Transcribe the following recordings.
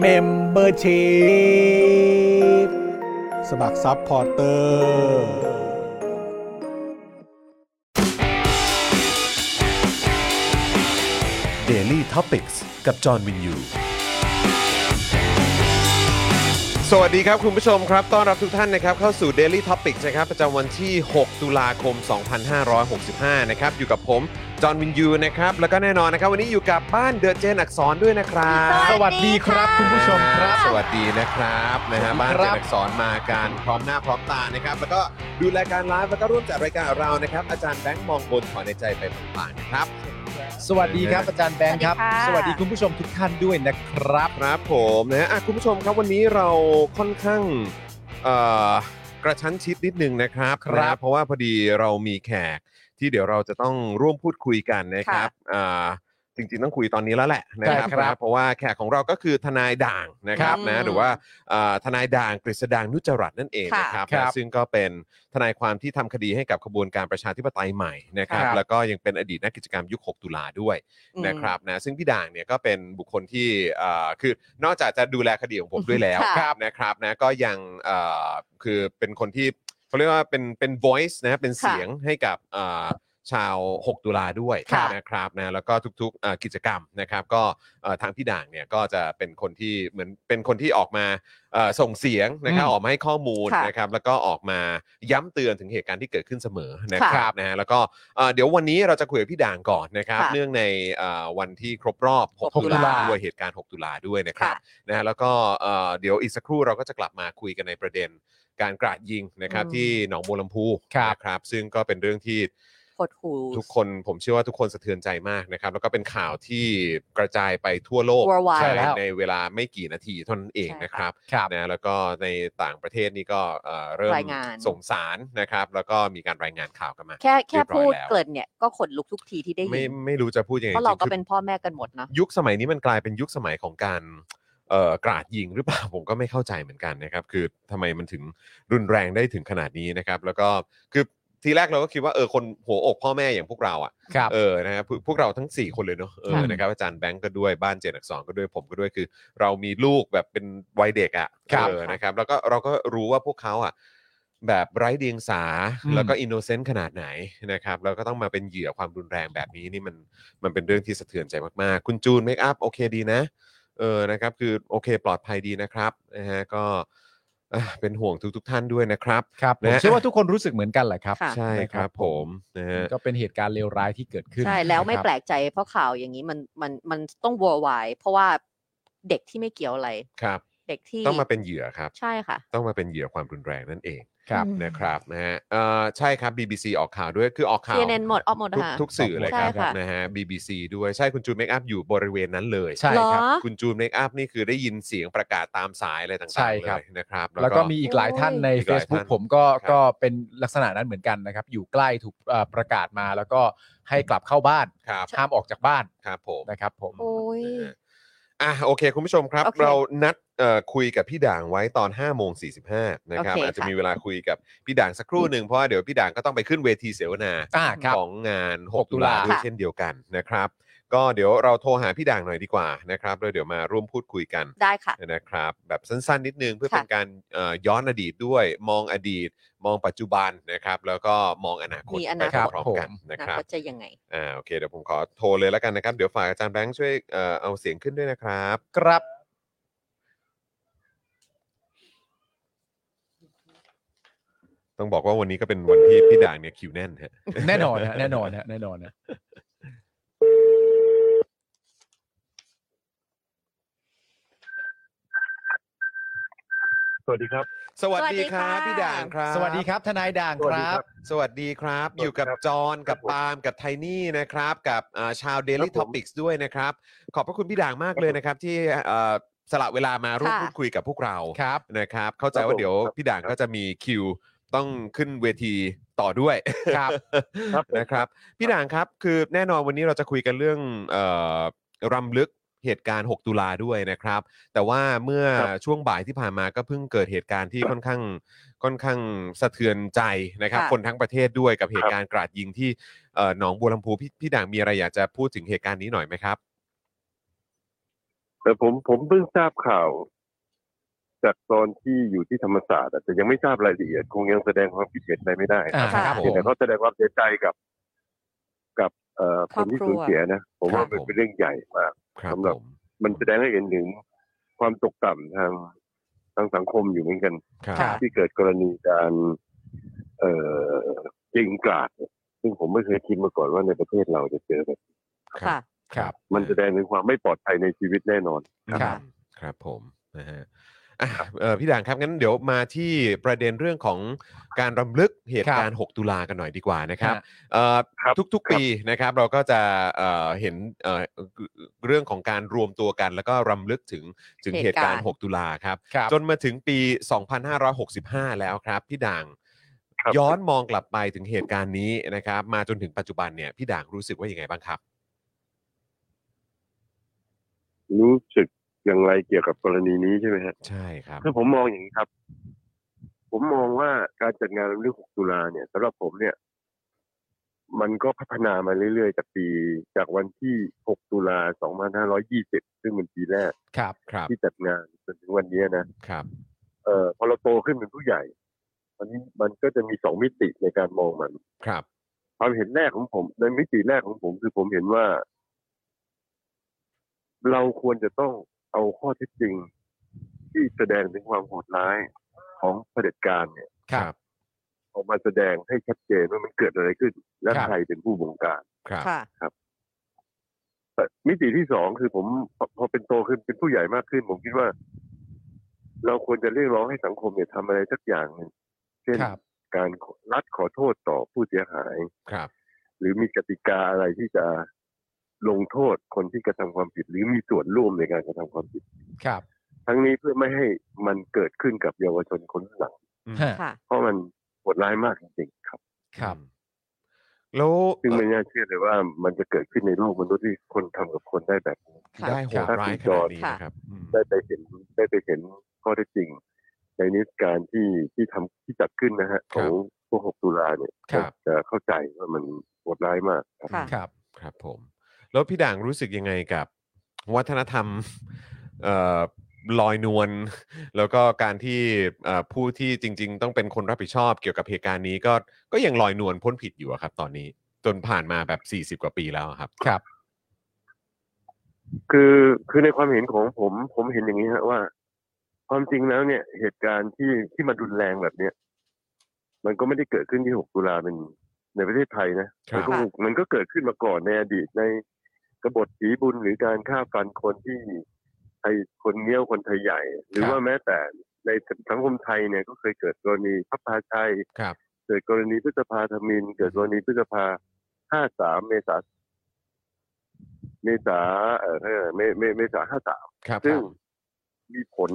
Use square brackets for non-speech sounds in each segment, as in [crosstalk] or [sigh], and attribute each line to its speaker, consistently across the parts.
Speaker 1: เมมเบอร์ชีพสมัครซัพพอร์เตอร์
Speaker 2: Daily t o p i c กกับจอห์นวินยู
Speaker 3: สวัสดีครับคุณผู้ชมครับ ต้อนรับทุกท่านนะครับเข้าสู่ Daily Topics นะครับประจำวันที่ 6 ตุลาคม 2565 นะครับ อยู่กับผม จอห์นวินยูนะครับ แล้วก็แน่นอนนะครับ วันนี้อยู่กับบ้านเดอะเจนอักษรด้วยนะครับ
Speaker 4: สวัสดีครับคุณผู้ชมครับ
Speaker 3: สวัสดีนะครับนะฮะ
Speaker 4: สวัสดีครับ
Speaker 3: บ้านเจนอักษรมาการพร้อมหน้าพร้อมตานะครับ แล้วก็ดูรายการไลฟ์แล้วก็ร่วมจัดรายการเรานะครับอาจารย์แบงค์มองบนขอในใจไปผ่านๆนะครับ
Speaker 4: สวัสดีครับอาจารย์แบงค์ครับ
Speaker 5: ส
Speaker 4: ส
Speaker 5: วั
Speaker 4: วั
Speaker 5: ส
Speaker 4: ส
Speaker 5: ดี
Speaker 4: ดี
Speaker 5: ค่ะ
Speaker 4: คุณผู้ชมทุกท่านด้วยนะครับ
Speaker 3: ครับผมนะฮะอ่ะคุณผู้ชมครับวันนี้เราค่อนข้างเอ่อกระชั้นชิดนิดนึงนะครับ
Speaker 4: ครับ
Speaker 3: นะเพราะว่าพอดีเรามีแขกที่เดี๋ยวเราจะต้องร่วมพูดคุยกันนะครับอ่าจริงๆต้องคุยตอนนี้แล้วแหละนะครับ
Speaker 4: ใช่ครับ
Speaker 3: นะเพราะว่าแขกของเราก็คือทนายด่างนะครับ
Speaker 5: ครับ
Speaker 3: นะหรือว่าอ่าทนายด่างกฤษดางนุจรัตน์นั่นเอง
Speaker 5: ค่ะ
Speaker 3: นะครับ
Speaker 4: ครับ
Speaker 3: นะซึ่งก็เป็นทนายความที่ทำคดีให้กับขบวนการประชาธิปไตยใหม่นะครับ
Speaker 4: ครับ
Speaker 3: แล้วก็ยังเป็นอดีตนักกิจกรรมยุค 6 ตุลาด้วย นะครับนะซึ่งพี่ด่างเนี่ยก็เป็นบุคคลที่เอ่อคือนอกจากจะดูแลคดีของผมด้วยแล้ว
Speaker 5: ค่ะ
Speaker 3: นะครับนะก็ยังเอ่อคือเป็นคนที่เขาเรียกว่าเป็นเป็น voice นะเป็นเสียงให้กับเอ่อชาว 6 ตุลาด้วย
Speaker 5: ค่ะ
Speaker 3: นะครับนะแล้วก็ทุกๆเอ่อกิจกรรมนะครับก็เอ่อทางพี่ด่างเนี่ยก็จะเป็นคนที่เหมือนเป็นคนที่ออกมาเอ่อส่งเสียงนะครับ
Speaker 4: อืม
Speaker 3: ออกมาให้ข้อมูล
Speaker 5: ค่ะ
Speaker 3: นะครับแล้วก็ออกมาย้ำเตือนถึงเหตุการณ์ที่เกิดขึ้นเสมอนะค
Speaker 5: ค่ะ
Speaker 3: รับนะฮะแล้วก็ เอ่อเดี๋ยววันนี้เราจะคุยกับพี่ด่างก่อนนะครับ
Speaker 5: ค่ะ
Speaker 3: เนื่องในเอ่อวันที่ครบรอบ 6
Speaker 5: 6
Speaker 3: ตุ
Speaker 5: ตุ
Speaker 3: ลา
Speaker 5: ลา
Speaker 3: ด้วยเหตุการณ์ 6 ตุลาด้วยนะครับ
Speaker 5: ค่ะ
Speaker 3: นะฮะแล้วก็เอ่อเดี๋ยวอีกสักครู่เราก็จะกลับมาคุยกันในประเด็นการกราดยิงนะครับ
Speaker 5: อืม
Speaker 3: ที่หนองบัวลำพู
Speaker 4: ครับ
Speaker 3: นะครับ ซึ่งก็เป็นเรื่องที่
Speaker 5: หดหู
Speaker 3: ทุกคนผมเชื่อว่าทุกคนสะเทือนใจมากนะครับ แล้วก็เป็นข่าวที่กระจายไปทั่วโลก
Speaker 5: วัววาย
Speaker 4: ใช่
Speaker 3: ใช่
Speaker 4: แล้ว
Speaker 3: ในเวลาไม่กี่นาทีเท่านั้นเองนะครับ
Speaker 4: ครับ
Speaker 3: นะแล้วก็ในต่างประเทศนี่ก็เอ่อเริ่ม
Speaker 5: รายงาน
Speaker 3: ส่งสารนะครับ แล้วก็มีการรายงานข่าวกันมา
Speaker 5: แค่แค่
Speaker 3: เรียบร้อย
Speaker 5: พูด
Speaker 3: แล้ว
Speaker 5: เกรินเนี่ยก็ขนลุกทุกทีที่ได้
Speaker 3: ไม่
Speaker 5: [laughs] ยิน
Speaker 3: ไม่รู้จะพูดยังไง
Speaker 5: เพราะเรา
Speaker 3: จงๆ
Speaker 5: ก็
Speaker 3: คือ
Speaker 5: เป็นพ่อแม่กันหมดนะ
Speaker 3: ยุคสมัยนี้มันกลายเป็นยุคสมัยของการเอ่อกราดยิงหรือเปล่า [laughs] ผมก็ไม่เข้าใจเหมือนกันนะครับ คือทำไมมันถึงรุนแรงได้ถึงขนาดนี้นะครับ แล้วก็คือทีแรกเราก็คิดว่าเออคนหัวอกพ่อแม่อย่างพวกเราอ่ะ
Speaker 4: ครับ
Speaker 3: เออนะครับพวกพวกเราทั้ง 4 คนเลยเนาะเออ
Speaker 5: ค่ะ
Speaker 3: นะครับอาจารย์แบงก์ก็ด้วยบ้านเจนอักษรก็ด้วยผมก็ด้วยคือ เรามีลูกแบบเป็นวัยเด็กอ่ะ
Speaker 4: ครับ
Speaker 3: เออนะครับ แล้วก็เราก็รู้ว่าพวกเขาอ่ะแบบไร้เดียงสาแล้วก็อินโนเซนต์ขนาดไหนนะครับแล้วก็ต้องมาเป็นเหยื่อความรุนแรงแบบนี้นี่มัน มันเป็นเรื่องที่สะเทือนใจมาก ๆ คุณจูนเมคอัพโอเคดีนะ เออ นะครับ คือโอเคปลอดภัยดีนะครับ นะฮะ ก็อ่ะเป็นห่วงทุกๆท่านด้วยนะครับ
Speaker 4: ครับผม
Speaker 3: นะ
Speaker 4: เชื่อว่าทุกคนรู้สึกเหมือนกันแหละครับ
Speaker 5: ค่ะ
Speaker 3: ใช่ครับผม นะฮะ
Speaker 4: ก็เป็นเหตุการณ์เลวร้ายที่เกิดขึ้น
Speaker 5: ใช่แล้วไม่
Speaker 4: นะครับ
Speaker 5: แปลกใจเพราะข่าวอย่างนี้มันมันมันต้องวัววายเพราะว่าเด็กที่ไม่เกี่ยวอะไร
Speaker 3: ครับ
Speaker 5: เด็กที่
Speaker 3: ต้องมาเป็นเหยื่อครับ
Speaker 5: ใช่ค่ะ
Speaker 3: ต้องมาเป็นเหยื่อความรุนแรงนั่นเอง
Speaker 4: ครับ
Speaker 5: อืม
Speaker 3: นะครับ นะฮะ เออใช่ครับ BBC ออกข่าวด้วย คือออกข่าว
Speaker 5: CNN หมดออกหมด
Speaker 3: ทุก
Speaker 5: ค่ะ
Speaker 3: ทุกสื่อเลยครับ
Speaker 5: ใช่ค่ะ
Speaker 3: นะฮะ BBC ด้วย ใช่ คุณจูนเมคอัพอยู่บริเวณนั้นเลย
Speaker 4: ใช่
Speaker 5: เหรอ
Speaker 4: ครับ
Speaker 3: คุณจูนเมคอัพนี่คือได้ยินเสียงประกาศตามสายอะไรต่าง
Speaker 4: ใช่
Speaker 3: ๆเล
Speaker 4: ครับ
Speaker 3: ยนะครับ
Speaker 4: แล้วก็มีอีกหลายท่านใน
Speaker 3: อีกหลาย
Speaker 4: Facebook
Speaker 3: ท่าน
Speaker 4: ผมก็
Speaker 3: ครับ
Speaker 4: ก็เป็นลักษณะนั้นเหมือนกันนะครับ อยู่ใกล้ถูกเอ่อประกาศมาแล้วก็ให้กลับเข้าบ้าน
Speaker 3: ครับ
Speaker 4: ห้ามออกจากบ้าน
Speaker 3: ครับผม
Speaker 4: นะครับผม
Speaker 5: โอ้ย
Speaker 3: นะฮะอ่ะโอเค คุณผู้ชมครับ
Speaker 5: โอเค
Speaker 3: เรานัดเอ่อคุยกับพี่ด่างไว้ตอน5้าโมงสีนะครับ
Speaker 5: โอเค
Speaker 3: อาจจะ
Speaker 5: ค่ะ
Speaker 3: มีเวลาคุยกับพี่ด่างสักครู่หนึ่งเพราะว่าเดี๋ยวพี่ด่างก็ต้องไปขึ้นเวทีเสวนา
Speaker 4: อ่าครับ
Speaker 3: ของงาน
Speaker 4: ห
Speaker 3: 6
Speaker 4: กตุ
Speaker 3: ตุลา
Speaker 4: ลา
Speaker 3: ด้วย
Speaker 5: ค่ะ
Speaker 3: เช่นเดียวกันนะครับ ก็เดี๋ยวเราโทรหาพี่ด่างหน่อยดีกว่านะครับแล้วเดี๋ยวมาร่วมพูดคุยกัน
Speaker 5: ได้ค่ะ
Speaker 3: นะครับ แบบสั้นๆนิดนึงเพื่อ
Speaker 5: ค่ะ
Speaker 3: เป็นการเอ่อย้อนอดีตด้วย มองอดีต มองปัจจุบันนะครับ แล้วก็มองอนาคต
Speaker 5: มีอ
Speaker 3: ไป
Speaker 5: นาค
Speaker 3: พ
Speaker 5: ต
Speaker 3: ร้อมๆกันนะ
Speaker 5: อนา
Speaker 3: ครับ
Speaker 5: คตจะยังไง
Speaker 3: อ่าโอเคเดี๋ยวผมขอโทรเลยแล้วกันนะครับ เดี๋ยวฝากอาจารย์แบงค์ช่วยเอ่อเอาเสียงขึ้นด้วยนะครับ
Speaker 4: ครับ
Speaker 3: ต้องบอกว่าวันนี้ก็เป็นวันที่พี่ด่างเนี่ยคิวแน่นฮะ
Speaker 4: แน่นอนฮะแน่นอนฮะแน่นอนฮะ
Speaker 6: สวัสดีครับ
Speaker 3: สวัสดีครับ
Speaker 5: สวัสดีค่ะ
Speaker 3: พี่ด่างครับ
Speaker 4: สวัสดีครับทนายด่างครับ
Speaker 3: สวัสดีครับ
Speaker 6: สวัสดีครับ
Speaker 3: อยู่กับจอห์นกับปาล์มกับไทนี่นะครับ กับอ่าชาว Daily
Speaker 6: ครับผม
Speaker 3: Topics ด้วยนะครับ ขอบพระคุณพี่ด่างมากเลยนะครับ ที่อ่าสละเวลามาร่วม
Speaker 5: ค่ะ
Speaker 3: พูดคุยกับพวกเรา
Speaker 4: ครับ
Speaker 3: นะครับ เข้าใจ
Speaker 6: ครับ
Speaker 3: ว่า
Speaker 6: ผม
Speaker 3: เดี๋ยว
Speaker 6: ครับ
Speaker 3: พี่ด่างก็จะมีคิวต้องขึ้นเวทีต่อด้วย
Speaker 4: ครับ
Speaker 6: ครับผม
Speaker 3: นะครับ พี่ด่างครับคือแน่นอนวันนี้เราจะคุยกันเรื่องเอ่อรำลึกเหตุการณ์ 6 ตุลาด้วยนะครับ แต่ว่าเมื่อ
Speaker 6: ครับ
Speaker 3: ช่วงบ่ายที่ผ่านมาก็เพิ่งเกิดเหตุการณ์ที่ค่อนข้างค่อนข้างสะเทือนใจนะครับ
Speaker 5: ค่ะ
Speaker 3: คนทั้งประเทศด้วยกับเหตุการณ์กราดยิงที่เอ่อหนองบัวลำพูพี่พี่ด่างมีอะไรอยากจะพูดถึงเหตุการณ์นี้หน่อยไหมครับ
Speaker 6: แต่ผมผมเพิ่งทราบข่าว จากตอนที่อยู่ที่ธรรมศาสตร์อะแต่ยังไม่ทราบรายละเอียด คงยังแสดงความคิดเห็นอะไรไม่ได้
Speaker 4: อ่า
Speaker 5: ค่ะ
Speaker 4: ครับผ
Speaker 6: เพีย
Speaker 4: ม
Speaker 6: งแต่ก็แสดงความเสียใจกับ กับเอ่อ
Speaker 5: ค
Speaker 6: ค
Speaker 5: รอน บครัว
Speaker 6: ที่สูญเสียนะผม
Speaker 3: ค
Speaker 6: ว่า
Speaker 3: รับ
Speaker 6: มัน
Speaker 3: ผม
Speaker 6: เป็นเรื่องใหญ่มาก
Speaker 3: ครับ
Speaker 6: สำหรับ
Speaker 3: ผม
Speaker 6: มันแสดงให้เห็นถึงความตกต่ำทางทางสังคมอยู่เหมือนกัน
Speaker 3: ครั
Speaker 5: ค่ะ
Speaker 3: บ
Speaker 6: ที่เกิดกรณีการ เอ่อยิงกราดเนี่ยซึ่งผมไม่เคยคิดมาก่อนว่าในประเทศเราจะเจอแบบ
Speaker 5: ค่ะ
Speaker 4: ครับ
Speaker 6: มันแสดงถึงความไม่ปลอดภัยในชีวิตแน่นอน
Speaker 4: ครับ
Speaker 3: ครับผมนะฮะอ่ะเอ่อพี่ด่างครับงั้นเดี๋ยวมาที่ประเด็นเรื่องของการรำลึกเหตุการณ์ 6 ตุลากันหน่อยดีกว่านะครับ เอ่อ
Speaker 6: ครับ
Speaker 3: ทุกๆปีนะครับเราก็จะเอ่อเห็นเอ่อเรื่องของการรวมตัวกัน แล้วก็รำลึกถึงถึงเห
Speaker 5: เหตุ
Speaker 3: ตุการณ์
Speaker 5: การณ์
Speaker 3: 6 ตุลาครับ
Speaker 4: ครับ
Speaker 3: จนมาถึงปี 2565 แล้วครับ พี่ด่าง
Speaker 6: ครับ
Speaker 3: ย้อนมองกลับไปถึงเหตุการณ์นี้นะครับ มาจนถึงปัจจุบันเนี่ยพี่ด่างรู้สึกว่ายังไงบ้างครับ
Speaker 6: รู้สึกอย่างไรเกี่ยวกับกรณีนี้ใช่ไหมฮะ
Speaker 3: ใช่ครับ
Speaker 6: คือผมมองอย่างนี้ครับ ผมมองว่าการจัดงานรำลึก6ตุลาเนี่ยสำหรับผมเนี่ย มันก็พัฒนามาเรื่อยๆ จากปีจากวันที่ 6 ตุลา 2520 ซึ่งเป็นปีแรก
Speaker 4: ครับ
Speaker 3: ครับ
Speaker 6: ที่จัดงานจนถึงวันนี้นะ
Speaker 3: ครับ
Speaker 6: เอ่อพอเราโตขึ้นเป็นผู้ใหญ่มันนี้มันก็จะมีสองมิติในการมองมัน
Speaker 3: ครับ
Speaker 6: ความเห็นแรกของผม ในมิติแรกของผมคือผมเห็นว่า เราควรจะต้องเอาข้อเท็จจริง ที่แสดงถึงความโหดร้ายของเผด็จการเนี่ย
Speaker 4: ครับ
Speaker 6: ออกมาแสดงให้ชัดเจนว่ามันเกิดอะไรขึ้น และ
Speaker 4: ครับ
Speaker 6: ใครเป็นผู้บงการ
Speaker 3: ครับ
Speaker 5: ค่ะ
Speaker 6: แต่มิติที่สองคือผมพอพอเป็นโตขึ้นเป็นผู้ใหญ่มากขึ้น ผมคิดว่า เราควรจะเรียกร้องให้สังคมเนี่ยทำอะไรสักอย่างหนึ่งเช่น
Speaker 4: ครับ
Speaker 6: การรัดขอโทษต่อผู้เสียหาย
Speaker 3: ครับ
Speaker 6: หรือมีกติกาอะไรที่จะลงโทษคนที่กระทำความผิด หรือมีส่วนร่วมในการกระทำความผิด
Speaker 4: ครับ
Speaker 6: ทั้งนี้เพื่อไม่ให้มันเกิดขึ้นกับเยาวชนคนรุ่นหลัง
Speaker 4: ฮะ
Speaker 5: ค่ะ
Speaker 6: เพราะมันโหดร้ายมากจริงๆครับ
Speaker 4: ครับ
Speaker 3: แล้ว
Speaker 6: ซึ่งไม่น่าเชื่อเลยว่ามันจะเกิดขึ้นในโลกมนุษย์ที่คนทำกับคนได้แบบนี้
Speaker 3: เอ่อได้โหด
Speaker 6: ครับ
Speaker 3: ร้ายขนาดนี้นะครับอืม
Speaker 6: ได้ไปเห็นได้ไปเห็นข้อเท็จจริง ในนิทรรศการที่ที่ทำที่จัดขึ้นนะฮะของพวก 6 ตุลาเนี่ย
Speaker 4: ครับ
Speaker 6: จะเข้าใจว่ามันโหดร้ายมากครับ
Speaker 5: ค่ะ
Speaker 4: ครับ
Speaker 3: ครับผม แล้วพี่ด่างรู้สึกยังไงกับ วัฒนธรรม [laughs] เอ่อลอยนวล [laughs] แล้วก็การที่เอ่อผู้ที่จริง ๆ ต้องเป็นคนรับผิดชอบเกี่ยวกับเหตุการณ์นี้ก็ก็ยังลอยนวลพ้นผิดอยู่อะครับ ตอนนี้จนผ่านมาแบบ 40 กว่าปีแล้วอะครับ
Speaker 4: ครับ
Speaker 6: คือคือในความเห็นของผมผมเห็นอย่างนี้ฮะว่า ความจริงแล้วเนี่ย เหตุการณ์ที่ที่มารุนแรงแบบเนี้ยมันก็ไม่ได้เกิดขึ้นที่ 6 ตุลาเป็นในประเทศไทยนะครับ มันก็มันก็เกิดขึ้นมาก่อนในอดีตในกบฏสีบุญหรือการฆ่าฟันคนที่ไทยคนเงี้ยวคนไทยใหญ่ หรือ
Speaker 4: ครับ
Speaker 6: ว่าแม้แต่ในสังคมไทยเนี่ยก็เคยเกิดกรณีพับพาชัย
Speaker 3: ครับ
Speaker 6: เกิดกรณีพฤษภาธมิน เกิดกรณีพฤษภา 53 เมษา เมษา เอ่อเอ่อเมเมเมษา 53
Speaker 3: ครับ
Speaker 6: ซึ่ง
Speaker 3: ผม
Speaker 6: มีผล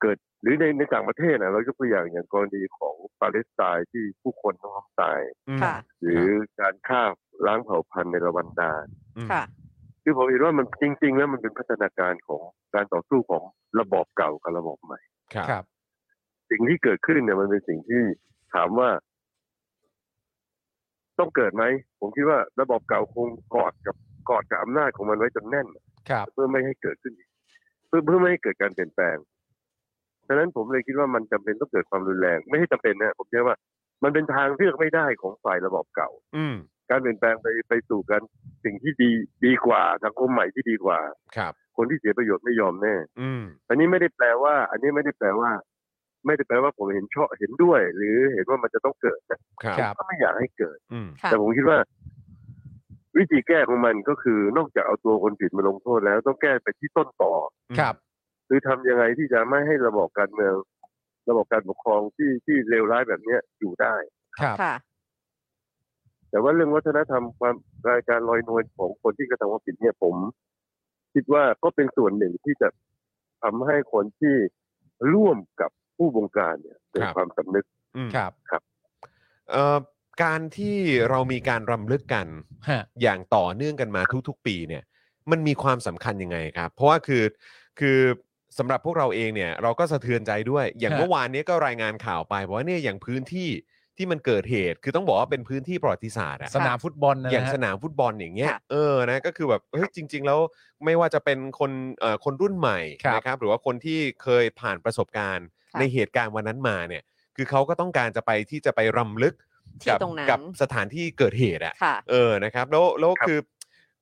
Speaker 6: เกิดหรือในในต่างประเทศนะเรายกตัวอย่างอย่างกรณีของปาเลสไตน์ที่ผู้คนต้องตาย
Speaker 3: อืม
Speaker 5: ค่ะ
Speaker 6: หรือการฆ่าล้างเผ่าพันธุ์ในรวันดา
Speaker 3: อืม
Speaker 5: ค่ะ
Speaker 6: คือผมเห็นว่ามันจริง ๆ แล้วมันเป็นพัฒนาการของการต่อสู้ของระบอบเก่ากับระบอบใหม่
Speaker 3: ครับ
Speaker 4: ครับ
Speaker 6: สิ่งที่เกิดขึ้นเนี่ยมันเป็นสิ่งที่ถามว่า ต้องเกิดไหม ผมคิดว่าระบบเก่าคงกอดกับกอดกับอำนาจของมันไว้จนแน่น
Speaker 4: ครับ
Speaker 6: เพื่อไม่ให้เกิดขึ้นอีกเพื่อเพื่อไม่ให้เกิดการเปลี่ยนแปลงฉะนั้นผมเลยคิดว่ามันจำเป็นต้องเกิดความรุนแรง ไม่ใช่จำเป็นนะผมเชื่อว่า มันเป็นทางเลือกไม่ได้ของฝ่ายระบอบเก่า
Speaker 3: อืม
Speaker 6: การเปลี่ยนแปลงไปไปสู่การสิ่งที่ดีดีกว่าสังคมใหม่ที่ดีกว่า
Speaker 3: ครับ
Speaker 6: คนที่เสียประโยชน์ไม่ยอมแน่
Speaker 3: อืม
Speaker 6: อันนี้ไม่ได้แปลว่า อันนี้ไม่ได้แปลว่า ไม่ได้แปลว่าผมเห็นชอบเห็นด้วย หรือเห็นว่ามันจะต้องเกิดนะครับ
Speaker 4: ครับ
Speaker 6: ก็ไม่อยากให้เกิด
Speaker 3: อืม
Speaker 5: ค่ะ
Speaker 6: แต่ผมคิดว่า วิธีแก้ของมันก็คือนอกจากเอาตัวคนผิดมาลงโทษแล้วต้องแก้ไปที่ต้นต่อ
Speaker 4: ครับ
Speaker 6: คือทำยังไงที่จะไม่ให้ระบอบการเมือง ระบอบการปกครองที่ที่เลวร้ายแบบเนี้ยอยู่ได้
Speaker 4: ครับ
Speaker 5: ค่ะ
Speaker 6: แต่ว่าเรื่องวัฒนธรรมความรายการลอยนวลของคนที่กระทำความผิดเนี่ยผม คิดว่าก็เป็นส่วนหนึ่งที่จะทำให้คนที่ร่วมกับผู้บงการเนี่ยเกิด
Speaker 3: ครับ
Speaker 6: ความสำนึก
Speaker 3: อืม
Speaker 4: ครับ
Speaker 3: เอ่อการที่เรามีการรำลึกกัน
Speaker 4: ฮะ
Speaker 3: อย่างต่อเนื่องกันมาทุกๆ ปีเนี่ยมันมีความสำคัญยังไงครับ เพราะว่าคือคือสำหรับพวกเราเองเนี่ยเราก็สะเทือนใจด้วย อย่าง
Speaker 4: ฮะ
Speaker 3: เมื่อวานเนี้ก็รายงานข่าวไปบอกว่าเนี่ยอย่างพื้นที่ที่มันเกิดเหตุ คือต้องบอกว่าเป็นพื้นที่ประวัติศาสตร์อะ
Speaker 4: สนามฟุตบอลนะ
Speaker 3: อย่าง
Speaker 4: ฮะ
Speaker 3: สนามฟุตบอลอย่างเงี้ย
Speaker 5: ค่ะ
Speaker 3: เออนะก็คือแบบเฮ้ยจริง ๆ แล้วไม่ว่าจะเป็นคนเอ่อคนรุ่นใหม่
Speaker 4: ครับ
Speaker 3: นะครับหรือว่าคนที่เคยผ่านประสบการณ์
Speaker 5: ค่ะ
Speaker 3: ในเหตุการณ์วันนั้นมาเนี่ยคือเขาก็ต้องการจะไปที่จะไปรำลึก
Speaker 5: ที่
Speaker 3: กั
Speaker 5: ตรงนั้น
Speaker 3: กับสถานที่เกิดเหตุอะ
Speaker 5: ค่ะ
Speaker 3: เออ นะครับ แล้วแล้ว
Speaker 6: ครับ
Speaker 3: คือ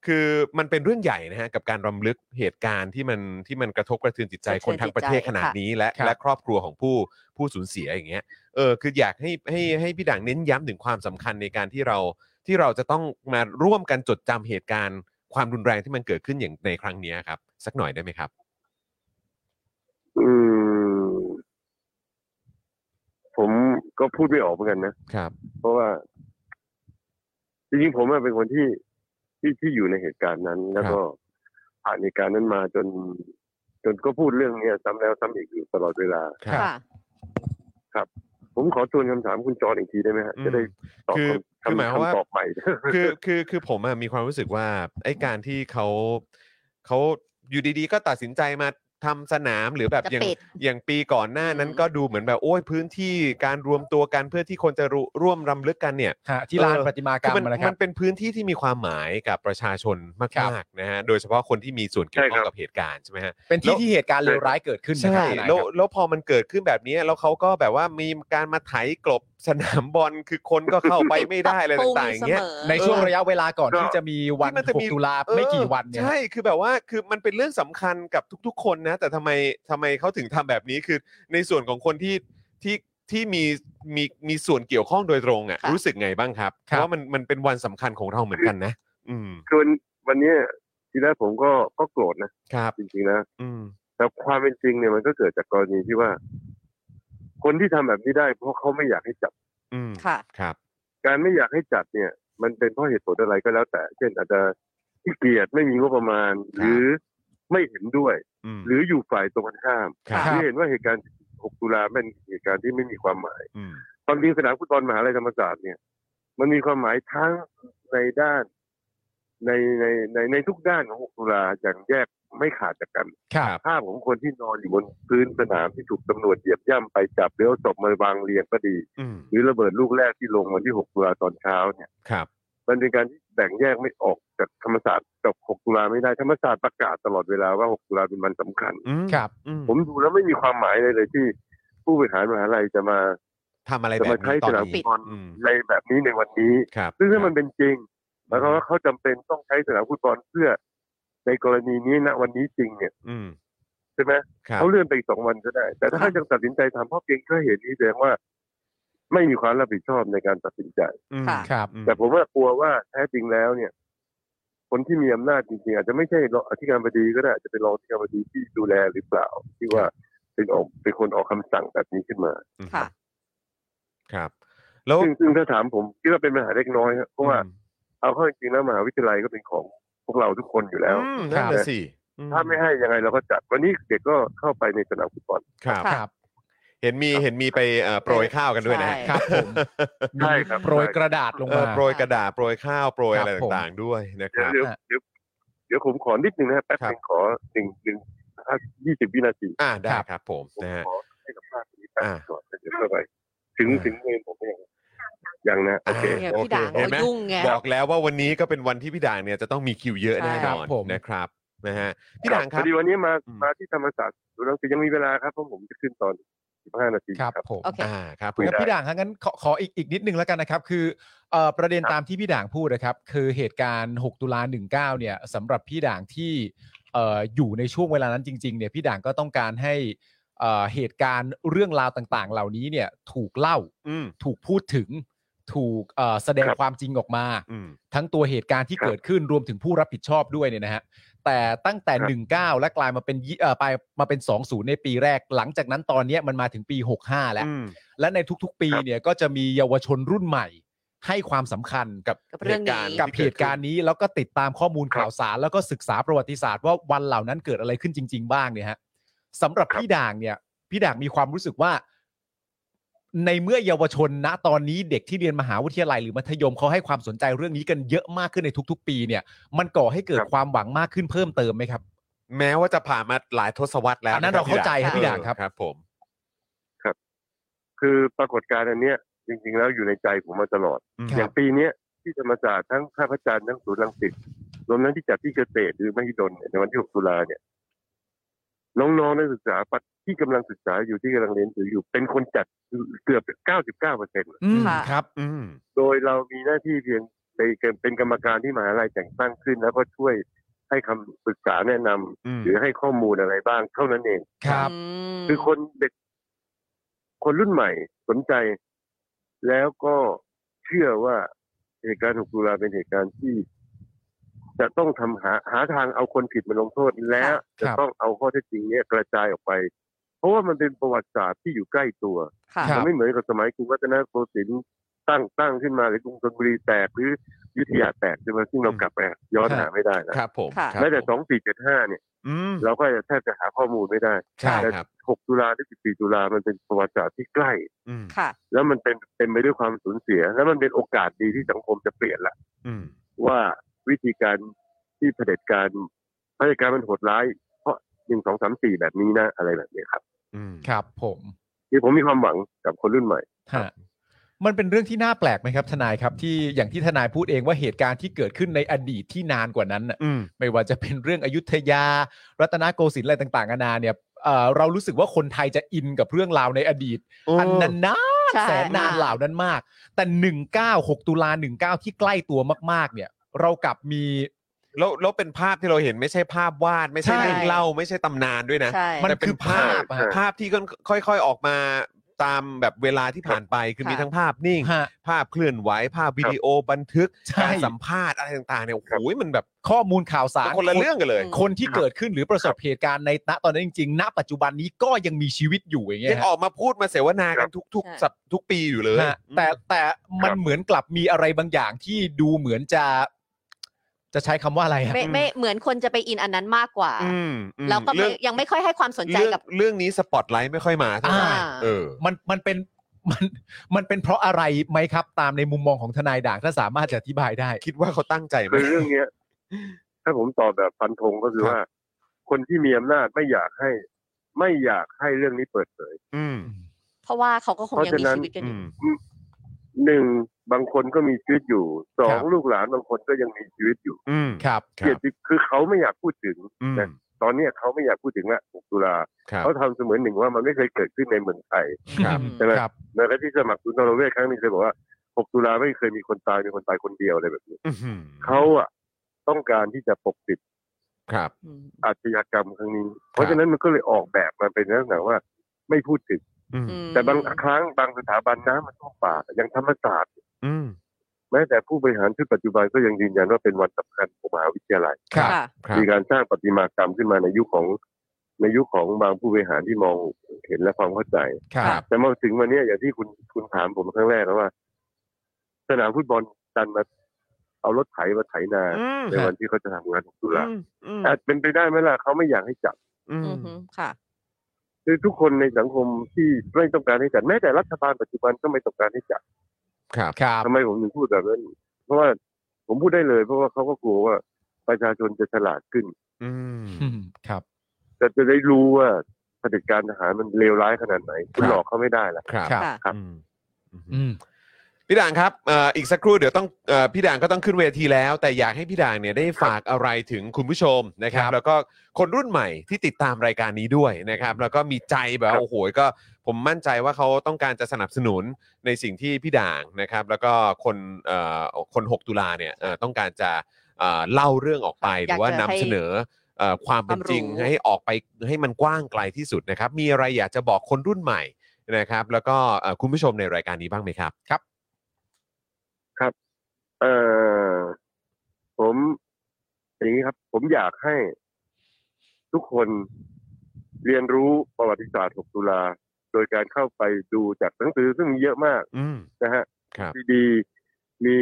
Speaker 3: คือมันเป็นเรื่องใหญ่นะฮะ กับการรำลึกเหตุการณ์ที่มัน ที่มันกระทบกระเทือนจิตใจ
Speaker 5: กระ
Speaker 3: คน
Speaker 5: เทือน
Speaker 3: ทั้งประเทศ
Speaker 5: จิตใจ
Speaker 3: ขนาด
Speaker 5: ค่ะ
Speaker 3: นี้ และ
Speaker 4: ครับ
Speaker 3: และครอบครัวของผู้ ผู้สูญเสียอย่างเงี้ย เออ คืออยากให้ ให้ ให้พี่ด่างเน้นย้ำถึงความสำคัญในการที่เรา ที่เราจะต้องมาร่วมกันจดจำเหตุการณ์ ความรุนแรงที่มันเกิดขึ้นอย่างในครั้งเนี้ยครับ สักหน่อยได้ไหมครับ
Speaker 6: อืม ผมก็พูดไม่ออกเหมือนกันนะ
Speaker 3: ครับ
Speaker 6: เพราะว่า จริงๆผมอะเป็นคนที่ที่ที่อยู่ในเหตุการณ์นั้น แล้วก็ผ่านเหตุการณ์นั้นมาจน จนก็พูดเรื่องเนี้ยซ้ำแล้วซ้ำอีกอยู่ตลอดเวลา
Speaker 3: ครับ
Speaker 5: ค่ะ
Speaker 6: ผมขอทวนคำถามคุณจรออีกทีได้ไหมฮะ
Speaker 3: อืม
Speaker 6: จะได้ตอบ
Speaker 3: คือ
Speaker 6: คำ
Speaker 3: คือหมายความว่า
Speaker 6: คำตอบใหม่ [laughs]
Speaker 3: คือคือคือผมอะมีความรู้สึกว่าไอ้การที่เขาเขาอยู่ดีๆ ก็ตัดสินใจมาทำสนามหรือแบบ
Speaker 5: จะ
Speaker 3: อย่าง
Speaker 5: ปิด
Speaker 3: อย่างปีก่อนหน้านั้น
Speaker 5: อืม
Speaker 3: ก็ดูเหมือนแบบโอ้ยพื้นที่การรวมตัวกันเพื่อที่คนจะรู้ร่วมรำลึกกันเนี่ย
Speaker 4: ฮะที่ลาน
Speaker 3: เออ
Speaker 4: ประติมากร
Speaker 3: คื
Speaker 4: ร
Speaker 3: มั
Speaker 4: มนะครับ
Speaker 3: มันเป็นพื้นที่ที่มีความหมายกับประชาชน
Speaker 4: ครั
Speaker 3: มาก
Speaker 4: บ
Speaker 3: ๆนะฮะโดยเฉพาะคนที่มีส่วนเกี่ยวข้อ
Speaker 6: ใช่
Speaker 3: ง
Speaker 6: ครับ
Speaker 3: กับเหตุการณ์ใช่ไหมฮะ
Speaker 4: เป็น
Speaker 3: แล้
Speaker 4: ที่
Speaker 3: ว
Speaker 4: ที่เหตุการณ์เลวร้ายเกิดขึ้นนะค
Speaker 3: ใช่
Speaker 4: รับ
Speaker 3: แล้วแล้วพอมันเกิดขึ้นแบบนี้แล้วเขาก็แบบว่ามีการมาไถกลบสนามบอลคือคนก็เข้าไปไม่ได้อะไร
Speaker 5: ปบปรุ
Speaker 3: ต่างๆอย่างเงี้ย
Speaker 5: สมอ
Speaker 4: ในช่วงระยะเวลาก่อน
Speaker 6: ก็
Speaker 4: ที่จะมีวัน
Speaker 3: ที่มันจะมี
Speaker 4: 6ตุลาไม่กี่วันเนี่ย
Speaker 3: ใช่คือแบบว่าคือมันเป็นเรื่องสำคัญกับทุก ๆ คนนะ แต่ทำไมทำไมเขาถึงทำแบบนี้คือในส่วนของคนที่ที่ที่มีมีมีส่วนเกี่ยวข้องโดยตรงอ่ะ
Speaker 5: ค่ะ
Speaker 3: รู้สึกไงบ้างครับเพ
Speaker 4: ครับ
Speaker 3: ราะว่ามันมันเป็นวันสำคัญของเราเหมือนกันนะ อืม
Speaker 6: คือวันวันเนี้ยทีแรกผมก็ก็โกรธนะครับ จริงๆนะ
Speaker 3: อืม
Speaker 6: แต่ความเป็นจริงเนี่ยมันก็เกิดจากกรณีที่ว่า คนที่ทำแบบนี้ได้ เพราะเขาไม่อยากให้จับ
Speaker 3: อืม
Speaker 5: ค่ะ
Speaker 3: ครับ
Speaker 6: การไม่อยากให้จัดเนี่ย มันเป็นเพราะเหตุผลอะไรก็แล้ว แต่ เช่นอาจจะขี้เกียจไม่มีงบประมาณ
Speaker 3: ครับ
Speaker 6: หรือไม่เห็นด้วย
Speaker 3: อืม
Speaker 6: หรืออยู่ฝ่ายตรงกันข้าม
Speaker 3: ครับ
Speaker 4: ครั
Speaker 6: ที่
Speaker 4: บ
Speaker 6: เห็นว่าเหตุการณ์ 6 ตุลาเป็นเหตุการณ์ที่ไม่มีความหมาย
Speaker 3: อืม
Speaker 6: ความจริงสนามฟุตบอลมหาลัยธรรมศาสตร์เนี่ย มันมีความหมายทั้งในด้านในในในในทุกด้านของ 6 ตุลาอย่างแยกไม่ขาดจากกัน
Speaker 4: ครับ
Speaker 6: ภาพของคนที่นอนอยู่บนพื้นสนามที่ถูกตำรวจเหยียบย่ำไปจับแล้วเอาศพมาวางเรียงก็ดี
Speaker 3: อืม
Speaker 6: หรือระเบิดลูกแรกที่ลงวันที่ 6 ตุลาตอนเช้าเนี่ย
Speaker 3: ครับ
Speaker 6: มันเป็นการที่แบ่งแยกไม่ออกจากธรรมศาสตร์กับ 6 ตุลาไม่ได้ ธรรมศาสตร์ประกาศตลอดเวลาว่า 6 ตุลาเป็นวันสำคัญ
Speaker 3: อืม
Speaker 4: ครับ
Speaker 3: อืม
Speaker 6: ผมดูแล้วไม่มีความหมายเลยเลยที่ผู้บริหารมหาลัยจะมา
Speaker 3: ทำอะไร
Speaker 6: จะ
Speaker 3: แบ
Speaker 6: มา
Speaker 3: บ
Speaker 6: ใช้
Speaker 3: นี้ตอ
Speaker 6: ส
Speaker 3: น
Speaker 6: นามฟุ
Speaker 3: นี้
Speaker 6: ตบอล
Speaker 3: อืม
Speaker 6: ในแบบนี้ในวันนี้
Speaker 3: ครับ
Speaker 6: ซึ่งถ้ามันเป็นจริงหมายความว่าเขาจำเป็นต้องใช้สนามฟุตบอลเพื่อในกรณีนี้ณวันนี้จริงเนี่ย
Speaker 3: อืม
Speaker 6: ใช่ไหม
Speaker 3: ครับ
Speaker 6: เขาเลื่อนไปอีกสองวันก็ได้ แต่ถ้า
Speaker 5: ครับ
Speaker 6: เขายังตัดสินใจทำเพราะเพียงแค่เห็นนี้แสดงว่า ไม่มีความรับผิดชอบในการตัดสินใจ
Speaker 3: อืม
Speaker 5: ค่ะ
Speaker 4: ครับ
Speaker 3: อืม
Speaker 6: แต่ผมว่ากลัวว่าแท้จริงแล้วเนี่ย คนที่มีอำนาจจริงๆอาจจะไม่ใช่รองอธิการบดีก็ได้อาจจะเป็นรองอธิการบดีที่ดูแลหรือเปล่า ที่ว่าเป็นออกเป็นคนออกคำสั่งแบบนี้ขึ้นมา
Speaker 3: อืม
Speaker 5: ค่ะ
Speaker 3: ครับ แล้ว
Speaker 6: ซึ่งซึ่งถ้าถามผมคิดว่าเป็นปัญหาเล็กน้อยครับเพราะว่า
Speaker 3: อืม
Speaker 6: เอาเข้าจริงๆแล้วมหาวิทยาลัยก็เป็นของพวกเราทุกคนอยู่แล้ว
Speaker 3: อืมนั่นแหละสิอื
Speaker 6: ถ้าไม่ให้ยังไงเราก็จัด วันนี้เด็กก็เข้าไปในสนามฟุตบอล
Speaker 3: ครับ
Speaker 4: ครับ
Speaker 3: เห็นมีเห็นมีไปเอ่อโปรยข้าวกันด้วยนะฮะ
Speaker 5: ใช่
Speaker 4: ครับผม
Speaker 6: ใช่ครับ
Speaker 4: มีโปรยกระดาษลง
Speaker 3: เอ
Speaker 4: มา
Speaker 3: อโปรยกระดาษโปรยข้าวโปรย
Speaker 4: ครับ
Speaker 3: อะไรต่างๆด้วยนะค
Speaker 6: เดี๋ยว
Speaker 3: รับ
Speaker 4: ครับ
Speaker 6: เดี๋ยวเดี๋ยวเดี๋ยวผมขอนิดนึงนะครับแป๊บนึงขอหนึ่งหนึ่งยี่สิบวินาที
Speaker 3: อ่าได้
Speaker 4: ครับ
Speaker 3: ครับผม
Speaker 6: ผม
Speaker 3: นะฮะ
Speaker 6: ขอให้กับภาพนี้แป๊บ
Speaker 3: อ่า
Speaker 6: ก่อนแล้วเดี๋ยวเข้าไป ถึง
Speaker 3: อ่า
Speaker 6: ถึงเมนผมหรือยังยังนะโอเค
Speaker 5: เนี่ย
Speaker 3: โอ
Speaker 5: พี่
Speaker 3: เค
Speaker 5: ด่าง
Speaker 3: เห็นไหม
Speaker 5: เขายุ่งไง
Speaker 3: บอกแล้วว่าวันนี้ก็เป็นวันที่พี่ด่างเนี่ยจะต้องมีคิวเยอะ
Speaker 5: ใช่
Speaker 3: แน่นอน
Speaker 4: ครับผม
Speaker 3: นะครับนะฮะพี่ด่างค
Speaker 6: พ
Speaker 3: รับ
Speaker 6: อดีวันนี้มา
Speaker 3: อืม
Speaker 6: มาที่ธรรมศาสตร์ดูแล้วยังมีเวลาครับเพราะผมจะขึ้นตอนสิบห้านาที
Speaker 4: ครับผม
Speaker 5: โอเค
Speaker 3: อ่าครับผ
Speaker 4: ค
Speaker 3: ม
Speaker 4: รับพี่ด่างฮะงั้นขอขออีกอีกนิดนึงแล้วกันนะครับ คือเอ่อประเด็นตามที่พี่ด่างพูดนะครับ คือเหตุการณ์ 6 ตุลา19 เนี่ยสำหรับพี่ด่างที่เอ่ออยู่ในช่วงเวลานั้นจริงๆเนี่ยพี่ด่างก็ต้องการให้ เอ่อเหตุการณ์เรื่องราวต่างๆ เหล่านี้เนี่ยถูกเล่า
Speaker 3: อืม
Speaker 4: ถูกพูดถึง ถูกเอ่อแสดง
Speaker 6: ครับ
Speaker 4: ความจริงออกมา
Speaker 3: อืม
Speaker 4: ทั้งตัวเหตุการณ์ที่
Speaker 6: ครับ
Speaker 4: เกิดขึ้นรวมถึงผู้รับผิดชอบด้วยเนี่ยนะฮะแต่ตั้งแต่
Speaker 6: ครับ
Speaker 4: 19 และกลายมาเป็นยี่เอ่อไปมาเป็น 20 ในปีแรก หลังจากนั้นตอนเนี้ยมันมาถึงปี 65 แล้ว
Speaker 3: อืม
Speaker 4: และในทุกๆ ปี
Speaker 6: ครับ
Speaker 4: เนี่ยก็จะมีเยาวชนรุ่นใหม่ ให้ความสำคัญกับ
Speaker 5: กับเรื่อง
Speaker 3: เหตุการณ์
Speaker 5: นี้
Speaker 4: กับเหตุการณ์นี้แล้วก็ติดตามข้อมูลข่าวสาร แล้วก็ศึกษาประวัติศาสตร์ว่าวันเหล่านั้นเกิดอะไรขึ้นจริง ๆ บ้างเนี่ยฮะสำหรับ
Speaker 6: ครับ
Speaker 4: พี่ด่างเนี่ย พี่ด่างมีความรู้สึกว่า ในเมื่อเยาวชนณตอนนี้เด็กที่เรียนมหาวิทยาลัยหรือมัธยมเขาให้ความสนใจเรื่องนี้กันเยอะมากขึ้นในทุก ๆ ปีเนี่ย มันก่อให้เกิด
Speaker 6: ครับ
Speaker 4: ความหวังมากขึ้นเพิ่มเติมไหมครับ
Speaker 3: แม้ว่าจะผ่านมาหลายทศวรรษแล้ว
Speaker 4: อันนั้นะ เราเข้าใจครับพี่
Speaker 3: เออ
Speaker 4: ด่างครับ
Speaker 3: ครับ ผม
Speaker 6: คือปรากฏการณ์อันเนี้ยจริงๆแล้วอยู่ในใจผมมาตลอด
Speaker 3: อืม
Speaker 6: อย่างปีเนี้ยที่ธรรมศาสตร์ทั้งท่าพระจันทร์ทั้งศูนย์รังสิตรวมทั้งที่จัดที่เกษตรหรือมหิดลเนี่ยในวันที่ 6 ตุลาเนี่ยน้องๆนักศึกษาปะที่กำลังศึกษาอยู่ที่กำลังเรียนอยู่อยู่เป็นคนจัดเกือบ 99เปอร์เซ็นต์
Speaker 4: อืม
Speaker 5: ค่ะ
Speaker 4: ครับ
Speaker 3: อืม
Speaker 6: โดยเรามีหน้าที่เพียงเป็นเป็นกรรมการที่มหาลัยแต่งตั้งขึ้น แล้วก็ช่วยให้คำปรึกษาแนะนำ
Speaker 3: อืม
Speaker 6: หรือให้ข้อมูลอะไรบ้าง เท่านั้นเอง
Speaker 4: ครับ
Speaker 5: อืม
Speaker 6: คือคนเด็ก คนรุ่นใหม่สนใจ แล้วก็เชื่อว่าเหตุการณ์6ตุลาเป็นเหตุการณ์ที่ จะต้องทำหาหาทางเอาคนผิดมาลงโทษและจะต้องเอาข้อเท็จจริงเนี้ยกระจายออกไป เพราะว่ามันเป็นประวัติศาสตร์ที่อยู่ใกล้ตัว
Speaker 5: ค่ะ
Speaker 4: ครั
Speaker 6: มั
Speaker 4: บ
Speaker 6: นไม่เหมือนกับสมัยกรุงรัตนโกสินทร์ตั้งตั้งขึ้นมาหรือกรุงธนบุรีแตกหรืออยุธยาแตกใช่ไหมซึ่งเรากลับไปย้อน
Speaker 4: ครับ
Speaker 6: หาไม่ได้นะครับ
Speaker 3: ผม
Speaker 5: ค่ะ
Speaker 3: ครับ
Speaker 6: แม้แต่
Speaker 3: ผ
Speaker 6: สองสี่เจ็ดห้าเนี่ย
Speaker 3: อืม
Speaker 6: เราก็จะแทบจะหาข้อมูลไม่ได้
Speaker 3: ใช่ครับ
Speaker 6: 6ตุลาถึง14ตุลา มันเป็นประวัติศาสตร์ที่ใกล้
Speaker 3: อืม
Speaker 5: ค่ะ
Speaker 6: แล้วมันเป็นเต็มไปด้วยความสูญเสีย และมันเป็นโอกาสดีที่สังคมจะเปลี่ยนละ
Speaker 3: อืม
Speaker 6: ว่าวิธีการที่เผด็จการเผด็จการมันโหดร้าย เพราะหนึ่งสองสามสี่แบบนี้นะอะไรแบบนี้ครับ
Speaker 3: อืม
Speaker 4: ครับ ผม
Speaker 6: ที่ผมมีความหวังกับคนรุ่นใหม่
Speaker 4: ฮะมันเป็นเรื่องที่น่าแปลกไหมครับ ทนายครับที่อย่างที่ทนายพูดเองว่าเหตุการณ์ที่เกิดขึ้นในอดีตที่นานกว่านั้นน่ะ
Speaker 3: อืม
Speaker 4: ไม่ว่าจะเป็นเรื่องอยุธยา รัตนโกสินทร์อะไรต่างๆนานาเนี่ยเอ่อเรารู้สึกว่าคนไทยจะอินกับเรื่องราวในอดีตอันนั้นนาน
Speaker 5: ใช่
Speaker 4: แสนนานเหล่านั้นมาก แต่ 196 ตุลา19 ที่ใกล้ตัวมาก ๆ เนี่ย เรากลับมี
Speaker 3: แล้วแล้วเป็นภาพที่เราเห็นไม่ใช่ภาพวาด ไม่ใช่
Speaker 4: ใช่
Speaker 3: เรื่องเล่าไม่ใช่ตำนานด้วยนะ
Speaker 5: ใช่
Speaker 4: มัน
Speaker 3: แต่เป็
Speaker 4: คือภาพอะ
Speaker 6: ใช่
Speaker 3: ภาพที่ก็ค่อย ๆออกมาตามแบบเวลาที่ผ่านไปคือ
Speaker 5: ค่ะ
Speaker 3: มีทั้งภาพนิ่ง
Speaker 4: ฮะ
Speaker 3: ภาพเคลื่อนไหวภาพวิดีโอบันทึก
Speaker 4: ใช่
Speaker 3: การสัมภาษณ์อะไรต่างๆเนี่ยโอ้โหมันแบบ
Speaker 4: ข้อมูลข่าวสาร
Speaker 3: คนละเรื่องกันเลย
Speaker 4: คนที่เกิดขึ้นหรือประสบเหตุการณ์ในณตอนนั้นจริงๆ ณ ปัจจุบันนี้ก็ยังมีชีวิตอยู่อย่างเงี้ย
Speaker 3: ยัง
Speaker 4: ฮะ
Speaker 3: ออกมาพูดมาเสวนากันทุก
Speaker 5: ใช่
Speaker 3: ๆสัปทุกปีอยู่เลย
Speaker 4: ฮะแต่แต่มัน
Speaker 6: ครับ
Speaker 4: เหมือนกลับมีอะไรบางอย่างที่ดูเหมือนจะ จะใช้คำว่าอะไรฮะ
Speaker 5: ไม่ไม่เหมือนคนจะไปอินอันนั้นมากกว่า
Speaker 3: อืมอืม
Speaker 5: แล้วก็ไม่
Speaker 3: เรื่อง
Speaker 5: ยังไม่ค่อยให้ความสนใจ
Speaker 3: เรื่อง
Speaker 5: กับ
Speaker 3: เรื่องนี้สปอตไลท์ไม่ค่อยมาเท่าไหร่
Speaker 4: อ่า
Speaker 3: เออ
Speaker 4: มันมันเป็นมันมันเป็นเพราะอะไรไหมครับ ตามในมุมมองของทนายด่างถ้าสามารถจะอธิบายได้
Speaker 3: คิดว่าเขาตั้งใจไหม
Speaker 6: คือเรื่องเนี้ย ถ้าผมตอบแบบฟันธงก็คือ
Speaker 3: ครับ
Speaker 6: ว่า คนที่มีอำนาจไม่อยากให้ ไม่อยากให้เรื่องนี้เปิดเผย
Speaker 3: อืม
Speaker 5: เพราะว่าเขาก็คงยังมี
Speaker 6: เพราะฉะนั้น
Speaker 5: ชีวิตกันอ
Speaker 3: อื
Speaker 5: ยู่
Speaker 3: ม
Speaker 6: หนึ่งบางคนก็มีชีวิตอยู่สอ
Speaker 4: ครั
Speaker 6: ง
Speaker 4: บ
Speaker 6: ลูกหลานบางคนก็ยังมีชีวิตอยู่
Speaker 3: อืม
Speaker 4: ครับ
Speaker 3: ครับ
Speaker 6: เกียรติคือเขาไม่อยากพูดถึง
Speaker 3: อืม
Speaker 6: นะ ตอนเนี้ยเขาไม่อยากพูดถึงละ6ตุลา
Speaker 3: ครับ
Speaker 6: เขาทำเสมือนหนึ่งว่ามันไม่เคยเกิดขึ้นในเมืองไทย
Speaker 3: ครับ
Speaker 6: ใช่ไหม
Speaker 4: ครับ
Speaker 6: ในรัฐที่สมัครทุนทรเวชครั้งหนึงเคยบอกว่า 6 ตุลาไม่เคยมีคนตายมีคนตายคนเดียวอะไรแบบนี้
Speaker 3: อื้อหือ
Speaker 6: เขาอะต้องการที่จะปกปิด
Speaker 3: ครับ
Speaker 6: อาชญากรรมครั้งนี้ เพราะฉะนั้นมันก็เลยออกแบบมาเป็นลักษณะว่าไม่พูดถึง
Speaker 3: อืม
Speaker 6: แต่บางครั้งบางสถาบันน้ำมันท่วมปากอย่างธรรมศาสตร์
Speaker 3: อืม
Speaker 6: แม้แต่ผู้บริหารชุดปัจจุบันก็ยังยืนยันว่าเป็นวันสำคัญของมหาวิทยาลัย
Speaker 4: ครับ
Speaker 5: ค่ะ
Speaker 3: ครับ
Speaker 6: มีการสร้างประติมากรรมขึ้นมาในยุคของในยุคของบางผู้บริหารที่มองเห็นและความเข้าใจ
Speaker 4: ครับ
Speaker 6: แต่มาถึงวันเนี้ยอย่างที่คุณคุณถามผมครั้งแรกแล้วว่า สนามฟุตบอลดันมาเอารถไถมาไถนา
Speaker 3: อืม
Speaker 6: ในวันที่เขาจะทำงานของตุลา
Speaker 3: อืมอืม
Speaker 6: อาจเป็นไปได้ไหมล่ะเขาไม่อยากให้จับ
Speaker 3: อืม
Speaker 5: อือหือค่ะ
Speaker 6: คือทุกคนในสังคมที่ไม่ต้องการให้จับแม้แต่รัฐบาลปัจจุบันก็ไม่ต้องการให้จับ
Speaker 3: ครับ
Speaker 4: ครับ
Speaker 6: ทำไมผมถึงพูดแบบนั้น เพราะว่าผมพูดได้เลย เพราะว่าเขาก็กลัวว่าประชาชนจะฉลาดขึ้น
Speaker 3: อืม
Speaker 4: อืมครับ
Speaker 6: จะจะได้รู้ว่าเผด็จการทหารมันเลวร้ายขนาดไหนคุณ
Speaker 3: ครับ
Speaker 6: หลอกเขาไม่ได้ละ
Speaker 3: ครับ
Speaker 4: ครับ
Speaker 5: ค่ะ
Speaker 6: ครับ
Speaker 3: อืมอื
Speaker 4: อื
Speaker 3: ม
Speaker 4: ม
Speaker 3: พี่ด่างครับเอ่ออีกสักครู่เดี๋ยวต้องเอ่อพี่ด่างก็ต้องขึ้นเวทีแล้ว แต่อยากให้พี่ด่างเนี่ยได้ฝากอะไรถึงคุณผู้ชมนะครับ
Speaker 4: ครับ
Speaker 3: แล้วก็คนรุ่นใหม่ที่ติดตามรายการนี้ด้วยนะครับ แล้วก็มีใจแบบ
Speaker 6: ค
Speaker 3: ว่า
Speaker 6: รับ
Speaker 3: โอ้โหก็ผมมั่นใจว่าเขาต้องการจะสนับสนุนในสิ่งที่พี่ด่างนะครับ แล้วก็คนเอ่อคน 6 ตุลาเนี่ยเอ่อต้องการจะเอ่อเล่าเรื่องออกไปหรื
Speaker 5: อยาก
Speaker 3: อว่า
Speaker 5: จะ
Speaker 3: นำ
Speaker 5: ให้
Speaker 3: เสนอ อ่อความเป็นจริง
Speaker 5: ความรู้
Speaker 3: ให้ออกไปให้มันกว้างไกลที่สุดนะครับ มีอะไรอยากจะบอกคนรุ่นใหม่นะครับ แล้วก็เอ่อคุณผู้ชมในรายการนี้บ้างไหมครับ
Speaker 6: เออผมอย่างนี้ครับ ผมอยากให้ทุกคนเรียนรู้ประวัติศาสตร์ 6 ตุลา โดยการเข้าไปดูจากหนังสือซึ่งมีเยอะมาก
Speaker 3: อืม
Speaker 6: นะฮะ
Speaker 3: ครับ
Speaker 6: ดีดีๆมี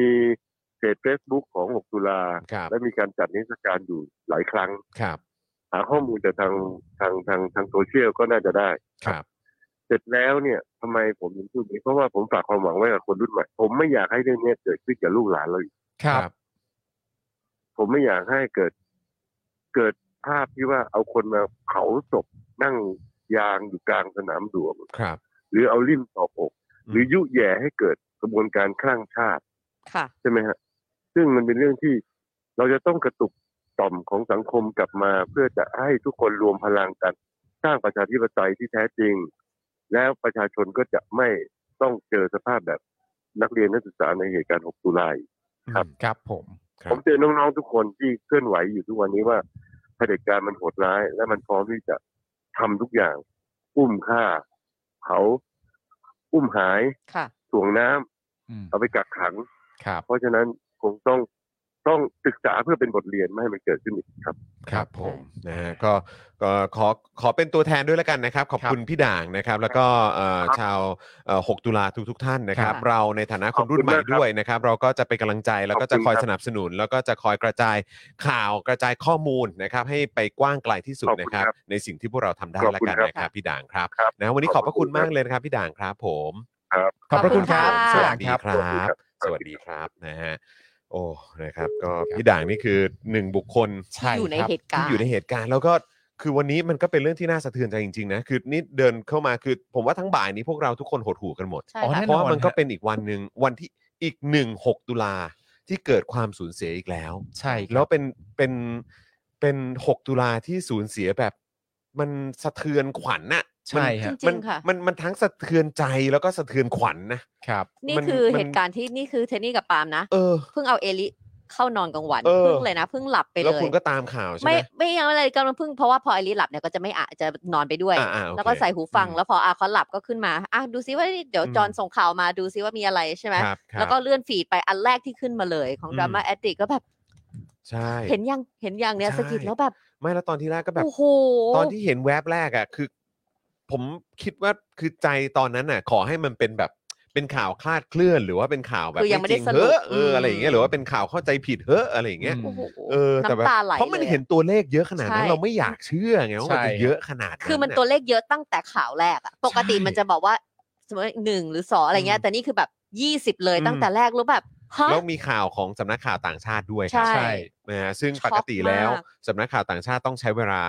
Speaker 6: เพจ Facebook ของ 6 ตุลา
Speaker 3: ครับ
Speaker 6: และมีการจัดนิทรรศการอยู่หลายครั้ง
Speaker 3: ครับ
Speaker 6: หาข้อมูลจากทางทางทางทางโซเชียลก็น่าจะได้
Speaker 3: ครับ
Speaker 6: เสร็จแล้วเนี่ยทำไมผมถึงพูดอย่างนี้ เพราะว่าผมฝากความหวังไว้กับคนรุ่นใหม่ ผมไม่อยากให้เรื่องเนี้ยเกิดขึ้นกับลูกหลานเราอีก
Speaker 4: ครับ
Speaker 6: ผมไม่อยากให้เกิดเกิดภาพที่ว่าเอาคนมาเผาศพนั่งยางอยู่กลางสนามหลวง
Speaker 3: ครับ
Speaker 6: หรือเอาลิ่มตอบอก
Speaker 3: อืม
Speaker 6: หรือยุแย่ให้เกิดกระบวนการคลั่งชาติ
Speaker 5: ค่ะ
Speaker 6: ใช่ไหมฮะ ซึ่งมันเป็นเรื่องที่เราจะต้องกระตุกต่อมของสังคมกลับมา เพื่อจะให้ทุกคนรวมพลังกัน สร้างประชาธิปไตยที่แท้จริง แล้วประชาชนก็จะไม่ต้องเจอสภาพแบบนักเรียนนักศึกษาในเหตุการณ์ 6 ตุลาอีก ครับ
Speaker 4: ครับผม
Speaker 3: ครั
Speaker 6: ผ
Speaker 3: บ
Speaker 6: มเจอน้องๆทุกคนที่เคลื่อนไหวอยู่ทุกวันนี้ว่าเผด็จการมันโหดร้าย และมันพร้อมที่จะทำทุกอย่าง อุ้มฆ่าเผาอุ้มหาย
Speaker 5: ค่ะ
Speaker 6: ถ่วงน้ำ
Speaker 4: อืม
Speaker 6: เอาไปกักขัง
Speaker 4: ครับ
Speaker 6: เพราะฉะนั้นคงต้องต้องศึกษาเพื่อเป็นบทเรียนไม่ให้มันเกิดขึ้นอีกครับ
Speaker 3: ครับผมนะฮะก็ก็ขอขอเป็นตัวแทนด้วยแล้วกันนะครับ ขอบคุณพี่ด่างนะครับ แล้วก็เอ่อ
Speaker 6: ครับ
Speaker 3: ชาวเอ่อ6ตุลาทุกๆท่านนะครับ
Speaker 5: ครับ
Speaker 3: เราในฐานะคนรุ่นใหม่
Speaker 6: ขอบคุณมากครับ
Speaker 3: ด้วยนะครับ เราก็จะเป็นกำลังใจแล้วก็จะคอย
Speaker 6: ขอบคุณ
Speaker 3: ส
Speaker 6: ครับ
Speaker 3: นับสนุน แล้วก็จะคอยกระจายข่าวกระจายข้อมูลนะครับ ให้ไปกว้างไกลที่สุด
Speaker 6: ขอบคุณ
Speaker 3: นะครับ
Speaker 6: ครับ
Speaker 3: ในสิ่งที่พวกเราทำได้
Speaker 6: ขอบ
Speaker 3: แล้ว
Speaker 6: คุณ
Speaker 3: กัน
Speaker 6: ครับ
Speaker 3: นะครับพี่ด่างครับ
Speaker 6: ครับ
Speaker 3: นะฮะวันนี้ขอบพระคุณ
Speaker 6: ขอบคุณ
Speaker 3: มาก
Speaker 6: ครับ
Speaker 3: เลยนะครับพี่ด่างครับผม
Speaker 4: ขอบพระคุณครับ
Speaker 5: ขอบคุณ
Speaker 3: ส
Speaker 5: ค่ะ
Speaker 4: พี่
Speaker 3: วัส
Speaker 4: ด่าง
Speaker 3: ดี
Speaker 4: ครั
Speaker 3: ค
Speaker 4: บ
Speaker 3: รับ ส
Speaker 6: สวั
Speaker 3: วัส
Speaker 6: สดี
Speaker 3: ดีค
Speaker 6: ค
Speaker 3: รั
Speaker 6: รั
Speaker 3: บบ นะฮะโอ้นะครับก็พี่ด่างนี่คือหนึ่งบุคคล
Speaker 5: ที่อยู่ในเหตุการณ์
Speaker 3: ที่อยู่ในเหตุการณ์แล้วก็คือวันนี้มันก็เป็นเรื่องที่น่าสะเทือนใจจริงๆนะคือนี่เดินเข้ามาคือผมว่าทั้งบ่ายนี้พวกเราทุกคนหดหู่กันหมด
Speaker 5: ใช่
Speaker 4: อ๋อ
Speaker 5: ค่ะ
Speaker 4: แน่
Speaker 3: เพราะว่ามัน
Speaker 4: ฮะ
Speaker 3: ก็เป็นอีกวันหนึ่งวันที่อีกหนึ่งหกตุลาที่เกิดความสูญเสียอีกแล้ว
Speaker 4: ใช่
Speaker 3: แล้วเป็นเป็นเป็นหกตุลาที่สูญเสียแบบมันสะเทือนขวัญน่ะ
Speaker 4: ใช่ฮะ
Speaker 5: จริ
Speaker 3: มัน
Speaker 5: งๆค่ะ
Speaker 3: มันมันทั้งสะเทือนใจแล้วก็สะเทือนขวัญนะ
Speaker 4: ครับ
Speaker 5: นี่
Speaker 3: มัน
Speaker 5: คือ
Speaker 3: มัน
Speaker 5: เหตุการณ์ที่นี่คือเทนนี่กับปาล์มนะ
Speaker 3: เออ
Speaker 5: เพิ่งเอาเอลิเข้านอนกลางวัน
Speaker 3: เออ
Speaker 5: เพิ่งเลยนะเพิ่งหลับไป
Speaker 3: แล้ว
Speaker 5: เลย
Speaker 3: คุณก็ตามข่าวใช่
Speaker 5: ไม่
Speaker 3: ไหม
Speaker 5: ไม่ยังอะไรกำลังเพิ่งเพราะว่าพอเอลิหลับเนี่ยก็จะไม่อะจะนอนไปด้วย
Speaker 3: อ่าอ่าโอเค
Speaker 5: แล้วก็ใส่หูฟัง
Speaker 3: อืม
Speaker 5: แล้วพออาเขาหลับก็ขึ้นมาอ่ะดูซิว่าเดี๋ยว
Speaker 3: อืม
Speaker 5: จอห์นส่งข่าวมาดูซิว่ามีอะไรใช่ไหม
Speaker 3: ครับครับ
Speaker 5: แล้วก็เลื่อนฟีดไปอันแรกที่ขึ้นมาเลยของ
Speaker 3: อืม
Speaker 5: ดราม่าแอดดิกก็แบบ
Speaker 3: ใช่
Speaker 5: เห็นยังเห็นยังเนี่ย
Speaker 3: ใช่
Speaker 5: สะกิดแล้วแบบ
Speaker 3: ไม่แล้วตอนที่แรกก็แบบ
Speaker 5: โอ้โห
Speaker 3: ตอนที่เห็นแวบแรกอ่ะคือ ผมคิดว่าคือใจตอนนั้นน่ะ ขอให้มันเป็นแบบเป็นข่าวคลาดเคลื่อน หรือว่าเป็นข่าวแบบ
Speaker 5: คือยังไม่
Speaker 3: จ
Speaker 5: ได้
Speaker 3: ริง
Speaker 5: สรุป
Speaker 3: เฮ้อเอออ
Speaker 5: ม
Speaker 3: อะไรอย่างเงี้ยหรือว่าเป็นข่าวเข้าใจผิดเฮ้ออะไรอย่างเงี้ย
Speaker 5: โอ้โห
Speaker 3: เออแต่แบบ
Speaker 5: น้ำตาไหล
Speaker 3: เพราะมัน
Speaker 5: ลยอ
Speaker 3: เห็นตัวเลขเยอะขนาดนั้น
Speaker 5: ใช่
Speaker 3: เราไม่อยากเชื่อไงว่ามันจะเยอะขนาดนั้น
Speaker 5: คือมัน
Speaker 3: น่ะ
Speaker 5: ตัวเลขเยอะตั้งแต่ข่าวแรกอะปกติ
Speaker 3: ใช่
Speaker 5: มันจะบอกว่าสมมติหนึ่งหรือสองอะไรเงี้
Speaker 3: อืม
Speaker 5: ยแต่นี่คือแบบยี่สิบเลย
Speaker 3: อืม
Speaker 5: ตั้งแต่แรกแล้วแบบฮะ
Speaker 3: แล้วมีข่าวของสำนักข่าวต่างชาติด้วยครั
Speaker 5: ใช่
Speaker 3: ใช่นะฮะซึ่งป
Speaker 5: ช็อก
Speaker 3: กติแล้ว
Speaker 5: มาก
Speaker 3: สำนักข่าวต่างชาติต้องใช้เวลา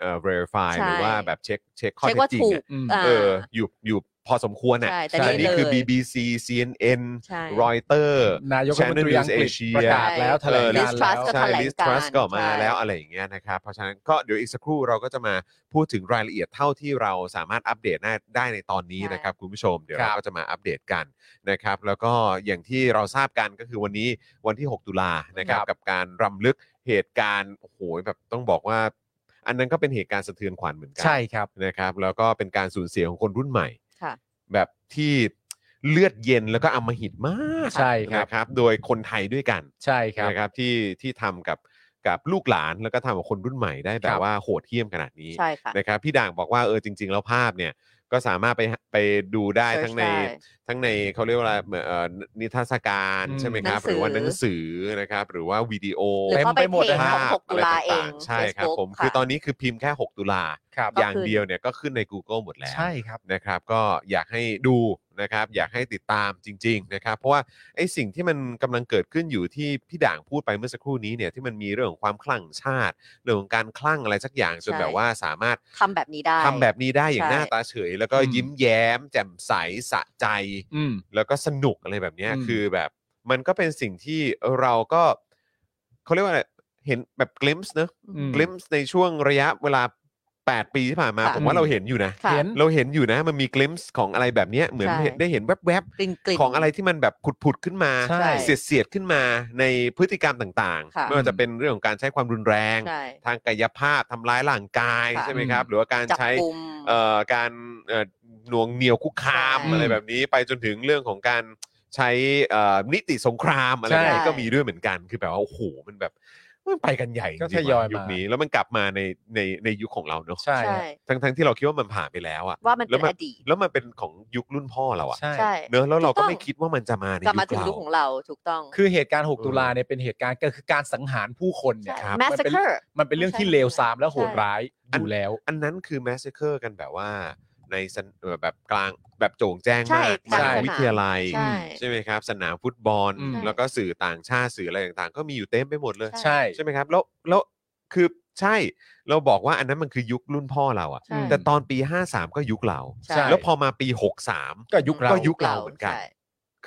Speaker 3: เอ่อ verify
Speaker 5: ใช่
Speaker 3: หรือว่าแบบเช็คเช็คข้อ
Speaker 5: เช็
Speaker 3: เท็
Speaker 5: ค
Speaker 3: จ
Speaker 5: ว่า
Speaker 3: จริง
Speaker 5: ถู
Speaker 3: อะ
Speaker 5: ก
Speaker 4: อืม
Speaker 5: อ่า
Speaker 3: เอออยู่อยู่พอสมควรอ่ะ
Speaker 5: ใช่แต่
Speaker 3: อัน
Speaker 5: นี่
Speaker 3: นี้คือ
Speaker 5: เลย
Speaker 3: BBC CNN
Speaker 5: ใช่
Speaker 3: Reuters
Speaker 4: นายกรัฐม
Speaker 3: Channel
Speaker 4: นตรี
Speaker 3: News
Speaker 4: อังกฤษ
Speaker 3: Asia
Speaker 4: ประกาศแล้วแถลง
Speaker 5: Liz
Speaker 4: การแล้ว
Speaker 5: Truss ก็
Speaker 3: ใช่
Speaker 5: แถลง
Speaker 3: Liz
Speaker 5: การ
Speaker 3: Truss ก็ออกมา
Speaker 5: ใช่
Speaker 3: แล้วอะไรอย่างเงี้ยนะครับ เพราะฉะนั้นก็เดี๋ยวอีกสักครู่เราก็จะมาพูดถึงรายละเอียดเท่าที่เราสามารถอัปเดตได้ได้ในตอนนี้นะครับ คุณผู้ชม เดี๋ยว
Speaker 4: ครับ
Speaker 3: เราก็จะมาอัปเดตกันนะครับ แล้วก็อย่างที่เราทราบกันก็คือวันนี้วันที่ 6 ตุลานะครับ กับการรำลึกเหตุการณ์โอ้โหแบบต้องบอกว่า อันนั้นก็เป็นเหตุการณ์สะเทือนขวัญเหมือนกั
Speaker 4: ใช่ครับ
Speaker 3: นะครับแล้วก็เป็นการสูญเสียของคนรุ่นใหม่
Speaker 5: ค่ะ
Speaker 3: แบบที่เลือดเย็นแล้วก็อำมหิตมาก
Speaker 4: ใช่ครับ
Speaker 3: นะครับ โดยคนไทยด้วยกัน
Speaker 4: ใช่ครับ
Speaker 3: นะครับที่ที่ทำกับกับลูกหลานแล้วก็ทำกับคนรุ่นใหม่ได้แบ
Speaker 4: ครับ บ
Speaker 3: ว่าโหดเหี้ยมขนาดนี้
Speaker 5: ใช่ค่ะ
Speaker 3: นะครับพี่ด่างบอกว่าเออจริง ๆ แล้วภาพเนี่ยก็สามารถไปไปดูได้ทั้งใน
Speaker 5: Search ได้
Speaker 3: ทั้งในเขาเรียกว่าอะไรเหมือนเอ่อนิทรรศการ
Speaker 4: อืม
Speaker 3: ใช่ไหมครับ
Speaker 5: ห
Speaker 3: ห
Speaker 5: นังสือ
Speaker 3: รือว่าหนังสือนะครับหรือว่าวิดีโอ
Speaker 5: หรือ
Speaker 4: เต็
Speaker 5: เข้าไป
Speaker 4: มไปหมด
Speaker 5: เพจ
Speaker 4: นะฮะ
Speaker 5: ของ6ตุลาเอง
Speaker 3: ใช่ครับ
Speaker 5: Facebook
Speaker 3: ผมคือะ ตอนนี้คือพิมพ์แค่ 6 ตุลา
Speaker 4: ครับ
Speaker 5: ก็
Speaker 3: อย่าง
Speaker 5: ขึ้น
Speaker 3: เดียวเนี่ยก็ขึ้นใน Google หมดแล้ว
Speaker 4: ใช่ครับ
Speaker 3: นะครับ ก็อยากให้ดูนะครับ อยากให้ติดตามจริง ๆ นะครับ เพราะว่าไอ้สิ่งที่มันกำลังเกิดขึ้นอยู่ที่พี่ด่างพูดไปเมื่อสักครู่นี้เนี่ยที่มันมีเรื่องของความคลั่งชาติเรื่องของการคลั่งอะไรสักอย่างจน
Speaker 5: ใช่
Speaker 3: แบบว่าสามารถ
Speaker 5: ทำแบบนี้ได้
Speaker 3: ทำแบบนี้ได้อย่าง
Speaker 5: ใช่
Speaker 3: หน้าตาเฉย แล้วก็
Speaker 4: อืม
Speaker 3: ยิ้มแย้ม แจ่มใสสะใจ
Speaker 4: อืม
Speaker 3: แล้วก็สนุกอะไรแบบเนี้ย
Speaker 4: อืม
Speaker 3: คือแบบมันก็เป็นสิ่งที่เราก็เขาเรียกว่าอะไรเห็นแบบกลิมส์เนอะ
Speaker 4: อืม
Speaker 3: กลิมส์ในช่วงระยะเวลา 8 ปีที่ผ่านมา
Speaker 5: ค่ะ
Speaker 3: ผมว่าเราเห็นอยู่นะ
Speaker 5: ค่ะ
Speaker 4: เห็น
Speaker 3: เราเห็นอยู่นะมันมีกลิมส์ของอะไรแบบเนี้ยเหมือน
Speaker 5: ใช่
Speaker 3: เห็นได้เห็นแวบ
Speaker 5: กลิ่นกลิ่น
Speaker 3: ๆ ของอะไรที่มันแบบผุดๆขึ้นมา
Speaker 4: ใช่
Speaker 3: เสียดเสียดขึ้นมาในพฤติกรรมต่าง
Speaker 5: ค่ะ
Speaker 3: ๆ ไม่ว่าจะเป็นเรื่องของการใช้ความรุนแรง
Speaker 5: ใช่
Speaker 3: ทางกายภาพทำร้ายร่างกาย
Speaker 5: ค่ะ
Speaker 3: ใช่ไหมครับ หรือว่าการ
Speaker 5: จับ
Speaker 3: ใช้
Speaker 5: กลุ่ม
Speaker 3: เอ่อการเอ่อหน่วงเหนียวคุกคาม
Speaker 5: ใช่
Speaker 3: อะไรแบบนี้ไปจนถึงเรื่องของการใช้เอ่อนิติสงครามอะไร
Speaker 4: ใช่
Speaker 3: แบบนี้ก็มีด้วยเหมือนกันคือแบบว่าโอ้โหมันแบบมันไปกันใหญ่จริงๆ
Speaker 4: ก็ทยอย
Speaker 3: ว่ะยุค
Speaker 4: มานี้
Speaker 3: นี้แล้วมันกลับมาในในในยุคของเราเนอะ
Speaker 4: ใช่
Speaker 5: ใช่
Speaker 3: ทั้งทั้งที่เราคิดว่ามันผ่านไปแล้วอะ
Speaker 5: ว่ามัน
Speaker 3: แล้ว
Speaker 5: เป็
Speaker 3: น มัน
Speaker 5: อดีต
Speaker 3: แล้วมันเป็นของยุครุ่นพ่อเราอะ
Speaker 4: ใช่
Speaker 5: ใช่
Speaker 3: เนอะแล้วเราก็
Speaker 5: ถูกต้อง
Speaker 3: ไม่คิดว่ามันจะมาใน
Speaker 5: กลับมาถึงยุ
Speaker 3: ยุ
Speaker 5: ค
Speaker 3: ค
Speaker 5: ของ
Speaker 3: เรา
Speaker 5: เราถูกต้อง
Speaker 4: คือเหตุการณ์ 6
Speaker 3: เออ
Speaker 4: ตุลาเนี่ยเป็นเหตุการณ์ก็คือการสังหารผู้คนเนี่ย
Speaker 3: ค
Speaker 5: ใช่
Speaker 3: รับ
Speaker 4: มันเป็น
Speaker 5: massacre
Speaker 4: มันเป็นเรื่องที่เลวทรามและโหดร้าย
Speaker 3: ใช่
Speaker 4: อยู่แล้ว
Speaker 3: อันนั้นคือแมสเซเคอร์กันแบบว่าในสนเอ่อแบบกลางแบบโจ่งแจ้ง
Speaker 5: ใช่
Speaker 3: มากม
Speaker 5: ก
Speaker 3: หา
Speaker 5: ลางสนาม
Speaker 3: วิทยาลัย
Speaker 5: ใช่
Speaker 3: ใช่ไหมครับ สนามฟุตบอล
Speaker 4: อืม
Speaker 3: แล้วก็สื่อต่างชาติสื่ออะไรต่างๆ ก็มีอยู่เต็มไปหมดเลย
Speaker 5: ใช่
Speaker 4: ใช่
Speaker 3: ใช่ไหมครับ แล้วแล้วคือใช่เราบอกว่าอันนั้นมันคือยุครุ่นพ่อเราอะ
Speaker 5: ใช่
Speaker 3: แต่ตอนปี 53 ก็ยุคเรา
Speaker 5: ใช่
Speaker 4: ใช่
Speaker 3: แล้วพอมาปี 63
Speaker 4: ก็ยุคเรา
Speaker 3: ก็ยุค เราเหมือนกัน
Speaker 5: ใช่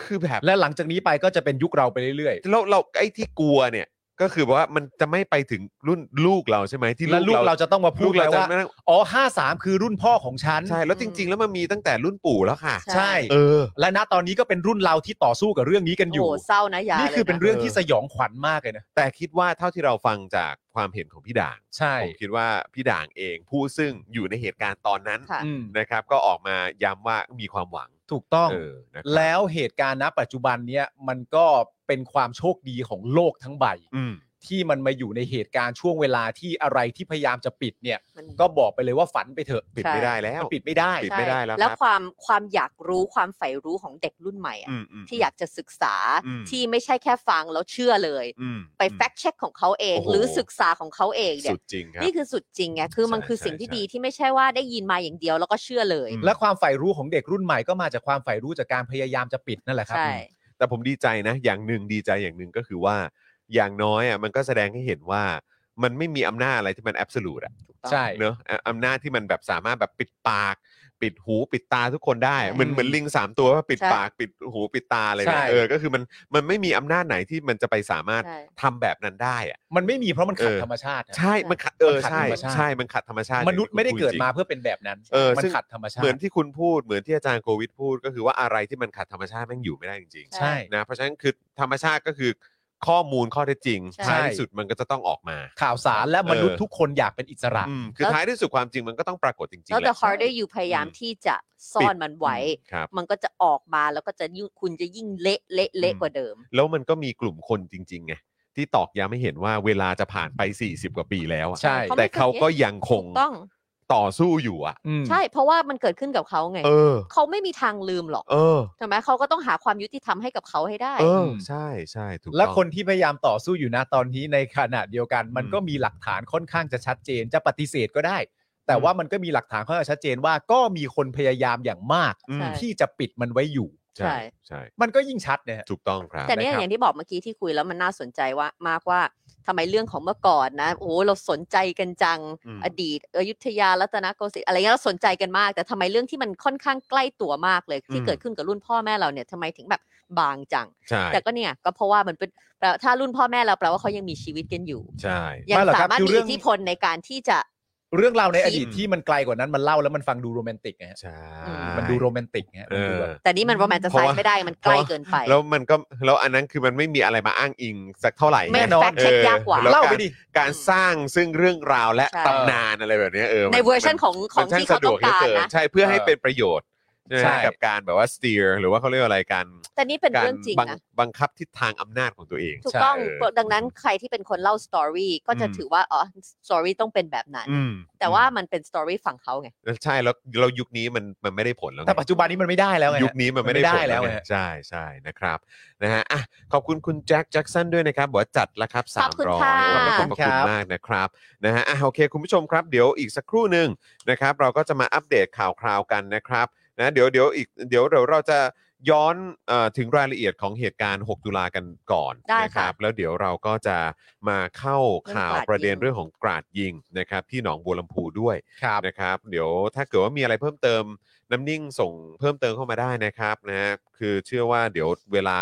Speaker 3: คือแบบ
Speaker 4: และหลังจากนี้ไปก็จะเป็นยุคเราไปเรื่อย
Speaker 3: แล้วเราไอ้ที่กลัวเนี่ยก็คือว่ามันจะไม่ไปถึงรุ่นลูกเราใช่ไหมที่
Speaker 4: ๆ และลูกเราจะต้องมาพู
Speaker 3: ลู
Speaker 4: ด
Speaker 3: ก
Speaker 4: แล้
Speaker 3: เรา
Speaker 4: ว
Speaker 3: จะ
Speaker 4: ว่า
Speaker 3: ไม่นั่ง
Speaker 4: อ๋อห้าสามคือรุ่นพ่อของฉัน
Speaker 3: ใช่แล้วจริง ๆ แล้วมันมีตั้งแต่รุ่นปู่แล้วค่ะ
Speaker 5: ใช่
Speaker 4: ใช่
Speaker 3: เออ
Speaker 4: และณตอนนี้ก็เป็นรุ่นเราที่ต่อสู้กับเรื่องนี้กันอยู่
Speaker 5: โอ้โหเศร้านะยา
Speaker 4: นี่คือเป็น
Speaker 5: ลยะ
Speaker 4: เรื่องที่สยองขวัญมากเลยนะ
Speaker 3: แต่คิดว่าเท่าที่เราฟังจากความเห็นของพี่ด่าง
Speaker 4: ใช่
Speaker 3: ผมคิดว่าพี่ด่างเองผู้ซึ่งอยู่ในเหตุการณ์ตอนนั้น
Speaker 5: ค่ะ
Speaker 4: อืม
Speaker 3: นะครับ ก็ออกมาย้ำว่ามีความหวัง
Speaker 4: ถูกต้อง
Speaker 3: เออนะค
Speaker 4: แล้วเหตุการณ์ณปัจจุบันเนี่ยมันก็เป็นความโชคดีของโลกทั้งใบ
Speaker 3: อืม
Speaker 4: ที่มันมาอยู่ในเหตุการณ์ช่วงเวลาที่อะไรที่พยายามจะปิดเนี่ย
Speaker 5: มัน
Speaker 4: ก็บอกไปเลยว่าฝันไปเถอะ
Speaker 3: ปิด
Speaker 5: ใช่
Speaker 3: ไม่ได้แล้ว
Speaker 4: มันปิดไม่ได้
Speaker 3: ปิดไม่ได้แล้วครับ
Speaker 5: แล้วความความอยากรู้ความใฝ่รู้ของเด็กรุ่นใหม่อะ
Speaker 3: อืมม
Speaker 5: ที่อยากจะศึกษา
Speaker 3: อืม
Speaker 5: ที่ไม่ใช่แค่ฟังแล้วเชื่อเลย
Speaker 3: อืม
Speaker 5: ไปแฟกเช็คของเขาเอง
Speaker 3: โอ้โห
Speaker 5: หรือศึกษาของเขาเองเนี่
Speaker 3: สุ
Speaker 5: ย
Speaker 3: ดจริงครับ
Speaker 5: นี่คือสุดจริงไงคือมัน
Speaker 3: ใช่
Speaker 5: คือ
Speaker 3: ใช่
Speaker 5: สิ่งที่
Speaker 3: ใช่
Speaker 5: ดีที่ไม่ใช่ว่าได้ยินมาอย่างเดียวแล้วก็เชื่อเลย
Speaker 3: อืม
Speaker 4: และความใฝ่รู้ของเด็กรุ่นใหม่ก็มาจากความใฝ่รู้จากการพยายามจะปิดนั่นแหละครับ
Speaker 5: ใช่
Speaker 3: แต่ผมดีใจนะ อย่างหนึ่งดีใจอย่างหนึ่งก็คือว่า อย่างน้อยอ่ะมันก็แสดงให้เห็นว่า มันไม่มีอำนาจอะไรที่มันแอบสูตอ่ะ
Speaker 4: ใช่
Speaker 3: เนอะอ่ะอำนาจที่มันแบบสามารถแบบปิดปาก ปิดหูปิดตาทุกคนได้อะ
Speaker 5: ใช่
Speaker 3: เหมือนเหมือนลิงสามตัวว่าปิด
Speaker 5: ใช่
Speaker 3: ปากปิดหูปิดตาอะไร
Speaker 4: ใช่
Speaker 3: เนี่ยเออก็คือมันมันไม่มีอำนาจไหนที่มันจะไปสามารถ
Speaker 5: ใช่
Speaker 3: ทำแบบนั้นได้อ่ะ
Speaker 4: มันไม่มีเพราะมันขัด
Speaker 3: เออ
Speaker 4: ธรรมชาตินะ
Speaker 3: ใช่มันขัดเออ
Speaker 4: มันขัด
Speaker 3: ใช่
Speaker 4: ธรรมชาติ
Speaker 3: ใช่มันขัดธรรมชาติ
Speaker 4: มนุษย์ไม่ได้เกิด
Speaker 3: จ
Speaker 4: มา
Speaker 3: ริง
Speaker 4: เพื่อเป็นแบบนั้น
Speaker 3: เออ
Speaker 4: มัน
Speaker 3: ซึ่ง
Speaker 4: ขัดธรรมชาติ
Speaker 3: เหมือนที่คุณพูดเหมือนที่อาจารย์โควิดพูดก็คือว่าอะไรที่มันขัดธรรมชาติแม่งอยู่ไม่ได้จริงๆ
Speaker 4: ใช่
Speaker 3: นะเพราะฉะนั้นคือธรรมชาติก็คือข้อมูลข้อเท็จจริง
Speaker 5: ใช่
Speaker 3: ท้ายที่สุดมันก็จะต้องออกมา
Speaker 4: ข่าวสารและมนุษย์ทุกคนอยากเป็นอิสระ
Speaker 3: อืมคือท้ายที่สุดความจริงมันก็ต้องปรากฏจริงๆ
Speaker 5: แล้ว
Speaker 3: แห
Speaker 5: the
Speaker 3: ละ
Speaker 5: harder you พยายาม
Speaker 3: อืม
Speaker 5: ที่จะซ่อนมันไว้
Speaker 3: ครับ
Speaker 5: มันก็จะออกมาแล้วก็จะยิ่งคุณจะยิ่งเละเละเละ
Speaker 3: อืม
Speaker 5: กว่าเดิม
Speaker 3: แล้วมันก็มีกลุ่มคนจริงๆไงที่ตอกย้ำให้เห็นว่าเวลาจะผ่านไป 40 กว่าปีแล้วอะ
Speaker 4: ใช่
Speaker 3: แต่เขาก็ยังคง
Speaker 5: ถูกต้อง
Speaker 3: ต่อสู้อยู่อ่ะ
Speaker 4: อืม
Speaker 5: ใช่ เพราะว่ามันเกิดขึ้นกับเขาไง
Speaker 3: เออ
Speaker 5: เขาไม่มีทางลืมหรอก
Speaker 3: เออ
Speaker 5: ใช่ไหมเขาก็ต้องหาความยุติธรรมให้กับเขาให้ได้
Speaker 3: เออ
Speaker 4: ม
Speaker 3: ใช่ใช่ถูก
Speaker 4: และ
Speaker 3: ต้อง
Speaker 4: คนที่พยายามต่อสู้อยู่นะตอนนี้ในขณะเดียวกัน มัน
Speaker 3: อืม
Speaker 4: ก็มีหลักฐานค่อนข้างจะชัดเจนจะปฏิเสธก็ได้ แต่ว่ามันก็มีหลักฐานค่อนข้างชัดเจนว่าก็มีคนพยายามอย่างมาก
Speaker 3: อืม
Speaker 5: ใช่
Speaker 4: ที่จะปิดมันไว้อยู่
Speaker 3: ใช่
Speaker 5: ใช่
Speaker 3: ใช่
Speaker 4: มันก็ยิ่งชัดเนี่ยฮะ
Speaker 3: ถูกต้องครับ
Speaker 5: แต่เนี่ย
Speaker 4: นะครั
Speaker 5: อ
Speaker 4: บ
Speaker 5: ย่างที่บอกเมื่อกี้ที่คุยแล้วมันน่าสนใจว่ามากว่าทำไมเรื่องของเมื่อก่อนนะ โอ้โหเราสนใจกันจัง
Speaker 3: อืม
Speaker 5: อดีตอยุธยารัตนโกสินทร์อะไรเงี้ยเราสนใจกันมาก แต่ทำไมเรื่องที่มันค่อนข้างใกล้ตัวมากเลยที่เกิดขึ้นกับรุ่นพ่อแม่เราเนี่ยทำไมถึงแบบบางจัง
Speaker 3: ใช่
Speaker 5: แต่ก็เนี่ยก็เพราะว่ามันเป็นแปลว่าถ้ารุ่นพ่อแม่เราแปลว่าเขายังมีชีวิตกันอยู่
Speaker 3: ใช่
Speaker 5: ยั
Speaker 4: ไม่
Speaker 5: ง
Speaker 4: หรอกครั
Speaker 5: สา
Speaker 4: บ
Speaker 5: มารถมี
Speaker 4: คือเรื่
Speaker 5: อิ
Speaker 4: อง
Speaker 5: ทธิพลในการที่จะ
Speaker 4: เรื่องราวในอดีต
Speaker 5: อืม
Speaker 4: ที่มันไกลกว่านั้นมันเล่าแล้วมันฟังดูโรแมนติกไงฮะ
Speaker 3: ใช่
Speaker 5: อื
Speaker 4: มันดูโรแมนติกไงฮะ
Speaker 3: เอ
Speaker 4: มันดู
Speaker 3: อ
Speaker 4: แบบ
Speaker 5: แต่นี่มันโรแมนติ
Speaker 3: เพราะ
Speaker 5: ไซ์
Speaker 3: ว่า
Speaker 5: ไม่ได้มันใกล้เกินไป
Speaker 3: แล้วมันก็แล้วอันนั้นคือมันไม่มีอะไรมาอ้างอิงสักเท่าไหร่ไง
Speaker 5: แม่
Speaker 4: แน่นอน
Speaker 5: แฟกเช็คยากกว่า
Speaker 3: แล้ อ ว
Speaker 4: เล่าไปดิ
Speaker 3: การสร้างซึ่งเรื่องราวและ
Speaker 5: ใช่
Speaker 3: ตำนานอะไรแบบเนี้ยเออมั
Speaker 5: ในเวอร์ชันของข
Speaker 3: มั
Speaker 5: อง
Speaker 3: ช่
Speaker 5: ที่เขา
Speaker 3: สะด
Speaker 5: ต้อ
Speaker 3: ว
Speaker 5: งการ
Speaker 3: เหลื
Speaker 5: นะ
Speaker 3: เใช่เพื่อให้
Speaker 4: เออ
Speaker 3: เป็นประโยชน์นะ
Speaker 4: ใช่
Speaker 3: ฮะกับการแบบว่า steer หรือว่าเขาเรียกอะไรการ
Speaker 5: แต่นี่เป็น
Speaker 3: การ
Speaker 5: เรื่องจริง
Speaker 3: บัง
Speaker 5: นะ
Speaker 3: บังคับทิศทางอำนาจของตัวเอง
Speaker 5: ถูกต้อง
Speaker 3: ใช่เออ
Speaker 5: ดังนั้นใครที่เป็นคนเล่าสตอรี่ก็จะ
Speaker 3: อืม
Speaker 5: ถือว่าอ๋อสตอรี่ต้องเป็นแบบนั้น
Speaker 3: อืม
Speaker 5: แต่ว่ามันเป็นสตอรี่ฝั่งเขาไง
Speaker 3: ใช่แล้วเรายุคนี้มันมันไม่ได้ผลแล้วไง
Speaker 4: แต่ปัจจุบันนี้มันไม่ได้แล้วไงฮะ
Speaker 3: ยุคนี้มันไม่ได้ผ
Speaker 4: มัน
Speaker 3: ล
Speaker 4: ไม่ได้
Speaker 3: แล้ว
Speaker 4: แล้ว
Speaker 3: ไง
Speaker 4: ฮะ
Speaker 3: ใช่ใช่นะครับนะฮะอ่ะขอบคุณคุณแจ็คแจ็คสันด้วยนะครับบอกว่าจัดแล้วครับ
Speaker 5: ขอบคุณ
Speaker 3: 300
Speaker 5: ค่ะ
Speaker 3: ขอบพระคุณขอบคุณมากนะครับนะฮะอ่ะโอเคคุณผู้ชมครับเดี๋ยวอีกสักครู่หนึ่ง นะครับเราก็จะมาอัปเดตข่าวคราวกันนะครับนะเดี๋ยวเดี๋ยวอีกเดี๋ยวเดี๋ยวเราจะย้อนเออถึงรายละเอียดของเหตุการณ์ 6 ตุลากันก่อน
Speaker 5: ได้ค่ะ
Speaker 3: นะแล้วเดี๋ยวเราก็จะมาเข้าข่าว
Speaker 5: เรื่องกราดยิง
Speaker 3: ประเด็นเรื่องของกราดยิงนะครับที่หนองบัวลำพูด้วย
Speaker 4: ครับ
Speaker 3: นะครับ เดี๋ยวถ้าเกิดว่ามีอะไรเพิ่มเติมน้ำนิ่งส่งเพิ่มเติมเข้ามาได้นะครับนะฮะคือเชื่อว่าเดี๋ยวเวลา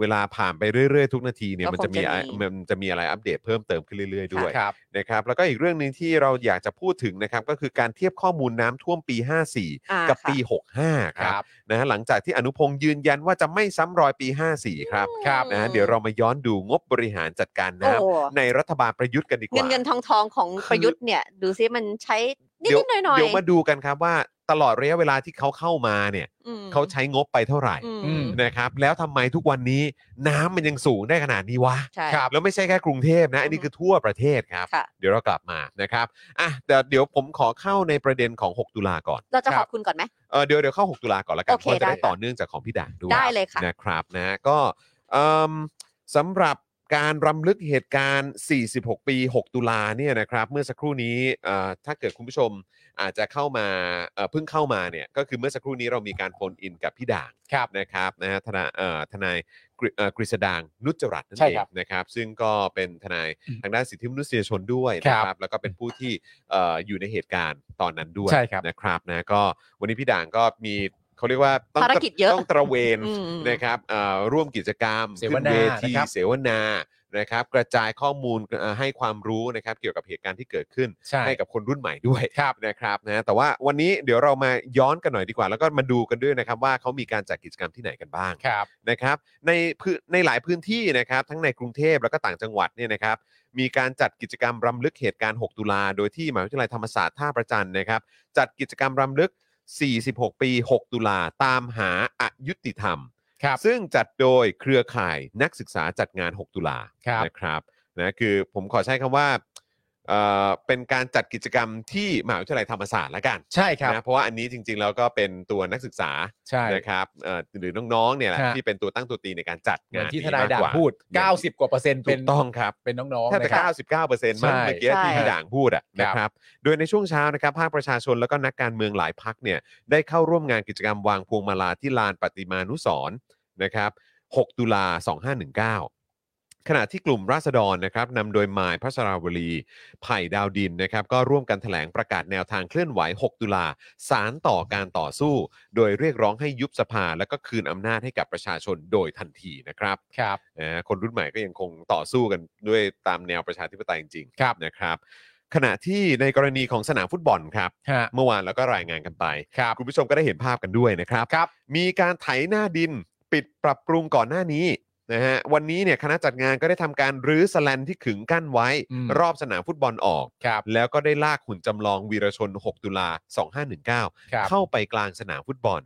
Speaker 3: เวลาผ่านไปเรื่อยๆทุกนาทีเนี่ย
Speaker 5: ก็
Speaker 3: มัน
Speaker 5: คง
Speaker 3: จะมี
Speaker 5: จะมี
Speaker 3: อะมันจะมีอะไรอัปเดตเพิ่มเติมขึ้นเรื่อย ๆ ด้วย
Speaker 4: ครับ
Speaker 3: นะครับแล้วก็อีกเรื่องหนึงที่เราอยากจะพูดถึงนะครับ ก็คือการเทียบข้อมูลน้ำท่วมปี
Speaker 5: อ่า
Speaker 3: 54 กับปี 65 ครับนะฮะหลังจากที่อนุพงศ์ยืนยันว่าจะไม่ซ้ำรอยปี 54 ครับ
Speaker 4: ครับ
Speaker 3: นะฮะเดี๋ยวเรามาย้อนดูงบบริหารจัดการน้
Speaker 5: โอ้
Speaker 3: ำในรัฐบาลประยุทธ์กันดีก
Speaker 5: เงิ
Speaker 3: ว่า
Speaker 5: นเงินทองทองของ
Speaker 3: คือ
Speaker 5: ประยุทธ์เนี่ย ดูซิมันใช้นิด
Speaker 3: เดี๋ยว
Speaker 5: ๆหน่อยหน่อย
Speaker 3: เดี๋ยวมาดูกันครับว่าตลอดระยะเวลาที่เขาเข้ามาเนี่ยเขาใช้งบไปเท่าไหร่นะครับแล้วทำไมทุกวันนี้น้ำมันยังสูงได้ขนาดนี้วะ
Speaker 5: ใช่
Speaker 3: แล้วไม่ใช่แค่กรุงเทพนะอันนี้คือทั่วประเทศครับ
Speaker 5: ค่ะ
Speaker 3: เดี๋ยวเรากลับมานะครับ อ่ะแต่เดี๋ยวผมขอเข้าในประเด็นของ 6 ตุลาก่อน
Speaker 5: เราจะ
Speaker 4: ค
Speaker 5: ข
Speaker 4: รั
Speaker 5: อ
Speaker 4: บ
Speaker 5: บคุณก่อนไหม
Speaker 3: เออเดี๋ยวเดี๋ยวเข้า 6 ตุลาก่อนละกัน
Speaker 5: โอ
Speaker 3: เพ
Speaker 5: เค
Speaker 3: ราะจะได้
Speaker 5: ได้ค่ะ
Speaker 3: ต่อเนื่องจากของพี่ด่างด้วย
Speaker 5: ได้เลยค่ะ
Speaker 3: นะครับนะก็เอิ่มสำหรับการรำลึกเหตุการณ์ 46 ปี 6 ตุลาเนี่ยนะครับเมื่อสักครู่นี้เอ่อถ้าเกิดคุณผู้ชมอาจจะเข้ามาเอ่อเพิ่งเข้ามาเนี่ยก็คือเมื่อสักครู่นี้เรามีการโฟนอินกับพี่ด่าง
Speaker 4: ครับ
Speaker 3: นะครับนะฮะทนายเอ่อทนายกฤเอ่อกฤษดางนุจจรัตน์นั่น
Speaker 4: ใช่
Speaker 3: เอง
Speaker 4: ครับ
Speaker 3: นะครับซึ่งก็เป็นทนาย
Speaker 4: อืม
Speaker 3: ทางด้านสิทธิมนุษยชนด้วยนะค
Speaker 4: ครั
Speaker 3: รับบ แล้วก็เป็นผู้ที่เอ่ออยู่ในเหตุการณ์ตอนนั้นด้วย
Speaker 4: ใช่ครับ
Speaker 3: นะครับนะก็วันนี้พี่ด่างก็มีเขาเรียกว่าต้อง
Speaker 5: ภารกิจเยอะ
Speaker 3: ต้องตระเวน
Speaker 5: อืม
Speaker 3: นะครับเอ่อร่วมกิจกรรม
Speaker 4: เสวนา
Speaker 3: ขึ้นเวที
Speaker 4: นะครับ
Speaker 3: เสวนานะครับกระจายข้อมูลเอ่อให้ความรู้นะครับเกี่ยวกับเหตุการณ์ที่เกิดขึ้น
Speaker 4: ใช่
Speaker 3: ให้กับคนรุ่นใหม่ด้วย
Speaker 4: ครับ
Speaker 3: นะครับนะแต่ว่าวันนี้เดี๋ยวเรามาย้อนกันหน่อยดีกว่า แล้วก็มาดูกันด้วยนะครับว่าเขามีการจัดกิจกรรมที่ไหนกันบ้าง
Speaker 4: ครับ
Speaker 3: นะครับในพื้นในหลายพื้นที่นะครับทั้งในกรุงเทพแล้วก็ต่างจังหวัดเนี่ยนะครับมีการจัดกิจกรรมรำลึกเหตุการณ์ 6 ตุลา โดยที่มหาวิทยาลัยธรรมศาสตร์ท่าประจันนะครับจัดกิจกรรมรำลึก 46 ปี 6 ตุลาตามหาอายุติธรรม
Speaker 4: ครับ
Speaker 3: ซึ่งจัดโดยเครือข่ายนักศึกษาจัดงาน 6 ตุลา
Speaker 4: ครับ
Speaker 3: นะครับนะคือผมขอใช้คำว่าเอ่อเป็นการจัดกิจกรรมที่มหาวิทยาลัยธรรมศาสตร์ละกัน
Speaker 4: ใช่ครับ
Speaker 3: นะเพราะว่าอันนี้จริง ๆ แล้วก็เป็นตัวนักศึกษา
Speaker 4: ใช่
Speaker 3: นะครับเอ่อหรือน้องๆเนี่ยแหละ
Speaker 4: ฮะ
Speaker 3: ที่เป็นตัวตั้งตัวตีในการจัด
Speaker 4: เหมือง
Speaker 3: าน น
Speaker 4: ที่ทนายด่าง
Speaker 3: มกกว่
Speaker 4: พูด 90 กว่าเปอร์เซ็นต์
Speaker 3: ถู
Speaker 4: เป็น
Speaker 3: กต้องครับ
Speaker 4: เป็นน้อง
Speaker 3: แทบ
Speaker 4: ๆ
Speaker 3: จะ
Speaker 4: นะครับ
Speaker 3: 99%มั้ง
Speaker 4: ใช่
Speaker 3: เมื่อกี้
Speaker 5: ใช่
Speaker 3: ที่พี่ด่างพูดอะ
Speaker 4: ครับ
Speaker 3: นะครับ โดยในช่วงเช้านะครับภาคประชาชนแล้วก็นักการเมืองหลายพักเนี่ยได้เข้าร่วมงานกิจกรรมวางพวงมาลาที่ลานปฏิมานุสรณ์นะครับ 6 ตุลา 2519 ขณะที่กลุ่มราษฎรนะครับนำโดยมายพัชราวลีไผ่ดาวดินนะครับ ก็ร่วมกันแถลงประกาศแนวทางเคลื่อนไหว 6 ตุลาสารต่อการต่อสู้ โดยเรียกร้องให้ยุบสภา และก็คืนอำนาจให้กับประชาชนโดยทันทีนะครับ
Speaker 4: ครับ
Speaker 3: นะฮะคนรุ่นใหม่ก็ยังคงต่อสู้กันด้วยตามแนวประชาธิปไตยจริงๆ
Speaker 4: ครับ
Speaker 3: นะครับ ขณะที่ในกรณีของสนามฟุตบอลครับ
Speaker 4: ฮะ
Speaker 3: เมื่อวานเราก็รายงานกันไป
Speaker 4: ครับ
Speaker 3: คุณผู้ชมก็ได้เห็นภาพกันด้วยนะครับ
Speaker 4: ครับ
Speaker 3: มีการไถหน้าดินปิดปรับปรุงก่อนหน้านี้นะฮะวันนี้เนี่ยคณะจัดงานก็ได้ทำการรื้อสแลนที่ขึงกั้นไว้
Speaker 4: อืม
Speaker 3: รอบสนามฟุตบอลออก
Speaker 4: ครับ
Speaker 3: แล้วก็ได้ลากหุ่นจำลองวีรชน 6 ตุลา 2519
Speaker 4: ครับ
Speaker 3: เข้าไปกลางสนามฟุตบอล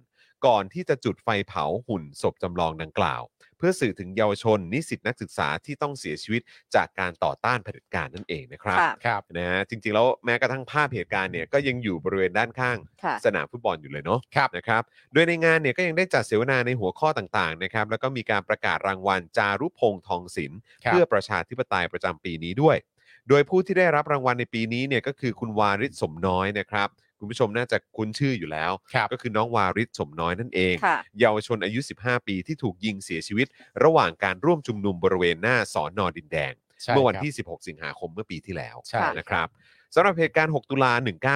Speaker 3: ก่อนที่จะจุดไฟเผาหุ่นศพจำลองดังกล่าว เพื่อสื่อถึงเยาวชนนิสิตนักศึกษาที่ต้องเสียชีวิตจากการต่อต้านเผด็จการนั่นเองนะครับ
Speaker 5: ค่ะ
Speaker 4: ครับ
Speaker 3: นะฮะจริงๆแล้วแม้กระทั่งภาพเหตุการณ์เนี่ยก็ยังอยู่บริเวณด้านข้าง
Speaker 5: ค่ะ
Speaker 3: สนามฟุตบอลอยู่เลยเนาะ
Speaker 4: ครับ
Speaker 3: นะครับ โดยในงานเนี่ยก็ยังได้จัดเสวนาในหัวข้อต่างๆนะครับ แล้วก็มีการประกาศรางวัลจารุพงษ์ทองศิลป์
Speaker 4: ครับ
Speaker 3: เพื่อประชาธิปไตยประจำปีนี้ด้วย โดยผู้ที่ได้รับรางวัลในปีนี้เนี่ยก็คือคุณวาริศสมน้อยนะครับ คุณผู้ชมน่าจะคุ้นชื่ออยู่แล้ว
Speaker 4: ครับ
Speaker 3: ก็คือน้องวาริศสมน้อยนั่นเอง
Speaker 5: ค่ะ
Speaker 3: เยาวชนอายุ 15 ปีที่ถูกยิงเสียชีวิต ระหว่างการร่วมชุมนุมบริเวณหน้าสอนอดินแดง
Speaker 4: ใช่
Speaker 3: เมื่อวัน
Speaker 4: ครับ
Speaker 3: ที่ 16 สิงหาคมเมื่อปีที่แล้ว
Speaker 4: ใช่
Speaker 3: นะครับสำหรับเหตุการณ์ 6 ตุลา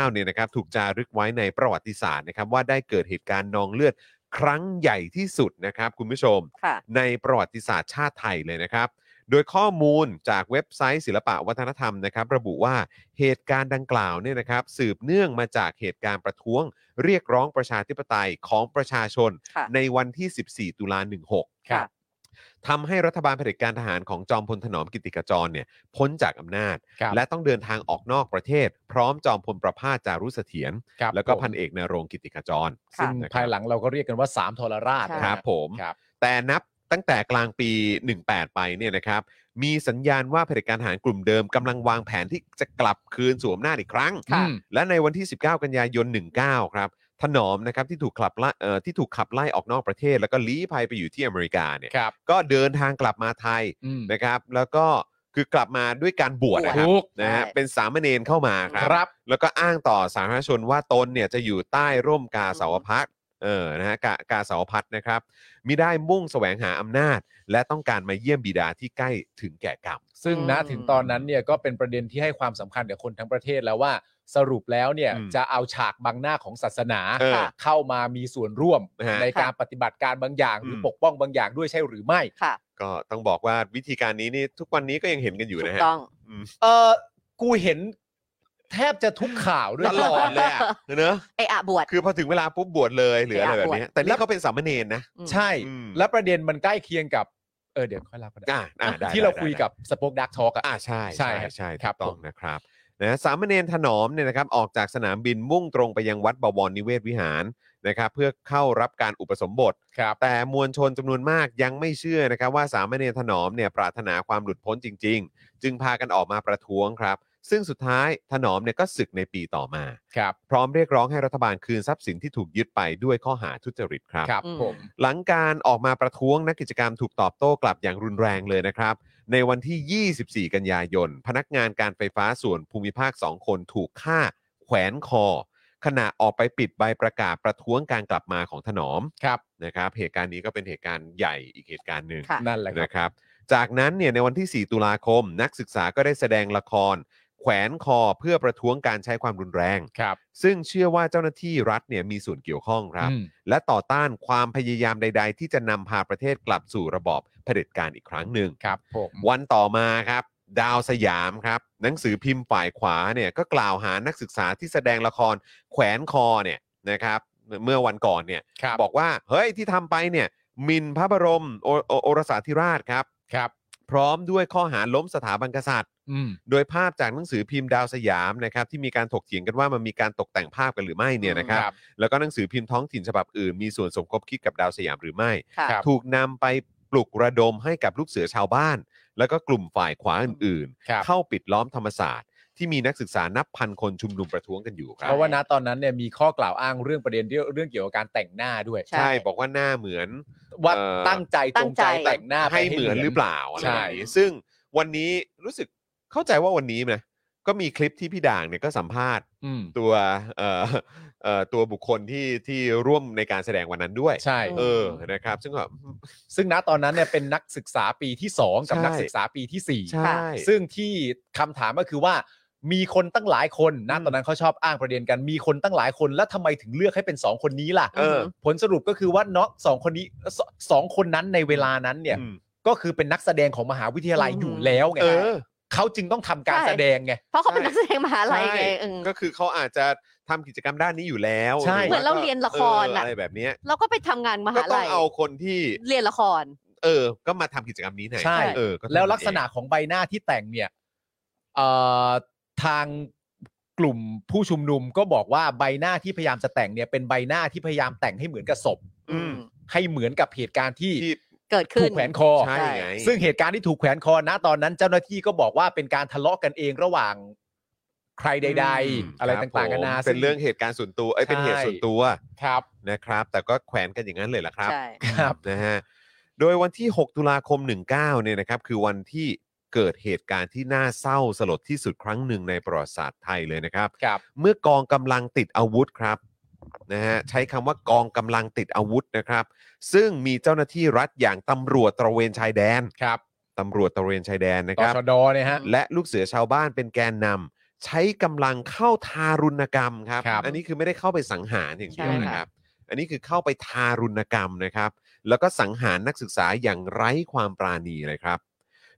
Speaker 3: 19 เนี่ยนะครับถูกจารึกไว้ในประวัติศาสตร์นะครับว่าได้เกิดเหตุการณ์นองเลือดครั้งใหญ่ที่สุดนะครับคุณผู้ชม
Speaker 5: ค่ะ
Speaker 3: ในประวัติศาสตร์ชาติไทยเลยนะครับ โดยข้อมูลจากเว็บไซต์ศิลปะวัฒนธรรมนะครับ ระบุว่าเหตุการณ์ดังกล่าวเนี่ยนะครับ สืบเนื่องมาจากเหตุการณ์ประท้วง เรียกร้องประชาธิปไตยของประชาชน
Speaker 5: ค่ะ
Speaker 3: ในวันที่ 14 ตุลา 16
Speaker 5: ครับ
Speaker 3: ทำให้รัฐบาลเผด็จการทหารของจอมพลถนอมกิติกจรเนี่ยพ้นจากอำนาจ
Speaker 4: ครับ
Speaker 3: และต้องเดินทางออกนอกประเทศ พร้อมจอมพลประภาสจารุเสถียร
Speaker 4: ครับ
Speaker 3: แล้วก็
Speaker 4: ผม
Speaker 3: พันเอกนรงค์กิติกจร
Speaker 5: ซึ่
Speaker 4: ซึ่ง
Speaker 3: นะครับ
Speaker 4: ภายหลังเราก็เรียกกันว่าสามทรราช
Speaker 5: ใช่
Speaker 3: ครับผม
Speaker 4: ครับ
Speaker 3: แต่นับตั้งแต่กลางปี 18 ไปเนี่ยนะครับ มีสัญญาณว่าเผด็จการทหารกลุ่มเดิมกำลังวางแผนที่จะกลับคืนสู่อำนาจอีกครั้ง
Speaker 4: ค่ะ
Speaker 3: และในวันที่ 19 กันยายน 19 ครับ ถนอมนะครับที่ถูกขับไล่เอ่อที่ถูกขับไล่ออกนอกประเทศ แล้วก็ลี้ภัยไปอยู่ที่อเมริกาเนี่ย
Speaker 4: ครับ
Speaker 3: ก็เดินทางกลับมาไทย
Speaker 4: อืม
Speaker 3: นะครับ แล้วก็คือกลับมาด้วยการบวชนะครั
Speaker 4: ถู
Speaker 3: บ
Speaker 4: ก
Speaker 3: นะฮะ
Speaker 5: ใช่
Speaker 3: เป็นสามเณรเข้ามาครั
Speaker 4: ครับ
Speaker 3: แล้วก็อ้างต่อสาธารณชนว่าตนเนี่ยจะอยู่ใต้ร่มกาสาวพัดเออ นะฮะกากาสาวพัดนะครับมิได้มุ่งแสวงหาอำนาจ และต้องการมาเยี่ยมบิดาที่ใกล้ถึงแก่กรรม
Speaker 4: ซึ่ง
Speaker 5: อืม
Speaker 4: นะถึงตอนนั้นเนี่ยก็เป็นประเด็นที่ให้ความสำคัญกับคนทั้งประเทศแล้วว่าสรุปแล้วเนี่ย
Speaker 3: อืม
Speaker 4: จะเอาฉากบังหน้าของศาสนา
Speaker 3: เออ
Speaker 4: เข้ามามีส่วนร่วม
Speaker 3: นะฮะ
Speaker 4: ในการปฏิบัติการบางอย่าง
Speaker 3: อืม
Speaker 4: หรือปกป้องบางอย่างด้วยใช่หรือไม่
Speaker 5: ค่ะ
Speaker 3: ก็ต้องบอกว่าวิธีการนี้นี่ทุกวันนี้ก็ยังเห็นกันอยู่
Speaker 5: ถู
Speaker 3: นะ
Speaker 5: ก
Speaker 4: [laughs]
Speaker 3: ฮะ
Speaker 5: ต้อง
Speaker 4: เออกูเห็นแทบจะทุกข่าวด้วย
Speaker 3: ตลอดเลยอะ [laughs] เนอะ
Speaker 5: ไออะบวช
Speaker 3: คือพอถึงเวลาปุ๊บบวชเลยหรืออะไรแบบเนี้ยแต่นี่เขาเป็นสามเณรนะ
Speaker 4: ใช่
Speaker 3: อืม
Speaker 4: และประเด็นมันใกล้เคียงกับเออเดี๋ยวค่อยรับก็ได้
Speaker 3: อ่าอ่าได้
Speaker 4: ที่เรา
Speaker 3: ได้
Speaker 4: คุย
Speaker 3: ได้
Speaker 4: กับสป็อคดักทอกอ่ะ
Speaker 3: อ่าใช่
Speaker 4: ใช่
Speaker 3: ใช่
Speaker 4: ครับ
Speaker 3: ใช่
Speaker 4: ค
Speaker 3: ถู
Speaker 4: รับ
Speaker 3: กต้อ
Speaker 4: ผ
Speaker 3: ง
Speaker 4: ม
Speaker 3: นะครับนะสามเณรถนอมเนี่ยนะครับออกจากสนามบินมุ่งตรงไปยังวัดบวรนิเวศวิหารนะครับเพื่อเข้ารับการอุปสมบท
Speaker 4: ครับ
Speaker 3: แต่มวลชนจำนวนมากยังไม่เชื่อนะครับว่าสามเณรถนอมเนี่ยปรารถนาความหลุดพ้นจริง ๆ จึงพากันออกมาประท้วงครับ ซึ่งสุดท้ายถนอมเนี่ยก็ศึกในปีต่อมา
Speaker 4: ครับ
Speaker 3: พร้อมเรียกร้องให้รัฐบาลคืนทรัพย์สินที่ถูกยึดไปด้วยข้อหาทุจริตครับ
Speaker 4: ครับ
Speaker 5: อืม
Speaker 4: ผม
Speaker 3: หลังการออกมาประท้วงนักกิจกรรมถูกตอบโต้กลับอย่างรุนแรงเลยนะครับ ในวันที่ 24 กันยายน พนักงานการไฟฟ้าส่วนภูมิภาค 2 คนถูกฆ่าแขวนคอ ขณะออกไปปิดใบประกาศประท้วงการกลับมาของถนอม
Speaker 4: ครับ
Speaker 3: นะครับเหตุการณ์นี้ก็เป็นเหตุการณ์ใหญ่อีกเหตุการณ์หนึ่ง
Speaker 5: ค่ะ
Speaker 4: นั่นแหละครับ
Speaker 3: นะครับ จากนั้นเนี่ยในวันที่ 4 ตุลาคม นักศึกษาก็ได้แสดงละคร แขวนคอเพื่อประท้วงการใช้ความรุนแรง
Speaker 4: ครับ
Speaker 3: ซึ่งเชื่อว่าเจ้าหน้าที่รัฐเนี่ยมีส่วนเกี่ยวข้องครับ
Speaker 4: อืม
Speaker 3: และต่อต้านความพยายามใด ๆ ที่จะนำพาประเทศกลับสู่ระบอบเผด็จการอีกครั้งหนึ่ง
Speaker 4: ครับผม
Speaker 3: วันต่อมาครับ ดาวสยามครับ หนังสือพิมพ์ฝ่ายขวาเนี่ยก็กล่าวหานักศึกษาที่แสดงละครแขวนคอเนี่ยนะครับเมื่อวันก่อนเนี่ย
Speaker 4: ครับ
Speaker 3: บอกว่าเฮ้ยที่ทำไปเนี่ยหมินพระบรมโอโอโอรสาธิราชครับ
Speaker 4: ครับ
Speaker 3: พร้อมด้วยข้อหาล้มสถาบันกษัตริย์
Speaker 4: อืม
Speaker 3: โดยภาพจากหนังสือพิมพ์ดาวสยามนะครับที่มีการถกเถียงกันว่ามันมีการตกแต่งภาพกันหรือไม่เนี่ยนะครับ แล้วก็หนังสือพิมพ์ท้องถิ่นฉบับอื่นมีส่วนสมคบคิดกับดาวสยามหรือไม่
Speaker 5: ค่ะ
Speaker 4: ครับ
Speaker 3: ถูกนำไปปลุกระดมให้กับลูกเสือชาวบ้าน แล้วก็กลุ่มฝ่ายขวาอื่น
Speaker 4: ครับ
Speaker 3: ๆ เข้าปิดล้อมธรรมศาสตร์ ที่มีนักศึกษานับพันคนชุมนุมประท้วงกันอยู่ครับ
Speaker 4: เพราะว่าณตอนนั้นเนี่ยมีข้อกล่าวอ้างเรื่องประเด็นเรื่องเรื่องเกี่ยวกับการแต่งหน้าด้วย
Speaker 5: ใช่
Speaker 3: ใช่บอกว่าหน้าเหมือน
Speaker 4: ว่า
Speaker 3: เอ่อ
Speaker 4: ตั้งใจจงใจแต่งหน้า
Speaker 3: ให้เหมือนหรือเปล่าอะไร
Speaker 4: ใช่
Speaker 3: แบบนี้ซึ่งวันนี้รู้สึกเข้าใจว่าวันนี้นะก็มีคลิปที่พี่ด่างเนี่ยก็สัมภาษณ์
Speaker 4: อืม
Speaker 3: ตัวเอ่อเอ่อตัวบุคคลที่ที่ร่วมในการแสดงวันนั้นด้วย
Speaker 4: ใช่
Speaker 3: เออนะครับ ซึ่งก็
Speaker 4: ซึ่งณตอนนั้นเนี่ยเป็นนักศึกษาปีที่ 2 กับ
Speaker 3: ใช่
Speaker 4: นักศึกษาปีที่
Speaker 3: ใช่
Speaker 4: 4 ซึ่งที่คำถามก็คือว่า มีคนตั้งหลายคนนะตอนนั้นเขาชอบอ้างประเด็นกันมีคนตั้งหลายคนแล้วทำไมถึงเลือกให้เป็น 2 คนนี้ล่ะ
Speaker 3: เออ
Speaker 4: ผลสรุปก็คือว่าเนาะสองคนนี้สสองคนนั้นในเวลานั้นเนี่ย
Speaker 3: อืม
Speaker 4: ก็คือเป็นนักแสดงของมหาวิทยาลัย
Speaker 5: อืม
Speaker 4: อยู่แล้วไง
Speaker 3: เออ
Speaker 4: เขาจึงต้องทำการ
Speaker 5: ใช่
Speaker 4: แสดงไง
Speaker 5: เพราะเขาเป็นนักแสดงมหาลัยไง
Speaker 3: ใช่
Speaker 5: เออ
Speaker 3: ก็คือเขาอาจจะทำกิจกรรมด้านนี้อยู่แล้ว
Speaker 4: ใช่
Speaker 3: ว่
Speaker 5: เหมือนเราเรียนละคร
Speaker 3: เออ
Speaker 5: น่ะ
Speaker 3: อะไรแบบเนี้ย
Speaker 5: เราก็ไปทำงานม
Speaker 3: ก็
Speaker 5: หา
Speaker 3: ต้อ
Speaker 5: ลั
Speaker 3: ง
Speaker 5: ย
Speaker 3: เอาคนที่
Speaker 5: เรียนละคร
Speaker 3: เออ ก็มาทำกิจกรรมนี้หน่อย
Speaker 4: ใช่
Speaker 3: เออก็ทำ
Speaker 4: แล้วลักษณะของใบหน้าที่แต่งเนี่ยเอ่อทางกลุ่มผู้ชุมนุมก็บอกว่าใบหน้าที่พยายามจะแต่งเนี่ยเป็นใบหน้าที่พยายามแต่งให้เหมือนกับศพ
Speaker 3: อืม
Speaker 4: ให้เหมือนกับเหตุการณ์ที่
Speaker 3: ที่
Speaker 5: เกิด
Speaker 4: ถู
Speaker 5: ขึ้น
Speaker 4: กแขวนคอ
Speaker 3: ใช่ไง
Speaker 4: ซึ่งเหตุการณ์ที่ถูกแขวนคอนะตอนนั้น เจ้าหน้าที่ก็บอกว่าเป็นการทะเลาะกันเองระหว่างใครใด ๆ อะไร
Speaker 3: ครับ
Speaker 4: ต่างๆกันานา
Speaker 3: ผม
Speaker 4: ซึ่
Speaker 3: เป็นเรื่องเหตุการณ์ส่วนตัวเอ้ยเป็น
Speaker 4: ใช่
Speaker 3: เหตุส่วนตัว
Speaker 4: ครับ
Speaker 3: นะครับ แต่ก็แขวนกันอย่างนั้นเลยล่ะครับ
Speaker 5: ใช่
Speaker 4: ครับ
Speaker 3: นะฮะโดยวันที่ 6 ตุลาคม 19เนี่ยนะครับ คือวันที่เกิดเหตุการณ์ที่น่าเศร้าสลดที่สุดครั้งหนึ่งในประวัติศาสตร์ไทยเลยนะครับ
Speaker 4: ครับ
Speaker 3: เมื่อกองกำลังติดอาวุธครับนะฮะใช้คำว่ากองกำลังติดอาวุธนะครับ ซึ่งมีเจ้าหน้าที่รัฐอย่างตำรวจตระเวนชายแดน
Speaker 4: ครับ
Speaker 3: ตำรวจตระเวนชายแดนนะ
Speaker 4: ต
Speaker 3: ครับ
Speaker 4: ชดเนี่ยฮะ
Speaker 3: และลูกเสือชาวบ้านเป็นแกนนำใช้กำลังเข้าทารุณกรรมครับ
Speaker 4: ครับ
Speaker 3: อันนี้คือไม่ได้เข้าไปสังหารอย่างเดียว
Speaker 5: ใช่ค่ะ
Speaker 3: นะครับ อันนี้คือเข้าไปทารุณกรรมนะครับ แล้วก็สังหารนักศึกษาอย่างไร้ความปราณีเลยครับ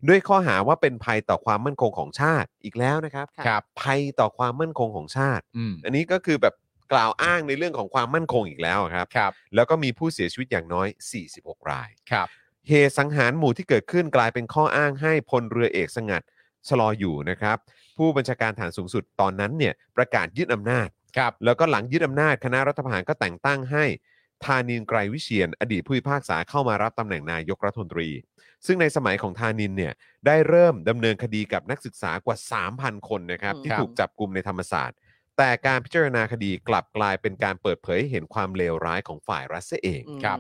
Speaker 3: ด้วยข้อหาว่าเป็นภัยต่อความมั่นคงของชาติอีกแล้วนะครับ
Speaker 4: ครับ
Speaker 3: ภัยต่อความมั่นคงของชาติ
Speaker 4: อืม
Speaker 3: อันนี้ก็คือแบบกล่าวอ้างในเรื่องของความมั่นคงอีกแล้วครับ
Speaker 4: ครับ
Speaker 3: แล้วก็มีผู้เสียชีวิตอย่างน้อย 46 ราย
Speaker 4: ครับ
Speaker 3: เหตุสังหารหมู่ที่เกิดขึ้นกลายเป็นข้ออ้างให้พลเรือเอกสงัดชะลออยู่นะครับ ผู้บัญชาการฐานสูงสุดตอนนั้นเนี่ยประกาศยึดอำนาจ
Speaker 4: ครับ
Speaker 3: แล้วก็หลังยึดอำนาจคณะรัฐประหารก็แต่งตั้งให้ธานินไกรวิเชียน อดีตผู้พิพากษาเข้ามารับตำแหน่งนายกรัฐมนตรี ซึ่งในสมัยของธานินเนี่ยได้เริ่มดำเนินคดีกับนักศึกษากว่า 3,000 คนนะครับ
Speaker 5: อืม
Speaker 3: ที่
Speaker 5: ครับ
Speaker 3: ถูกจับกลุ่มในธรรมศาสตร์ แต่การพิจารณาคดีกลับกลายเป็นการเปิดเผยให้เห็นความเลวร้ายของฝ่ายรัสเซียเอง
Speaker 5: อืม
Speaker 4: ครับ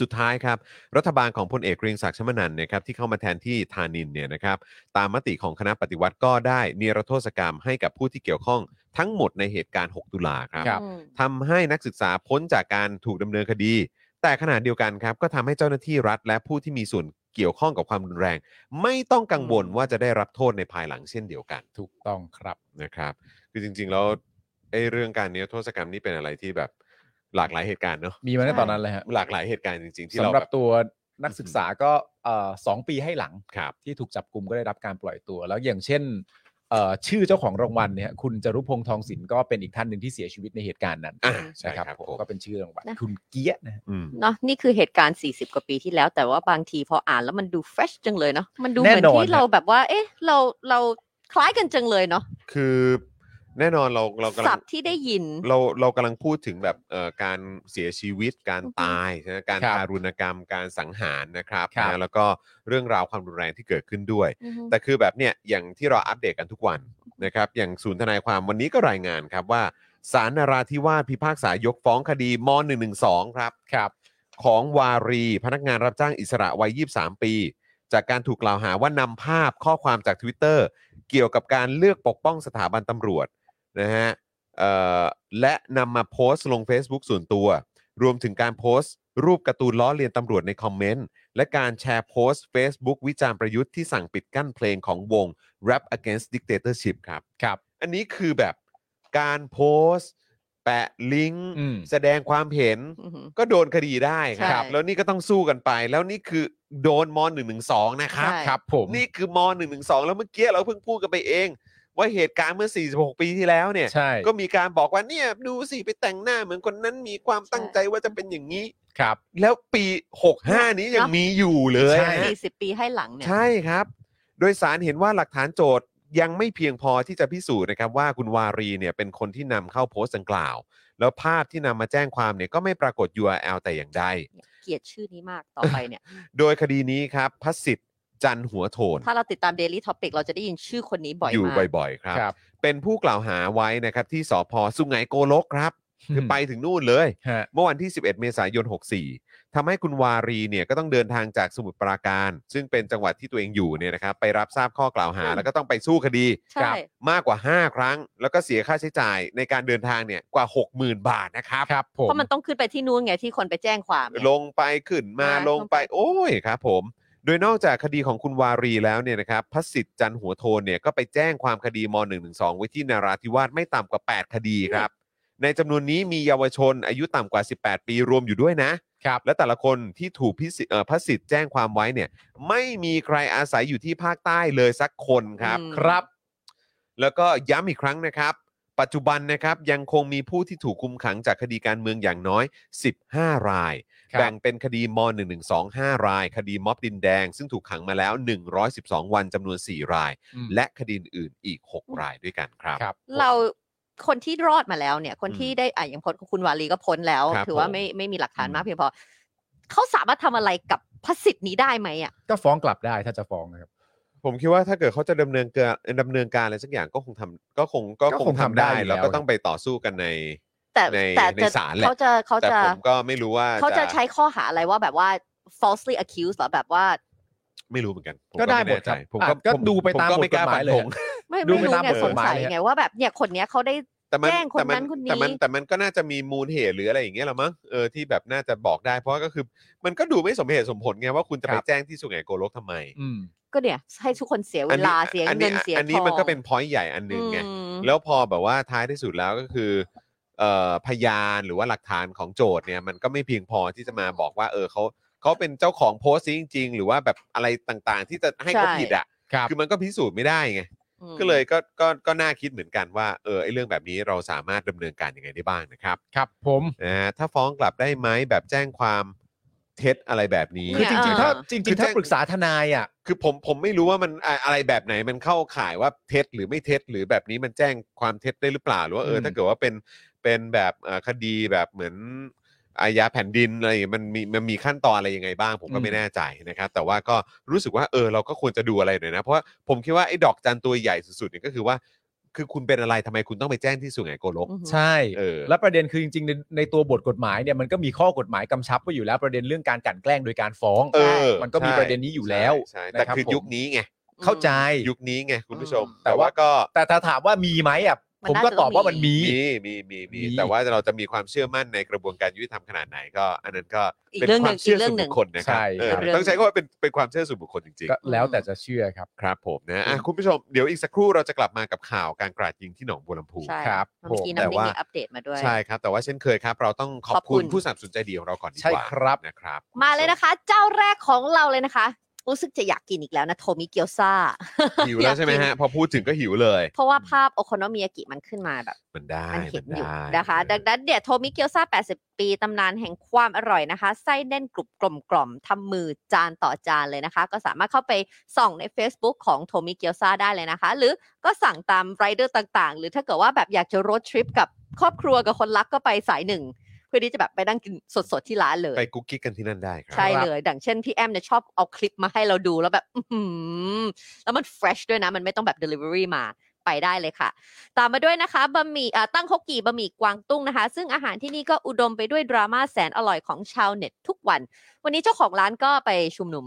Speaker 3: สุดท้ายครับ รัฐบาลของพลเอกเกรียงศักดิ์ชมนันท์เนะครับที่เข้ามาแทนที่ธานินเนี่ยนะครับตามมติของคณะปฏิวัติก็ได้นิรโทษกรรมให้กับผู้ที่เกี่ยวข้องทั้งหมดในเหตุการณ์ 6 ตุลาครับ
Speaker 4: ครับ
Speaker 5: อืม
Speaker 3: ทำให้นักศึกษาพ้นจากการถูกดำเนินคดี แต่ขณะเดียวกันครับ ก็ทำให้เจ้าหน้าที่รัฐ และผู้ที่มีส่วนเกี่ยวข้องกับความรุนแรง ไม่ต้องกังวลว่าจะได้รับโทษในภายหลังเช่นเดียวกัน
Speaker 4: ถูกต้องครับ
Speaker 3: นะครับคือจริงๆแล้วไอ้เรื่องการนิรโทษกรรมนี่เป็นอะไรที่แบบหลากหลายเหตุการณ์เนอะ
Speaker 4: มีมาตั้ง
Speaker 5: ใช่
Speaker 4: แต่ตอนนั้นเลยฮะ
Speaker 3: หลากหลายเหตุการณ์จริงๆที่
Speaker 4: สำ
Speaker 3: เรา
Speaker 4: หรับ
Speaker 3: แบบ
Speaker 4: ตัว นักศึกษาก็เอ่อสองปีให้หลัง
Speaker 3: ครับ
Speaker 4: ที่ถูกจับกลุ่มก็ได้รับการปล่อยตัว แล้วอย่างเช่นเอ่อชื่อเจ้าของรางวัลเนี่ยคุณจรุพงษ์ทองศิลป์ก็เป็นอีกท่านหนึ่งที่เสียชีวิตในเหตุการณ์นั้น
Speaker 3: อ่าใช่
Speaker 4: นะ
Speaker 3: ค
Speaker 4: ค
Speaker 3: รั
Speaker 4: รั
Speaker 3: บบ ผ
Speaker 4: ผม มก็เป็นชื่อรางวัล
Speaker 5: นะ
Speaker 4: คุณเกียะนะฮะ
Speaker 3: อืม
Speaker 5: เนาะนี่คือเหตุการณ์ 40 กว่าปีที่แล้ว แต่ว่าบางทีพออ่านแล้วมันดูเฟรชจังเลยเนาะมันดูเหมือนที่เราแบบว่า เอ๊ะ เราเราคล้ายกันจังเลยเนาะ
Speaker 3: คือแน่นอนเราเรากำลั
Speaker 5: ศั
Speaker 3: ง
Speaker 5: พท์ที่ได้ยิน
Speaker 3: เราเรากำลังพูดถึงแบบเอ่อการเสียชีวิตการตายใช่ไหมการ
Speaker 4: ครับ
Speaker 3: ทารุณกรรมการสังหารนะครับ
Speaker 4: ครับ
Speaker 3: นะแล้วก็เรื่องราวความรุนแรงที่เกิดขึ้นด้วย
Speaker 5: อือฮึ
Speaker 3: แต่คือแบบเนี่ยอย่างที่เราอัปเดตกันทุกวันนะครับ อย่างศูนย์ทนายความวันนี้ก็รายงานครับว่าสารนราธิวาสพิพากษายกฟ้องคดีม .112 ครับ
Speaker 4: ครับ
Speaker 3: ของวารี พนักงานรับจ้างอิสระวัย 23 ปี จากการถูกกล่าวหาว่านำภาพข้อความจาก Twitter เกี่ยวกับการเลือกปกป้องสถาบันตำรวจนะฮะเอ่อและนำมาโพสต์ลง Facebook ส่วนตัว รวมถึงการโพสต์ รูปการ์ตูนล้อเลียนตำรวจในคอมเมนต์ และการแชร์โพสต์ Facebook วิจารณ์ประยุทธ์ที่สั่งปิดกั้นเพลงของวง Rap Against Dictatorship ครับ
Speaker 4: ครับ
Speaker 3: อันนี้คือแบบการโพสต์ แปะลิงก์
Speaker 4: อืม
Speaker 3: แสดงความเห็น
Speaker 5: อือฮึ
Speaker 3: ก็โดนคดีได้ค
Speaker 5: ครั
Speaker 3: รับ
Speaker 5: บ
Speaker 3: แล้วนี่ก็ต้องสู้กันไป แล้วนี่คือโดนม .112 นะครับ
Speaker 5: ใช่
Speaker 4: ครับผม
Speaker 3: นี่คือม .112 แล้วเมื่อกี้เราเพิ่งพูดกันไปเอง ว่าเหตุการณ์เมื่อ 46 ปีที่แล้วเนี่ย
Speaker 4: ใช่
Speaker 3: ก็มีการบอกว่าเนี่ยดูสิไปแต่งหน้าเหมือนคนนั้นมีความตั้งใจว่าจะเป็นอย่างนี้
Speaker 4: ครับ
Speaker 3: แล้วปี 65 นี้ยังมีอยู่เลย
Speaker 4: ใช่
Speaker 3: นะฮะ
Speaker 5: 40 ปีให้หลังเนี่ย
Speaker 3: ใช่ครับ โดยสารเห็นว่าหลักฐานโจทย์ยังไม่เพียงพอที่จะพิสูจน์นะครับว่าคุณวารีเนี่ยเป็นคนที่นำเข้าโพสต์ดังกล่าว แล้วภาพที่นำมาแจ้งความเนี่ยก็ไม่ปรากฏ URL แต่อย่างใด
Speaker 5: เกลียดชื่อนี้มากต่อไป
Speaker 3: [laughs]
Speaker 5: เนี่ย
Speaker 3: โดยคดีนี้ครับ พระสิทธิ์จันทร์หัวโทน
Speaker 5: ถ้าเราติดตาม Daily Topic เราจะได้ยินชื่อคนนี้บ่อย
Speaker 3: อยู่
Speaker 5: มาก
Speaker 3: บ่อยๆ ครับ
Speaker 4: ครับ
Speaker 3: เป็นผู้กล่าวหาไว้นะครับที่สพสุไหงโกลกครับคือไปถึงนู่นเลย
Speaker 4: ฮะ
Speaker 3: เมื่อวันที่ 11 เมษายน 64 ทำให้คุณวารีเนี่ยก็ต้องเดินทางจากสมุทรปราการ ซึ่งเป็นจังหวัดที่ตัวเองอยู่เนี่ยนะครับไปรับทราบข้อกล่าวหา
Speaker 5: อืม
Speaker 3: แล้วก็ต้องไปสู้คดี
Speaker 5: ใช่
Speaker 3: ครับมากกว่า 5 ครั้ง แล้วก็เสียค่าใช้จ่ายในการเดินทางเนี่ยกว่า 60,000 บาทนะครับ
Speaker 4: ครับผม
Speaker 5: เพราะมันต้องขึ้นไปที่นู่นไงที่คนไปแจ้งความเนี่ย
Speaker 3: ลงไปขึ้นมา
Speaker 5: อ่า
Speaker 3: ล
Speaker 5: ล
Speaker 3: ง
Speaker 5: ง
Speaker 3: ไป
Speaker 5: ไป
Speaker 3: โอ้ยครับผม โดยนอกจากคดีของคุณวารีแล้วเนี่ยนะครับพระสิทธิ์จันทร์หัวโทนเนี่ยก็ไปแจ้งความคดีม .112 ไว้ที่นาราธิวาสไม่ต่ำกว่า 8 คดีครับ ในจำนวนนี้มีเยาวชนอายุต่ำกว่า 18 ปีรวมอยู่ด้วยนะ
Speaker 4: ครับ
Speaker 3: และแต่ละคนที่ถูกพิสิเอ่อพระสิทธิ์แจ้งความไว้เนี่ย ไม่มีใครอาศัยอยู่ที่ภาคใต้เลยสักคนครับ
Speaker 5: อืม
Speaker 4: ครับ
Speaker 3: แล้วก็ย้ำอีกครั้งนะครับ ปัจจุบันนะครับยังคงมีผู้ที่ถูกคุมขังจากคดีการเมืองอย่างน้อย 15 ราย
Speaker 4: ครับ
Speaker 3: แบ่งเป็นคดีม .112 5 ราย คดีม็อบดินแดง ซึ่งถูกขังมาแล้ว 112 วันจำนวน 4 ราย
Speaker 4: อืม
Speaker 3: และคดีอื่นๆอีก 6 รายด้วยกันครับ
Speaker 4: ครับ
Speaker 5: เราคนที่รอดมาแล้วเนี่ย คนที่ได้อ่ะอย่างพ้นคุณวาลีก็พ้นแล้ว
Speaker 3: ครับ
Speaker 5: ถือว่า
Speaker 3: ผม
Speaker 5: ไม่ไม่มีหลักฐาน
Speaker 3: อืม
Speaker 5: มากเพียงพอเขาสามารถทำอะไรกับพระสิทธิ์นี้ได้ไหมอ่ะ
Speaker 4: ก็ฟ้องกลับได้ถ้าจะฟ้องนะครับ
Speaker 3: ผมคิดว่าถ้าเกิดเขาจะดำเนินการดำเนินการอะไรสักอย่างก็คงทำก็คงก็
Speaker 4: ก็
Speaker 3: ค
Speaker 4: คง
Speaker 3: งทำ
Speaker 4: ทำได้
Speaker 3: ได้
Speaker 4: อยู่
Speaker 3: แล้ว
Speaker 4: แล้ว
Speaker 3: ก็ต้องไปต่อสู้กันใน
Speaker 5: แต่
Speaker 3: ใน
Speaker 5: แต่
Speaker 3: ใน
Speaker 5: จะ
Speaker 3: ศาลแหละ
Speaker 5: เขาจะเขา
Speaker 3: แต่
Speaker 5: จะ
Speaker 3: ผมก็ไม่รู้ว่า
Speaker 5: เขาจะใช้ข้อหาอะไรว่าแบบว่า falsely accused เหรอแบบว่า
Speaker 3: ไม่รู้เหมือนกันผม
Speaker 4: ก็ได้
Speaker 3: ม่แน่
Speaker 4: หมดครับ
Speaker 3: ใจผม
Speaker 4: อ่ะ
Speaker 3: ก็
Speaker 4: ก็
Speaker 3: ผม
Speaker 4: ดูไปตาม
Speaker 3: ผก็ไม่กล้า
Speaker 4: บทกฎห
Speaker 3: ฟัน
Speaker 4: มายเล
Speaker 3: ธ
Speaker 4: ยอะ
Speaker 3: ง
Speaker 5: ไม่
Speaker 4: ดู
Speaker 5: ไม่
Speaker 4: ไป
Speaker 5: รู้
Speaker 4: ตาม
Speaker 5: ไง
Speaker 4: กฎ
Speaker 5: ส
Speaker 4: ห
Speaker 5: ง
Speaker 4: มาย
Speaker 5: สัย
Speaker 4: เลยฮะ
Speaker 5: ไงว่าแบบเนี่ยคนเนี้ยเขาได้
Speaker 3: แต่มัน
Speaker 5: แจ้งคน
Speaker 3: แต่มั
Speaker 5: นั้นคนนี้
Speaker 3: แต่มัแต่มันก็น่าจะมีมูลเหตุหรืออะไรอย่างเงี้ยละมั้งเออที่แบบน่าจะบอกได้เพราะก็คือมันก็ดูไม่สมเหตุสมผลไงว่าคุณจะไป
Speaker 4: ครับ
Speaker 3: แจ้งที่สุไหงโกลกทำไม
Speaker 4: อืม
Speaker 5: ก็เนี่ยให้ทุกคนเสียเวลาเสีย
Speaker 3: อั
Speaker 5: เงินเสียทอง
Speaker 3: อันนี้มันก็เป็นพอยต์ใหญ่อันหนึงไง
Speaker 5: อืม
Speaker 3: แล้วพอแบบว่าท้ายที่สุดแล้วก็คือเอ่อพยานหรือว่าหลักฐานของโจทย์เนี่ยมันก็ไม่เพียงพอที่จะมาบอกว่า เออเขาเขาเป็นเจ้าของโพสต์นี้จริง ๆ หรือว่าแบบอะไรต่างๆ ที่จะให้เขา
Speaker 5: ใช่
Speaker 3: ผิดอ่ะ
Speaker 4: ครับ
Speaker 3: คือมันก็พิสูจน์ไม่ได้ไง
Speaker 5: อืม
Speaker 3: ก็เลยก็ก็ก็น่าคิดเหมือนกันว่าเออไอ้เรื่องแบบนี้เราสามารถดำเนินการยังไงได้บ้างนะครับ
Speaker 4: ครับผม
Speaker 3: นะฮะถ้าฟ้องกลับได้ไหมแบบแจ้งความเท็จอะไรแบบนี้
Speaker 4: คือจริงๆ
Speaker 5: เออ
Speaker 4: ถ้าจริง ๆ ถ้าปรึกษาทนายอ่ะ
Speaker 3: คือผมผมไม่รู้ว่ามันอะอะไรแบบไหนมันเข้าข่ายว่าเท็จหรือไม่เท็จ หรือแบบนี้มันแจ้งความเท็จได้หรือเปล่าหรือว่าเออ
Speaker 4: อืม
Speaker 3: ถ้าเกิดว่าเป็นเป็นแบบเอ่อคดีแบบเหมือนอาญาแผ่นดินอะไรอย่างเงี้ยมันมีมันมีขั้นตอนอะไรยังไงบ้าง ผมก็ไม่แน่ใจนะครับ แต่ว่าก็รู้สึกว่าเออเราก็ควรจะดูอะไรหน่อยนะ เพราะว่าผมคิดว่าไอ้ดอกจันตัวใหญ่สุดๆเนี่ยก็คือว่า คือคุณเป็นอะไรทำไมคุณต้องไปแจ้งที่สุไหงโกลก
Speaker 5: อือหือ
Speaker 4: ใช่
Speaker 3: เออ
Speaker 4: และประเด็นคือจริงๆ ในในตัวบทกฎหมายเนี่ยมันก็มีข้อกฎหมายกำชับไว้อยู่แล้วประเด็นเรื่องการกลั่นแกล้งโดยการฟ้อง
Speaker 3: เออ
Speaker 4: มันก็มี
Speaker 3: ใช่
Speaker 4: ประเด็นนี้อยู่แล้ว
Speaker 3: ใช่ใช่แต่
Speaker 4: นะครับ
Speaker 3: คือ
Speaker 4: ผม
Speaker 3: ยุคนี้ไง
Speaker 4: เข้าใจ
Speaker 3: ยุคนี้ไงคุณผู้ชม
Speaker 5: อืม
Speaker 3: แต่ว่าก็
Speaker 4: แต่ถ้าถามว่ามีไหมอ่ะ
Speaker 5: น
Speaker 4: ผม
Speaker 5: น่
Speaker 4: ก็
Speaker 5: จะ
Speaker 4: ตอบว่ามันมี
Speaker 3: มีมีมีมี
Speaker 4: มี
Speaker 3: แต่ว่าเราจะมีความเชื่อมั่นในกระบวนการยุติธรรมขนาดไหนก็ อันนั้นก็
Speaker 5: อีก
Speaker 3: เป็น
Speaker 5: เรื่อง
Speaker 3: ค
Speaker 5: ห
Speaker 3: วา
Speaker 5: นึ่
Speaker 3: ม
Speaker 5: ง
Speaker 3: เชื่อ
Speaker 5: อีกเรื่
Speaker 3: ส่วน
Speaker 5: องหนึ่
Speaker 3: บุ
Speaker 5: ง
Speaker 3: คคลนะครับ
Speaker 4: ใช่
Speaker 3: เออ
Speaker 4: ครับ
Speaker 3: ต้องใช้คำว่าเป็นเป็นความเชื่อส่วนบุคคลจริง
Speaker 4: ก็แล้วแต่จะเชื่อครับ
Speaker 3: ๆครับผมนะอ่ะคุณผู้ชมเดี๋ยวอีกสักครู่เราจะกลับมากับข่าวการกราดยิงที่หนองบัวลำพู
Speaker 5: ใช่
Speaker 4: ครับ
Speaker 5: เมื่อกี้
Speaker 3: ผม
Speaker 5: น้ำ
Speaker 3: แต่
Speaker 5: นิ่ง
Speaker 3: ว่า
Speaker 5: เนี่ยอัปเดตมาด้วย
Speaker 3: ใช่ครับ แต่ว่าเช่นเคยครับ เราต้องขอบ
Speaker 5: ขอบคุ
Speaker 3: คุณ ณผู้สนับสนุนใจดีของเราก่อนดีกว่า
Speaker 4: ใช่ครับ
Speaker 3: นะครับ
Speaker 5: มาเลยนะคะ เจ้าแรกของเราเลยนะคะ รู้สึกจะอยากกินอีกแล้วนะโทมิเกียวซา
Speaker 3: หิวแล้วใช่ไหมฮะ พอพูดถึงก็หิวเลย
Speaker 5: เพราะว่าภาพโอโคโนมิยากิมันขึ้นมาแบบ
Speaker 3: มันได้
Speaker 5: มันเห็นอยู่
Speaker 3: มัได้
Speaker 5: นะคะ ดังนั้นเนี่ยโทมิเกียวซา80 ปี ตำนานแห่งความอร่อยนะคะ ไส้แน่นกรุบกลมกล่อมทำมือจานต่อจานเลยนะคะ ก็สามารถเข้าไปส่องใน Facebook ของโทมิเกียวซาได้เลยนะคะ หรือก็สั่งตามไรเดอร์ต่างๆ หรือถ้าเกิดว่าแบบอยากจะรถทริปกับครอบครัวกับคนรักก็ไปสายหนึ่ง เพื่อที่จะแบบไปนั่งกินสดๆที่ร้านเลย
Speaker 3: ไปกุ๊กกิ๊กกันที่นั่นได้ครั
Speaker 5: ใช่เลย ดังเช่นพี่แอมเนี่ยชอบเอาคลิปมาให้เราดูแล้วแบบอื้อหือแล้วมัน fresh ด้วยนะ มันไม่ต้องแบบ delivery มาไปได้เลยค่ะ ตามมาด้วยนะคะบะหมี่เอ่อตั้งฮกกี่บะหมี่กวางตุ้งนะคะ ซึ่งอาหารที่นี่ก็อุดมไปด้วยดราม่าแสนอร่อยของชาวเน็ตทุกวัน วันนี้เจ้าของร้านก็ไปชุมนุม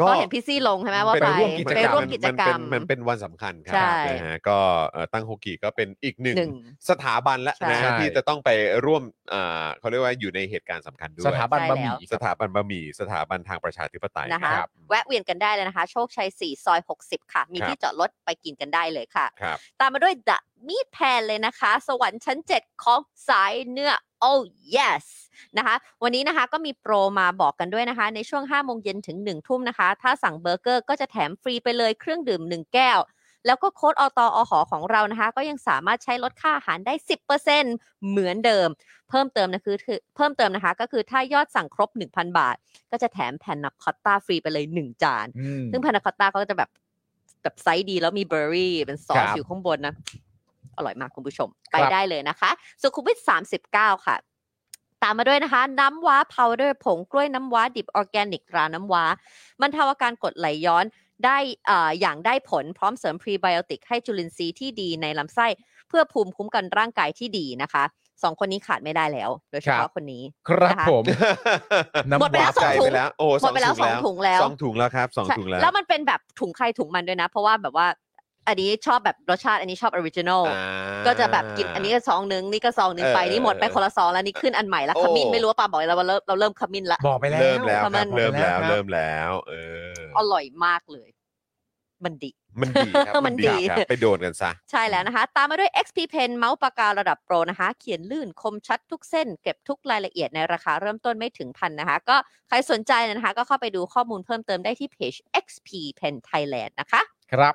Speaker 3: ก็
Speaker 5: เพราะเห็นพี่ซี่ลงใช่ไหมว่า
Speaker 3: ไป
Speaker 5: ไป
Speaker 3: ร่วมกิจ
Speaker 5: ไป
Speaker 3: กรรม
Speaker 5: ร่วมกิจกรรม
Speaker 3: นเป็นนเป็นวันสำคัญครั
Speaker 5: ใช่
Speaker 3: นะฮะก็เอ่อตั้งโฮกีก็เป็นอีกหนึ่ง
Speaker 5: หนึ่ง
Speaker 3: สถาบันละ
Speaker 5: ใช่
Speaker 3: นะฮะที่จะต้องไปร่วมเอ่อเขาเรียกว่าอยู่ในเหตุการณ์สำคัญด้วย
Speaker 4: สถาบันบะหมี่
Speaker 3: สถาบันบะหมี่สถาบันทางประชาธิปไตย
Speaker 5: นะ
Speaker 3: ค
Speaker 5: คะ
Speaker 3: รับ
Speaker 5: แวะเวียนกันได้เลยนะคะ โชคชัย 4 ซอย 60 ค่ะ มี
Speaker 3: ครับ
Speaker 5: ที่จอดรถไปกินกันได้เลยค่ะ
Speaker 3: ครับ
Speaker 5: ตามมาด้วย The Meat Pan เลยนะคะ สวรรค์ชั้น 7 ของสายเนื้อ oh yes นะคะ วันนี้นะคะก็มีโปรมาบอกกันด้วยนะคะ ในช่วง 5 โมงเย็นถึง 1 ทุ่มนะคะ ถ้าสั่งเบอร์เกอร์ก็จะแถมฟรีไปเลยเครื่องดื่ม 1 แก้ว แล้วก็โค้ดอตอหอของเรานะคะ ก็ยังสามารถใช้ลดค่าอาหารได้ 10%เหมือนเดิม เพิ่มเติมนะคือคือเพิ่มเติมนะคะ ก็คือถ้ายอดสั่งครบ 1,000 บาท ก็จะแถมแผ่นนับคอตตาฟรีไปเลย 1 จาน
Speaker 4: อืม
Speaker 5: ซึ่งพานาคอตต้าเขาก็จะแบบแบบไซส์ดีแล้วมีเบอร์รี่ เป็นซอ
Speaker 4: ครั
Speaker 5: ส
Speaker 4: บ
Speaker 5: อยู่ข้างบนนะ อร่อยมากคุณผู้ชม
Speaker 4: ครั
Speaker 5: ไป
Speaker 4: บ
Speaker 5: ได้เลยนะคะ สุขุมวิท39 ค่ะ ตามมาด้วยนะคะ น้ำว้าพาวเดอร์ผงกล้วยน้ำว้า ดิบออร์แกนิกราน้ำว้า มันทาอาการกรดไหลย้อนได้เอ่ออย่างได้ผลพร้อมเสริมพรีไบโอติกให้จุลินทรีย์ที่ดีในลำไส้ เพื่อภูมิคุ้มกันร่างกายที่ดีนะคะสองคนนี้ขาดไม่ได้แล้ว โดยเฉ
Speaker 4: ครั
Speaker 5: พาะ
Speaker 4: บ
Speaker 5: คนนี้
Speaker 4: ครับ
Speaker 5: นะคะ
Speaker 4: ผม น้ำ
Speaker 5: หมดไปแล้ว
Speaker 4: ห
Speaker 5: ส
Speaker 4: วาน
Speaker 5: อง
Speaker 3: จ่าย
Speaker 5: ถุ
Speaker 3: ไป
Speaker 5: ง
Speaker 3: แล้วโอ้
Speaker 5: หมดไปแล้วสองถุงแล้ว
Speaker 3: สองถุงแล้วครับสอง
Speaker 5: ใช่
Speaker 3: ถุงแล้ว
Speaker 5: แล้วมันเป็นแบบถุงใครถุงมันด้วยนะ เพราะว่าแบบว่าอันนี้ชอบแบบรสชาติอันนี้ชอบออริจินอล
Speaker 3: อ่า
Speaker 5: ก็จะแบบกินอันนี้ก็ซองนึงนี่ก็ซองนึงไป
Speaker 3: เออ
Speaker 5: นี่หมดไป
Speaker 3: เออ
Speaker 5: คนละซองแล้วนี่ขึ้นอันใหม่ละ
Speaker 3: โอ้
Speaker 5: ขมิ้นไม่รู้ว่าปาบอกเราเราเราเริ่มขมิ้นละ
Speaker 4: บอกไปแล้ว
Speaker 3: เริ่มแล้ว
Speaker 5: ประ
Speaker 3: ค
Speaker 5: มา
Speaker 3: รั
Speaker 5: ณ
Speaker 3: บเริ่มแล้ว
Speaker 4: ครับ
Speaker 3: เริ่มแล้วเออ
Speaker 5: อร่อยมากเลย มันดี
Speaker 3: มันดีครับ
Speaker 5: มันดี
Speaker 3: ครับไปโดนกันซะ
Speaker 5: ใช่แล้วนะคะ ตามมาด้วย XP Pen เมาส์ปากการะดับโปรนะคะ เขียนลื่นคมชัดทุกเส้น เก็บทุกรายละเอียดในราคาเริ่มต้นไม่ถึงพันนะคะ ก็ใครสนใจนะคะ ก็เข้าไปดูข้อมูลเพิ่มเติมได้ที่เพจ XP Pen Thailand นะคะ
Speaker 4: ครับ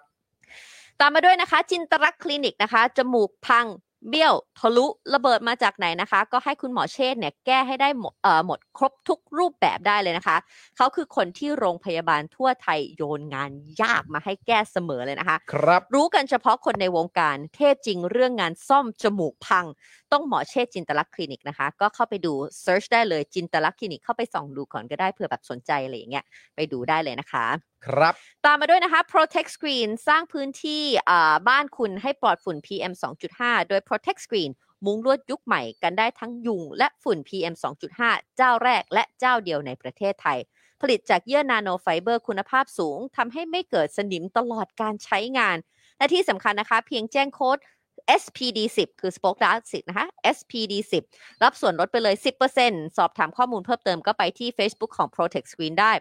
Speaker 5: ตามมาด้วยนะคะ จินตรักษณ์คลินิกนะคะ จมูกพัง เบี้ยว ทะลุระเบิดมาจากไหนนะคะ ก็ให้คุณหมอเชษฐ์เนี่ยแก้ให้ได้หมดเอ่อหมดครบทุกรูปแบบได้เลยนะคะ เขาคือคนที่โรงพยาบาลทั่วไทยโยนงานยากมาให้แก้เสมอเลยนะคะ
Speaker 4: ครับ
Speaker 5: รู้กันเฉพาะคนในวงการเทพจริงเรื่องงานซ่อมจมูกพัง ต้องหมอเชษฐ์จินตลักษณ์คลินิกนะคะ ก็เข้าไปดูเซิร์ชได้เลยจินตลักษณ์คลินิกเข้าไปส่องดูก่อนก็ได้เผื่อแบบสนใจอะไรอย่างเงี้ยไปดูได้เลยนะคะ
Speaker 4: ครับ
Speaker 5: ตามมาด้วยนะคะ Protect Screen สร้างพื้นที่อ่าบ้านคุณให้ปลอดฝุ่น PM 2.5 โดย Protect Screen มุ้งลวดยุคใหม่กันได้ทั้งยุงและฝุ่น PM 2.5 เจ้าแรกและเจ้าเดียวในประเทศไทย ผลิตจากเยื่อนาโนไฟเบอร์คุณภาพสูงทำให้ไม่เกิดสนิมตลอดการใช้งาน และที่สำคัญนะคะ เพียงแจ้งโค้ด SPD 10คือ Spoke Dark 10นะคะ SPD 10รับส่วนลดไปเลย 10%สอบถามข้อมูลเพิ่มเติมก็ไปที่ Facebook ของ Protect Screen ได้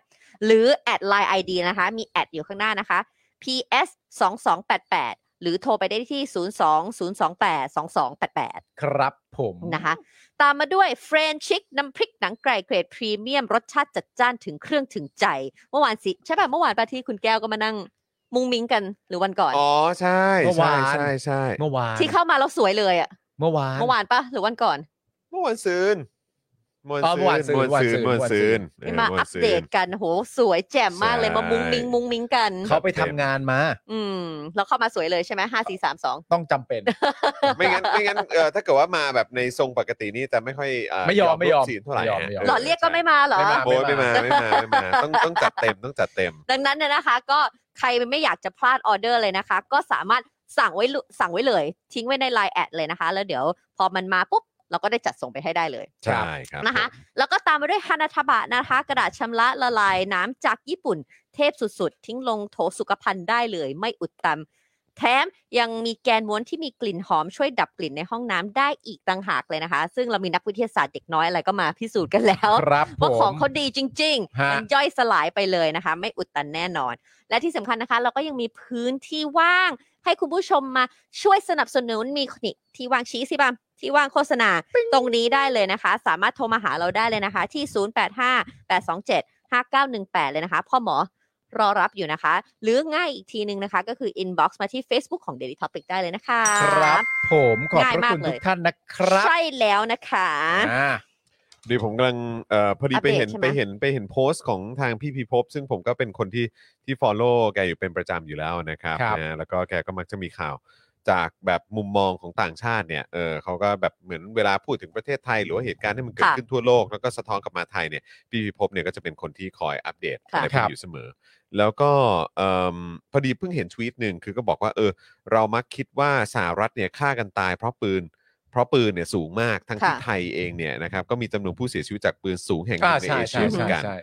Speaker 5: หรือ at line ID นะคะ มีแอดอยู่ข้างหน้านะคะ PS 2 2 8 8 หรือโทรไปได้ที่ 0 2 0 2 8 2 2 8 8
Speaker 4: ครับผม
Speaker 5: นะคะ ตามมาด้วยเฟรนชิกน้ำพริกหนังไก่เกรดพรีเมียม รสชาติจัดจ้านถึงเครื่องถึงใจ เมื่อวานสิ ใช่ป่ะ เมื่อวานปาที่คุณแก้วก็มานั่ง มุงมิงกันหรือวันก่อน
Speaker 3: อ๋อใช่
Speaker 4: เมื่อ
Speaker 3: ใช่
Speaker 4: วาน
Speaker 3: ใช่ใช่
Speaker 4: เมื่อวาน
Speaker 5: ที่เข้ามาแล้วสวยเลยอะ
Speaker 4: เมื่อวาน
Speaker 5: เมื่อวานปะหรือวันก่อน
Speaker 3: เมื่อวันซืนเมื่อ
Speaker 4: อ๋อเมื่อ
Speaker 3: วั
Speaker 4: วาน น
Speaker 3: ซื
Speaker 4: ซื
Speaker 3: น
Speaker 4: น
Speaker 3: เมื่อวันซืนเมื่
Speaker 4: เมื่
Speaker 3: อวั
Speaker 4: อวัน นซื
Speaker 3: ซื
Speaker 4: น
Speaker 3: นเออ
Speaker 5: มา
Speaker 3: เมื่อ
Speaker 5: อั
Speaker 3: วั
Speaker 5: ป
Speaker 3: นซื
Speaker 5: เด
Speaker 3: น
Speaker 5: ตกันโหสวยแจ่มมากเลยมามุงมิงมุงมิงกัน
Speaker 4: เขาไปทำงานมา
Speaker 5: อืมแล้วเข้ามาสวยเลยใช่ไหมห้าสี่สามสอง
Speaker 4: ต้องจำเป็น
Speaker 3: ไม่งั้นไม่งั้นเอ่อถ้าเกิดว่ามาแบบในทรงปกตินี่จะไม่ค่อยเ
Speaker 4: ไม่ยอมไม่ยอม
Speaker 3: ร่วศีลเท่าไหร่
Speaker 4: ไม่ยอม
Speaker 3: ฮะ
Speaker 4: ไม่ยอม
Speaker 5: หล่อเรียกก็ไม่มาเหรอ
Speaker 4: ไม่มา
Speaker 3: โอ้ยไม่มาไม่มาไม่มาต้องต้องจัดเต็มต้องจัดเต็ม
Speaker 5: ดังนั้นเนี่ยนะคะ ก็ใครไม่อยากจะพลาดออเดอร์เลยนะคะ ก็สามารถสั่งไว้ลุสั่งไว้เลย ทิ้งไว้ในไลน์แอดเลยนะคะ แล้วเดี๋ยวพอมันมาปุ๊บ เราก็ได้จัดส่งไปให้ได้เลย
Speaker 3: ใช่ครับ
Speaker 5: นะคะ แล้วก็ตามมาด้วยฮานาทบะนะคะ กระดาษชำระละลายน้ำจากญี่ปุ่น เทพสุดๆ ทิ้งลงโถสุขภัณฑ์ได้เลย ไม่อุดตัน แถมยังมีแกนม้วนที่มีกลิ่นหอมช่วยดับกลิ่นในห้องน้ำได้อีกต่างหากเลยนะคะ ซึ่งเรามีนักวิทยาศาสตร์เด็กน้อยอะไรก็มาพิสูจน์กันแล้ว
Speaker 4: ครับ
Speaker 5: ว่าของ
Speaker 4: ผม
Speaker 5: เขาดีจริง
Speaker 4: ฮะ
Speaker 5: ๆ มันย่อยสลายไปเลยนะคะ ไม่อุดตันแน่นอน และที่สำคัญนะคะ เราก็ยังมีพื้นที่ว่าง ให้คุณผู้ชมมาช่วยสนับสนุนมีนี่ที่วางชี้สิบัมที่วางโฆษณาตรงนี้ได้เลยนะคะ สามารถโทรมาหาเราได้เลยนะคะ ที่ 0858275918 เลยนะคะพ่อหมอรอรับอยู่นะคะ หรือง่ายอีกทีนึงนะคะ ก็คือ inbox มาที่ Facebook ของ Daily Topic ได้เลยนะคะ
Speaker 4: ครับผมขอบพ
Speaker 5: ง่าย
Speaker 4: ระ
Speaker 5: มาก
Speaker 4: คุณ
Speaker 5: เลย
Speaker 4: ทุกท่านนะครับ
Speaker 5: ใช่แล้วนะคะ
Speaker 4: อ่า
Speaker 3: เดี๋ยวผมกำลังเอ่อพอดี
Speaker 5: อัป
Speaker 3: ไป
Speaker 5: เดต
Speaker 3: เห็น
Speaker 5: ใช่ไหม
Speaker 3: ไปเห็นไปเห็นโพสต์ของทางพี่พีภพซึ่งผมก็เป็นคนที่ที่ follow แกอยู่เป็นประจำอยู่แล้วนะครับ
Speaker 4: ครับ
Speaker 3: นะแล้วก็แกก็มักจะมีข่าวจากแบบมุมมองของต่างชาติเนี่ยเออเขาก็แบบเหมือนเวลาพูดถึงประเทศไทย หรือว่าเหตุการณ์ที่มันเกิดขึ้นทั่วโลกแล้วก็สะท้อนกลับมาไทยเนี่ยพี่พีภพเนี่ยก็จะเป็นคนที่คอยอัปเดต
Speaker 5: ค่ะ
Speaker 3: อะไรพวกนี้อยู่เสมอ แล้วก็เอิ่มพอดีเพิ่งเห็นทวีตหนึ่งคือก็บอกว่าเออ เรามักคิดว่าสหรัฐเนี่ยฆ่ากันตายเพราะปืน เพราะปืนเนี่ยสูงมากทั้งที่
Speaker 5: ค่ะ
Speaker 3: ไทยเองเนี่ยนะครับก็มีจำนวนผู้เสียชีวิตจากปืนสูงแห่งหนึ่
Speaker 4: อ่าง
Speaker 3: ใน
Speaker 4: ใช่
Speaker 3: เอเชี
Speaker 4: ใช่
Speaker 3: ยเหมือ
Speaker 4: ใช่
Speaker 3: นกัน
Speaker 4: ใช่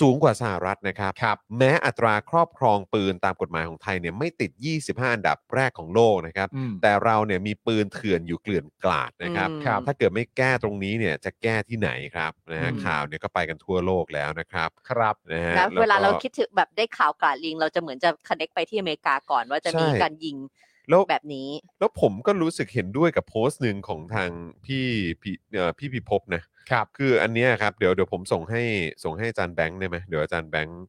Speaker 3: สูงกว่าสหรัฐนะครับ
Speaker 4: ครับ
Speaker 3: แม้อัตราครอบครองปืนตามกฎหมายของไทยเนี่ยไม่ติด 25 อันดับแรกของโลกนะครับ
Speaker 4: อืม
Speaker 3: แต่เราเนี่ยมีปืนเถื่อนอยู่เกลื่อนกลาดนะครับ
Speaker 5: อืม
Speaker 4: ครับ
Speaker 3: ถ้าเกิดไม่แก้ตรงนี้เนี่ยจะแก้ที่ไหนครับนะฮะ
Speaker 4: อืม
Speaker 3: ข่าวเนี่ยก็ไปกันทั่วโลกแล้วนะครับ
Speaker 4: ครับ
Speaker 3: นะฮะ
Speaker 5: แล้วเวลา
Speaker 3: ก็
Speaker 5: เราคิดถึงแบบได้ข่าวกราดยิง เราจะเหมือนจะคอนเน็กไปที่อเมริกาก่อนว่าจะมี
Speaker 3: ใช่
Speaker 5: การยิง
Speaker 3: แล้ว
Speaker 5: แบบนี้
Speaker 3: แล้วผมก็รู้สึกเห็นด้วยกับโพสต์หนึ่งของทางพี่พี่เอ่อพี่พิภพนะครับ คืออันเนี้ยครับเดี๋ยวเดี๋ยวผมส่งให้ส่งให้อาจารย์แบงค์ได้ไหมเดี๋ยวอาจารย์แบงค์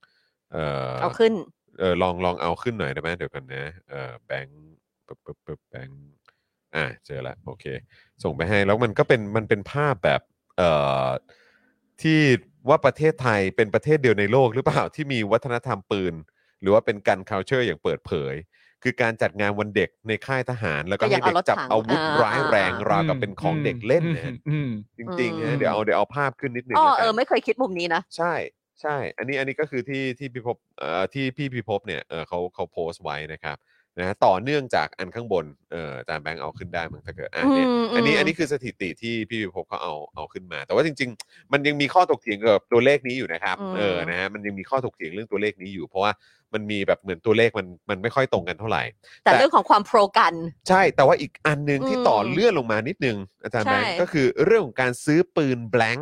Speaker 3: เอ่อ
Speaker 5: เอาขึ้น
Speaker 3: เออลองลองเอาขึ้นหน่อยได้ไหมเดี๋ยวกันนะเอ่อแบงค์ปึ๊บปึ๊บปึ๊บแบงค์อ่าเจอละโอเค ส่งไปให้แล้วมันก็เป็นมันเป็นภาพแบบเอ่อที่ว่าประเทศไทยเป็นประเทศเดียวในโลกหรือเปล่า [laughs] ที่มีวัฒนธรรมปืน หรือว่าเป็นการ culture อย่างเปิดเผย คือการจัดงานวันเด็กในค่ายทหาร แล้วก็
Speaker 5: ก็ยั
Speaker 3: ให้
Speaker 5: ง
Speaker 3: เด็ก
Speaker 5: เอารถ
Speaker 3: จับ
Speaker 5: ถัง
Speaker 3: อาวุธ
Speaker 5: อ่า
Speaker 3: ร้ายแรง
Speaker 5: อ่า
Speaker 3: ราวกับเป็นของเด็กเล่นนะ
Speaker 4: อื
Speaker 3: ฮะ
Speaker 4: มอืม
Speaker 3: จริงๆนะเดี๋ยวเอาเดี๋ยวเอาภาพขึ้นนิดหนึ่ง
Speaker 5: อ๋อ
Speaker 3: แล้ว
Speaker 5: เอ
Speaker 3: กั
Speaker 5: อน ไม่เคยคิดมุมนี้นะ
Speaker 3: ใช่ใช่ อันนี้อันนี้ก็คือที่ที่พิภพเอ่อที่พี่พิภพเนี่ยเออเขาเขาโพสต์ไว้นะครับนะฮะต่อเนื่องจากอันข้างบนเอออาจารย์แบงค์เอาขึ้นได้มั้งถ้าเกิดอ่ะเนี่ย
Speaker 5: อืมอืม
Speaker 3: อันนี้อันนี้คือสถิติที่พี่พิภพเขาเอาเอาขึ้นมา แต่ว่าจริง ๆ มันยังมีข้อถกเถียงเกี่ยวกับตัวเลขนี้อยู่นะครับ
Speaker 5: อืม
Speaker 3: เออนะฮะมันยังมีข้อถกเถียงเรื่องตัวเลขนี้อยู่ เพราะว่ามันมีแบบเหมือนตัวเลขมันมันไม่ค่อยตรงกันเท่าไหร่
Speaker 5: แต่
Speaker 3: แต่
Speaker 5: เรื่องของความโปรกัน
Speaker 3: ใช่ แต่ว่าอีกอันหนึ่งที่ต่ออ
Speaker 5: ม
Speaker 3: เลื่อนลงมานิดนึง อาจารย์
Speaker 5: ใช่
Speaker 3: แบงค์ก็คือเรื่องของการซื้อปืน blank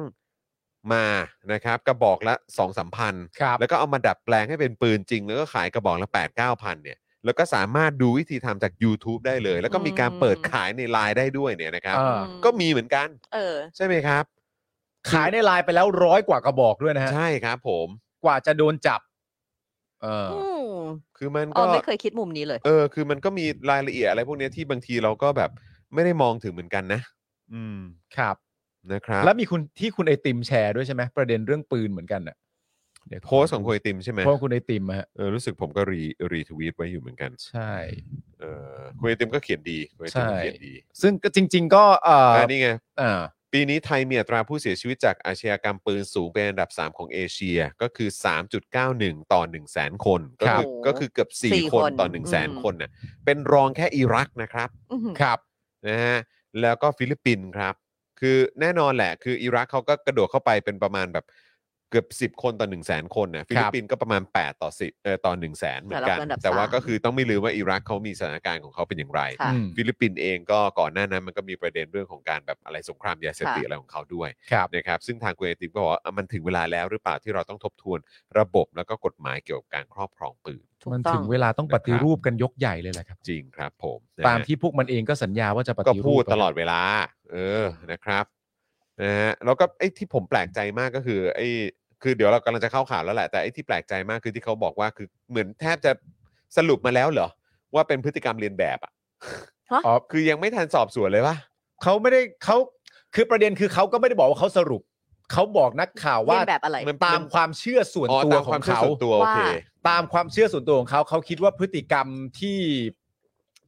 Speaker 3: มานะครับกระบอกละสองสามพัน
Speaker 4: ครับ
Speaker 3: แล้วก็เอามาดัดแปลงให้เป็นปืนจริง แล้วก็ขายกระบอกละ8 9 0 0 0เนี่ยแล้วก็สามารถดูวิธีทำจาก YouTube ได้เลย แล้วก็มีการเปิดขายในไลน์ได้ด้วยเนี่ยนะครับ
Speaker 4: อ่า
Speaker 5: อื
Speaker 3: ก็มีเหมือนกัน
Speaker 5: เออ
Speaker 3: ใช่ไหมครับ
Speaker 4: ขายในไลน์ไปแล้วร้อยกว่ากระบอกด้วยนะฮะ
Speaker 3: ใช่ครับผม
Speaker 4: กว่าจะโดนจับ เอออ
Speaker 5: อืม
Speaker 3: คือมัน
Speaker 5: อ๋
Speaker 3: ก็
Speaker 5: อไม่เคยคิดมุมนี้เลย
Speaker 3: เออ คือมันก็มีรายละเอียดอะไรพวกเนี้ยที่บางทีเราก็แบบไม่ได้มองถึงเหมือนกันนะ อืม
Speaker 4: ครับ
Speaker 3: นะครับ
Speaker 4: แล้วมีคุณที่คุณไอติมแชร์ด้วยใช่ไหมประเด็นเรื่องปืนเหมือนกันอ่ะเดี๋ยว
Speaker 3: โพสต์ของคุณไอติมใช่ไหม
Speaker 4: โพสต์คุณไอติมอะฮะ
Speaker 3: เออรู้สึกผมก็รีรีทวีตไว้อยู่เหมือนกัน
Speaker 4: ใช่
Speaker 3: เออคุณไอติมก็เขียนดีคุณไอติมก็
Speaker 4: ใช่
Speaker 3: เขียนดี
Speaker 4: ซึ่งก็จริง ๆ ก็เออ
Speaker 3: อ่า
Speaker 4: อ
Speaker 3: นี่ไง
Speaker 4: อ่า
Speaker 3: ปีนี้ไทยมีอัตราผู้เสียชีวิตจากอาชญากรรมปืนสูงเป็นอันดับ 3 ของเอเชียก็คือ 3.91 ต่อ 1 0 0 0 0แสนคน ก็
Speaker 4: ครั
Speaker 3: คื
Speaker 4: บ
Speaker 3: อก็คือเกือบ
Speaker 5: สี่
Speaker 3: 4 ค
Speaker 5: คน น
Speaker 3: ต่อ 1 0 0 0 0แสน
Speaker 5: อืม
Speaker 3: คนน่ะเป็นรองแค่อิรักนะครับ
Speaker 5: อื้อหือ
Speaker 4: ครับ
Speaker 3: นะฮะแล้วก็ฟิลิปปินส์ครับ คือแน่นอนแหละคืออิรักเขาก็กระโดดเข้าไปเป็นประมาณแบบเกือบ 10 คนต่อ 1 0 0 0 0แสนคนนะฟิลิปปินส์ก็ประมาณ 8 ต่อ 10เอ่อต่อ1 0 0 0 0แสนเหมือนกัน
Speaker 5: แต่เราเป็นอันดับ
Speaker 3: แต่ว่า
Speaker 5: สาม
Speaker 3: ก็คือต้องไม่ลืมว่าอิรักเขามีสถานการณ์ของเขาเป็นอย่างไร
Speaker 5: ค่ะ
Speaker 4: อืม
Speaker 3: ฟิลิปปินส์เองก็ก่อนหน้านั้นมันก็มีประเด็นเรื่องของการแบบอะไรสงครามยาเสพติด
Speaker 5: ค่ะ
Speaker 3: อะไรของเขาด้วย
Speaker 4: ครับ
Speaker 3: นะครับซึ่งทางคุณไอติมก็บอกว่าอ่ะมันถึงเวลาแล้วหรือเปล่าที่เราต้องทบทวนระบบแล้วก็กฎหมายเกี่ยวกับการครอบครองปืน
Speaker 5: ถูก
Speaker 4: มัน
Speaker 5: ต้อ
Speaker 4: ถึ
Speaker 5: ง
Speaker 4: งเวลาต้องปฏิรูปกันยกใหญ่เลยแหละครับ
Speaker 3: จริงครับผมนะฮะ
Speaker 4: ตามที่พวกมันเองก็สัญญาว่าจะป
Speaker 3: ก็
Speaker 4: ฏิรูป
Speaker 3: พูดตลอดเวลา เออนะครับนะฮะแล้วก็ไอ้ที่ผมแปลกใจมากก็คือไอ้คือเดี๋ยวเรากำลังจะเข้าข่าวแล้วแหละแต่ไอ้ที่แปลกใจมากคือที่เขาบอกว่าคือเหมือนแทบจะสรุปมาแล้วเหรอว่าเป็นพฤติกรรมเรียนแบบอ่ะ
Speaker 4: อ๋อ
Speaker 3: คือยังไม่ทันสอบสวนเลยปะ
Speaker 4: เขาไม่ได้เขาคือประเด็นคือเขาก็ไม่ได้บอกว่าเขาสรุป เขาบอกนักข่าวว่า
Speaker 5: เรียนแบบอะไร
Speaker 3: มัน
Speaker 4: ตามความเชื่อส่วนตัว
Speaker 3: ม
Speaker 4: ข
Speaker 3: ค
Speaker 4: อ
Speaker 3: วาม
Speaker 4: ง
Speaker 3: เชื่
Speaker 4: เขา
Speaker 3: ส่วนตัวโอเค
Speaker 5: ว่า
Speaker 4: ตามความเชื่อส่วนตัวของเขาเขาคิดว่าพฤติกรรมที่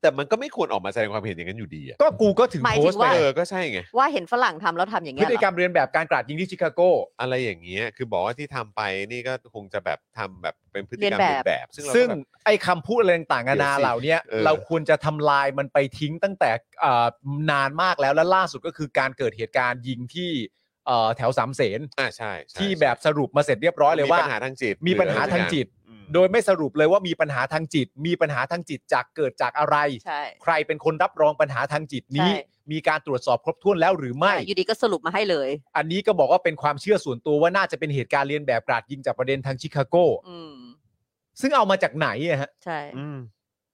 Speaker 3: แต่มันก็ไม่ควรออกมาแสดงความเห็นอย่างนั้นอยู่ดีอะ
Speaker 4: ก็กูก็ถึง
Speaker 5: หมาย
Speaker 4: โพ
Speaker 5: ถึ
Speaker 4: ส
Speaker 5: ง
Speaker 4: ต์ไป
Speaker 5: ว่า
Speaker 3: เออ ก็ใช่ไง
Speaker 5: ว่าเห็นฝรั่งทำแล้วทำอย่าง
Speaker 4: พ
Speaker 5: เงี้
Speaker 4: ฤ
Speaker 5: ย
Speaker 4: ติกรร
Speaker 5: เหรอ
Speaker 4: มเรียนแบบการกราดยิงที่ชิคาโก
Speaker 3: อะไรอย่างเงี้ย คือบอกว่าที่ทำไปนี่ก็คงจะแบบทำแบบเป็นพฤติกรรมเรียนแบบ ซึ่งเราก็
Speaker 4: ซึ่ง
Speaker 3: แบบ
Speaker 4: ไอ้คำพูดอะไรต่างๆนานา
Speaker 3: เดี๋ยวสิ
Speaker 4: เหล่าเนี้ย
Speaker 3: เออ
Speaker 4: เราควรจะทำลายมันไปทิ้งตั้งแต่เอ่อนานมากแล้วและล่าสุดก็คือการเกิดเหตุการณ์ยิงที่เอ่อแถวสามเสน
Speaker 3: อ่าใช่ใช่
Speaker 4: ที่แบบสรุปมาเสร็จเรียบร้อยเลยว่า
Speaker 3: ปัญหาทางจิต
Speaker 4: มีปัญหาทางจิต
Speaker 3: อืม
Speaker 4: โดยไม่สรุปเลยว่ามีปัญหาทางจิต มีปัญหาทางจิตจากเกิดจากอะไร
Speaker 5: ใช่
Speaker 4: ใครเป็นคนรับรองปัญหาทางจิตนี้
Speaker 5: ใช่
Speaker 4: มีการตรวจสอบครบถ้วนแล้วหรือไม่
Speaker 5: อยู่ดีก็สรุปมาให้เลย
Speaker 4: อันนี้ก็บอกว่าเป็นความเชื่อส่วนตัวว่าน่าจะเป็นเหตุการณ์เรียนแบบกราดยิงจากประเด็นทางชิคาโก
Speaker 5: อืม
Speaker 4: ซึ่งเอามาจากไหนอะฮะ
Speaker 5: ใช่
Speaker 3: อืม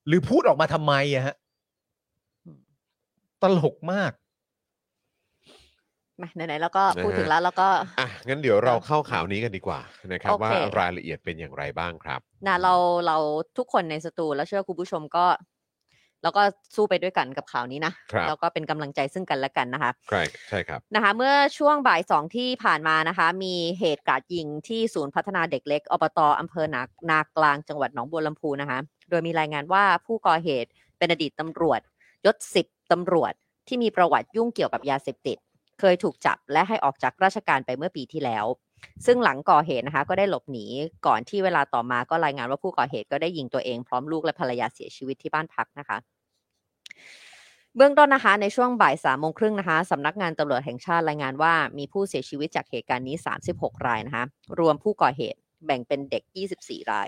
Speaker 4: หรือพูดออกมาทำไมอะฮะ ตลกมาก
Speaker 5: มาไหนๆแล้วก็พูดถึงแล้วแล้วก็
Speaker 3: อ่ะงั้นเดี๋ยวเราเข้าข่าวนี้กันดีกว่านะครับ
Speaker 5: โอเค
Speaker 3: ว่ารายละเอียดเป็นอย่างไรบ้างครับ
Speaker 5: นะเราเราทุกคนในสตูแล้วเชื่อคุณผู้ชมก็ แล้วก็สู้ไปด้วยกันกับข่าวนี้นะครับ แล้วก็เป็นกำลังใจซึ่งกันและกันนะคะ
Speaker 3: ใช่ใช่ครับ
Speaker 5: นะคะเมื่อช่วงบ่ายสองที่ผ่านมานะคะ มีเหตุการณ์ยิงที่ศูนย์พัฒนาเด็กเล็กอบตอำเภอนานากลางจังหวัดหนองบัวลำพูนะคะ โดยมีรายงานว่าผู้ก่อเหตุเป็นอดีตตำรวจยศสิบตำรวจที่มีประวัติยุ่งเกี่ยวกับยาเสพติด เคยถูกจับและให้ออกจากราชการไปเมื่อปีที่แล้ว ซึ่งหลังก่อเหตุนะคะ ก็ได้หลบหนีก่อนที่เวลาต่อมาก็รายงานว่าผู้ก่อเหตุก็ได้ยิงตัวเองพร้อมลูกและภรรยาเสียชีวิตที่บ้านพักนะคะ เบื้องต้นนะคะในช่วงบ่ายสามโมงครึ่งนะคะสำนักงานตำรวจแห่งชาติรายงานว่ามีผู้เสียชีวิตจากเหตุการณ์นี้ 36 รายนะคะรวมผู้ก่อเหตุแบ่งเป็นเด็ก 24 ราย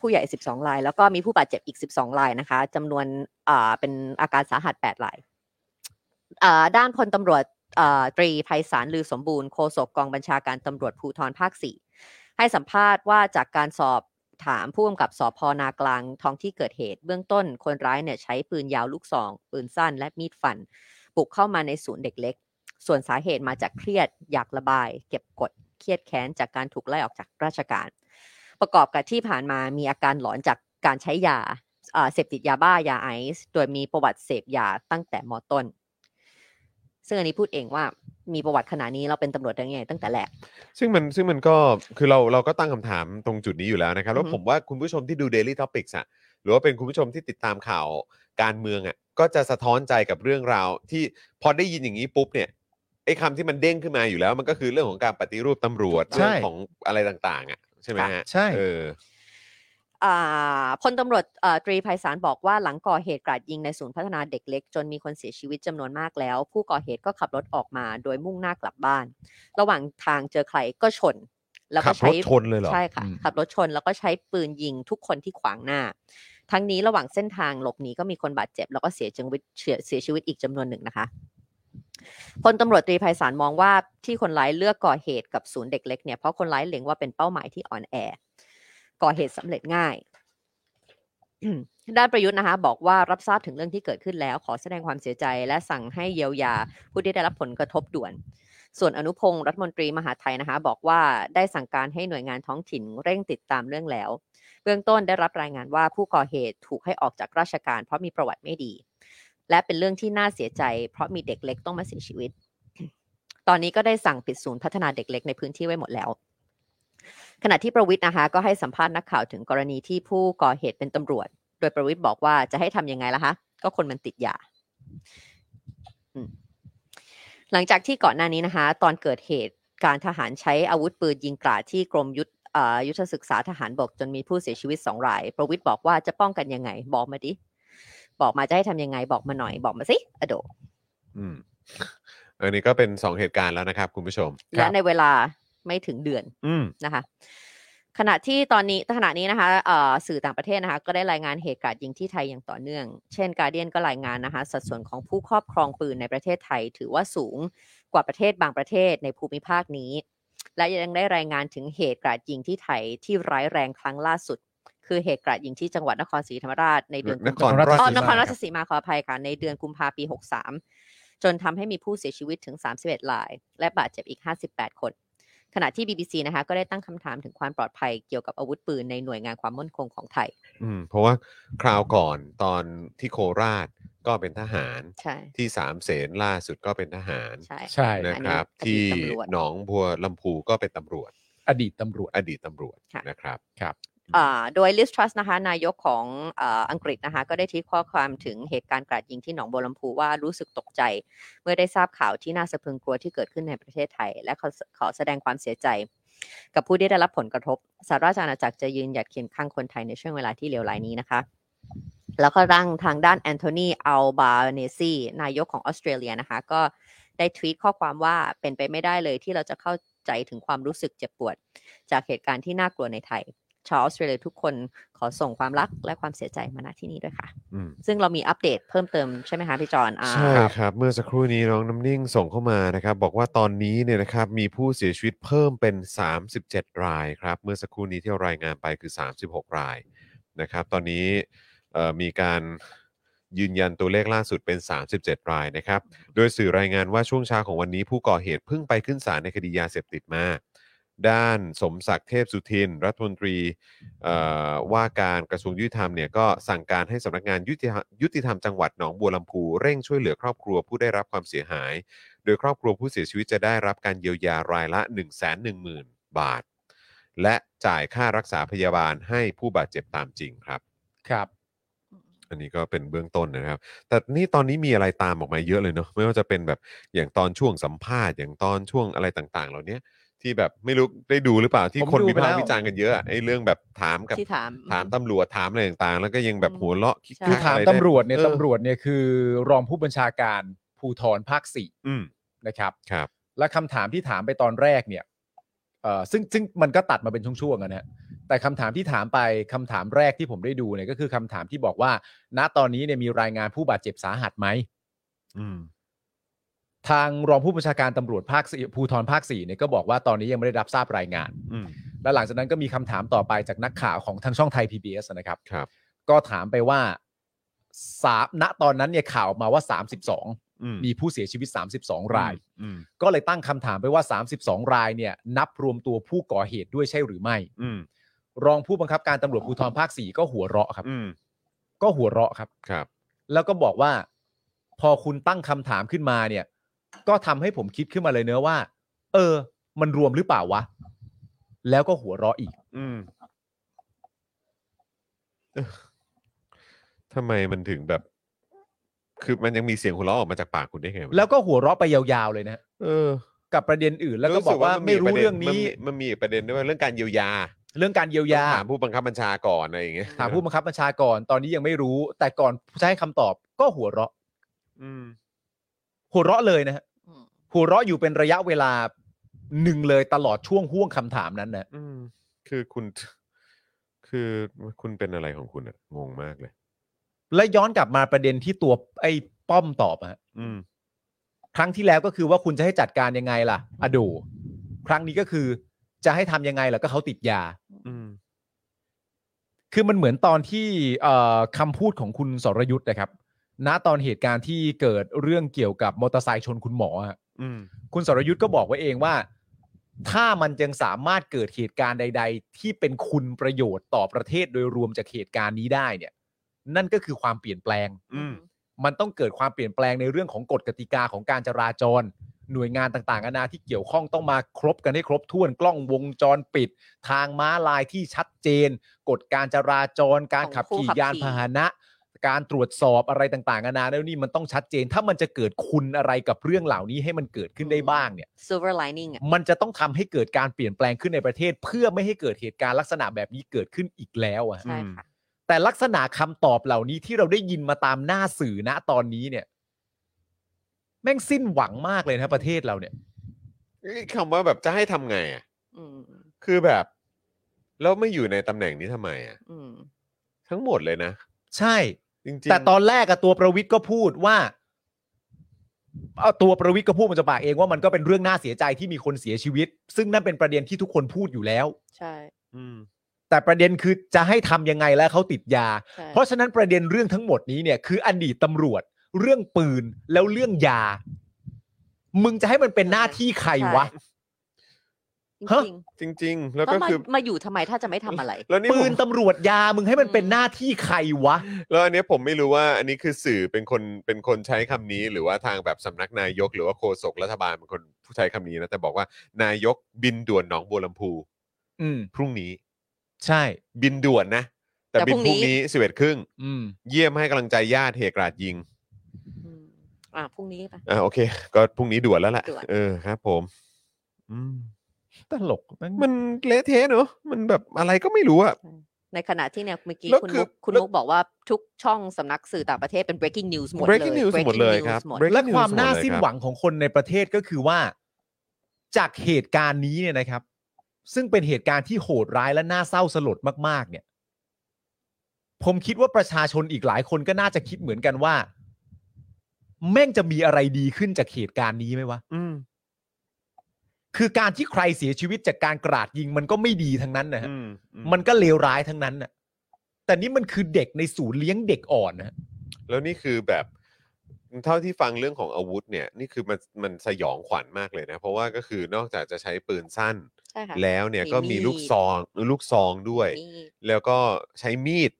Speaker 5: ผู้ใหญ่ 12 ราย แล้วก็มีผู้บาดเจ็บอีก 12 รายนะคะจำนวนอ่าเป็นอาการสาหัส 8 รายอ่าด้านพลตำรวจอ่าตรีไพศาลลือสมบูรณ์โฆษกกองบัญชาการตำรวจภูธรภาค 4 ให้สัมภาษณ์ว่าจากการสอบ ถามผู้กำกับสพนากลางท้องที่เกิดเหตุ เบื้องต้นคนร้ายเนี่ยใช้ปืนยาวลูกซอง ปืนสั้นและมีดฟัน บุกเข้ามาในศูนย์เด็กเล็ก ส่วนสาเหตุมาจากเครียดอยากระบาย เก็บกด เครียดแค้นจากการถูกไล่ออกจากราชการ ประกอบกับที่ผ่านมามีอาการหลอนจากการใช้ยาเอ่อเสพติดยาบ้ายาไอซ์โดยมีประวัติเสพยาตั้งแต่มต้น ซึ่งอันนี้พูดเองว่ามีประวัติขนาดนี้เราเป็นตำรวจได้ไงตั้งแต่แรก
Speaker 3: ซึ่งมันซึ่งมันก็คือเราเราก็ตั้งคำถามตรงจุดนี้อยู่แล้วนะครับ แล้ว
Speaker 5: อือฮึ
Speaker 3: ผมว่าคุณผู้ชมที่ดู Daily Topics อะหรือว่าเป็นคุณผู้ชมที่ติดตามข่าวการเมืองอะก็จะสะท้อนใจกับเรื่องราวที่พอได้ยินอย่างนี้ปุ๊บเนี่ยไอ้คำที่มันเด้งขึ้นมาอยู่แล้ว มันก็คือเรื่องของการปฏิรูปตำรวจ
Speaker 4: ใช่
Speaker 3: เรื่องของอะไรต่างๆอะใช่ไหมฮะ
Speaker 4: ใช่
Speaker 3: เออ
Speaker 5: อ่าพลตำรวจเอ่อตรีไพศาลบอกว่าหลังก่อเหตุกราดยิงในศูนย์พัฒนาเด็กเล็ก จนมีคนเสียชีวิตจำนวนมากแล้ว ผู้ก่อเหตุก็ขับรถออกมาโดยมุ่งหน้ากลับบ้าน ระหว่างทางเจอใครก็ชน แล้วก็ใช้
Speaker 3: ขับรถชนเลยเหรอ
Speaker 5: ใช่ค่ะ
Speaker 4: อืม
Speaker 5: ขับรถชนแล้วก็ใช้ปืนยิงทุกคนที่ขวางหน้า ทั้งนี้ระหว่างเส้นทางหลบหนีก็มีคนบาดเจ็บ แล้วก็เสียชีวิตเสียเสียชีวิตอีกจำนวนหนึ่งนะคะ พลตำรวจตรีไพศาลมองว่าที่คนร้ายเลือกก่อเหตุกับศูนย์เด็กเล็กเนี่ยเพราะคนร้ายเล็งว่าเป็นเป้าหมายที่อ่อนแอ ก่อเหตุสำเร็จง่าย [coughs] ด้านประยุทธ์นะคะ บอกว่ารับทราบถึงเรื่องที่เกิดขึ้นแล้ว ขอแสดงความเสียใจและสั่งให้เยียวยาผู้ที่ได้รับผลกระทบด่วน ส่วนอนุพงศ์รัฐมนตรีมหาดไทยนะคะ บอกว่าได้สั่งการให้หน่วยงานท้องถิ่นเร่งติดตามเรื่องแล้ว เบื้องต้นได้รับรายงานว่าผู้ก่อเหตุถูกให้ออกจากราชการ เพราะมีประวัติไม่ดี และเป็นเรื่องที่น่าเสียใจ เพราะมีเด็กเล็กต้องมาเสียชีวิต ตอนนี้ก็ได้สั่งปิดศูนย์พัฒนาเด็กเล็กในพื้นที่ไว้หมดแล้ว ขณะที่ประวิทย์นะคะก็ให้สัมภาษณ์นักข่าวถึงกรณีที่ผู้ก่อเหตุเป็นตำรวจ โดยประวิทย์บอกว่าจะให้ทำยังไงล่ะคะก็คนมันติดยาอืมหลังจากที่ก่อนหน้านี้นะคะ ตอนเกิดเหตุการทหารใช้อาวุธปืนยิงกราดที่กรมยุทธเอ่อยุทธศึกษาทหารบกจนมีผู้เสียชีวิตสองราย ประวิทย์บอกว่าจะป้องกันยังไง บอกมาดิบอกมาจะให้ทำยังไง บอกมาหน่อยบอกมาสิอโด
Speaker 3: อืมอันนี้ก็เป็นสองเหตุการณ์แล้วนะครับ คุณผู้ชม
Speaker 5: และในเวลาไม่ถึงเดือน
Speaker 3: อืม
Speaker 5: นะคะขณะที่ตอนนี้ขณะนี้นะคะเอ่อสื่อต่างประเทศนะคะก็ได้รายงานเหตุการณ์ยิงที่ไทยอย่างต่อเนื่อง เช่นการเดียนก็รายงานนะคะสัดส่วนของผู้ครอบครองปืนในประเทศไทย ถือว่าสูงกว่าประเทศบางประเทศในภูมิภาคนี้ และยังได้รายงานถึงเหตุการณ์ยิงที่ไทยที่ร้ายแรงครั้งล่าสุด คือเหตุการณ์ยิงที่จังหวัดนครศรีธรรมราชในเดือน
Speaker 3: น
Speaker 5: กุม
Speaker 3: คร
Speaker 5: ภา
Speaker 3: ราชสีมา
Speaker 5: อ๋อนครราชสีมาขออภัยค่ะในเดือนกุมภาพันธ์ปี 63 จนทำให้มีผู้เสียชีวิตถึง 31ราย และบาดเจ็บอีก 58 คน ขณะที่ BBC นะคะก็ได้ตั้งคำถามถึงความปลอดภัยเกี่ยวกับอาวุธปืนในหน่วยงานความมั่นคงของไทย
Speaker 3: อืมเพราะว่าคราวก่อนตอนที่โคราชก็เป็นทหาร
Speaker 5: ใช่
Speaker 3: ที่สามเสนล่าสุดก็เป็นทหาร
Speaker 5: ใช่
Speaker 4: ใช่
Speaker 3: นะ
Speaker 5: อัน
Speaker 3: ค
Speaker 5: นี้
Speaker 3: รับ
Speaker 5: อดี
Speaker 3: ที่
Speaker 5: ตตำรวจ
Speaker 3: หนองบัวลำพูก็เป็นตำรวจ
Speaker 4: อดีตตำรวจ
Speaker 3: อดีตตำรวจ
Speaker 5: ค่ะ
Speaker 3: นะครับ
Speaker 5: อ่าโดยลิสทรัสนะคะนายกของอาอังกฤษนะคะก็ได้ทิ้งข้อความถึงเหตุการณ์กราดยิงที่หนองบัวลำพูว่ารู้สึกตกใจ เมื่อได้ทราบข่าวที่น่าสะพรึงกลัวที่เกิดขึ้นในประเทศไทย และขอขอแสดงความเสียใจ กับผู้ที่ได้รับผลกระทบสหราชอาณาจักรจะยืนหยัดเคียงข้างคนไทยในช่วงเวลาที่เลวร้ายนี้นะคะ แล้วก็ร่างทางด้านแอนโทนีอัลบาเนซีนายกของออสเตรเลียนะคะ ก็ได้ทวีตข้อความว่าเป็นไปไม่ได้เลยที่เราจะเข้าใจถึงความรู้สึกเจ็บปวด จากเหตุการณ์ที่น่ากลัวในไทย ชาวออสเตรเลียทุกคนขอส่งความรักและความเสียใจมาณที่นี่ด้วยค่ะ
Speaker 3: อืม
Speaker 5: ซึ่งเรามีอัปเดตเพิ่มเติมใช่ไหมคะพี่จอนอ่า
Speaker 3: ใช่ครับเมื่อสักครู่นี้น้องน้ำนิ่งส่งเข้ามานะครับ บอกว่าตอนนี้เนี่ยนะครับมีผู้เสียชีวิตเพิ่มเป็น 37 รายครับ เมื่อสักครู่นี้ที่เรารายงานไปคือ 36 รายนะครับ ตอนนี้เอ่อมีการยืนยันตัวเลขล่าสุดเป็น 37 รายนะครับ โดยสื่อรายงานว่าช่วงเช้าของวันนี้ผู้ก่อเหตุเพิ่งไปขึ้นศาลในคดียาเสพติดมา ด้านสมศักดิ์เทพสุทิน รัฐมนตรี เอ่อว่าการกระทรวงยุติธรรมเนี่ยก็สั่งการให้สำนักงานยุติธรรมยุติธรรมจังหวัดหนองบัวลำพูเร่งช่วยเหลือครอบครัวผู้ได้รับความเสียหาย โดยครอบครัวผู้เสียชีวิตจะได้รับการเยียวยารายละ 1 1 0 0 0 0 บาท และจ่ายค่ารักษาพยาบาลให้ผู้บาดเจ็บตามจริงครับ
Speaker 4: ครับ
Speaker 3: อันนี้ก็เป็นเบื้องต้นนะครับ แต่นี่ตอนนี้มีอะไรตามออกมาเยอะเลยเนาะไม่ว่าจะเป็นแบบอย่างตอนช่วงสัมภาษณ์อย่างตอนช่วงอะไรต่างๆ เหล่านี้ที่แบบไม่รู้ได้ดูหรือเปล่าที่
Speaker 4: ผม
Speaker 3: คน
Speaker 4: ดู
Speaker 3: วิพาก
Speaker 4: ไปแล้
Speaker 3: ษ์
Speaker 4: ว
Speaker 3: วิจารณ์กันเยอะอะไอ้เรื่องแบบถามกับ
Speaker 5: ที่ถาม
Speaker 3: ถามตำรวจถามอะไรต่างๆ แล้วก็ยังแบบ
Speaker 5: อืม
Speaker 3: หัวเราะคิก
Speaker 5: ใช่
Speaker 4: คือ
Speaker 3: คัก
Speaker 4: ถาม
Speaker 3: อะไได้
Speaker 4: ตำรวจเนี่ย
Speaker 3: ออ
Speaker 4: ตำรวจเนี่ยคือรองผู้บัญชาการภูธรภาคสี่
Speaker 3: อืม
Speaker 4: นะครับ
Speaker 3: ครับ
Speaker 4: และคำถามที่ถามไปตอนแรกเนี่ยเอ่อซึ่งซึ่งมันก็ตัดมาเป็นช่วงๆอะนะฮะแต่คำถามที่ถามไปคำถามแรกที่ผมได้ดูเนี่ยก็คือคำถามที่บอกว่า ณตอนนี้เนี่ยมีรายงานผู้บาดเจ็บสาหัสไหม
Speaker 3: อืม
Speaker 4: ทางรองผู้บัญชาการตำรวจภาคสี่ภูธรภาคสี่เนี่ยก็บอกว่าตอนนี้ยังไม่ได้รับทราบรายงาน
Speaker 3: อืม
Speaker 4: และหลังจากนั้นก็มีคำถามต่อไปจากนักข่าวของทางช่องไทย PBS นะครับ
Speaker 3: ครับ
Speaker 4: ก็ถามไปว่าสามณตอนนั้นเนี่ยข่าวมาว่า 32
Speaker 3: อืม
Speaker 4: มีผู้เสียชีวิต 32 ราย
Speaker 3: อืม
Speaker 4: ก็เลยตั้งคำถามไปว่า 32 รายเนี่ยนับรวมตัวผู้ก่อเหตุด้วยใช่หรือไม่
Speaker 3: อืม
Speaker 4: รองผู้บังคับการตำรวจภูธรภาค 4 ก็หัวเราะครับ
Speaker 3: อืม
Speaker 4: ก็หัวเราะครับ
Speaker 3: ครับ
Speaker 4: แล้วก็บอกว่า พอคุณตั้งคำถามขึ้นมาเนี่ย ก็ทำให้ผมคิดขึ้นมาเลยเนอะว่า เออ มันรวมหรือเปล่าวะ แล้วก็หัวเราะอีก
Speaker 3: อืมเอ้อทำไมมันถึงแบบ คือมันยังมีเสียงหัวเราะออกมาจากปากคุณได้ไงะ
Speaker 4: แล้วก็หัวเราะไปยาวๆเลยนะฮะ
Speaker 3: เออ
Speaker 4: กับประเด็นอื่น แล้วก็บ
Speaker 3: สึ
Speaker 4: อกว่าไม่
Speaker 3: น
Speaker 4: รู้
Speaker 3: ปะด็
Speaker 4: เรื่อง
Speaker 3: มั
Speaker 4: นี้
Speaker 3: มีมันมีอีกประเด็นด้วยเรื่องการเยียวยา
Speaker 4: เรื่องการเยียวยา
Speaker 3: ต้องถามผู้บังคับบัญชาก่อนอะไรอย่างเงี้ย
Speaker 4: ถามผู้บังคับบัญชาก่อนตอนนี้ยังไม่รู้ แต่ก่อนจะให้คำตอบก็หัวเราะ
Speaker 3: อืม
Speaker 4: หัวเราะเลยนะฮะ
Speaker 5: อืม
Speaker 4: หัวเราะอยู่เป็นระยะเวลาหนึ่งเลยตลอดช่วงห่วงคำถามนั้นนะ
Speaker 3: อืม คือคุณ คือคุณเป็นอะไรของคุณอะงงมากเลย
Speaker 4: และย้อนกลับมาประเด็นที่ตัวไอ้ป้อมตอบอะฮะ
Speaker 3: อืม
Speaker 4: ครั้งที่แล้วก็คือว่าคุณจะให้จัดการยังไงล่ะอโดูครั้งนี้ก็คือจะให้ทำยังไงล่ะก็เขาติดยา
Speaker 3: อืม
Speaker 4: คือมันเหมือนตอนที่เอ่อคำพูดของคุณสรยุทธ์นะครับ ณตอนเหตุการณ์ที่เกิดเรื่องเกี่ยวกับมอเตอร์ไซค์ชนคุณหมออะ
Speaker 3: อืม
Speaker 4: คุณสรยุทธ์ก็บอกไว้เองว่า ถ้ามันยังสามารถเกิดเหตุการณ์ใด ๆ ที่เป็นคุณประโยชน์ต่อประเทศโดยรวมจากเหตุการณ์นี้ได้เนี่ย นั่นก็คือความเปลี่ยนแปลง
Speaker 3: อืม
Speaker 4: มันต้องเกิดความเปลี่ยนแปลงในเรื่องของกฎกติกาของการจราจร หน่วยงานต่างๆนานาที่เกี่ยวข้องต้องมาครบกันให้ครบถ้วนกล้องวงจรปิด ทางม้าลายที่ชัดเจน กฎการจราจร การขับ
Speaker 5: ของผู้
Speaker 4: ขี่
Speaker 5: ขับ
Speaker 4: ยาน
Speaker 5: ขี่
Speaker 4: พาหนะ การตรวจสอบอะไรต่างๆนานาแล้วนี่มันต้องชัดเจน ถ้ามันจะเกิดคุณอะไรกับเรื่องเหล่านี้ให้มันเกิดขึ้นได้บ้างเนี่ย
Speaker 5: silver lining อะ
Speaker 4: มันจะต้องทำให้เกิดการเปลี่ยนแปลงขึ้นในประเทศ เพื่อไม่ให้เกิดเหตุการณ์ลักษณะแบบนี้เกิดขึ้นอีกแล้วอะฮะ
Speaker 5: ใช่ค่ะ
Speaker 4: แต่ลักษณะคำตอบเหล่านี้ที่เราได้ยินมาตามหน้าสื่อนะตอนนี้เนี่ย แม่งสิ้นหวังมากเลยนะประเทศเราเนี่ย
Speaker 3: ไอ้คำว่าแบบจะให้ทำไงอ่ะ
Speaker 5: อืม
Speaker 3: คือแบบ แล้วไม่อยู่ในตำแหน่งนี้ทำไมอ่ะ
Speaker 5: อืม
Speaker 3: ทั้งหมดเลยนะ
Speaker 4: ใช่
Speaker 3: จริงๆ
Speaker 4: แต่ตอนแรกอะตัวประวิทย์ก็พูดว่าเอาตัวประวิทย์ก็พูดมันจะปากเองว่ามันก็เป็นเรื่องน่าเสียใจที่มีคนเสียชีวิต ซึ่งนั่นเป็นประเด็นที่ทุกคนพูดอยู่แล้ว
Speaker 5: ใช่
Speaker 3: อืม
Speaker 4: แต่ประเด็นคือจะให้ทำยังไงแล้วเขาติดยา
Speaker 5: ใช่
Speaker 4: เพราะฉะนั้นประเด็นเรื่องทั้งหมดนี้เนี่ยคืออดีตตำรวจ เรื่องปืนแล้วเรื่องยา มึงจะให้มันเป็นหน้าที่ใครวะ
Speaker 5: ใช่ จ
Speaker 4: ฮะ
Speaker 5: ริง
Speaker 3: จริง ๆ
Speaker 5: ๆ
Speaker 3: แล้ว
Speaker 5: ต้
Speaker 3: ก็
Speaker 5: องมา
Speaker 3: คือ
Speaker 5: มาอยู่ทำไมถ้าจะไม่ทำอะไร
Speaker 3: แล้วนี่
Speaker 4: ปื
Speaker 3: ผ
Speaker 4: น
Speaker 3: ม
Speaker 4: ตำรวจยามึงให้มันเป็นหน้าที่ใครวะ
Speaker 3: แล้วอันเนี้ยผมไม่รู้ว่า อันนี้คือสื่อเป็นคนเป็นคนใช้คำนี้ หรือว่าทางแบบสำนักนายก หรือว่าโฆษกรัฐบาลเป็นคนผู้ใช้คำนี้นะแต่บอกว่านายกบินด่วนหนองบัวลำพู
Speaker 4: อืม
Speaker 3: พรุ่งนี้
Speaker 4: ใช่
Speaker 3: บินด่วนนะ แต่
Speaker 5: แต่
Speaker 3: บิน
Speaker 5: พรุ่ง
Speaker 3: พ
Speaker 5: นี้
Speaker 3: รุ่งนี้สิบเอ็ดครึ่ง
Speaker 4: อืม
Speaker 3: เยี่ยมให้กำลังใจญาติเหตุกราดยิง
Speaker 5: อืมอ่ะพรุ่งนี้ป่ะ
Speaker 3: อ่าโอเค ก็พรุ่งนี้ด่วนแล้วแหละ
Speaker 5: ด่วน
Speaker 3: เออครับ ผม อืม
Speaker 4: ตลกแง
Speaker 3: มันเละเทะเนอะมันแบบอะไรก็ไม่รู้อะ
Speaker 5: ในขณะที่เนี่ยเมื่อกี้
Speaker 3: แล้ว
Speaker 5: คุณ
Speaker 3: คือ
Speaker 5: มุกคุณ
Speaker 3: แล้ว
Speaker 5: มุกบอกว่าทุกช่องสำนักสื่อต่างประเทศเป็น breaking news หมดเลย
Speaker 3: breaking news หมดเลยครับ
Speaker 5: หมด
Speaker 3: breaking
Speaker 4: และ
Speaker 3: news
Speaker 4: ความ
Speaker 3: หดเลย
Speaker 4: น่าสิ้น
Speaker 3: ครับ
Speaker 4: หวังของคนในประเทศก็คือว่า จากเหตุการณ์นี้เนี่ยนะครับ ซึ่งเป็นเหตุการณ์ที่โหดร้ายและน่าเศร้าสลดมาก ๆ เนี่ย ผมคิดว่าประชาชนอีกหลายคนก็น่าจะคิดเหมือนกันว่า แม่งจะมีอะไรดีขึ้นจากเหตุการณ์นี้ไหมวะ
Speaker 3: อืม
Speaker 4: คือการที่ใครเสียชีวิตจากการกราดยิงมันก็ไม่ดีทั้งนั้นนะฮะ
Speaker 3: อืมอืม
Speaker 4: มันก็เลวร้ายทั้งนั้นน่ะ แต่นี่มันคือเด็กในศูนย์เลี้ยงเด็กอ่อนนะฮะ
Speaker 3: แล้วนี่คือแบบ เท่าที่ฟังเรื่องของอาวุธเนี่ย นี่คือมันมันสยองขวัญมากเลยนะ เพราะว่าก็คือนอกจากจะใช้ปืนสั้น
Speaker 5: ใช่ค่ะ
Speaker 3: แล้วเนี่ย
Speaker 5: มี
Speaker 3: ก็มี
Speaker 5: มีด
Speaker 3: ลูกซองลูกซองด้วย
Speaker 5: นี่
Speaker 3: แล้วก็ใช้มีด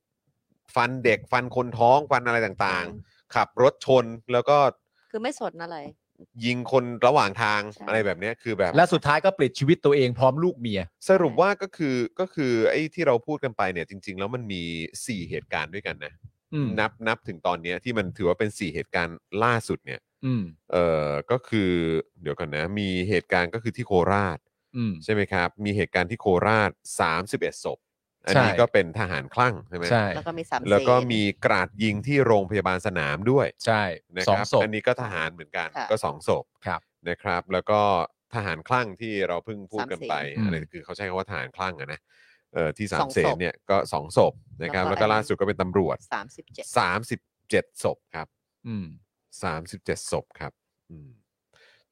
Speaker 3: ฟันเด็กฟันคนท้องฟันอะไรต่างๆ ขับรถชนแล้วก็
Speaker 5: คือไม่สนอะไร
Speaker 3: ยิงคนระหว่างทาง
Speaker 5: ใช่
Speaker 3: อะไรแบบเนี้ยคือแบบ
Speaker 4: และสุดท้ายก็ปลิดชีวิตตัวเองพร้อมลูกเมีย
Speaker 3: สรุปว่าก็คือก็คือไอ้ที่เราพูดกันไปเนี่ยจริง ๆ แล้วมันมี 4 เหตุการณ์ด้วยกันนะ
Speaker 4: อืม
Speaker 3: นับนับถึงตอนเนี้ยที่มันถือว่าเป็น 4 เหตุการณ์ล่าสุดเนี่ย
Speaker 4: อืม
Speaker 3: เออก็คือเดี๋ยวกันนะ มีเหตุการณ์ก็คือที่โคราช
Speaker 4: อืม
Speaker 3: ใช่ไหมครับ มีเหตุการณ์ที่โคราช 31ศพอันนี้
Speaker 4: ใช่
Speaker 3: ก็เป็นทหารคลั่งใช่ไหม
Speaker 4: ใช่
Speaker 5: แล้วก็มีสาม
Speaker 3: แล้วก็
Speaker 5: เซน
Speaker 3: มีกราดยิงที่โรงพยาบาลสนามด้วย
Speaker 4: ใช่
Speaker 3: นะ
Speaker 4: สอ
Speaker 3: ค
Speaker 4: ง
Speaker 3: รับ
Speaker 4: ศพ
Speaker 3: อันนี้ก็ทหารเหมือนกัน
Speaker 5: ค่ะ
Speaker 3: ก็สองศพ
Speaker 4: ครับ
Speaker 3: นะครับ แล้วก็ทหารคลั่งที่เราเพิ่งพูดกันไป
Speaker 4: สามเสน
Speaker 3: อะไรคือเขาใช้คำว่าทหารคลั่งอะนะเออที่สา
Speaker 5: ส
Speaker 3: ม
Speaker 5: อง
Speaker 3: เสน
Speaker 5: ศพ
Speaker 3: เนี่ยก็สองศพนะครับ
Speaker 5: แล้
Speaker 3: แล้ว ว
Speaker 5: ก็
Speaker 3: ก็
Speaker 5: อะไร
Speaker 3: ล่าสุดก็เป็นตำรวจ
Speaker 5: สามสิบเจ็ด
Speaker 3: สามสิบเจ็ดศพครับ
Speaker 4: อืม
Speaker 3: สามสิบเจ็ดศพครับอม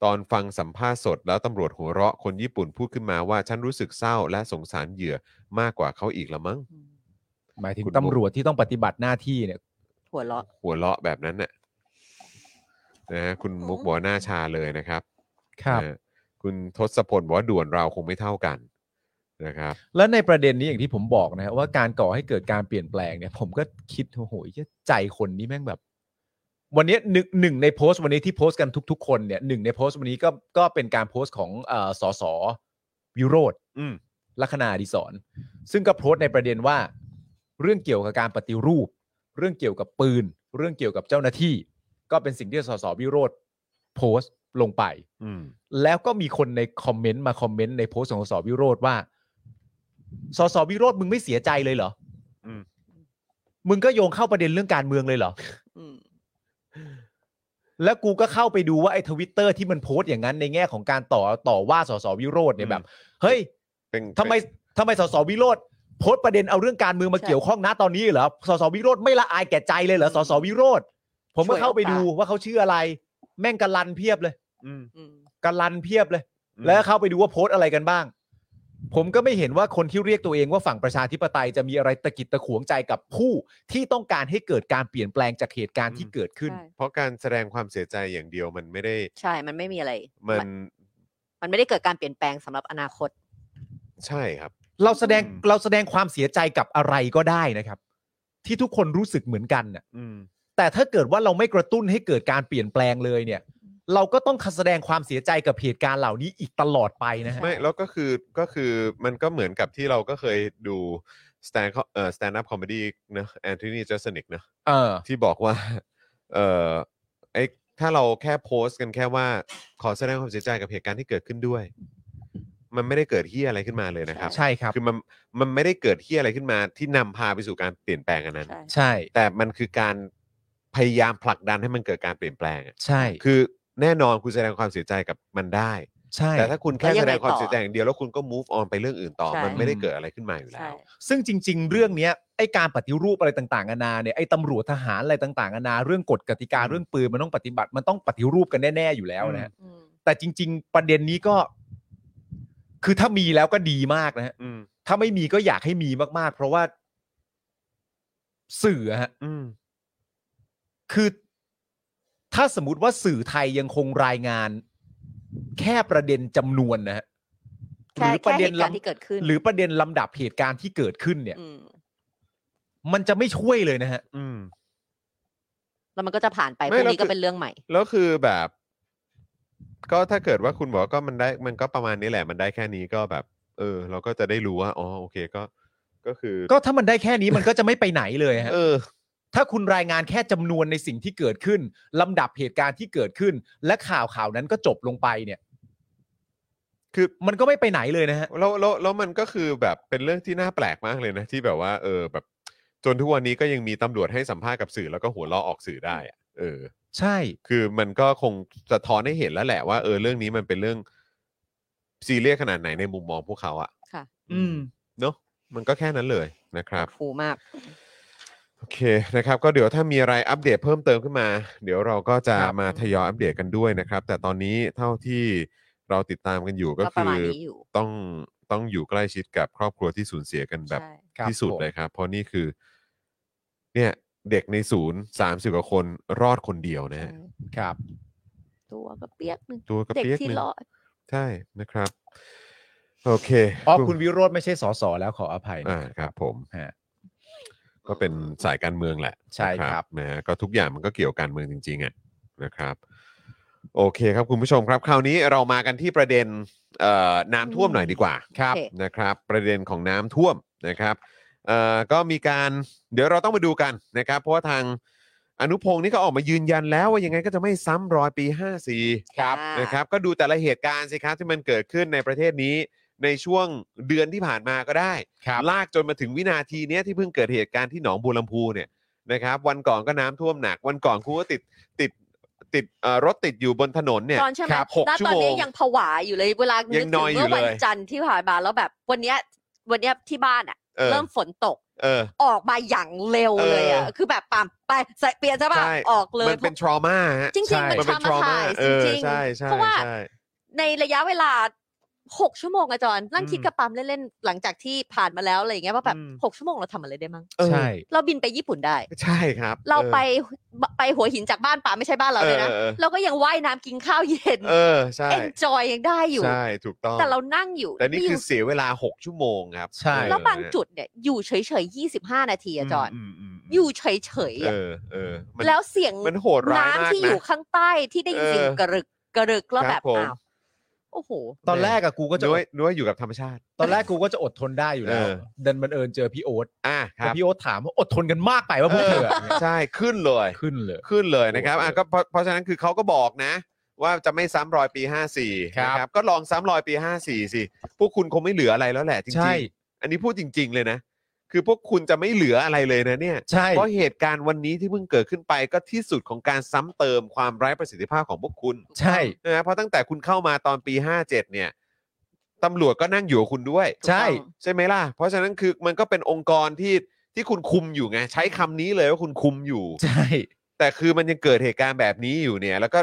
Speaker 3: ตอนฟังสัมภาษณ์สดแล้วตำรวจหัวเราะคนญี่ปุ่นพูดขึ้นมาว่า ฉันรู้สึกเศร้าและสงสารเหยื่อมากกว่าเขาอีกละมั้ง
Speaker 4: หมายถึง
Speaker 3: คุณบุ๊ค
Speaker 4: ตำรวจที่ต้องปฏิบัติหน้าที่เนี่ย
Speaker 5: หัวเราะ
Speaker 3: หัวเราะแบบนั้นน่ะนะฮะคุณมุกบอกว่าหน้าชาเลยนะครับนะฮะคุณทศพลบอกว่าด่วนเราคงไม่เท่ากันนะครับ
Speaker 4: และในประเด็นนี้อย่างที่ผมบอกนะฮะว่าการก่อให้เกิดการเปลี่ยนแปลงเนี่ย ผมก็คิดโอ้โหเหี้ยใจคนนี้แม่งแบบ วันนี้หนึ่งหนึ่งในโพสต์วันนี้ที่โพสต์กันทุก ๆ คนเนี่ยหนึ่งในโพสต์วันนี้ก็ก็เป็นการโพสต์ของเอ่อสสวิโรธ
Speaker 3: อืม
Speaker 4: ลัคนาอดิศรซึ่งก็โพสต์ในประเด็นว่า เรื่องเกี่ยวกับการปฏิรูป เรื่องเกี่ยวกับปืน เรื่องเกี่ยวกับเจ้าหน้าที่ ก็เป็นสิ่งที่สสวิโรธโพสต์ลงไป
Speaker 3: อืม
Speaker 4: แล้วก็มีคนในคอมเมนต์มาคอมเมนต์ในโพสต์ของสสวิโรธว่าสสวิโรธมึงไม่เสียใจเลยเหรอ
Speaker 3: อืม
Speaker 4: มึงก็โยงเข้าประเด็นเรื่องการเมืองเลยเหรอ
Speaker 5: อืม
Speaker 4: แล้วกูก็เข้าไปดูว่าไอ้ทวิตเตอร์ที่มันโพสต์อย่างนั้นในแง่ของการต่อต่อว่าสสวิโรธเนี่ยแบบ เฮ้ย
Speaker 3: เป็น
Speaker 4: ทำไมทำไมสสวิโรธโพสต์ประเด็นเอาเรื่องการเมืองมา
Speaker 5: ใช่
Speaker 4: เกี่ยวข้องนะตอนนี้เหรอสสวิโรธไม่ละอายแก่ใจเลยเหรอสสวิโรธผมก็
Speaker 5: ช่วย
Speaker 4: เข้าไปดู
Speaker 5: โอกาส
Speaker 4: ว่าเขาชื่ออะไร แม่งกันลันเพียบเลย
Speaker 3: อืม
Speaker 5: อืม
Speaker 4: กันลันเพียบเลย
Speaker 3: อืม
Speaker 4: แล้วเข้าไปดูว่าโพสต์อะไรกันบ้าง ผมก็ไม่เห็นว่าคนที่เรียกตัวเองว่าฝั่งประชาธิปไตยจะมีอะไรตะกิดตะขวงใจกับผู้ที่ต้องการให้เกิดการเปลี่ยนแปลงจากเหตุการณ์ที่เกิดขึ้น
Speaker 5: ใช่
Speaker 3: เพราะการแสดงความเสียใจอย่างเดียวมันไม่ได้
Speaker 5: ใช่ มันไม่มีอะไร
Speaker 3: มัน
Speaker 5: มันไม่ได้เกิดการเปลี่ยนแปลงสำหรับอนาคต
Speaker 3: ใช่ครับ
Speaker 4: เราแสดง
Speaker 3: อืม
Speaker 4: เราแสดงความเสียใจกับอะไรก็ได้นะครับ ที่ทุกคนรู้สึกเหมือนกันน่ะ
Speaker 3: อืม
Speaker 4: แต่ถ้าเกิดว่าเราไม่กระตุ้นให้เกิดการเปลี่ยนแปลงเลยเนี่ย เราก็ต้องแสดงความเสียใจกับเหตุการณ์เหล่านี้อีกตลอดไปนะฮะ
Speaker 3: ไม่แล้วก็คือก็คือมันก็เหมือนกับที่เราก็เคยดู stand เอ่อ stand up comedy เนอะแอนโทนีเจสันิกเนอะ
Speaker 4: เออ
Speaker 3: ที่บอกว่า [laughs] เอ่อไอ้ถ้าเราแค่โพสต์กันแค่ว่าขอแสดงความเสียใจกับเหตุการณ์ที่เกิดขึ้นด้วย มันไม่ได้เกิดเฮียอะไรขึ้นมาเลยนะครับ
Speaker 4: ใช่ครับ
Speaker 3: คือมันมันไม่ได้เกิดเฮียอะไรขึ้นมาที่นำพาไปสู่การเปลี่ยนแปลงอันนั้น
Speaker 5: ใช่
Speaker 4: ใช่
Speaker 3: แต่มันคือการพยายามผลักดันให้มันเกิดการเปลี่ยนแปลงอะ
Speaker 4: ใช่
Speaker 3: คือแน่นอนคุณแสดงความเสียใจกับมันได้
Speaker 4: ใช่
Speaker 3: แต่ถ้าคุณแค่
Speaker 5: แล้วยั
Speaker 3: แส
Speaker 5: งไง
Speaker 3: ดงความ
Speaker 5: ต่อ
Speaker 3: เสียใจอย่างเดียวแล้วคุณก็ move on ไปเรื่องอื่นต่อ
Speaker 5: ใช่
Speaker 3: มันไม่ได้
Speaker 4: อืม
Speaker 3: เกิดอะไรขึ้นมาอยู่แล้
Speaker 5: ใช่
Speaker 3: ว
Speaker 4: ซึ่งจริง ๆ เรื่องเนี้ยไอการปฏิรูปอะไรต่างๆนานาเนี่ยไอตำรวจทหารอะไรต่างๆนานาเรื่องกฎกติกาเรื่องปืนมันต้องปฏิบัติมันต้องปฏิรูปกันแน่ๆอยู่แล้วนะฮะ
Speaker 5: อืม
Speaker 4: แต่จริง ๆ ประเด็นนี้ก็ คือถ้ามีแล้วก็ดีมากนะฮะ
Speaker 3: อืม
Speaker 4: ถ้าไม่มีก็อยากให้มีมากๆ เพราะว่า สื่อฮะ
Speaker 3: อืม
Speaker 4: คือ ถ้าสมมติว่าสื่อไทยยังคงรายงาน แค่ประเด็นจำนวนนะฮะห
Speaker 5: แค่
Speaker 4: รือป
Speaker 5: แค่
Speaker 4: ระ
Speaker 5: เห
Speaker 4: เด็น
Speaker 5: ตุการณ์ที่
Speaker 4: ลำ
Speaker 5: เกิดขึ้น
Speaker 4: หรือประเด็นลำดับเหตุการณ์ที่เกิดขึ้นเนี่ย
Speaker 5: ม
Speaker 4: มันจะไม่ช่วยเลยนะฮะ
Speaker 3: อืม
Speaker 5: แล้วมันก็จะผ่านไปพ
Speaker 3: ไม่
Speaker 5: รุ่ง
Speaker 3: แล้ว
Speaker 5: นี้ก็
Speaker 3: คือ
Speaker 5: เป็นเรื่องใหม่
Speaker 3: แล้วคือแบบ ก็ถ้าเกิดว่าคุณบอกว่าก็มันได้มันก็ประมาณนี้แหละมันได้แค่นี้ก็แบบ เออ เราก็จะได้รู้ว่า อ๋อ โอเคก็ ก็คือ
Speaker 4: [laughs] ก็ถ้ามันได้แค่นี้มันก็จะไม่ไปไหนเลยฮะ
Speaker 3: เออ
Speaker 4: ถ้าคุณรายงานแค่จำนวนในสิ่งที่เกิดขึ้นลำดับเหตุการณ์ที่เกิดขึ้น และข่าวข่าวนั้นก็จบลงไปเนี่ย
Speaker 3: คือ
Speaker 4: มันก็ไม่ไปไหนเลยนะฮะ
Speaker 3: แล้วแล้วแล้วมันก็คือแบบเป็นเรื่องที่น่าแปลกมากเลยนะ ที่แบบว่า เออ แบบ จนทุกวันนี้ก็ยังมีตำรวจให้สัมภาษณ์กับสื่อแล้วก็หัวเราะออกสื่อได้อะเออ
Speaker 4: ใช่
Speaker 3: คือมันก็คงสะท้อนให้เห็นแล้วแหละว่าเออเรื่องนี้มันเป็นเรื่องซีเรียสขนาดไหนในมุมมองพวกเขาอะ
Speaker 5: ค่ะ
Speaker 4: อืม
Speaker 3: เนอะมันก็แค่นั้นเลยนะครับ
Speaker 5: ฟูมาก
Speaker 3: โอเคนะครับก็เดี๋ยวถ้ามีอะไรอัปเดตเพิ่มเติมขึ้นมา เดี๋ยวเราก็จะ
Speaker 4: ครับ
Speaker 3: มาทยอยอัปเดตกันด้วยนะครับ แต่ตอนนี้เท่าที่เราติดตามกันอยู่ก็
Speaker 5: ก็ป
Speaker 3: คื
Speaker 5: ระ
Speaker 3: อ
Speaker 5: มาณนี้อยู่
Speaker 3: ต้องต้องอยู่ใกล้ชิดกับครอบครัวที่สูญเสียกันแบบ
Speaker 5: ใช่
Speaker 4: ครับ
Speaker 3: ที่สุด
Speaker 4: ผม
Speaker 3: เลยครับ เพราะนี่คือ เนี่ยเด็กในศูนย์สามสิบกว่าคนรอดคนเดียวนะฮะ
Speaker 4: ครับ
Speaker 5: ตัวกระเปียกหนึ่ง
Speaker 3: ตัวกระ
Speaker 5: เด็ก
Speaker 3: เปียก
Speaker 5: ที่
Speaker 3: หนึง
Speaker 5: รอด
Speaker 3: ใช่นะครับ โอเค
Speaker 4: อ๋อคุณวิโรธไม่ใช่สสแล้วขออภัย
Speaker 3: อ่าครับ ผม
Speaker 4: ฮะ
Speaker 3: ก็เป็นสายการเมืองแหละ
Speaker 4: ใช่
Speaker 3: นะครับ นะฮะก็ทุกอย่างมันก็เกี่ยวกับการเมืองจริงๆอ่ะนะครับ โอเคครับคุณผู้ชมครับ คราวนี้เรามากันที่ประเด็นเอ่อน้ำท่วมหน่อยดีกว่า
Speaker 5: โอเ
Speaker 3: นะครับ ประเด็นของน้ำท่วมนะครับเอ่อก็มีการเดี๋ยวเราต้องมาดูกันนะครับ เพราะว่าทางอนุพงศ์นี่ก็ออกมายืนยันแล้วว่ายังไงก็จะไม่ซ้ำรอยปี 54
Speaker 5: ครับค่ะ
Speaker 3: นะครับ ก็ดูแต่ละเหตุการณ์สิครับที่มันเกิดขึ้นในประเทศนี้ในช่วงเดือนที่ผ่านมาก็ได้
Speaker 4: ครับ
Speaker 3: ลากจนมาถึงวินาทีเนี้ยที่เพิ่งเกิดเหตุการณ์ที่หนองบัวลำพูเนี่ยนะครับวันก่อนก็น้ำท่วมหนัก วันก่อนคุณก็ติดติดติดเอ่อรถติดอยู่บนถนนเนี่ย
Speaker 5: ตอนใช่ไหม
Speaker 3: ครับหก
Speaker 5: แล้ว
Speaker 3: ชั่ว
Speaker 5: ตอน
Speaker 3: โมง
Speaker 5: นี้ยังผวาอยู่เลยเวลานึ
Speaker 3: ยัง
Speaker 5: กถึ
Speaker 3: น
Speaker 5: ง
Speaker 3: อยอยู่
Speaker 5: เมื่อวั
Speaker 3: เลย
Speaker 5: จันทร์ที่ผ่านมาแล้วแบบวันเนี้ยวันเนี้ยที่บ้านอ่ะ
Speaker 3: เออ
Speaker 5: เริ่มฝนตก
Speaker 3: เออ
Speaker 5: ออกมาอย่างเร็วเลยอ่ะ
Speaker 3: เออ
Speaker 5: คือแบบปั๊มไปใส่เปลี่ยนจะป่ะ
Speaker 3: ใช่
Speaker 5: ออกเลย
Speaker 3: มันเป็น trauma ฮะ
Speaker 5: จริง
Speaker 4: ใช่
Speaker 5: ๆมัน
Speaker 3: มันเป็น
Speaker 5: ทำมา
Speaker 3: trauma
Speaker 5: ถ่าย
Speaker 3: เออ
Speaker 5: จริง
Speaker 3: ใช่
Speaker 5: ๆ
Speaker 3: ใช่
Speaker 5: เพราะว่า
Speaker 3: ใช่
Speaker 5: ในระยะเวลาหกชั่วโมงอะจอนนั่ง
Speaker 3: อืม
Speaker 5: คิดกระปั๊มเล่นๆ หลังจากที่ผ่านมาแล้วอะไรอย่างเงี้ยว่าแบบ
Speaker 3: อืม
Speaker 5: หกชั่วโมงเราทำอะไรได้มั้ง
Speaker 3: เออ
Speaker 4: ใช่
Speaker 5: เราบินไปญี่ปุ่นได้
Speaker 3: ใช่ครับ
Speaker 5: เรา
Speaker 3: ออ
Speaker 5: ไปไปหัวหินจากบ้านป่าไม่ใช่บ้านเราเลยนะ
Speaker 3: ออออ
Speaker 5: เราก็ยังว่ายน้ำกินข้าวเย็น
Speaker 3: เออใช่
Speaker 5: enjoy ยังได้อยู่
Speaker 3: ใช่ถูกต้อง
Speaker 5: แต่เรานั่งอยู่
Speaker 3: แต่นี่
Speaker 5: มีอ
Speaker 3: คือ
Speaker 5: ยู
Speaker 3: เสียเวลา 6 ชั่วโมงครับ
Speaker 4: ใช่
Speaker 5: ่
Speaker 3: เออ
Speaker 5: แล้วบางจุดเนี่ยอยู่เฉยๆ25 นาทีอะจอน
Speaker 3: มมม
Speaker 5: อยู่เฉยๆ
Speaker 3: เอ
Speaker 5: อะ
Speaker 3: อเออมัน
Speaker 5: แล้วเสียง
Speaker 3: มันโหดร้ายมาก
Speaker 5: น้ำที่อ
Speaker 3: นะ
Speaker 5: ยู่ข้างใต้ที่ได้ยินเสียง
Speaker 3: เออก
Speaker 5: ระรึกกระรึกแล้ว
Speaker 3: ครับ
Speaker 5: แบบ
Speaker 3: ผม
Speaker 5: อ้าวโอ้โห
Speaker 4: ตอนแรกอะกูก็จะ
Speaker 3: นึกว่านึกว่าอยู่กับธรรมชาติ
Speaker 4: ตอนแรกกูก็จะอดทนได้อยู่แล้
Speaker 3: เอ
Speaker 4: ว
Speaker 3: อ
Speaker 4: ดันบังเอิญเจอพี่โอ๊ต
Speaker 3: อ่ะค
Speaker 4: พอ
Speaker 3: รับ
Speaker 4: พี่โอ๊ตถามว่าอดทนกันมากไปว่าพวกเธออะ
Speaker 3: ใช่ขึ้นเลย
Speaker 4: ขึ้นเลย
Speaker 3: ขึ้นเลยนะครับอ่ะก็เพราะเพราะฉะนั้นคือเขาก็บอกนะ ว่าจะไม่ซ้ำรอยปี 54
Speaker 4: ครับ
Speaker 3: นะก็ลองซ้ำรอยปี 54 สิ พวกคุณคงไม่เหลืออะไรแล้วแหละจริ
Speaker 4: ใช่
Speaker 3: งๆ อันนี้พูดจริง ๆ เลยนะ คือพวกคุณจะไม่เหลืออะไรเลยนะเนี่ย
Speaker 4: ใช่
Speaker 3: เพราะเหตุการณ์วันนี้ที่เพิ่งเกิดขึ้นไปก็ที่สุดของการซ้ำเติมความไร้ประสิทธิภาพของพวกคุณ
Speaker 4: ใช่
Speaker 3: นะเพราะตั้งแต่คุณเข้ามาตอนปี 57 เนี่ยตำรวจก็นั่งอยู่กับคุณด้วย
Speaker 4: ใช่
Speaker 5: ถูกต้อง
Speaker 3: ใช่ไหมล่ะ เพราะฉะนั้นคือมันก็เป็นองค์กรที่ที่คุณคุมอยู่ไง ใช้คำนี้เลยว่าคุณคุมอยู่
Speaker 4: ใช่
Speaker 3: แต่คือมันยังเกิดเหตุการณ์แบบนี้อยู่เนี่ย แล้วก็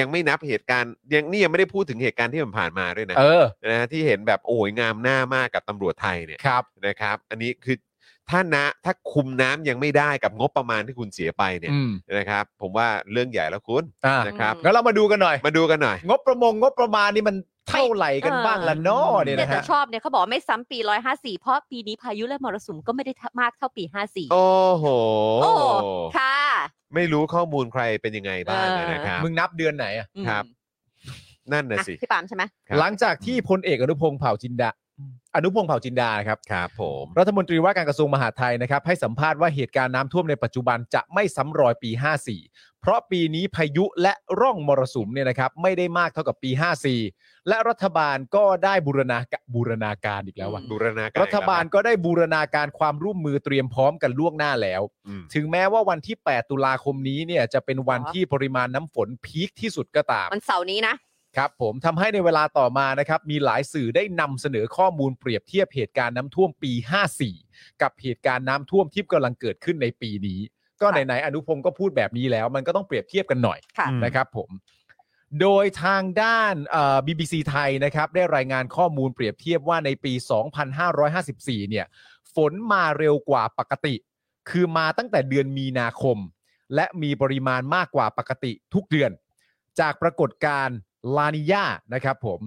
Speaker 3: ยังไม่นับเหตุการณ์ยังนี่ยังไม่ได้พูดถึงเหตุการณ์ที่มันผ่านมาด้วยนะ
Speaker 4: เออ
Speaker 3: นะฮะที่เห็นแบบโอ้ยงามหน้ามากกับตำรวจไทยเนี่ย
Speaker 4: ครับ
Speaker 3: นะครับ อันนี้คือถ้านะถ้าคุมน้ำยังไม่ได้กับงบประมาณที่คุณเสียไปเนี่ย
Speaker 4: อืม
Speaker 3: นะครับ ผมว่าเรื่องใหญ่แล้วคุณ
Speaker 4: อ่า
Speaker 3: นะครับ
Speaker 4: งั้นเรามาดูกันหน่อย
Speaker 3: มาดูกันหน่อย
Speaker 4: งบประมงงบประมาณนี่มันเท่าไหร่กันบ้างละเนาะเนี่ย
Speaker 5: เนี่ย
Speaker 4: นะ
Speaker 5: แต่
Speaker 4: ฮะ
Speaker 5: ชอบเนี่ยเขาบอกว่าไม่ซ้ำปี 154 เพราะปีนี้พายุและมรสุมก็ไม่ได้มากเท่าปี 54
Speaker 3: โอ้โห
Speaker 5: โอ้ค่ะ
Speaker 3: ไม่รู้ข้อมูลใครเป็นยังไงบ้างนะครับ
Speaker 4: มึงนับเดือนไหนอะ
Speaker 5: อืม
Speaker 3: ครับ นั่น
Speaker 5: อ่ะ
Speaker 3: น่ะสิ
Speaker 5: พี่ปาล์มใช่ไหม
Speaker 3: ครับ
Speaker 4: หลังจากที่พลเอกอนุพงษ์เผ่าจินดา อนุพงษ์เผ่าจินดาครับ
Speaker 3: ครับผม
Speaker 4: รัฐมนตรีว่าการกระทรวงมหาดไทยนะครับ ให้สัมภาษณ์ว่าเหตุการณ์น้ำท่วมในปัจจุบันจะไม่ซ้ำรอยปี 54 เพราะปีนี้พายุและร่องมรสุมเนี่ยนะครับ ไม่ได้มากเท่ากับปี 54 และรัฐบาลก็ได้บูรณาบูรณาการอีกแล้วอะ
Speaker 5: อืม
Speaker 3: บูรณาการ
Speaker 4: รัฐบาลก็ได้บูรณาการความร่วมมือเตรียมพร้อมกันล่วงหน้าแล้ว
Speaker 3: อืม
Speaker 4: ถึงแม้ว่าวันที่ 8 ตุลาคมนี้เนี่ยจะเป็นวันที่ปริมาณน้ำฝนพีคที่สุดก็ตาม
Speaker 5: วันเสาร์นี้นะ
Speaker 4: ครับผมทำให้ในเวลาต่อมานะครับ มีหลายสื่อได้นำเสนอข้อมูลเปรียบเทียบเหตุการณ์น้ำท่วมปี 54 กับเหตุการณ์น้ำท่วมที่กำลังเกิดขึ้นในปีนี้ ก็
Speaker 5: ค่ะ
Speaker 4: ไหนๆอนุพงศ์ก็พูดแบบนี้แล้ว มันก็ต้องเปรียบเทียบกันหน่อย
Speaker 5: ค่ะ
Speaker 4: นะครับผม โดยทางด้านเอ่อ BBC ไทยนะครับ ได้รายงานข้อมูลเปรียบเทียบว่าในปี 2554 เนี่ย ฝนมาเร็วกว่าปกติ คือมาตั้งแต่เดือนมีนาคม และมีปริมาณมากกว่าปกติทุกเดือน จากปรากฏการณ์ลานิยานะครับผม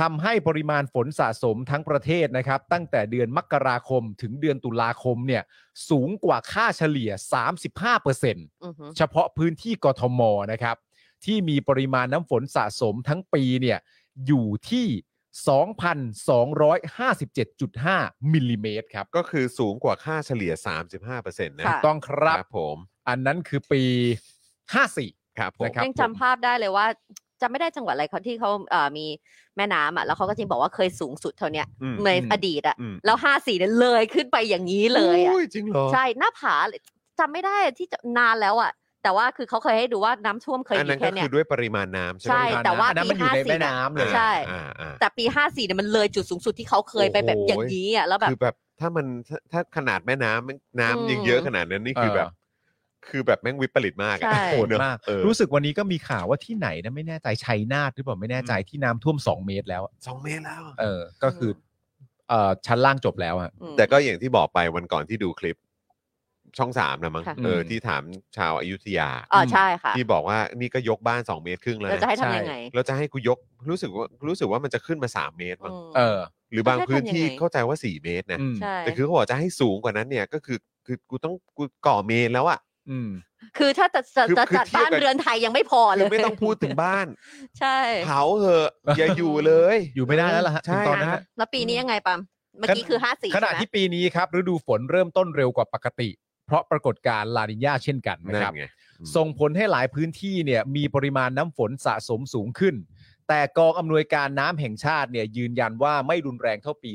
Speaker 4: ทำให้ปริมาณฝนสะสมทั้งประเทศนะครับ ตั้งแต่เดือนมกราคมถึงเดือนตุลาคมเนี่ย สูงกว่าค่าเฉลี่ย 35%
Speaker 5: อือหือ
Speaker 4: เฉพาะพื้นที่กทมนะครับ ที่มีปริมาณน้ำฝนสะสมทั้งปีเนี่ยอยู่ที่ 2,257.5 มิลลิเมตรครับ
Speaker 3: ก็คือสูงกว่าค่าเฉลี่ย 35%นะ
Speaker 5: ค่ะ
Speaker 4: ต้องครับ
Speaker 3: ผม
Speaker 4: อันนั้นคือปี 54
Speaker 3: ครับผม
Speaker 4: นะครับ
Speaker 5: ยังจำภาพได้เลยว่าจำไม่ได้จังหวัดอะไรเขาที่เขาเอ่อมีแม่น้ำอ่ะแล้วเขาก็จะบอกว่าเคยสูงสุดเท่าเนี้ย
Speaker 3: อืม
Speaker 5: ใน
Speaker 4: อืม
Speaker 5: อดีตอ่ะ
Speaker 3: อืม
Speaker 5: แล้วห้าสี่เนี่ยเลยขึ้นไปอย่างนี้เลยอ่ะ
Speaker 3: อุ้จริงเหรอ
Speaker 5: ใช่หน้าผาจำไม่ได้ที่จะนานแล้วอ่ะ แต่ว่าคือเขาเคยให้ดูว่าน้ำท่วมเคย
Speaker 3: อัน
Speaker 5: มี
Speaker 3: นั้นก็
Speaker 5: แค่เนี่
Speaker 3: คื
Speaker 5: ย
Speaker 3: อด้วยปริมาณน้ำใช่ไหม
Speaker 5: ใช่
Speaker 3: ครับ
Speaker 5: แต่ว่า
Speaker 4: อันนั้นมันอยู่ใน
Speaker 5: ปี54
Speaker 4: แม่น้ำเลย
Speaker 5: ใช่
Speaker 3: อ่าอ่า
Speaker 5: แต่ปี 54เนี่ยมันเลยจุดสูงสุดที่เขาเคยไปแบบ
Speaker 3: โอ้โห
Speaker 5: อย่างนี้อ่ะแล้วแบบ
Speaker 3: คือแบบถ้ามันถ้าถ้าขนาดแม่น้ำ
Speaker 5: อืม
Speaker 3: น้ำยังเยอะขนาดนั้นนี่คือ
Speaker 4: เออ
Speaker 3: แบบ คือแบบแม่งวิปริตมากอะ
Speaker 5: ใช่
Speaker 4: โหดมาก
Speaker 3: เนอะเออ
Speaker 4: รู้สึกวันนี้ก็มีข่าวว่าที่ไหนนะไม่แน่ใจชัยนาทหรือเปล่าไม่แน่ใจที่น้ำท่วม 2 เมตรแล้วอะ
Speaker 3: สองเมตรแล้วอะ
Speaker 4: เออ ก็คือเอ่อชั้นล่างจบแล้วอะ
Speaker 5: อืม
Speaker 3: แต่ก็อย่างที่บอกไปวันก่อนที่ดูคลิปช่องสามนะมั้ง
Speaker 5: ค่ะ
Speaker 3: เอออ
Speaker 4: ม
Speaker 3: ที่ถามชาวอายุทยา
Speaker 5: อ่าใช่ค่ะ
Speaker 3: ที่บอกว่านี่ก็ยกบ้านสองเมตรครึ่งแล้ว
Speaker 5: เรา
Speaker 3: นะ
Speaker 5: จะให้ทำยังไง
Speaker 3: แล้วจะให้กูยกรู้สึกว่ารู้สึกว่ามันจะขึ้นมาสามเมตรมั้ง
Speaker 5: อืม
Speaker 4: เออ
Speaker 3: หรือบาง
Speaker 5: แล้วจะ
Speaker 3: พื้นที่
Speaker 5: ทำยังไง
Speaker 3: เข้าใจว่า 4 เมตรนะ
Speaker 4: อืม
Speaker 5: ใช่
Speaker 3: แต่คือเขาบอกจะให้สูงกว่านั้นเนี่ย ก็คือคือกูต้องกูก่อเมนแล้วอะ
Speaker 4: อืม
Speaker 5: คือถ้าจะจะ
Speaker 3: คือ
Speaker 5: จะ
Speaker 3: คือ
Speaker 5: จัด
Speaker 3: เทียบ
Speaker 5: บ้าน
Speaker 3: กับ
Speaker 5: เรือนไทยยังไม่พอเล
Speaker 3: คื
Speaker 5: ย
Speaker 3: อไม่ต้องพูดถึงบ้าน
Speaker 5: ใช่
Speaker 3: เผาเหอะ อย่าอยู่เลย
Speaker 4: อยู่ไม่ได้แล้วล่ะฮะ
Speaker 3: ใช่
Speaker 4: ถึงตอนนั้นฮะ
Speaker 5: แล้วปีนี้ยังไงปั๊มเมื่อกี้คือ 54
Speaker 4: ข
Speaker 5: ใช่
Speaker 4: ณะ
Speaker 5: ไหม
Speaker 4: ที่ปีนี้ครับฤดูฝนเริ่มต้นเร็วกว่าปกติ เพราะปรากฏการณ์ลานิญาเช่นกันนะ
Speaker 3: นั่น
Speaker 4: ครับ
Speaker 3: ไง อืม
Speaker 4: ส่งผลให้หลายพื้นที่เนี่ยมีปริมาณน้ำฝนสะสมสูงขึ้น แต่กองอำนวยการน้ำแห่งชาติเนี่ยยืนยันว่าไม่รุนแรงเท่าปี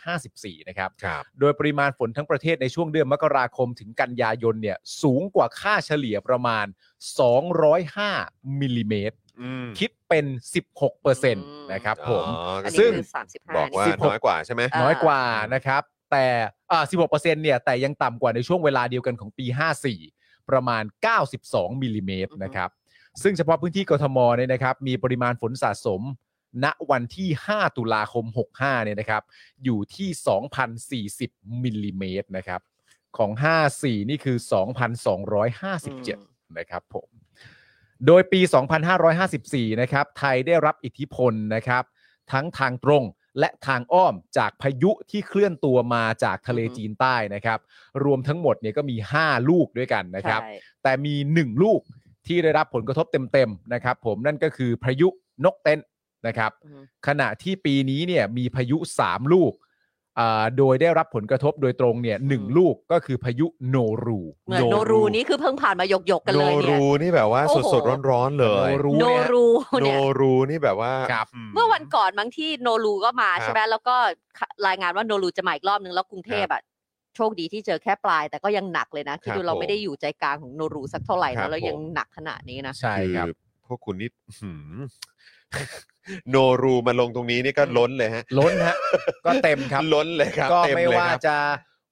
Speaker 4: 2554 นะครับ
Speaker 3: ครับ
Speaker 4: โดยปริมาณฝนทั้งประเทศในช่วงเดือนมกราคมถึงกันยายนเนี่ยสูงกว่าค่าเฉลี่ยประมาณ 205มิลลิเมตร
Speaker 3: อืม
Speaker 4: คิดเป็น 16%
Speaker 5: ม
Speaker 4: นะครับผม
Speaker 3: อ๋อ
Speaker 5: อันนี้
Speaker 4: ซึ่
Speaker 3: ซึ่
Speaker 4: ง
Speaker 3: ง
Speaker 5: คือ35
Speaker 3: บอกว่า
Speaker 4: สิบห
Speaker 3: น้
Speaker 4: ก
Speaker 3: อยกว่าใช่ไหม
Speaker 5: เอ่อ
Speaker 4: น้อยกว่านะครับ แต่อ่า16%เนี่ย แต่ยังต่ำกว่าในช่วงเวลาเดียวกันของปี 54 ประมาณ 92มิลลิเมตรนะครับ ซึ่งเฉพาะพื้นที่กทมเนี่ยนะครับ มีปริมาณฝนสะสม ณ วันที่ 5 ตุลาคม 65 เนี่ยนะครับ อยู่ที่ 2,040มิลลิเมตรนะครับ ของ 54 นี่คือ 2,257 นะครับผม โดยปี 2554 นะครับ ไทยได้รับอิทธิพลนะครับ ทั้งทางตรงและทางอ้อมจากพายุที่เคลื่อนตัวมาจากทะเล
Speaker 5: อือฮึ
Speaker 4: จีนใต้นะครับ รวมทั้งหมดเนี่ยก็มี 5 ลูกด้วยกันนะครับ
Speaker 5: ใช่
Speaker 4: แต่มี 1 ลูกที่ได้รับผลกระทบเต็มๆนะครับ ผมนั่นก็คือพายุนกเต็นนะครับ
Speaker 5: อือฮึ
Speaker 4: ขณะที่ปีนี้เนี่ยมีพายุ 3 ลูกอ่าโดยได้รับผลกระทบโดยตรงเนี่ยหนึ่งลูกก็คือพายุโนรู
Speaker 5: เหมือนโนรูนี่คือเพิ่งผ่านมาหยกๆกัน
Speaker 3: โน
Speaker 5: เลยเนี่ย
Speaker 3: รูนี่แบบว่าส
Speaker 5: โอ้
Speaker 3: ด
Speaker 5: โห
Speaker 3: สดๆร้อนๆเลย
Speaker 4: โนรู
Speaker 5: โนรู
Speaker 3: โน
Speaker 5: เนี่ย
Speaker 3: รูนี่แบบว่า
Speaker 4: ครับ
Speaker 3: ม
Speaker 5: เมื่อวันก่อนบางที่โนรูก็มา
Speaker 3: ครับ
Speaker 5: ใช่ไหมแล้วก็รายงานว่าโนรูจะมาอีกรอบนึงแล้วกรุงเทพอ่ะโชคดีที่เจอแค่ปลาย แต่ก็ยังหนักเลยนะคิ
Speaker 3: ค
Speaker 5: ด
Speaker 3: รับ
Speaker 5: ดูเราไม่ได้
Speaker 3: ผม
Speaker 5: อยู่ใจกลางของโนรูสักเท่าไหร่
Speaker 3: ครับ
Speaker 5: นะแล้วยัง
Speaker 3: ผม
Speaker 5: หนักขนาดนี้นะ
Speaker 4: ใช่ครับ
Speaker 3: อพวกคุณนี่หืม [laughs] โนรูมาลงตรงนี้นี่ก็ล้นเลยฮะ
Speaker 4: ล้นฮะ ก็เต็มครับ
Speaker 3: ล้นเลยครับ
Speaker 4: ก็
Speaker 3: เต็
Speaker 4: ไม่
Speaker 3: เลย
Speaker 4: ว่า
Speaker 3: ครับ
Speaker 4: จะ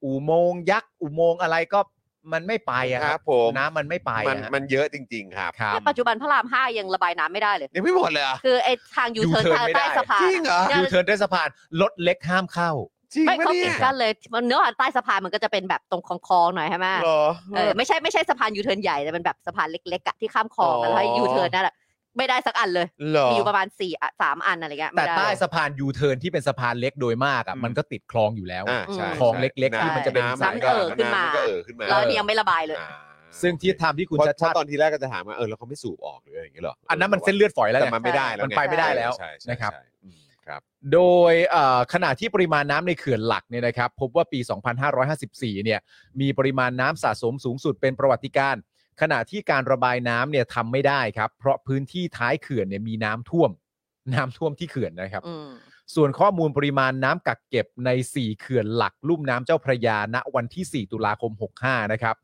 Speaker 4: อุโมงค์ยักษ์อุโมงค์อะไรก็มันไม่ไปอะค
Speaker 3: ครั
Speaker 4: รับบ
Speaker 3: ผม
Speaker 4: น้ำมันไม่ไป
Speaker 3: มัน
Speaker 4: อะฮะ
Speaker 3: มันเยอะจริง ๆ ครับ
Speaker 4: ครับ
Speaker 5: เนี่ยปัจจุบันพระรามห้ายังระบายน้ำไม่ได้เลย
Speaker 3: ยังไม่หมดเลยเหรอ่ะ
Speaker 5: คือไอ้ทางยูเทิร์น
Speaker 4: U-turn ไม่ได้
Speaker 5: ใต้สะพาน
Speaker 3: จริงเหรอ
Speaker 5: ยั
Speaker 4: ยูเทิร์นได้สะพานรถเล็กห้ามเข้า
Speaker 3: จริง
Speaker 5: ไม่
Speaker 3: ปะ
Speaker 5: เขา
Speaker 3: เนี่
Speaker 5: ปิ
Speaker 3: ย
Speaker 5: ดกันเลยมันเนื้อหาใต้สะพานมันก็จะเป็นแบบตรงคลองๆหน่อยใช่ไหม
Speaker 3: เหรอ
Speaker 5: เออไม่ใช่ไม่ใช่สะพานยูเทิร์นใหญ่แต่เป็นแบบสะพานเล็กๆอะที่ข้ามคลอง
Speaker 3: อ๋
Speaker 5: อะ
Speaker 3: อ
Speaker 5: แล้วให้ยูเทิร์นนั่นแหละไม่ได้สักอันเลย
Speaker 3: เหรอ
Speaker 5: มีอยู่ประมาณสี่อะสามอันอะไรเงี้ย
Speaker 4: แต่
Speaker 5: ไม่ได้
Speaker 4: ใต้
Speaker 5: เลย
Speaker 4: สะพานยูเทิร์นที่เป็นสะพานเล็กโดยมากอะ
Speaker 3: อืม
Speaker 4: มันก็ติดคลองอยู่แล้ว
Speaker 3: อ่าใช่
Speaker 4: คลองเล็กๆ
Speaker 3: ใช่
Speaker 4: ที่มันจะเป็นสาย
Speaker 3: ก็
Speaker 5: น้ำเอ่อขึ้นมา
Speaker 3: ำก็เอ่อขึ้นมา
Speaker 5: แล้วอันนี้ยังไม่ระบายเลย
Speaker 3: อ่า
Speaker 4: ซึ่งที่ทำที่คุณ
Speaker 3: เพราะ
Speaker 4: ชัด
Speaker 3: เพราะ
Speaker 4: ชาติ
Speaker 3: ตอนทีแรกก็จะถามว่าเออแล้วเขาไม่สูบออกหรืออะไรอย่างเงี้ยเหรอ
Speaker 4: อันนั้นมันเส้นเลือดฝอยแล้ว
Speaker 3: แต่
Speaker 4: เนี่ย
Speaker 3: มันไม่ได้แล้วง
Speaker 4: มันไปไม่ได้แล้ว
Speaker 3: ใช่ใช่
Speaker 4: นะครับ
Speaker 3: ใช่อืมครับ
Speaker 4: โดยเอ่อขณะที่ปริมาณน้ำในเขื่อนหลักเนี่ยนะครับ พบว่าปี 2554 เนี่ยมีปริมาณน้ำสะสมสูงสุดเป็นประวัติการณ์ขณะที่การระบายน้ำเนี่ยทำไม่ได้ครับ เพราะพื้นที่ท้ายเขื่อนเนี่ยมีน้ำท่วม น้ำท่วมที่เขื่อนนะครับ
Speaker 5: อืม
Speaker 4: ส่วนข้อมูลปริมาณน้ำกักเก็บใน 4 เขื่อนหลักลุ่มน้ำเจ้าพระยาณวันที่ 4 ตุลาคม 65 นะครับ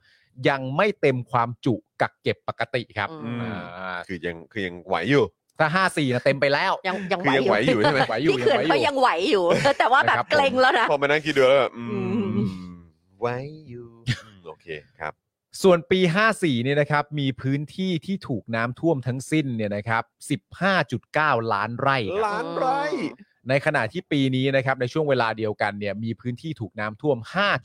Speaker 4: ยังไม่เต็มความจุกักเก็บปกติครับ
Speaker 5: อืม
Speaker 3: อืม
Speaker 4: อ่า
Speaker 3: คือยังคือยังไหวอยู่
Speaker 4: ถ้า 54นะเต็มไปแล้ว
Speaker 5: ยังยัง
Speaker 3: คือยังไหวอยู่ใช่ไหม
Speaker 4: ไหวอยู่
Speaker 5: ที่เขื่อน [laughs]
Speaker 4: ไหวอยู่
Speaker 5: เขายังไหวอยู่ แต่ว่าแบบ
Speaker 4: นะครับผม
Speaker 5: เกรงแล้วนะ
Speaker 3: พอมานั่งคิดดูแล้วแบบอืม
Speaker 5: อื
Speaker 3: ไหวอยู่อืมโอเคครับ
Speaker 4: ส่วนปี 54 เนี่ยนะครับ มีพื้นที่ที่ถูกน้ำท่วมทั้งสิ้นเนี่ยนะครับ 15.9 ล้านไร่ครับ
Speaker 3: ล้านไร่
Speaker 4: ในขณะที่ปีนี้นะครับ ในช่วงเวลาเดียวกันเนี่ย มีพื้นที่ถูกน้ำท่วม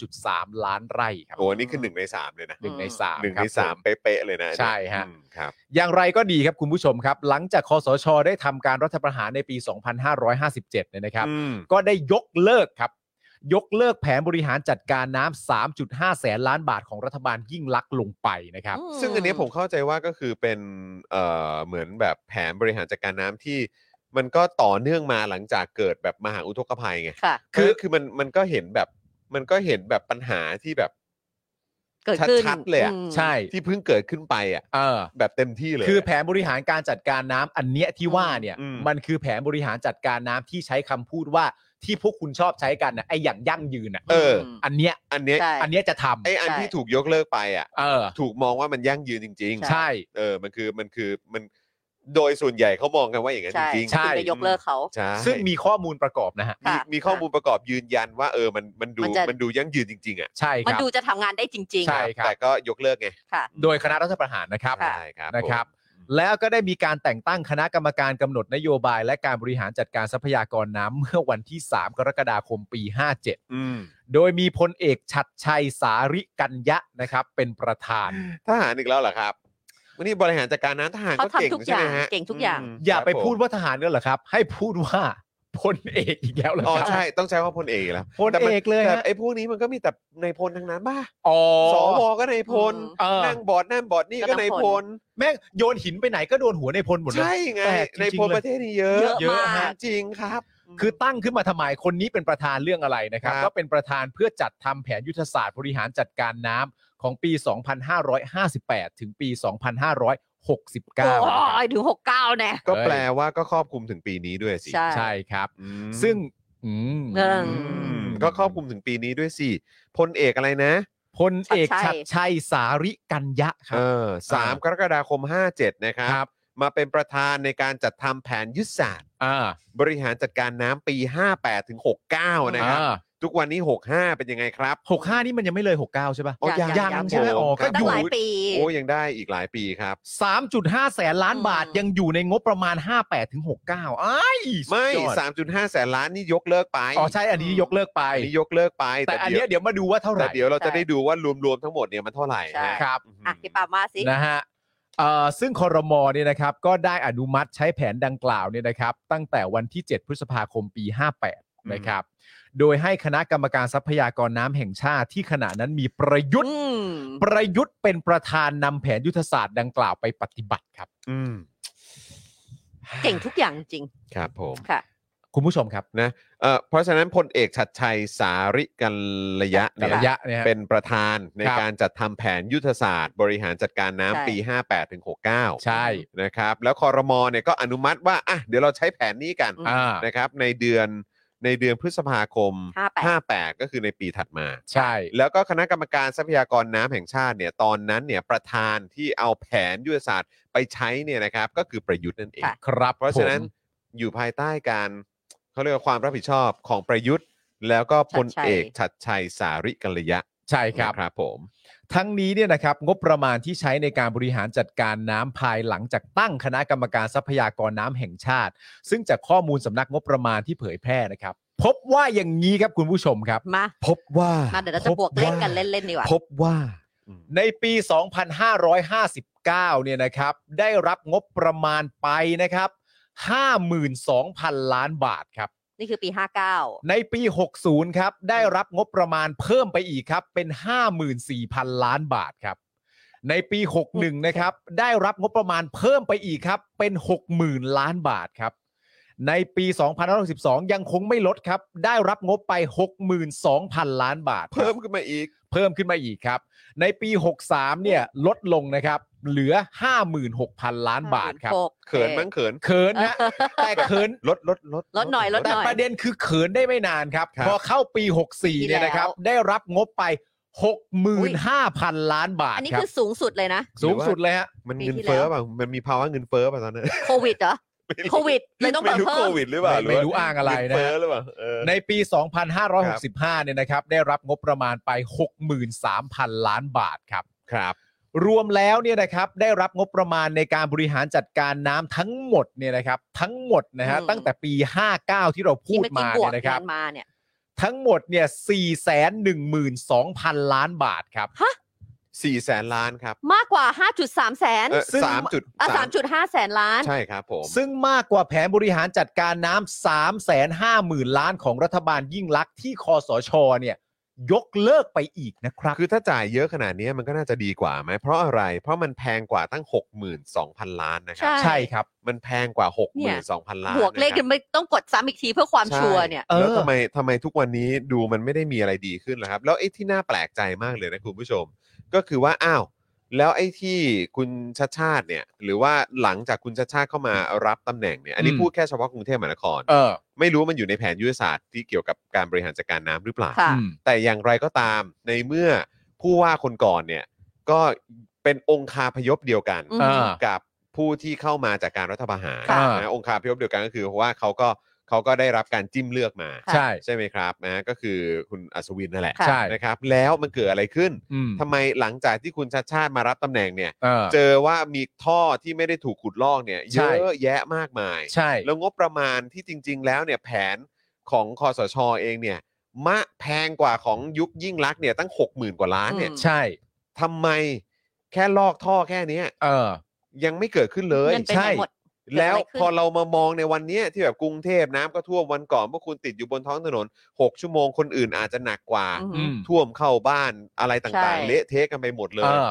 Speaker 4: 5.3 ล้านไร่ครับ
Speaker 3: โอ้นี่คือหนึ่งในสามเลยนะ
Speaker 4: หนึ่งในสาม
Speaker 3: หนึ่ง
Speaker 4: ครับ
Speaker 3: ในสาม
Speaker 4: ผ
Speaker 3: เป๊ะๆเลยนะ
Speaker 4: ใช่ฮะ
Speaker 3: อืมครับ
Speaker 4: อย่างไรก็ดีครับคุณผู้ชมครับ หลังจากคอสช ได้ทำการรัฐประหารในปี 2557 เนี่ยนะครับ
Speaker 3: อืม
Speaker 4: ก็ได้ยกเลิกครับ ยกเลิกแผนบริหารจัดการน้ำ 3.5 แสนล้านบาทของรัฐบาลยิ่งลักษณ์ลงไปนะครับ
Speaker 5: อืม
Speaker 3: ซึ่งอันนี้ผมเข้าใจว่าก็คือเป็นเอ่อเหมือนแบบแผนบริหารจัดการน้ำที่ มันก็ต่อเนื่องมาหลังจากเกิดแบบมหาอุทกภัยไง
Speaker 5: ค่ะ
Speaker 3: คือคือมันมันก็เห็นแบบ มันก็เห็นแบบปัญหาที่แบบ
Speaker 5: เกิดขึ้น
Speaker 3: ชัดๆเลยอะ
Speaker 5: อืม
Speaker 4: ใช่
Speaker 3: ที่เพิ่งเกิดขึ้นไปอ่ะ
Speaker 4: เออ
Speaker 3: แบบเต็มที่เลย
Speaker 4: คือแผนบริหารการจัดการน้ำอันเนี้ยที่ว่าเนี่ย
Speaker 3: อืม
Speaker 4: มันคือแผนบริหารจัดการน้ำที่ใช้คำพูดว่า ที่พวกคุณชอบใช้กันนะไอ้อย่างยั่งยืนอ่ะ
Speaker 3: เออ
Speaker 5: ม
Speaker 4: อันเนี้ย
Speaker 3: อันเนี้ย
Speaker 5: ใช่
Speaker 4: อันเนี้ยจะทำ
Speaker 3: ไออัน
Speaker 5: ใช่
Speaker 3: ที่ถูกยกเลิกไปอ่ะ
Speaker 4: เออ
Speaker 3: ถูกมองว่ามันยั่งยืนจริง
Speaker 5: ใช่
Speaker 4: ใช่
Speaker 3: ๆ เออ มันคือมันคือมันโดยส่วนใหญ่เขามองกันว่าอย่างนั้น
Speaker 5: ใช่
Speaker 3: จริงๆ
Speaker 4: ใช่
Speaker 5: คุณไปยกเลิกเขา
Speaker 3: ใช่
Speaker 4: ซึ่งมีข้อมูลประกอบนะฮะ
Speaker 3: มี
Speaker 5: ค่ะ
Speaker 3: มีข้อมูลประกอบยืนยันว่าเออมันมันดู
Speaker 5: มันจะ
Speaker 3: มันดูยั่งยืนจริง ๆ อ่ะ
Speaker 4: ใช่ค
Speaker 5: มัน
Speaker 4: รับ
Speaker 5: ดูจะทำงานได้จริง
Speaker 4: ใช่ ครับ
Speaker 3: แต่ก็ยกเลิกไง
Speaker 5: ๆ ค่ะ
Speaker 4: โดยคณะรัฐประหารนะครับ
Speaker 5: ค่ะ
Speaker 3: ใช่ครับ
Speaker 4: นะครับ
Speaker 3: ผม
Speaker 4: แล้วก็ได้มีการแต่งตั้งคณะกรรมการกำหนดนโยบาย และการบริหารจัดการทรัพยากรน้ำ [laughs] เมื่อวันที่ 3 กรกฎาคมปี
Speaker 3: อืม
Speaker 4: 57 โดยมีพลเอกชัดชัยสาริกัญญะนะครับ เป็นประธาน
Speaker 3: ทหารอีกแล้วเหรอครับวันนี้บริหารจัดการน้ำทหาร
Speaker 5: เขา
Speaker 3: ก็
Speaker 5: ทำ
Speaker 3: เก่ง
Speaker 5: ทุก
Speaker 3: ใช่ไหม
Speaker 5: อย่าง
Speaker 3: ฮะ
Speaker 5: เก่งทุกอย่าง
Speaker 3: ม
Speaker 4: อย่าไป
Speaker 3: ครับผม
Speaker 4: พูดว่าทหารกันเหรอครับ ให้พูดว่าพลเอกอีกแล้วเหรอ
Speaker 3: อ๋อ
Speaker 4: ครับ
Speaker 3: ใช่ต้องใช้ว่าพลเอกแล้ว
Speaker 4: พลเอกเลย
Speaker 3: แต่
Speaker 4: ฮะ
Speaker 3: ไอ้พวกนี้มันก็มีแต่ในพลทั้งนั้นบ้า
Speaker 4: อ๋อ
Speaker 3: สวก็ในพล
Speaker 4: เออ
Speaker 3: นั่งบอร์ดนั่นบอร์ดนี่
Speaker 5: ก็
Speaker 3: ก็
Speaker 5: ทั้
Speaker 3: ใน
Speaker 5: ง
Speaker 3: พ
Speaker 5: พ
Speaker 3: ล
Speaker 5: ล
Speaker 4: แม่งโยนหินไปไหนก็โดนหัวในพลหมดเลย
Speaker 3: ใช่ไง
Speaker 4: แปลกจริงๆ
Speaker 3: ในพลประเทศนี่เยอะ
Speaker 5: เยอะเยอะมาก
Speaker 3: ฮะจริงครับ
Speaker 4: คือตั้งขึ้นมาทำไมคนนี้เป็นประธานเรื่องอะไรนะครับ
Speaker 3: ครับ
Speaker 4: ก็เป็นประธานเพื่อจัดทำแผนยุทธศาสตร์บริหารจัดการน้ำของปี 2558 ถึงปี
Speaker 5: โอ้
Speaker 4: 2569นะครับ
Speaker 5: ยถึงหกเก้าแน่
Speaker 3: ก็แปลว่าก็ครอบคลุมถึงปีนี้ด้วยสิ
Speaker 5: ใช่
Speaker 4: ใช่ครับ
Speaker 3: อืม
Speaker 4: ซึ่งอืม
Speaker 5: เออ
Speaker 3: อืมก็ครอบคลุมถึงปีนี้ด้วยสิพลเอกอะไรนะ
Speaker 4: พลเอก
Speaker 5: ชั
Speaker 4: ชัด
Speaker 5: ดชัย
Speaker 4: ชัยสาริกัญญะค
Speaker 3: เอ
Speaker 4: รับ
Speaker 3: อสาม
Speaker 4: อ่าก
Speaker 3: รกฎาคม 57 นะครับ
Speaker 4: ครับ
Speaker 3: มาเป็นประธานในการจัดทำแผนยุทธศาสตร์
Speaker 4: อ่า
Speaker 3: บริหารจัดการน้ำปี 58 ถึง 69 นะครับ ทุกวันนี้ 65 เป็นยังไงครับ
Speaker 4: หกห้า65 นี่มันยังไม่เลย 69 ใช่ป่ะ
Speaker 5: โอ้ยัง
Speaker 4: ยัง
Speaker 5: ยัง
Speaker 4: ใช่ไหม
Speaker 3: ผม
Speaker 4: อ๋อ
Speaker 3: ครั
Speaker 4: ก็
Speaker 3: บ
Speaker 4: อ
Speaker 5: ตั้ง
Speaker 4: ยู่
Speaker 5: หลายปี
Speaker 3: โอ้ยังได้อีกหลายปีครับ
Speaker 4: 3.5 แสนล้านบาท
Speaker 5: อืม
Speaker 4: ยังอยู่ในงบประมาณ 58ถึง69อ้ายสุด
Speaker 3: ไม่
Speaker 4: ยอด
Speaker 3: 3.5 แสนล้านนี่ยกเลิกไป
Speaker 4: อ๋อใช่อันนี้ยกเลิกไป
Speaker 3: อันนี้ยกเลิกไป
Speaker 4: แต่อัน
Speaker 3: เดี๋ยว
Speaker 4: เนี้ยเดี๋ยวมาดูว่าเท่าไห
Speaker 3: แต่
Speaker 4: ร่
Speaker 3: เดี๋ยวเราจะได้ดูว่ารวมๆทั้งหมดเนี่ยมันเท่าไหร่
Speaker 5: ใช่
Speaker 3: นะครับ อืม
Speaker 5: อ่ะพี่ปาล์มว่าสิ
Speaker 4: นะฮะเอ่อซึ่งคอรมอเนี่ยนะครับ ก็ได้อนุมัติใช้แผนดังกล่าวเนี่ยนะครับ ตั้งแต่วันที่ 7 พฤษภาคมปี 58 นะครับ โดยให้คณะกรรมการทรัพยากรน้ำแห่งชาติที่ขณะนั้นมีประยุทธ์
Speaker 5: อืม
Speaker 4: ประยุทธ์เป็นประธานนำแผนยุทธศาสตร์ดังกล่าวไปปฏิบัติครับ
Speaker 3: อืม
Speaker 5: เก่งทุกอย่างจริง
Speaker 3: ครับผม
Speaker 5: ค่ะ
Speaker 4: คุณผู้ชมครับ
Speaker 3: เอ่อเพราะฉะนั้นพลเอกชัดชัยสาริกัลยะเนี่
Speaker 4: แต่
Speaker 3: ย
Speaker 4: ระยะเนี่ยฮะ
Speaker 3: เป็นประธานใน
Speaker 4: ครับ
Speaker 3: การจัดทำแผนยุทธศาสตร์ บริหารจัดการ
Speaker 5: ใช่
Speaker 3: น้ำปี 58ถึง69
Speaker 4: ใช่
Speaker 3: นะครับ แล้วคอรมอเนี่ยก็อนุมัติว่าอ่ะเดี๋ยวเราใช้แผนนี้กัน
Speaker 4: อ่า
Speaker 3: นะครับ ในเดือนในเดือนพฤษภาคม
Speaker 5: 58
Speaker 3: 58 ก็คือในปีถัดมา
Speaker 4: ใช่
Speaker 3: แล้วก็คณะกรรมการทรัพยากรน้ำแห่งชาติเนี่ยตอนนั้นเนี่ยประธานที่เอาแผนยุทธศาสตร์ไปใช้เนี่ยนะครับ ก็คือประยุทธ์นั่นเอง
Speaker 5: ค่ะ
Speaker 4: ครับ
Speaker 3: เพราะฉะนั้น
Speaker 4: ผม
Speaker 3: อยู่ภายใต้การเขาเรียกว่าความรับผิดชอบของประยุทธ์ แล้วก็พล
Speaker 5: ชัดชัย
Speaker 3: เอกชัดชัยสาริกัลยะ
Speaker 4: ใช่ครับ
Speaker 3: นะครับผม
Speaker 4: ทั้งนี้เนี่ยนะครับงบประมาณที่ใช้ในการบริหารจัดการน้ำภายหลังจากตั้งคณะกรรมการทรัพยากรน้ำแห่งชาติ ซึ่งจากข้อมูลสำนักงบประมาณที่เผยแพร่นะครับ พบว่าอย่างนี้ครับคุณผู้ชมครับ
Speaker 5: มา
Speaker 3: พบว่า
Speaker 5: มาเดี๋ยวเราจะบวกเลขกันเล่นๆดีกว่า
Speaker 3: พบว่า
Speaker 4: ในปี 2559 เนี่ยนะครับ ได้รับงบประมาณไปนะครับ 52,000 ล้านบาทครับ
Speaker 5: นี่คือปี 59
Speaker 4: ในปี 60 ครับ ได้รับงบประมาณเพิ่มไปอีกครับ เป็น 54,000 ล้านบาทครับ ในปี 61 นะครับ ได้รับงบประมาณเพิ่มไปอีกครับ เป็น 60,000 ล้านบาทครับ ในปี2562 ยังคงไม่ลดครับ ได้รับงบไป 62,000 ล้านบาทครับ
Speaker 3: เพิ่มขึ้นมาอีก
Speaker 4: เพิ่มขึ้นมาอีกครับ ในปี 63 เนี่ยลดลงนะครับ เหลือ 56,000 ล้านบาทครับ
Speaker 5: 56
Speaker 3: เขินมั้งเขิน
Speaker 4: เขิน
Speaker 5: [laughs]
Speaker 4: นะแต่เขิน
Speaker 3: ลดลดลด
Speaker 5: ลดหน่อยลดห
Speaker 4: แต่
Speaker 5: น่อย
Speaker 4: ประเด็นคือเขินได้ไม่นานครับ
Speaker 3: ครับ
Speaker 4: พอเข้าปี 64
Speaker 5: ปี
Speaker 4: เนี่ยนะครับ
Speaker 5: แล้ว
Speaker 4: ได้รับงบไป
Speaker 5: อุ๊ย
Speaker 4: 65,000 ล้านบาท
Speaker 5: อันนี้
Speaker 4: ครั
Speaker 5: คื
Speaker 4: บ
Speaker 5: อสูงสุดเลยนะ
Speaker 4: สูงสุดเลยฮะ
Speaker 3: มัน
Speaker 5: ปี
Speaker 3: เงิน
Speaker 5: ที่
Speaker 3: เฟ้อ
Speaker 5: แล้ว
Speaker 3: ป่ะมันมีภาวะเงินเฟ้อป่ะตอนนั้น [laughs]
Speaker 5: โควิดเหรอ [laughs] โควิดเลยต้อง
Speaker 3: ไม่
Speaker 5: เปิด
Speaker 3: รู้
Speaker 5: เพิ่
Speaker 3: โค
Speaker 5: ม
Speaker 3: วิดหรือเปล่า
Speaker 4: ไม่ไม่รู้อ้างอะไรนะ
Speaker 3: เงินเฟ้อหรือเปล่าเออ
Speaker 4: ในปี 2565 เนี่ยนะครับ ได้รับงบประมาณไป 63,000 ล้านบาทครับ
Speaker 3: ครับ
Speaker 4: รวมแล้วเนี่ยนะครับ ได้รับงบประมาณในการบริหารจัดการน้ำทั้งหมดเนี่ยนะครับ ทั้งหมดนะฮะ
Speaker 5: อืม
Speaker 4: ตั้งแต่ปี 59 ที่เราพู
Speaker 5: ที่
Speaker 4: ด
Speaker 5: เมื่อ
Speaker 4: มา
Speaker 5: กี้บว
Speaker 4: เนี่
Speaker 5: ก
Speaker 4: ยนะครับ
Speaker 5: กันมาเนี่ย
Speaker 4: ทั้งหมดเนี่ย 412,000 ล้านบาทครับ
Speaker 3: สี่แสนล้านครับ
Speaker 5: มากกว่า 5.3 แสน
Speaker 3: เออ
Speaker 4: ซึ่ง
Speaker 3: สามจุด
Speaker 5: อ่ะ3.5 แสนล้าน
Speaker 3: ใช่ครับผม
Speaker 4: ซึ่งมากกว่าแผนบริหารจัดการน้ำ 3 5 0 0 0 0 ล้านของรัฐบาลยิ่งลักษณ์ที่คอสชเนี่ย ยกเลิกไปอีกนะครับ
Speaker 3: คือถ้าจ่ายเยอะขนาดนี้มันก็น่าจะดีกว่าไหม เพราะอะไร เพราะมันแพงกว่าตั้ง 62,000 ล้านนะครั
Speaker 5: ใช่
Speaker 4: ใช่ครับ
Speaker 3: มันแพงกว่า
Speaker 5: เนี่ย
Speaker 3: 62,000 ล้าน
Speaker 5: บวกเลข
Speaker 3: นะค
Speaker 5: กั
Speaker 3: รับ
Speaker 5: นไม่ต้องกดซ้ำอีกทีเพื่อความชัวร์เนี่ย
Speaker 3: ใช่แล้ว
Speaker 4: เออ
Speaker 3: ทำไมทำไมทุกวันนี้ดูมันไม่ได้มีอะไรดีขึ้นเหรอครับ แล้วไอ้ที่น่าแปลกใจมากเลยนะคุณผู้ชม ก็คือว่า อ้าว แล้วไอ้ที่คุณชัดชาติเนี่ย หรือว่าหลังจากคุณชัดชาติเข้ามารับตำแหน่งเนี่ย อันนี้
Speaker 4: อืม
Speaker 3: พูดแค่เฉพาะกรุงเทพมหานคร
Speaker 4: เออ
Speaker 3: ไม่รู้ว่ามันอยู่ในแผนยุทธศาสตร์ที่เกี่ยวกับการบริหารจัดการน้ำหรือเปล่า
Speaker 5: ค่ะ
Speaker 4: อืม
Speaker 3: แต่อย่างไรก็ตามในเมื่อผู้ว่าคนก่อนเนี่ยก็เป็นองคาพยพเดียวกัน
Speaker 5: อืม
Speaker 4: อ่า
Speaker 3: กับผู้ที่เข้ามาจากการรัฐประหาร
Speaker 4: ค่ะ
Speaker 3: นะองคาพยพเดียวกันก็คือเพราะว่าเขาก็เขาก็ได้รับการจิ้มเลือกมา
Speaker 4: ใช่
Speaker 3: ใช่ไหมครับนะก็คือคุณอัศวินนั่นแหละ
Speaker 5: ค่ะ
Speaker 4: ใช่
Speaker 3: นะครับ แล้วมันเกิดอะไรขึ้น
Speaker 4: อืม
Speaker 3: ทำไมหลังจากที่คุณชาติชาติมารับตำแหน่งเนี่ย
Speaker 4: เออ
Speaker 3: เจอว่ามีท่อที่ไม่ได้ถูกขุดลอกเนี่ยเย
Speaker 4: ใช่
Speaker 3: อะแยะมากมาย
Speaker 4: ใช่
Speaker 3: แล้วงบประมาณที่จริง ๆ แล้วเนี่ยแผนของคอสชเองเนี่ย มะแพงกว่าของยุคยิ่งรักษณ์เนี่ยตั้ง 60,000 กว่าล้านเนี่ย
Speaker 5: อืม
Speaker 4: ใช่
Speaker 3: ทำไมแค่ลอกท่อแค่เนี้ย
Speaker 4: เออ
Speaker 3: ยังไม่เกิดขึ้นเลย
Speaker 5: มันเป็นไปหมด เกิดอะไรขึ้น
Speaker 3: แล้วพอเรามามองในวันเนี้ยที่แบบกรุงเทพน้ำก็ท่วมวันก่อนพวกคุณติดอยู่บนท้องถนน 6 ชั่วโมงคนอื่นอาจจะหนักกว่า
Speaker 5: อื
Speaker 4: อื
Speaker 5: ม
Speaker 4: ม
Speaker 3: ท่วมเข้าบ้านอะไรต่าง
Speaker 5: ใช่
Speaker 3: ๆ เละเทะกันไปหมดเล
Speaker 4: เอย อ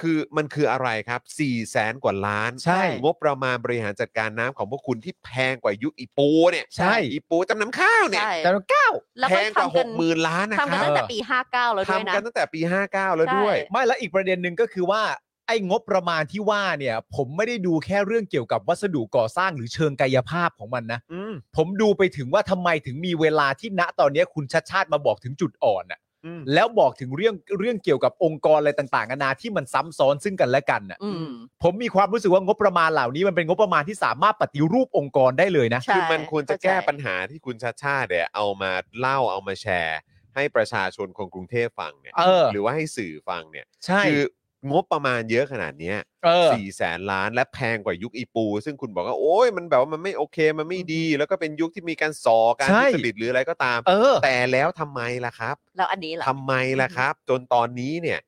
Speaker 3: คือมันคืออะไรครับ4ี่แสนกว่าล้าน
Speaker 4: ใช่
Speaker 3: งบประมาณบริหารจัดการน้ำของพวกคุณที่แพงกว่ายุคอีปูเนี่ย
Speaker 4: ใช่
Speaker 3: อีปูจำนำข้าวเนี่ย
Speaker 5: ใช่
Speaker 4: แต่เก้า
Speaker 5: แล้ว
Speaker 3: แพ
Speaker 5: ก็
Speaker 3: งกว่า
Speaker 5: ทำ
Speaker 3: ห
Speaker 5: กั
Speaker 3: กหมื่นล้านนะค
Speaker 5: ทำกัน
Speaker 3: รับ
Speaker 5: ตั้งแต่ปี 59 แล้วด้วย
Speaker 3: ทำ
Speaker 5: นะ
Speaker 3: กันตั้งแต่ปี 59 แล้วด้วย
Speaker 5: ใช่
Speaker 4: ไม่แล้วอีกประเด็นหนึ่งก็คือว่า ไอ้งบประมาณที่ว่าเนี่ย ผมไม่ได้ดูแค่เรื่องเกี่ยวกับวัสดุก่อสร้างหรือเชิงกายภาพของมันนะ
Speaker 3: อืม
Speaker 4: ผมดูไปถึงว่าทำไมถึงมีเวลาที่ณตอนเนี้ยคุณชัดชาติมาบอกถึงจุดอ่อนน่ะ
Speaker 3: อืม
Speaker 4: แล้วบอกถึงเรื่องเรื่องเกี่ยวกับองค์กรอะไรต่างๆนานาที่มันซ้ำซ้อนซึ่งกันและกันน่ะ
Speaker 5: อืม
Speaker 4: ผมมีความรู้สึกว่างบประมาณเหล่านี้มันเป็นงบประมาณที่สามารถปฏิรูปองค์กรได้เลยนะ
Speaker 5: ใช่
Speaker 3: คือมันควรจะ
Speaker 5: เข้าใจ
Speaker 3: แก้ปัญหาที่คุณชาติชาติเนี่ยเอามาเล่าเอามาแชร์ ให้ประชาชนคนกรุงเทพฟังเนี่ย
Speaker 4: เออ
Speaker 3: หรือว่าให้สื่อฟังเนี่ย
Speaker 4: ใช่
Speaker 3: คืองบประมาณเยอะขนาดเนี้ย
Speaker 4: เออ
Speaker 3: สี่แสนล้านและแพงกว่ายุคอีปู ซึ่งคุณบอกว่า โอ้ยมันแบบว่ามันไม่โอเคมันไม่ดี แล้วก็เป็นยุคที่มีการสอการ
Speaker 4: ใช่
Speaker 3: ทุจริตหรืออะไรก็ตาม
Speaker 4: เออ
Speaker 3: [laughs] แต่แล้วทำไมล่ะครับ
Speaker 5: แล้วอันนี้ล่ะ
Speaker 3: ทำไมล่ะครับ จนตอนนี้เนี่ย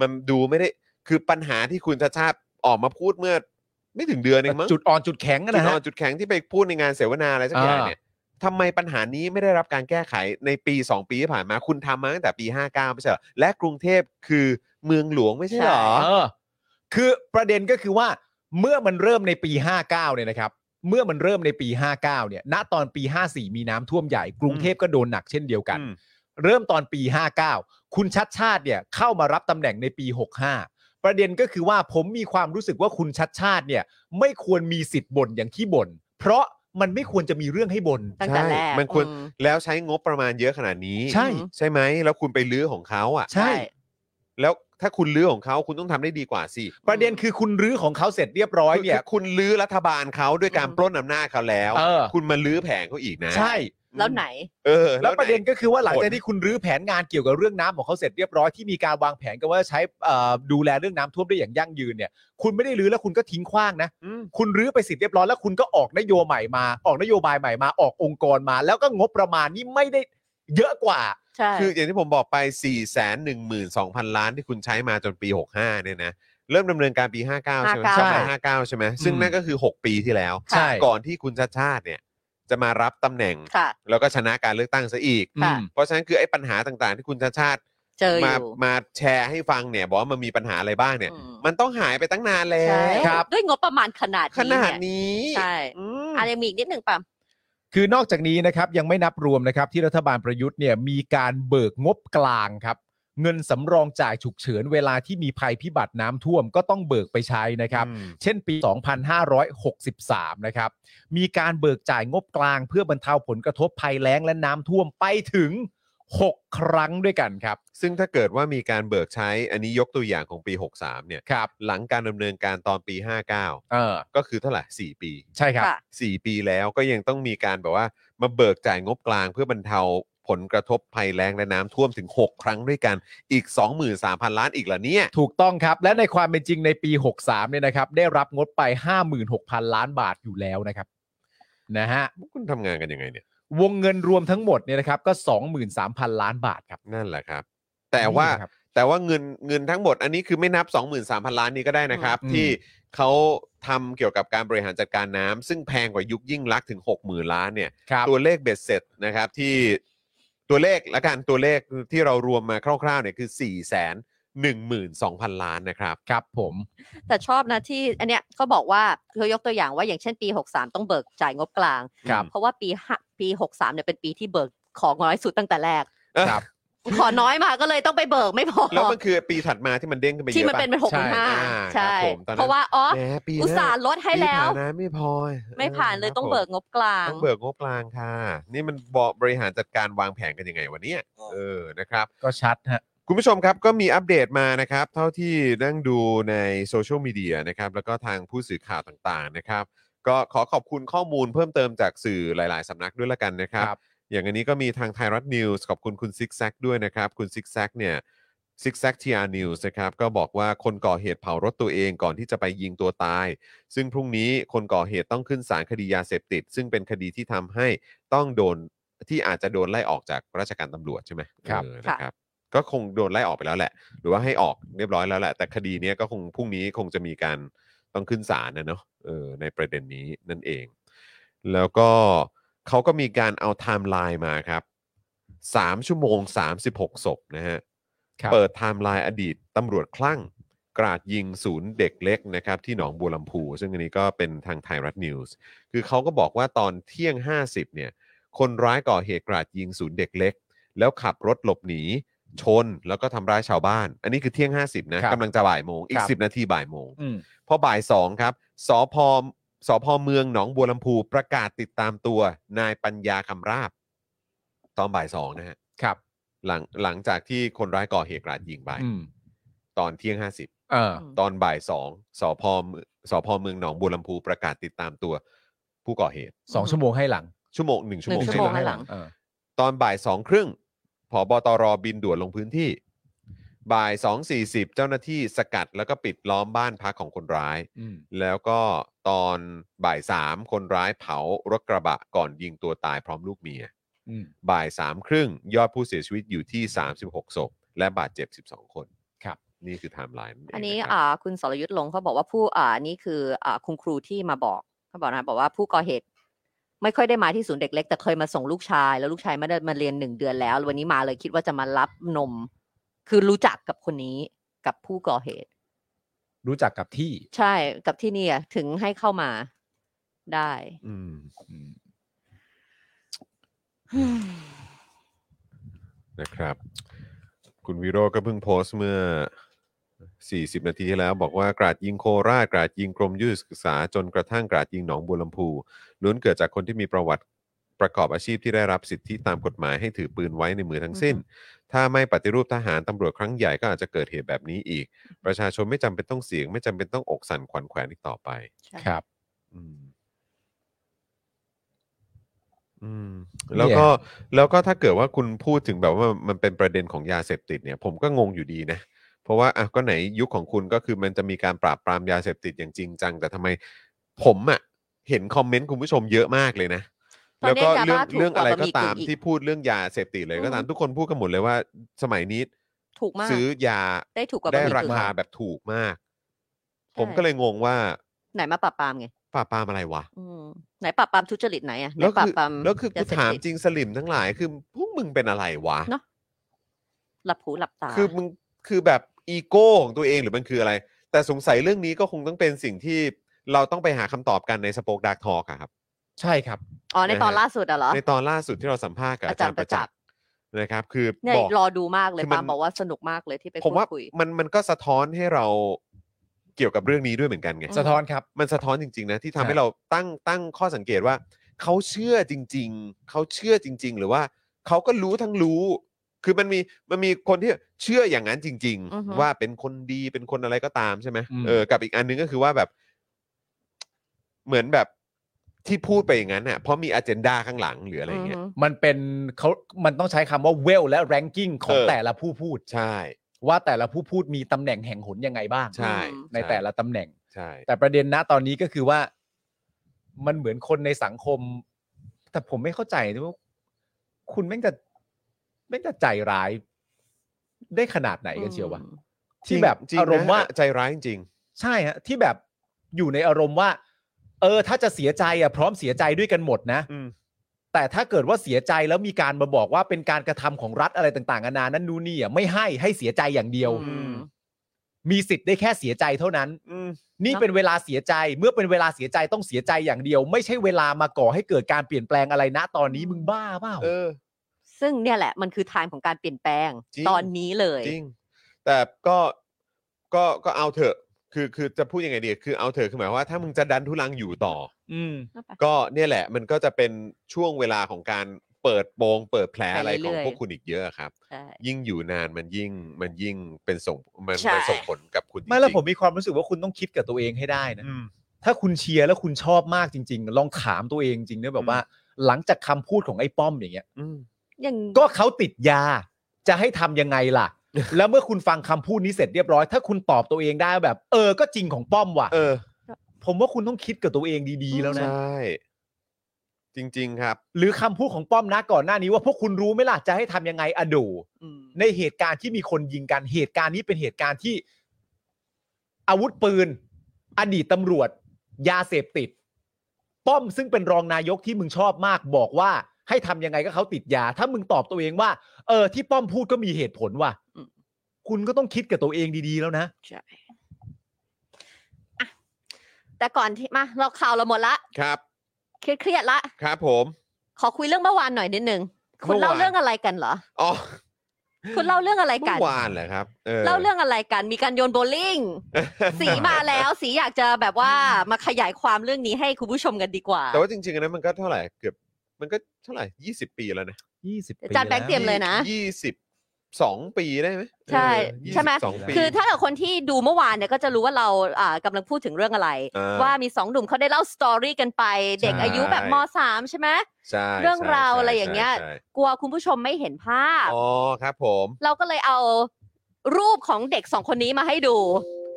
Speaker 3: มันดูไม่ได้คือปัญหาที่คุณชาติชาติออกมาพูดเมื่อ ไม่ถึงเดือนเองมั้ง
Speaker 4: จุดอ่อนจุดแข็งอะ
Speaker 3: จุด
Speaker 4: นะ
Speaker 3: อ่
Speaker 4: ฮะ
Speaker 3: อนจุดแข็งที่ไปพูดในงานเสวนาอะไรสักอย่าง
Speaker 4: อ่า
Speaker 3: เนี่ยทำไมปัญหานี้ไม่ได้รับการแก้ไขในปี 2 ปีที่ผ่านมาคุณทำมาตั้งแต่ปี 59ไม่ใช่เหรอและกรุงเทพคือเมืองหลวงไม่ใช่เหรอ
Speaker 4: เออคือประเด็นก็คือว่าเมื่อมันเริ่มในปี 59 เนี่ยนะครับ เมื่อมันเริ่มในปี 59 เนี่ย ณ ตอนปี 54 มีน้ำท่วมใหญ่ กรุงเทพก็โดนหนักเช่นเดียวกัน
Speaker 3: อืม
Speaker 4: เริ่มตอนปี 59 คุณชัดชาติเนี่ยเข้ามารับตำแหน่งในปี 65 ประเด็นก็คือว่าผมมีความรู้สึกว่าคุณชัดชาติเนี่ย ไม่ควรมีสิทธิ์บ่นอย่างที่บ่นเพราะมันไม่ควรจะมีเรื่องให้บ่น
Speaker 5: ตั้งแต่
Speaker 3: ใช่
Speaker 5: แรก
Speaker 3: มันควร
Speaker 5: อื
Speaker 3: แล้วใช้งบประมาณเยอะขนาดนี้
Speaker 4: ใช่
Speaker 3: ใช่ไหมแล้วคุณไปลื้อของเขาอ่ะ
Speaker 4: ใช่
Speaker 3: แล้วถ้าคุณลื้อของเขาคุณต้องทำได้ดีกว่าสิ
Speaker 4: ประเด็นคือคุณรื้อของเขาเสร็จเรียบร้อย
Speaker 3: คือ
Speaker 4: เนี่ย
Speaker 3: คือคุณลื้อรัฐบาลเขาด้วยการ
Speaker 5: อืม
Speaker 3: ปล้นอำนาจเขาแล้ว
Speaker 4: เออ
Speaker 3: คุณมาลื้อแผงเขาอีกนะ
Speaker 4: ใช่
Speaker 5: แล้วไหน
Speaker 3: เออ
Speaker 4: แล้วประเด็น
Speaker 3: ไห
Speaker 4: ก็คือว่าหลัง
Speaker 3: ผล
Speaker 4: จากที่คุณรื้อแผนงานเกี่ยวกับเรื่องน้ำของเขาเสร็จเรียบร้อยที่มีการวางแผนกันว่าจะใช้เอ่อดูแลเรื่องน้ำท่วมได้อย่างยั่งยืนเนี่ย คุณไม่ได้รื้อแล้วคุณก็ทิ้งขว้างนะ
Speaker 3: อืม
Speaker 4: คุณรื้อไปเสิทธิ์เรียบร้อยแล้วคุณก็ออกนโยบายใหม่มา ออกนโยบายใหม่มาออกองค์กรมา แล้วก็งบประมาณนี่ไม่ได้เยอะกว่า
Speaker 5: ใช่
Speaker 3: คืออย่างที่ผมบอกไป 4 1 2 0 0 0 ล้านที่คุณใช้มาจนปี 65เนี่ยนะเริ่มดำเนินการปี 59 ใช่ไหม
Speaker 4: ใช่
Speaker 3: 59 ใช่ไหมซึ่งนั่นก็คือ 6 ปีที่แล้ว
Speaker 4: ใช่
Speaker 3: ก่อนที่คุณชาติชาติเนี่ยจะมารับตำแหน่ง
Speaker 5: ค่ะ
Speaker 3: แล้วก็ชนะการเลือกตั้งซะอีก
Speaker 4: อืม
Speaker 3: เพราะฉะนั้นคือไอ้ปัญหาต่างๆ ที่คุณชาติชาติ
Speaker 5: เจออ
Speaker 3: มา
Speaker 5: ยู่
Speaker 3: มาแชร์ให้ฟังเนี่ยบอกว่ามันมีปัญหาอะไรบ้างเนี่ย
Speaker 5: อืม
Speaker 3: มันต้องหายไปตั้งนานแล้
Speaker 5: ใช่
Speaker 3: ว
Speaker 4: ครับ
Speaker 5: ด้วยงบประมาณขนาด
Speaker 3: ขนาด
Speaker 5: นี้
Speaker 3: นี้
Speaker 5: ใช่
Speaker 3: อืม
Speaker 5: เนี่ยอะไรมีอีกนิดหนึ่งป่ะ
Speaker 4: คือนอกจากนี้นะครับยังไม่นับรวมนะครับที่รัฐบาลประยุทธ์เนี่ยมีการเบิกงบกลางครับ เงินสำรองจ่ายฉุกเฉินเวลาที่มีภัยพิบัติน้ำท่วมก็ต้องเบิกไปใช้นะครับ
Speaker 3: อืม
Speaker 4: เช่นปี 2563 นะครับ มีการเบิกจ่ายงบกลางเพื่อบรรเทาผลกระทบภัยแล้งและน้ำท่วมไปถึง 6 ครั้งด้วยกันครับ
Speaker 3: ซึ่งถ้าเกิดว่ามีการเบิกใช้อันนี้ยกตัวอย่างของปี 63เนี่ย
Speaker 4: ครับ
Speaker 3: หลังการดำเนินการตอนปี 59
Speaker 4: เออ
Speaker 3: ก็คือเท่าไหร่ 4 ปี
Speaker 4: ใช่ครับ
Speaker 5: ค่ะ
Speaker 3: 4 ปีแล้วก็ยังต้องมีการแบบว่ามาเบิกจ่ายงบกลางเพื่อบรรเทาผลกระทบภัยแล้งและน้ำท่วมถึง 6 ครั้งด้วยกันอีก 23,000 ล้านอีกเหรอเนี่ย
Speaker 4: ถูกต้องครับ และในความเป็นจริงในปี 63 เนี่ยนะครับ ได้รับงบไป 56,000 ล้านบาทอยู่แล้วนะครับนะฮะ
Speaker 3: คุณทำงานกันยังไงเนี่ย
Speaker 4: วงเงินรวมทั้งหมดเนี่ยนะครับก็ 23,000 ล้านบาทครับ
Speaker 3: นั่นแหละครับ แต่ว่า
Speaker 4: นี่นะครับ
Speaker 3: แต่ว่าเงินเงินทั้งหมดอันนี้คือไม่นับ 23,000 ล้านนี้ก็ได้นะครับ
Speaker 4: อืม
Speaker 3: ที่เขาทำเกี่ยวกับการบริหารจัดการน้ำซึ่งแพงกว่ายุคยิ่งลักษณ์ถึง 60,000 ล้านเนี่ย
Speaker 4: ครับ
Speaker 3: ตัวเลขเบ็ดเสร็จนะครับที่ตัวเลขและการตัวเลขที่เรารวมมาคร่าวๆเนี่ยคือ 4 1 2 0 0 0 ล้านนะครับ
Speaker 4: ครับผม
Speaker 5: แต่ชอบนะที่อันเนี้ยก็บอกว่าเธอยกตัวอย่างว่าอย่างเช่นปี 63 ต้องเบิกจ่ายงบกลาง
Speaker 4: ครับ
Speaker 5: เพราะว่าปีห้าปี 63เนี่ยเป็นปีที่เบิกของน้อยสุดตั้งแต่แรก
Speaker 4: ครับ
Speaker 5: ขอน้อยมาก็เลยต้องไปเบิกไม่พอ
Speaker 3: แล้วมันคือปีถัดมาที่มันเด้งขึ้นไปเยอะ
Speaker 5: ที่มัน
Speaker 3: ปะ
Speaker 5: เป็นเป็นหกพั
Speaker 4: ใช่
Speaker 5: นห้า
Speaker 3: อ่า
Speaker 5: ใช่
Speaker 3: ครับผมตอนนั้น
Speaker 5: เพราะว่าอ๋อ
Speaker 3: แหมปีหน้า
Speaker 5: อุตส่าห์ลดให้แล้ว
Speaker 3: ปีผ่านนะไม่พอ
Speaker 5: ไม่ผ่านเล
Speaker 3: ค
Speaker 5: ย
Speaker 3: รับ
Speaker 5: ต้อง
Speaker 3: ผม
Speaker 5: เบิกงบกลาง
Speaker 3: ต้องเบิกงบกลางค่ะ นี่มันบอกบริหารจัดการวางแผนกันยังไงวะเนี่ยเออนะครับ
Speaker 4: ก็ชัดฮะ
Speaker 3: คุณผู้ชมครับก็มีอัปเดตมานะครับ เท่าที่นั่งดูในโซเชียลมีเดียนะครับแล้วก็ทางผู้สื่อข่าวต่างๆนะครับ ก็ขอขอบคุณข้อมูลเพิ่มเติมจากสื่อหลาย ๆ สำนักด้วยละกันนะครับ
Speaker 4: ครับ
Speaker 3: อย่างอันนี้ก็มีทางไทยรัฐนิวส์ขอบคุณคุณซิกแซกด้วยนะครับ คุณซิกแซกเนี่ยซิกแซกทีอาร์นิวส์นะครับก็บอกว่าคนก่อเหตุเผารถตัวเองก่อนที่จะไปยิงตัวตาย ซึ่งพรุ่งนี้คนก่อเหตุต้องขึ้นศาลคดียาเสพติด ซึ่งเป็นคดีที่ทำให้ต้องโดนที่อาจจะโดนไล่ออกจากราชการตำรวจใช่ไหม
Speaker 4: ครับ
Speaker 3: เออนะครับ ก็คงโดนไล่ออกไปแล้วแหละ หรือว่าให้ออกเรียบร้อยแล้วแหละ แต่คดีเนี้ยก็คงพรุ่งนี้คงจะมีการต้องขึ้นศาลนะเนาะเออในประเด็นนี้นั่นเอง แล้วก็เขาก็มีการเอาไทม์ไลน์มาครับ 3 ชั่วโมง 36ศพนะฮะ
Speaker 4: ครับ
Speaker 3: เปิดไทม์ไลน์อดีตตำรวจคลั่ง กราดยิงศูนย์เด็กเล็กนะครับ ที่หนองบัวลำพู ซึ่งอันนี้ก็เป็นทางไทยรัฐนิวส์คือเขาก็บอกว่าตอนเที่ยง 50เนี่ยคนร้ายก่อเหตุกราดยิงศูนย์เด็กเล็ก แล้วขับรถหลบหนี ชนแล้วก็ทำร้ายชาวบ้าน อันนี้คือเที่ยง 50นะครับกำลังจะบ่ายโมงอี
Speaker 4: ค
Speaker 3: ก
Speaker 4: รับ
Speaker 3: 10 นาทีบ่ายโมง
Speaker 4: อืม
Speaker 3: พอบ่ายสองครับสอพอสอพอเมืองหนองบัวลำพูประกาศติดตามตัว นายปัญญาคำราบ ตอนบ่ายสองนะฮะ
Speaker 4: ครับ
Speaker 3: หลังหลังจากที่คนร้ายก่อเหตุกราดยิงไป
Speaker 4: อืม
Speaker 3: ตอนเที่ยง 50
Speaker 4: เออ
Speaker 5: ม
Speaker 3: ตอนบ่ายสองสอพอเมืองสอพอเมืองหนองบัวลำพูประกาศติดตามตัว ผู้ก่อเหตุ
Speaker 4: สองชั่วโมงให้หลัง
Speaker 3: ชั่วโมงหนึ่งชั่วโมง
Speaker 5: หนึ่ง
Speaker 3: ใช่
Speaker 5: ชั่วโมง
Speaker 3: ไหม
Speaker 5: ให้หลัง
Speaker 4: เออ
Speaker 3: ตอนบ่ายสองครึ่งผอบตรบินด่วนลงพื้นที่ บ่ายสองสี่สิบเจ้าหน้าที่สกัดแล้วก็ปิดล้อมบ้านพักของคนร้าย
Speaker 4: อืม
Speaker 3: แล้วก็ตอนบ่ายสามคนร้ายเผารถกระบะก่อนยิงตัวตายพร้อมลูกเมีย
Speaker 4: อืม
Speaker 3: บ่ายสามครึ่งยอดผู้เสียชีวิตอยู่ที่ 36ศพและบาดเจ็บ 12 คน
Speaker 4: ครับ
Speaker 3: นี่คือไทม์ไลน์เง
Speaker 5: อันนี้
Speaker 3: ะครับ
Speaker 5: อ่าคุณสรยุทธ์ลงเขาบอกว่าผู้อ่านี่คืออ่าคุณครูที่มาบอกเขาบอกนะบอกว่าผู้ก่อเหตุ ไม่ค่อยได้มาที่ศูนย์เด็กเล็ก แต่เคยมาส่งลูกชาย แล้วลูกชายไม่ได้มาเรียนหนึ่งเดือนแล้ว วันนี้มาเลยคิดว่าจะมารับนม คือรู้จักกับคนนี้กับผู้ก่อเหตุ
Speaker 4: รู้จักกับที่
Speaker 5: ใช่กับที่เนี่ยถึงให้เข้ามาได้
Speaker 3: อืม
Speaker 4: อืม
Speaker 3: นะครับ คุณวิโรจน์ก็เพิ่งโพสต์เมื่อ 40 นาทีที่แล้ว บอกว่ากราดยิงโคราชกราดยิงกรมยุทธศึกษาจนกระทั่งกราดยิงหนองบัวลำพูล้วนเกิดจากคนที่มีประวัติประกอบอาชีพที่ได้รับสิทธิตามกฎหมายให้ถือปืนไว้ในมือทั้งสิ้น ถ้าไม่ปฏิรูปทหารตำรวจครั้งใหญ่ก็อาจจะเกิดเหตุแบบนี้อีก ประชาชนไม่จำเป็นต้องเสี่ยง ไม่จำเป็นต้องอกสั่นขวัญแขวนอีกต่อไป
Speaker 5: ใช่
Speaker 4: ครับ
Speaker 3: อืมอืมแล้วก็แล้วก็ถ้าเกิดว่าคุณพูดถึงแบบว่ามันเป็นประเด็นของยาเสพติดเนี่ย ผมก็งงอยู่ดีนะ เพราะว่าอ่ะก็ไหนยุคของคุณก็คือมันจะมีการปราบปรามยาเสพติดอย่างจริงจัง แต่ทำไมผมอะ่ะ เห็นคอมเมนต์คุณผู้ชมเยอะมากเลยนะ
Speaker 5: ตอน
Speaker 3: แล้ว
Speaker 5: นี้
Speaker 3: ก็
Speaker 5: ยา
Speaker 3: เรื่องเรื่อง
Speaker 5: บ้าถูกก
Speaker 3: อะ
Speaker 5: ว่า
Speaker 3: ไร
Speaker 5: บะห
Speaker 3: ก็
Speaker 5: มี่
Speaker 3: ตาก
Speaker 5: ึ่
Speaker 3: ม
Speaker 5: งอี
Speaker 3: ที่
Speaker 5: ก
Speaker 3: พูดเรื่องยาเสพติดเลยก็ตาม
Speaker 5: อืม
Speaker 3: ทุกคนพูดกันหมดเลยว่า สมัยนี้
Speaker 5: ถูกมาก
Speaker 3: ซื้อยา
Speaker 5: ได้ถูกกว่าบะ
Speaker 3: ได้
Speaker 5: ห
Speaker 3: ราก
Speaker 5: มี่ึ่ง
Speaker 3: คาแบบถูกมาก
Speaker 5: ช่
Speaker 3: ผมก็เลยงงว่า
Speaker 5: ไหนมาปราบปรามไง
Speaker 3: ปราบปรามอะไรวะ
Speaker 5: อืมไหนปราบปรามทุจริตไหนอะไหน
Speaker 3: แล้ว
Speaker 5: ปราบ
Speaker 3: คือ
Speaker 5: ปราม
Speaker 3: แล้วคือกู
Speaker 5: ยเสพ
Speaker 3: ถาม
Speaker 5: ติด
Speaker 3: จริงสลิมทั้งหลายคือพวกมึงเป็นอะไรวะ
Speaker 5: เนอะ หลับหูหลับตา
Speaker 3: คือมึงคือแบบอีโก้ของตัวเองหรือมันคืออะไร แต่สงสัยเรื่องนี้ก็คงต้องเป็นสิ่งที่เราต้องไปหาคำตอบกันในสป o อ e ดาร์กทอล์กครับ
Speaker 4: ใช่ครับ
Speaker 5: อ๋อ ในตอน
Speaker 3: นะฮะ
Speaker 5: ล่าสุดอะเหรอ
Speaker 3: ในตอนล่าสุดที่เราสัมภาษณ์กับอา
Speaker 5: อา
Speaker 3: จา
Speaker 5: จาร รย์
Speaker 3: ย์ประจักษ์นะครับ คือ
Speaker 5: เนี่ย
Speaker 3: บอก
Speaker 5: รอดูมากเลย
Speaker 3: คื
Speaker 5: ปาล์มบอกว่าสนุกมากเลยที่ไป
Speaker 3: ผมว่า
Speaker 5: พูดคุย
Speaker 3: มันมันก็สะท้อนให้เราเกี่ยวกับเรื่องนี้ด้วยเหมือนกันไง
Speaker 5: อืม
Speaker 4: สะท้อนครับ
Speaker 3: มันสะท้อนจริง ๆ นะ ที่ทำ
Speaker 4: ครับ
Speaker 3: ให้เราตั้งตั้งข้อสังเกตว่า เขาเชื่อจริง ๆ เขาเชื่อจริง ๆ หรือว่าเขาก็รู้ทั้งรู้ คือมันมีมันมีคนที่เชื่ออย่างนั้นจริง
Speaker 5: อือฮึ
Speaker 3: ๆ ว่าเป็นคนดีเป็นคนอะไรก็ตามใช่ไหม
Speaker 4: อืม
Speaker 3: เออกับอีกอันนึงก็คือว่าแบบ เหมือนแบบที่พูดไปอย่างนั้นเน่ะเพราะมีอ g e n d a ข้างหลังหรืออะไรอย่างเงี้ย
Speaker 5: อือฮึ
Speaker 4: มันเป็นเขามันต้องใช้คำว่าเวลและแรงกิ้งของ
Speaker 3: เออ
Speaker 4: แต่ละผู้พูด
Speaker 3: ใช่
Speaker 4: ว่าแต่ละผู้พูดมีตำแหน่งแห่งหนยังไงบ้าง
Speaker 3: ใช่
Speaker 4: ในแต่ละตำแหน่ง
Speaker 3: ใช่
Speaker 4: แต่ประเด็นนะตอนนี้ก็คือว่า มันเหมือนคนในสังคม แต่ผมไม่เข้าใจนะว่าคุณแม่งจะแม่งจะใจร้ายได้ขนาดไหนกันเชียววะ
Speaker 5: อืม
Speaker 4: ที่แบบ
Speaker 3: จงๆนะ
Speaker 4: อารมณ์ว่า
Speaker 3: ใจร้ายจริง
Speaker 4: ใช่ฮะที่แบบอยู่ในอารมณ์ว่า เออ ถ้าจะเสียใจอ่ะพร้อมเสียใจด้วยกันหมดนะ
Speaker 3: อืม
Speaker 4: แต่ถ้าเกิดว่าเสียใจแล้วมีการมาบอกว่าเป็นการกระทำของรัฐอะไรต่างๆนานานั้นนู่นนี่อ่ะไม่ให้ให้เสียใจอย่างเดียว
Speaker 5: อืม
Speaker 4: มีสิทธิ์ได้แค่เสียใจเท่านั้น
Speaker 3: ๆอืม
Speaker 4: นี่
Speaker 5: เนอะ
Speaker 4: เป็นเวลาเสียใจเมื่อเป็นเวลาเสียใจต้องเสียใจอย่างเดียว ไม่ใช่เวลามาก่อให้เกิดการเปลี่ยนแปลงอะไรนะตอนนี้มึงบ้าเปล่า
Speaker 3: เออ
Speaker 5: ซึ่งเนี่ยแหละมันคือไทม์ของการเปลี่ยนแปลง
Speaker 3: จริง
Speaker 5: ตอนนี้เลย
Speaker 3: จริง แต่ก็ก็ก็เอาเถอะคือคือจะพูดยังไงดีคือเอาเถอะคือหมายความว่าถ้ามึงจะดันทุลังอยู่ต่อ
Speaker 4: อืม
Speaker 3: ก็เนี่ยแหละมันก็จะเป็นช่วงเวลาของการเปิดโปงเปิดแผลอะไรของพวกคุณอีกเยอะครับ
Speaker 5: ใช่
Speaker 3: ยิ่งอยู่นานมันยิ่งมันยิ่งเป็นส่งมัน
Speaker 5: ใช่
Speaker 3: มันส่งผลกับคุณ
Speaker 4: ไม่แล้ว
Speaker 3: จริงๆ
Speaker 4: ผมมีความรู้สึกว่าคุณต้องคิดกับตัวเองให้ได้นะ
Speaker 3: อืม
Speaker 4: ถ้าคุณเชียร์แล้วคุณชอบมากจริง ๆ ลองถามตัวเองจริงนะแบบว่า หลังจากคำพูดของไอ้ป้อมอย่างเงี้ย
Speaker 3: อืม
Speaker 5: ยัง
Speaker 4: ก็เขาติดยาจะให้ทำยังไง
Speaker 3: [laughs]
Speaker 4: ล่ะ แล้วเมื่อคุณฟังคำพูดนี้เสร็จเรียบร้อย ถ้าคุณตอบตัวเองได้แบบ เออ ก็จริงของป้อมว่ะ
Speaker 3: เออ
Speaker 4: ผมว่าคุณต้องคิดกับตัวเองดีๆ แล้วนะ
Speaker 3: ใช่ จริง ๆ ครับ
Speaker 4: หรือคำพูดของป้อมนะก่อนหน้านี้ว่าพวกคุณรู้ไหมล่ะจะให้ทำยังไงอะดู
Speaker 5: อืม
Speaker 4: ในเหตุการณ์ที่มีคนยิงกันเหตุการณ์นี้เป็นเหตุการณ์ที่ อาวุธปืน อดีตตำรวจ ยาเสพติด ป้อมซึ่งเป็นรองนายกที่มึงชอบมากบอกว่า ให้ทำยังไงก็เขาติดยา ถ้ามึงตอบตัวเองว่า เออ ที่ป้อมพูดก็มีเหตุผลว่ะ
Speaker 5: อืม
Speaker 4: คุณก็ต้องคิดกับตัวเองดีๆแล้วนะ
Speaker 5: ใช่อ่ะแต่ก่อนที่มาเราข่าวเราหมดละ
Speaker 3: ครับ
Speaker 5: เครียดๆละ
Speaker 3: ครับผม
Speaker 5: ขอคุยเรื่องเมื่อวานหน่อยนิดนึงคุณเล่า
Speaker 3: เมื่อวาน
Speaker 5: เรื่องอะไรกันเหรอ
Speaker 3: อ๋อ
Speaker 5: คุณเล่าเรื่องอะไร
Speaker 3: เมื่
Speaker 5: กัน
Speaker 3: อวานเหรอครับ
Speaker 5: เล่าเรื่องอะไรกัน มีการโยนโบว์
Speaker 3: [laughs]
Speaker 5: ลิ่ง สีมาแล้ว สีอยากจะแบบว่ามาขยายความเรื่องนี้ให้คุณผู้ชมกันดีกว่า
Speaker 3: แต่ว่าจริงๆอันนั้นมันก็เท่าไหร่เกือบมันก็เท่าไหร่ยี่สิบปีแล้วนะ
Speaker 4: ยี่สิบ
Speaker 5: เดี๋ยวจานแบงค์เตรียมเลยนะ
Speaker 3: ยี่สิบสองปีได้ไหม
Speaker 5: ใช่ใช่ไหม
Speaker 3: สองปี
Speaker 5: คือถ้าเกิดคนที่ดูเมื่อวานเนี่ยก็จะรู้ว่าเราอ่ากำลังพูดถึงเรื่องอะไร
Speaker 3: อ่า
Speaker 5: ว่ามีสองหนุ่มเขาได้เล่าสตอรี่กันไป เด็ก
Speaker 3: ใช่
Speaker 5: อายุแบบมสามใช่ไหม
Speaker 3: ใช่
Speaker 5: เรื่อง
Speaker 3: ใช่
Speaker 5: ราว
Speaker 3: ใช่
Speaker 5: อะไรอย่างเงี้ย
Speaker 3: ใช่ใช่
Speaker 5: กลัวคุณผู้ชมไม่เห็นภาพ
Speaker 3: อ๋อครับผม
Speaker 5: เราก็เลยเอารูปของเด็กสองคนนี้มาให้ดู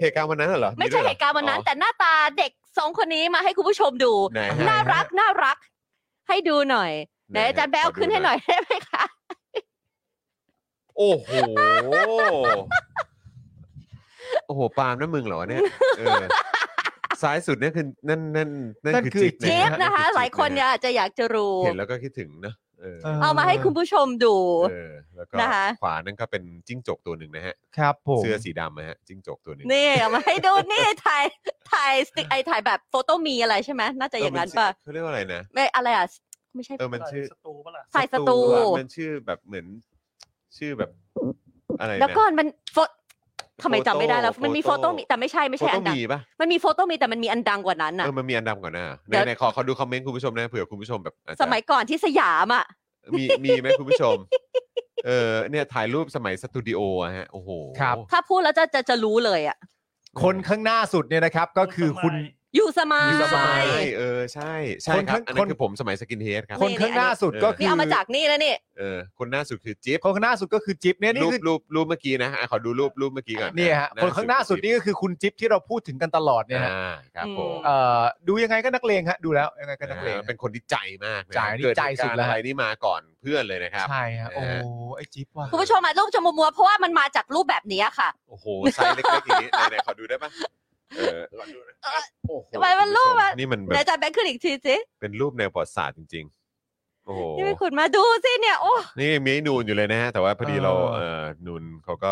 Speaker 3: เหตุการณ์วันนั้นน่ะเหรอ
Speaker 5: ไม่ใช่เหตุการณ์วันนั้น แต่หน้าตาเด็กสองคนนี้มาให้คุณผู้ชมดู
Speaker 3: ไหนฮะ
Speaker 5: น่ารักน่ารัก ให้ดูหน่อยไหนอาจารย์แบ๊วขึ้นให้หน่อยได้ไหมคะ
Speaker 3: โอ้โห โอ้โหปาล์มนั่นมึงเหรอเนี่ยเออซ้ายสุดเนี่ยคือนั่นนั่นนั่น
Speaker 4: นั่น
Speaker 3: คือ
Speaker 4: คือ
Speaker 3: จิ๊บ
Speaker 5: เจ๊บนะคะ
Speaker 3: อจิ๊บ
Speaker 5: หลายคนเนี่ยอาจจะอยากจะรู้
Speaker 3: เห็นแล้วก็คิดถึงนะเออ
Speaker 5: เอามาให้คุณผู้ชมดู
Speaker 3: เออแล้วก็
Speaker 5: นะคะ
Speaker 3: ขวานั่นก็เป็นจิ้งจกตัวหนึ่งนะฮะ
Speaker 4: ครับผม
Speaker 3: เสื้อสีดำนะฮะจิ้งจกตัวหนึ่ง
Speaker 5: นี่เอามาให้ดูนี่ [laughs] ถ่ายถ่ายสติ๊กไอถ่ายแบบโฟโต้มีอะไรใช่ไหมน่าจะอย่างนั้นป่ะ
Speaker 3: เออมัชื่อเขาเรียกว่าอะไรนะ
Speaker 5: ไม่อะไรอ่ะไม่ใช่
Speaker 3: เออมันชื่อ
Speaker 5: ถ่ายสตู
Speaker 3: อะมันชื่อแบบเหมือน ชื่อแบบอะไรนะ
Speaker 5: แล้วก่อนมันโฟทำไมจำไม่ได้แล้ว
Speaker 3: โฟโต้
Speaker 5: มันมี
Speaker 3: โฟ
Speaker 5: โฟ
Speaker 3: โต้
Speaker 5: โต้มีแต่ไม่ใช่ไม่ใช่
Speaker 3: โฟ
Speaker 5: อั
Speaker 3: โต้
Speaker 5: นดัง
Speaker 3: มีปะ
Speaker 5: มันมีโฟโต้มีแต่มันมีอันดังกว่านั้นน่ะ
Speaker 3: เออมันมีอันดำก่อนนะ
Speaker 5: เดี๋ยว
Speaker 3: ไหนๆขอขอดูคอมเมนต์คุณผู้ชมนะเผื่อคุณผู้ชมแบบอาจจะ
Speaker 5: สมัยก่อนที่สยามอ่ะ
Speaker 3: มีมีไหมคุณผู้ชม เออเนี่ยถ่ายรูปสมัยสตูดิโออะฮะ โอ้โห
Speaker 4: ครับ
Speaker 5: ถ้าพูดแล้วจะจะจะรู้เลยอ่ะ
Speaker 4: คนข้างหน้าสุดเนี่ยนะครับ ก็คือคุณ
Speaker 5: อยู่สมาย
Speaker 3: สมัยเออใช่ใช่
Speaker 4: คน
Speaker 3: ครับ
Speaker 4: ข้าง
Speaker 3: อันนั้
Speaker 4: คน น
Speaker 3: คือผมสมัยสกินเฮดครับ
Speaker 4: คนข้างหน้าสุด
Speaker 3: เออ
Speaker 4: ก็คือ
Speaker 5: นี่เอามาจากนี่นะนี่
Speaker 3: เออคนหน้าสุดคือจิ๊บ
Speaker 4: คนข้างหน้าสุดก็คือจิ๊บเนี่ยนี่
Speaker 3: รูป
Speaker 4: คือ
Speaker 3: รูปรูปเมื่อกี้นะอ่ะขอดูรูปรูปเมื่อกี้ก่อน
Speaker 4: เนี่ยฮะคนข้างหน้าสุดนี่ก็คือคุณจิ๊บที่เราพูดถึงกันตลอดเนี่ยฮะ
Speaker 3: อ่าครับผม
Speaker 5: อืม
Speaker 4: เอ่อดูยังไงก็นักเลงฮะดูแล้วยังไงก็นักเลง
Speaker 3: อ่าเป็นคนที่ใจมากนะ
Speaker 4: ใจนี่
Speaker 3: เกิด
Speaker 4: ใจสุดแล้ว
Speaker 3: เหตุการณ์อะไรนี่มาก่อนเพื่อนเลยนะครับ
Speaker 4: ใช่ฮะโอ้
Speaker 3: นะฮะ
Speaker 4: ไอ้จิ๊บว่ะ
Speaker 5: คุณผู้ชมอ่ะรูปชมพูมัวเพราะว่ามันมาจากรูปแบบนี้ค่ะ
Speaker 3: โอ้โหไซส์เล็กๆอย่างนี้ไหนๆขอดูได้ปะเออขอดูหน่อยครับโอ้โห
Speaker 5: ทำไมมันรูปอะ
Speaker 3: นี่มันแบ
Speaker 5: ไหน
Speaker 3: บ
Speaker 5: อาจารย์แบงค์ขึ้นอีกทีสิ
Speaker 3: เป็นรูปแนวประวัติศาสตร์จริง ๆ โอ้โห
Speaker 5: ที่ไปขุดมาดูสิเนี่ย โอ้
Speaker 3: นี่มีไอ้นูนอยู่เลยนะฮะ แต่ว่าพอดีเราเออนูนเขาก็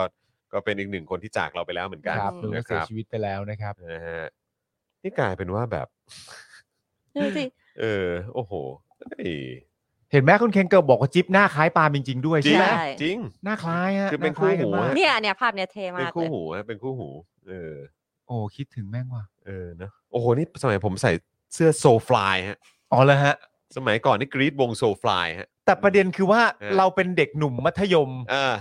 Speaker 3: ก็เป็นอีกหนึ่งคนที่จากเราไปแล้วเหมือนกัน
Speaker 4: ครับดู
Speaker 3: นะ
Speaker 4: ว่า
Speaker 3: ค
Speaker 4: เสีย
Speaker 3: รับ
Speaker 4: ชีวิตไปแล้วนะครับ
Speaker 3: นะฮะ นี่กลายเป็นว่าแบบ
Speaker 5: ดูสิ
Speaker 3: เออ โอ้โหเฮ้ย
Speaker 4: เห็นไหมคุณเคนเกิลบอกว่าจิ๊บหน้าคล้ายปาล์มจริง ๆ ด้วย
Speaker 3: จริ
Speaker 4: ใช่
Speaker 3: ง
Speaker 4: ไหม
Speaker 3: จริง
Speaker 4: หน้าคล้ายฮะ
Speaker 3: คือเป็น
Speaker 4: หาล้ายกั
Speaker 3: คู่หู
Speaker 4: มาก
Speaker 3: ฮะ
Speaker 5: เนี่ยเนี่ยภาพเนี่ยเท่
Speaker 3: เป็น
Speaker 5: มาก
Speaker 3: คู่
Speaker 5: เลย
Speaker 3: หูฮะเป็นคู่หู เออ
Speaker 4: โอ้คิดถึงแม่งว่ะ
Speaker 3: เออเนอะโอ้โห นี่สมัยผมใส่เสื้อโซฟลายฮะ
Speaker 4: อ๋อเลยฮะ
Speaker 3: สมัยก่อนนี่กรีดวงโซฟลายฮะ
Speaker 4: แต่ประเด็นคือว่า
Speaker 3: เออ
Speaker 4: เราเป็นเด็กหนุ่มมัธยม
Speaker 3: เออ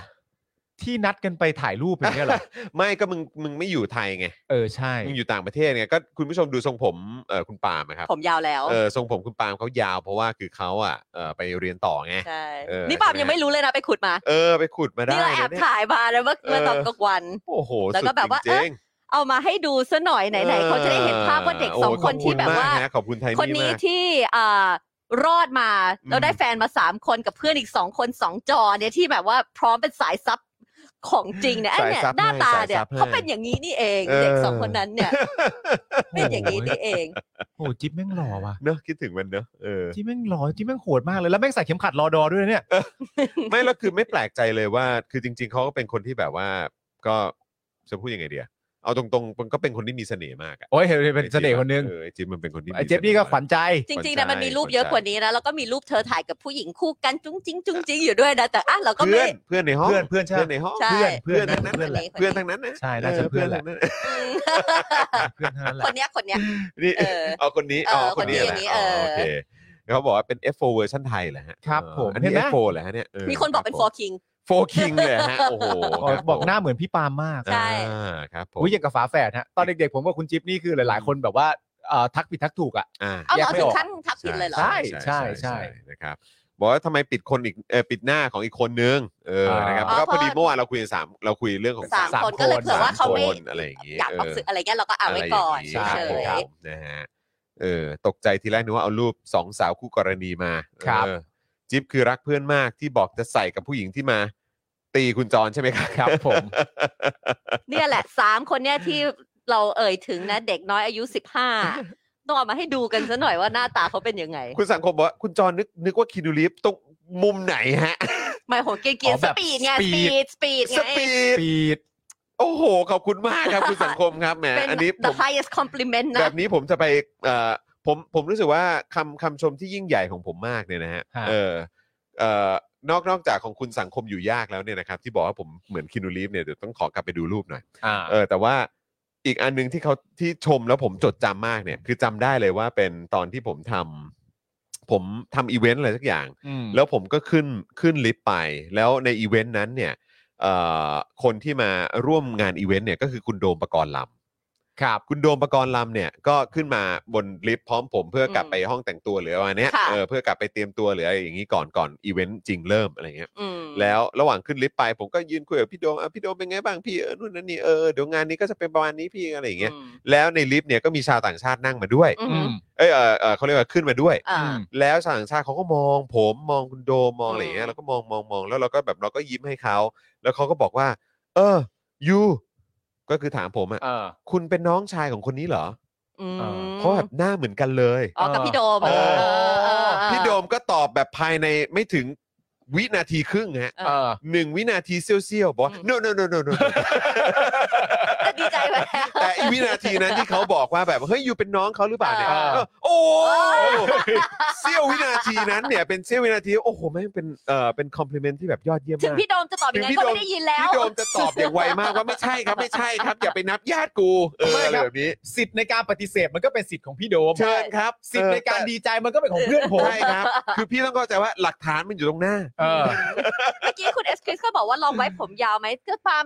Speaker 4: ที่นัดกันไปถ่ายรูปอย่างเงี้ยเหรอ
Speaker 3: ไม่ก็มึง มึงไม่อยู่ไทยไง
Speaker 4: เออใช่
Speaker 3: มึงอยู่ต่างประเทศไง ก็คุณผู้ชมดูทรงผมเออคุณปาล์มนะครับ
Speaker 5: ผมยาวแล้ว
Speaker 3: เออทรงผมคุณปาล์มเขายาวเพราะว่าคือเขาอ่ะเออไปเรียนต่อไง
Speaker 5: ใช่
Speaker 3: เออ
Speaker 5: นี่ปาล์ม
Speaker 3: ใช่ไหม
Speaker 5: ยังไม่รู้เลยนะไปขุดมา
Speaker 3: เออไปขุดมาได้
Speaker 5: นี่เราแอบ
Speaker 3: นะเนี่ย
Speaker 5: ถ่ายมาแล้วเมื่อ
Speaker 3: เออ
Speaker 5: เมื่อตอนกลางวัน
Speaker 3: โอ้โห
Speaker 5: แล้ว
Speaker 3: สุด
Speaker 5: ก็แบบว่า
Speaker 3: จริง
Speaker 5: เอ๊ะ เอามาให้ดูซะหน่อย
Speaker 3: ๆ
Speaker 5: ไหนๆเขาจะได้เห็นภาพว่าเด็ก
Speaker 3: โย
Speaker 5: สองคน
Speaker 3: ข
Speaker 5: ที่แบบ
Speaker 3: คุณมก
Speaker 5: ว่า
Speaker 3: นะขอบคุณไทย
Speaker 5: คนนี้
Speaker 3: มาก
Speaker 5: ที่อ่ารอดมา
Speaker 3: อืม
Speaker 5: แล้วได้แฟนมาสามคนกับเพื่อนอีกสองคนสองจอเนี่ยที่แบบว่าพร้อมเป็นสายซับของจริงเนี่ยไอ้เนี่ย
Speaker 3: สยซับ
Speaker 5: หน้าตา
Speaker 3: ใส
Speaker 5: เนี่ย
Speaker 3: ซับให้
Speaker 5: เขาเป็นอย่างนี้นี่เอง
Speaker 3: เออ
Speaker 5: เด็กสองคนนั้นเนี่ย เป็นอย่างนี้นี่เอง
Speaker 4: โอ้จิ๊บแม่งหล่อว่ะ
Speaker 3: เนอะคิดถึงมันเนอะเออ
Speaker 4: จิ๊บแม่งหล่อจิ๊บแม่งโหดมากเลยแล้วแม่งใส่เข็มขัดรอดอด้วยนะเนี่ย
Speaker 5: [laughs]
Speaker 3: ไม่แล้วคือไม่แปลกใจเลยว่า คือจริง ๆเขาก็เป็นคนที่แบบว่า ก็จะพูดยังไงเดีย เอาตรงๆมันก็เป็นคนที่มีเสน่ห์มากอะ
Speaker 4: โอ้ยเห็นเป็นเสน่ห์คนนึง
Speaker 3: เออไอ้จิ๊บมันเป็นคนที่มี
Speaker 4: ไอ้เจ๊บนี่ก็ขวัญใจ
Speaker 5: จริงๆนะมันมีรูปเยอะกว่านี้นะแล้วก็มีรูปเธอถ่ายกับผู้หญิงคู่กันจุ้งจิ้งจุ้งจิ้งอยู่ด้วยนะแต่อ่ะเราก็
Speaker 3: เพื่
Speaker 5: ไม่
Speaker 3: อนเพื่อนในห้อง
Speaker 4: เพื่อนเพื่อนใช่
Speaker 3: เพื่อนในห้อง
Speaker 5: ใช่
Speaker 4: เพื่อนเพื่อน
Speaker 3: เพื่อน
Speaker 4: เพื่อนแหละ
Speaker 3: เพื่อนทั้งนั้นนะ
Speaker 4: ใช่น่าจะเพื่อนแหละ
Speaker 3: ทั้ง
Speaker 5: อืม
Speaker 4: เพื่อนทั้งนั้น
Speaker 5: ค
Speaker 4: แหละ
Speaker 5: นเนี้ยคนเนี้ย
Speaker 3: นี่
Speaker 5: เออ
Speaker 3: เอาคนนี้เอา
Speaker 5: เออ
Speaker 3: คนนี้
Speaker 5: คน
Speaker 3: แหละ
Speaker 5: นี้นี้
Speaker 3: อ๋อ
Speaker 5: เออ
Speaker 3: โอเคเขาบอกว่าเป็น F4 เวอร์ชันไทยเหรอฮะ
Speaker 4: ครับผม
Speaker 3: อันนี้
Speaker 4: เห็นไหม
Speaker 3: F4 เหรอฮะเนี่ยเ
Speaker 5: มีคนบอกเป็น
Speaker 3: รั
Speaker 5: for king
Speaker 3: โฟคิงเลยฮะ โอ้โห
Speaker 4: อ๋อ
Speaker 3: ครับ
Speaker 4: [laughs] บอก
Speaker 3: ผม
Speaker 4: หน้าเหมือนพี่ปาล์มมาก
Speaker 5: ใช่
Speaker 3: อ่าครับผม
Speaker 4: อุ้ยอย่างกับฝาแฝดฮะตอนเด็กๆผมกับคุณจิ๊บนี่คือหลาย ๆ คนแบบว่าเอ่อทักผิดทักถูกอ่ะ
Speaker 3: อ่า
Speaker 5: เอาเหรอ
Speaker 4: แยกไม่
Speaker 5: ถึ
Speaker 4: ออง ก
Speaker 5: ขั้นทับผิดเลยเหรอ
Speaker 4: ใช่ ใช่
Speaker 3: นะครับบอกว่าทำไมปิดคนอีกเออปิดหน้าของอีกคนนึงเออนะครับ
Speaker 5: อ๋อ
Speaker 3: ก็พอดี
Speaker 5: เพราะ
Speaker 3: เมื่อวานเราคุยสามเราคุยเรื่องของ
Speaker 5: สาม
Speaker 4: สาม
Speaker 5: คนก็เลย
Speaker 4: คน
Speaker 5: เผื่อว่าเขาไม่
Speaker 3: สคนอะไรอย่างงี้
Speaker 5: อยากออก
Speaker 3: เ
Speaker 5: สื่ออะไรเงี้ยเราก็เอาไว้ก่อน
Speaker 3: ะไร
Speaker 5: เฉ
Speaker 3: ย่างงี้
Speaker 5: ย
Speaker 3: ครับผมนะฮะเออตกใจทีแรกนึกว่าเอารูปสองสาวคู่กรณีมา
Speaker 4: ครับ
Speaker 3: เออจิ๊บคือรักเพื่อนมากที่บอกจะใส่กับผู้หญิงที่มา ตีคุณจรใช่ไหมครับ
Speaker 4: ครับผม
Speaker 5: เนี่ยแหละสามคนเนี่ยที่เราเอ่ยถึงนะ เด็กน้อยอายุสิบห้าต้องเอามาให้ดูกันซะหน่อยว่าหน้าตาเขาเป็นยังไง
Speaker 3: คุณสังคมบอกว่าคุณจรนึกนึกว่าคินูรีฟตรงมุมไหนฮะ
Speaker 5: ไม่โหเกรียนเกียน
Speaker 4: อ๋อ
Speaker 5: ส
Speaker 4: แบบ
Speaker 5: ปีดไง
Speaker 4: speed
Speaker 5: สปีดสปี
Speaker 3: ส
Speaker 5: ดไง
Speaker 3: ปีด
Speaker 4: ปีด
Speaker 3: โอ้โห ขอบคุณมากครับ [laughs] คุณสังคมครับแหม
Speaker 5: เป็น
Speaker 3: อันนี้ผ
Speaker 5: the
Speaker 3: ม
Speaker 5: highest compliment
Speaker 3: แบ
Speaker 5: นะ
Speaker 3: บนี้ผมจะไปเอ่อผมผมรู้สึกว่าคำคำชมที่ยิ่งใหญ่ของผมมากเนี่ยนะฮะ
Speaker 4: ฮะ
Speaker 3: เออเอ่อนอกนอกจากของคุณสังคมอยู่ยากแล้วเนี่ยนะครับที่บอกว่าผมเหมือนคินูรีฟเนี่ยเดี๋ยวต้องขอกลับไปดูรูปหน่อย
Speaker 4: อ่า
Speaker 3: เออแต่ว่าอีกอันหนึงที่เขาที่ชมแล้วผมจดจำมากเนี่ย คือจำได้เลยว่าเป็นตอนที่ผมทำผมทำอีเวนต์อะไรสักอย่าง แล้วผมก็ขึ้นขึ้นลิฟต์ไป แล้วในอีเวนต์นั้นเนี่ยเอ่อคนที่มาร่วมงานอีเวนต์เนี่ยก็คือคุณโดมประกรณ์ลำ
Speaker 4: ครับ
Speaker 3: คุณโดมประกรณ์ลำเนี่ยก็ขึ้นมาบนลิฟต์พร้อมผมเพื่อกลับ
Speaker 5: อืม
Speaker 3: ไปห้องแต่งตัวหรืออะไรเนี้ย
Speaker 5: ค่ะ
Speaker 3: เออเพื่อกลับไปเตรียมตัวหรืออะไรอย่างนี้ก่อนก่อนอีเวนต์จริงเริ่มอะไรเงี้ย
Speaker 5: อืม
Speaker 3: แล้วระหว่างขึ้นลิฟต์ไปผมก็ยืนคุยกับพี่โดมอ่ะพี่โดมเป็นไงบ้างพี่เออนู่นนั่นนี่เออเดี๋ยวงานนี้ก็จะเป็นประมาณนี้พี่อะไรอย่างเงี้ยแล้วในลิฟต์เนี่ยก็มีชาวต่างชาตินั่งมาด้วย
Speaker 5: อืม
Speaker 3: เอยเออเออเขาเรียกว่าขึ้นมาด้วย
Speaker 5: อ่า
Speaker 3: แล้วชาวต่างชาติเขาก็มอง ผมมองคุณโดมมองอะไรอย่างเงี้ย
Speaker 5: อืม
Speaker 3: เราก็มองมองมองแล้วเราก็แบบเราก็ยิ้มให้เขาแล้วเขาก็บอกว่า เออยูก็คือถามผมอ่ะ
Speaker 4: เออ
Speaker 3: คุณเป็นน้องชายของคนนี้เหรอ
Speaker 5: อืม
Speaker 3: เพราะแบบหน้าเหมือนกันเลย
Speaker 5: อ๋อกับพี่โดม
Speaker 4: เออ
Speaker 5: เออเออเออ
Speaker 3: พี่โดมก็ตอบแบบภายในไม่ถึงวินาทีครึ่งฮะ
Speaker 4: เออ
Speaker 3: หนึ่งวินาทีเซี่ยวๆบอกว่า no no no no no no
Speaker 5: ก็ดีใจไปแล้ว
Speaker 3: แต่อีวินาทีนั้นที่เขาบอกว่าแบบเฮ้ยอยู่เป็นน้องเขาหรือเปล่าเนี่ย
Speaker 5: เออ
Speaker 3: เออโอ้โห [laughs] เซี่ยววินาทีนั้นเนี่ยเป็นเซี่ยววินาทีโอ้โหแม่งเป็นเอ่อเป็นคอมพลีเมนต์ที่แบบยอดเยี่ยม
Speaker 5: ถึง
Speaker 3: มาก
Speaker 5: พี่โดมจะตอบยังไง
Speaker 3: ถึงพี่
Speaker 5: ก็
Speaker 3: โดม
Speaker 5: ไม่ได้ยินแล้ว
Speaker 3: พี่โดมจะตอบอย่างไวมากว่าไม่ใช่ครับไม่ใช่ครับ อย่าไปนับญาติกูเออ
Speaker 4: ไม่
Speaker 3: อะไร
Speaker 4: ครับ
Speaker 3: แบบนี้
Speaker 4: สิทธิ์ในการปฏิเสธมันก็เป็นสิทธิ์ของพี่โดม
Speaker 3: เชิญครับ
Speaker 4: สิทธิ์ในการดีใจมันก็เป็นของเพื่อนผม
Speaker 3: ใช่ครับ คือพี่ต้องเข้าใจว่าหลักฐานมันอยู่ตรงหน้า
Speaker 4: เออ
Speaker 5: เมื่อกี้คุณเอสคริสก็บอกว่าลองไว้ผมยาวไหมก็ปาล์ม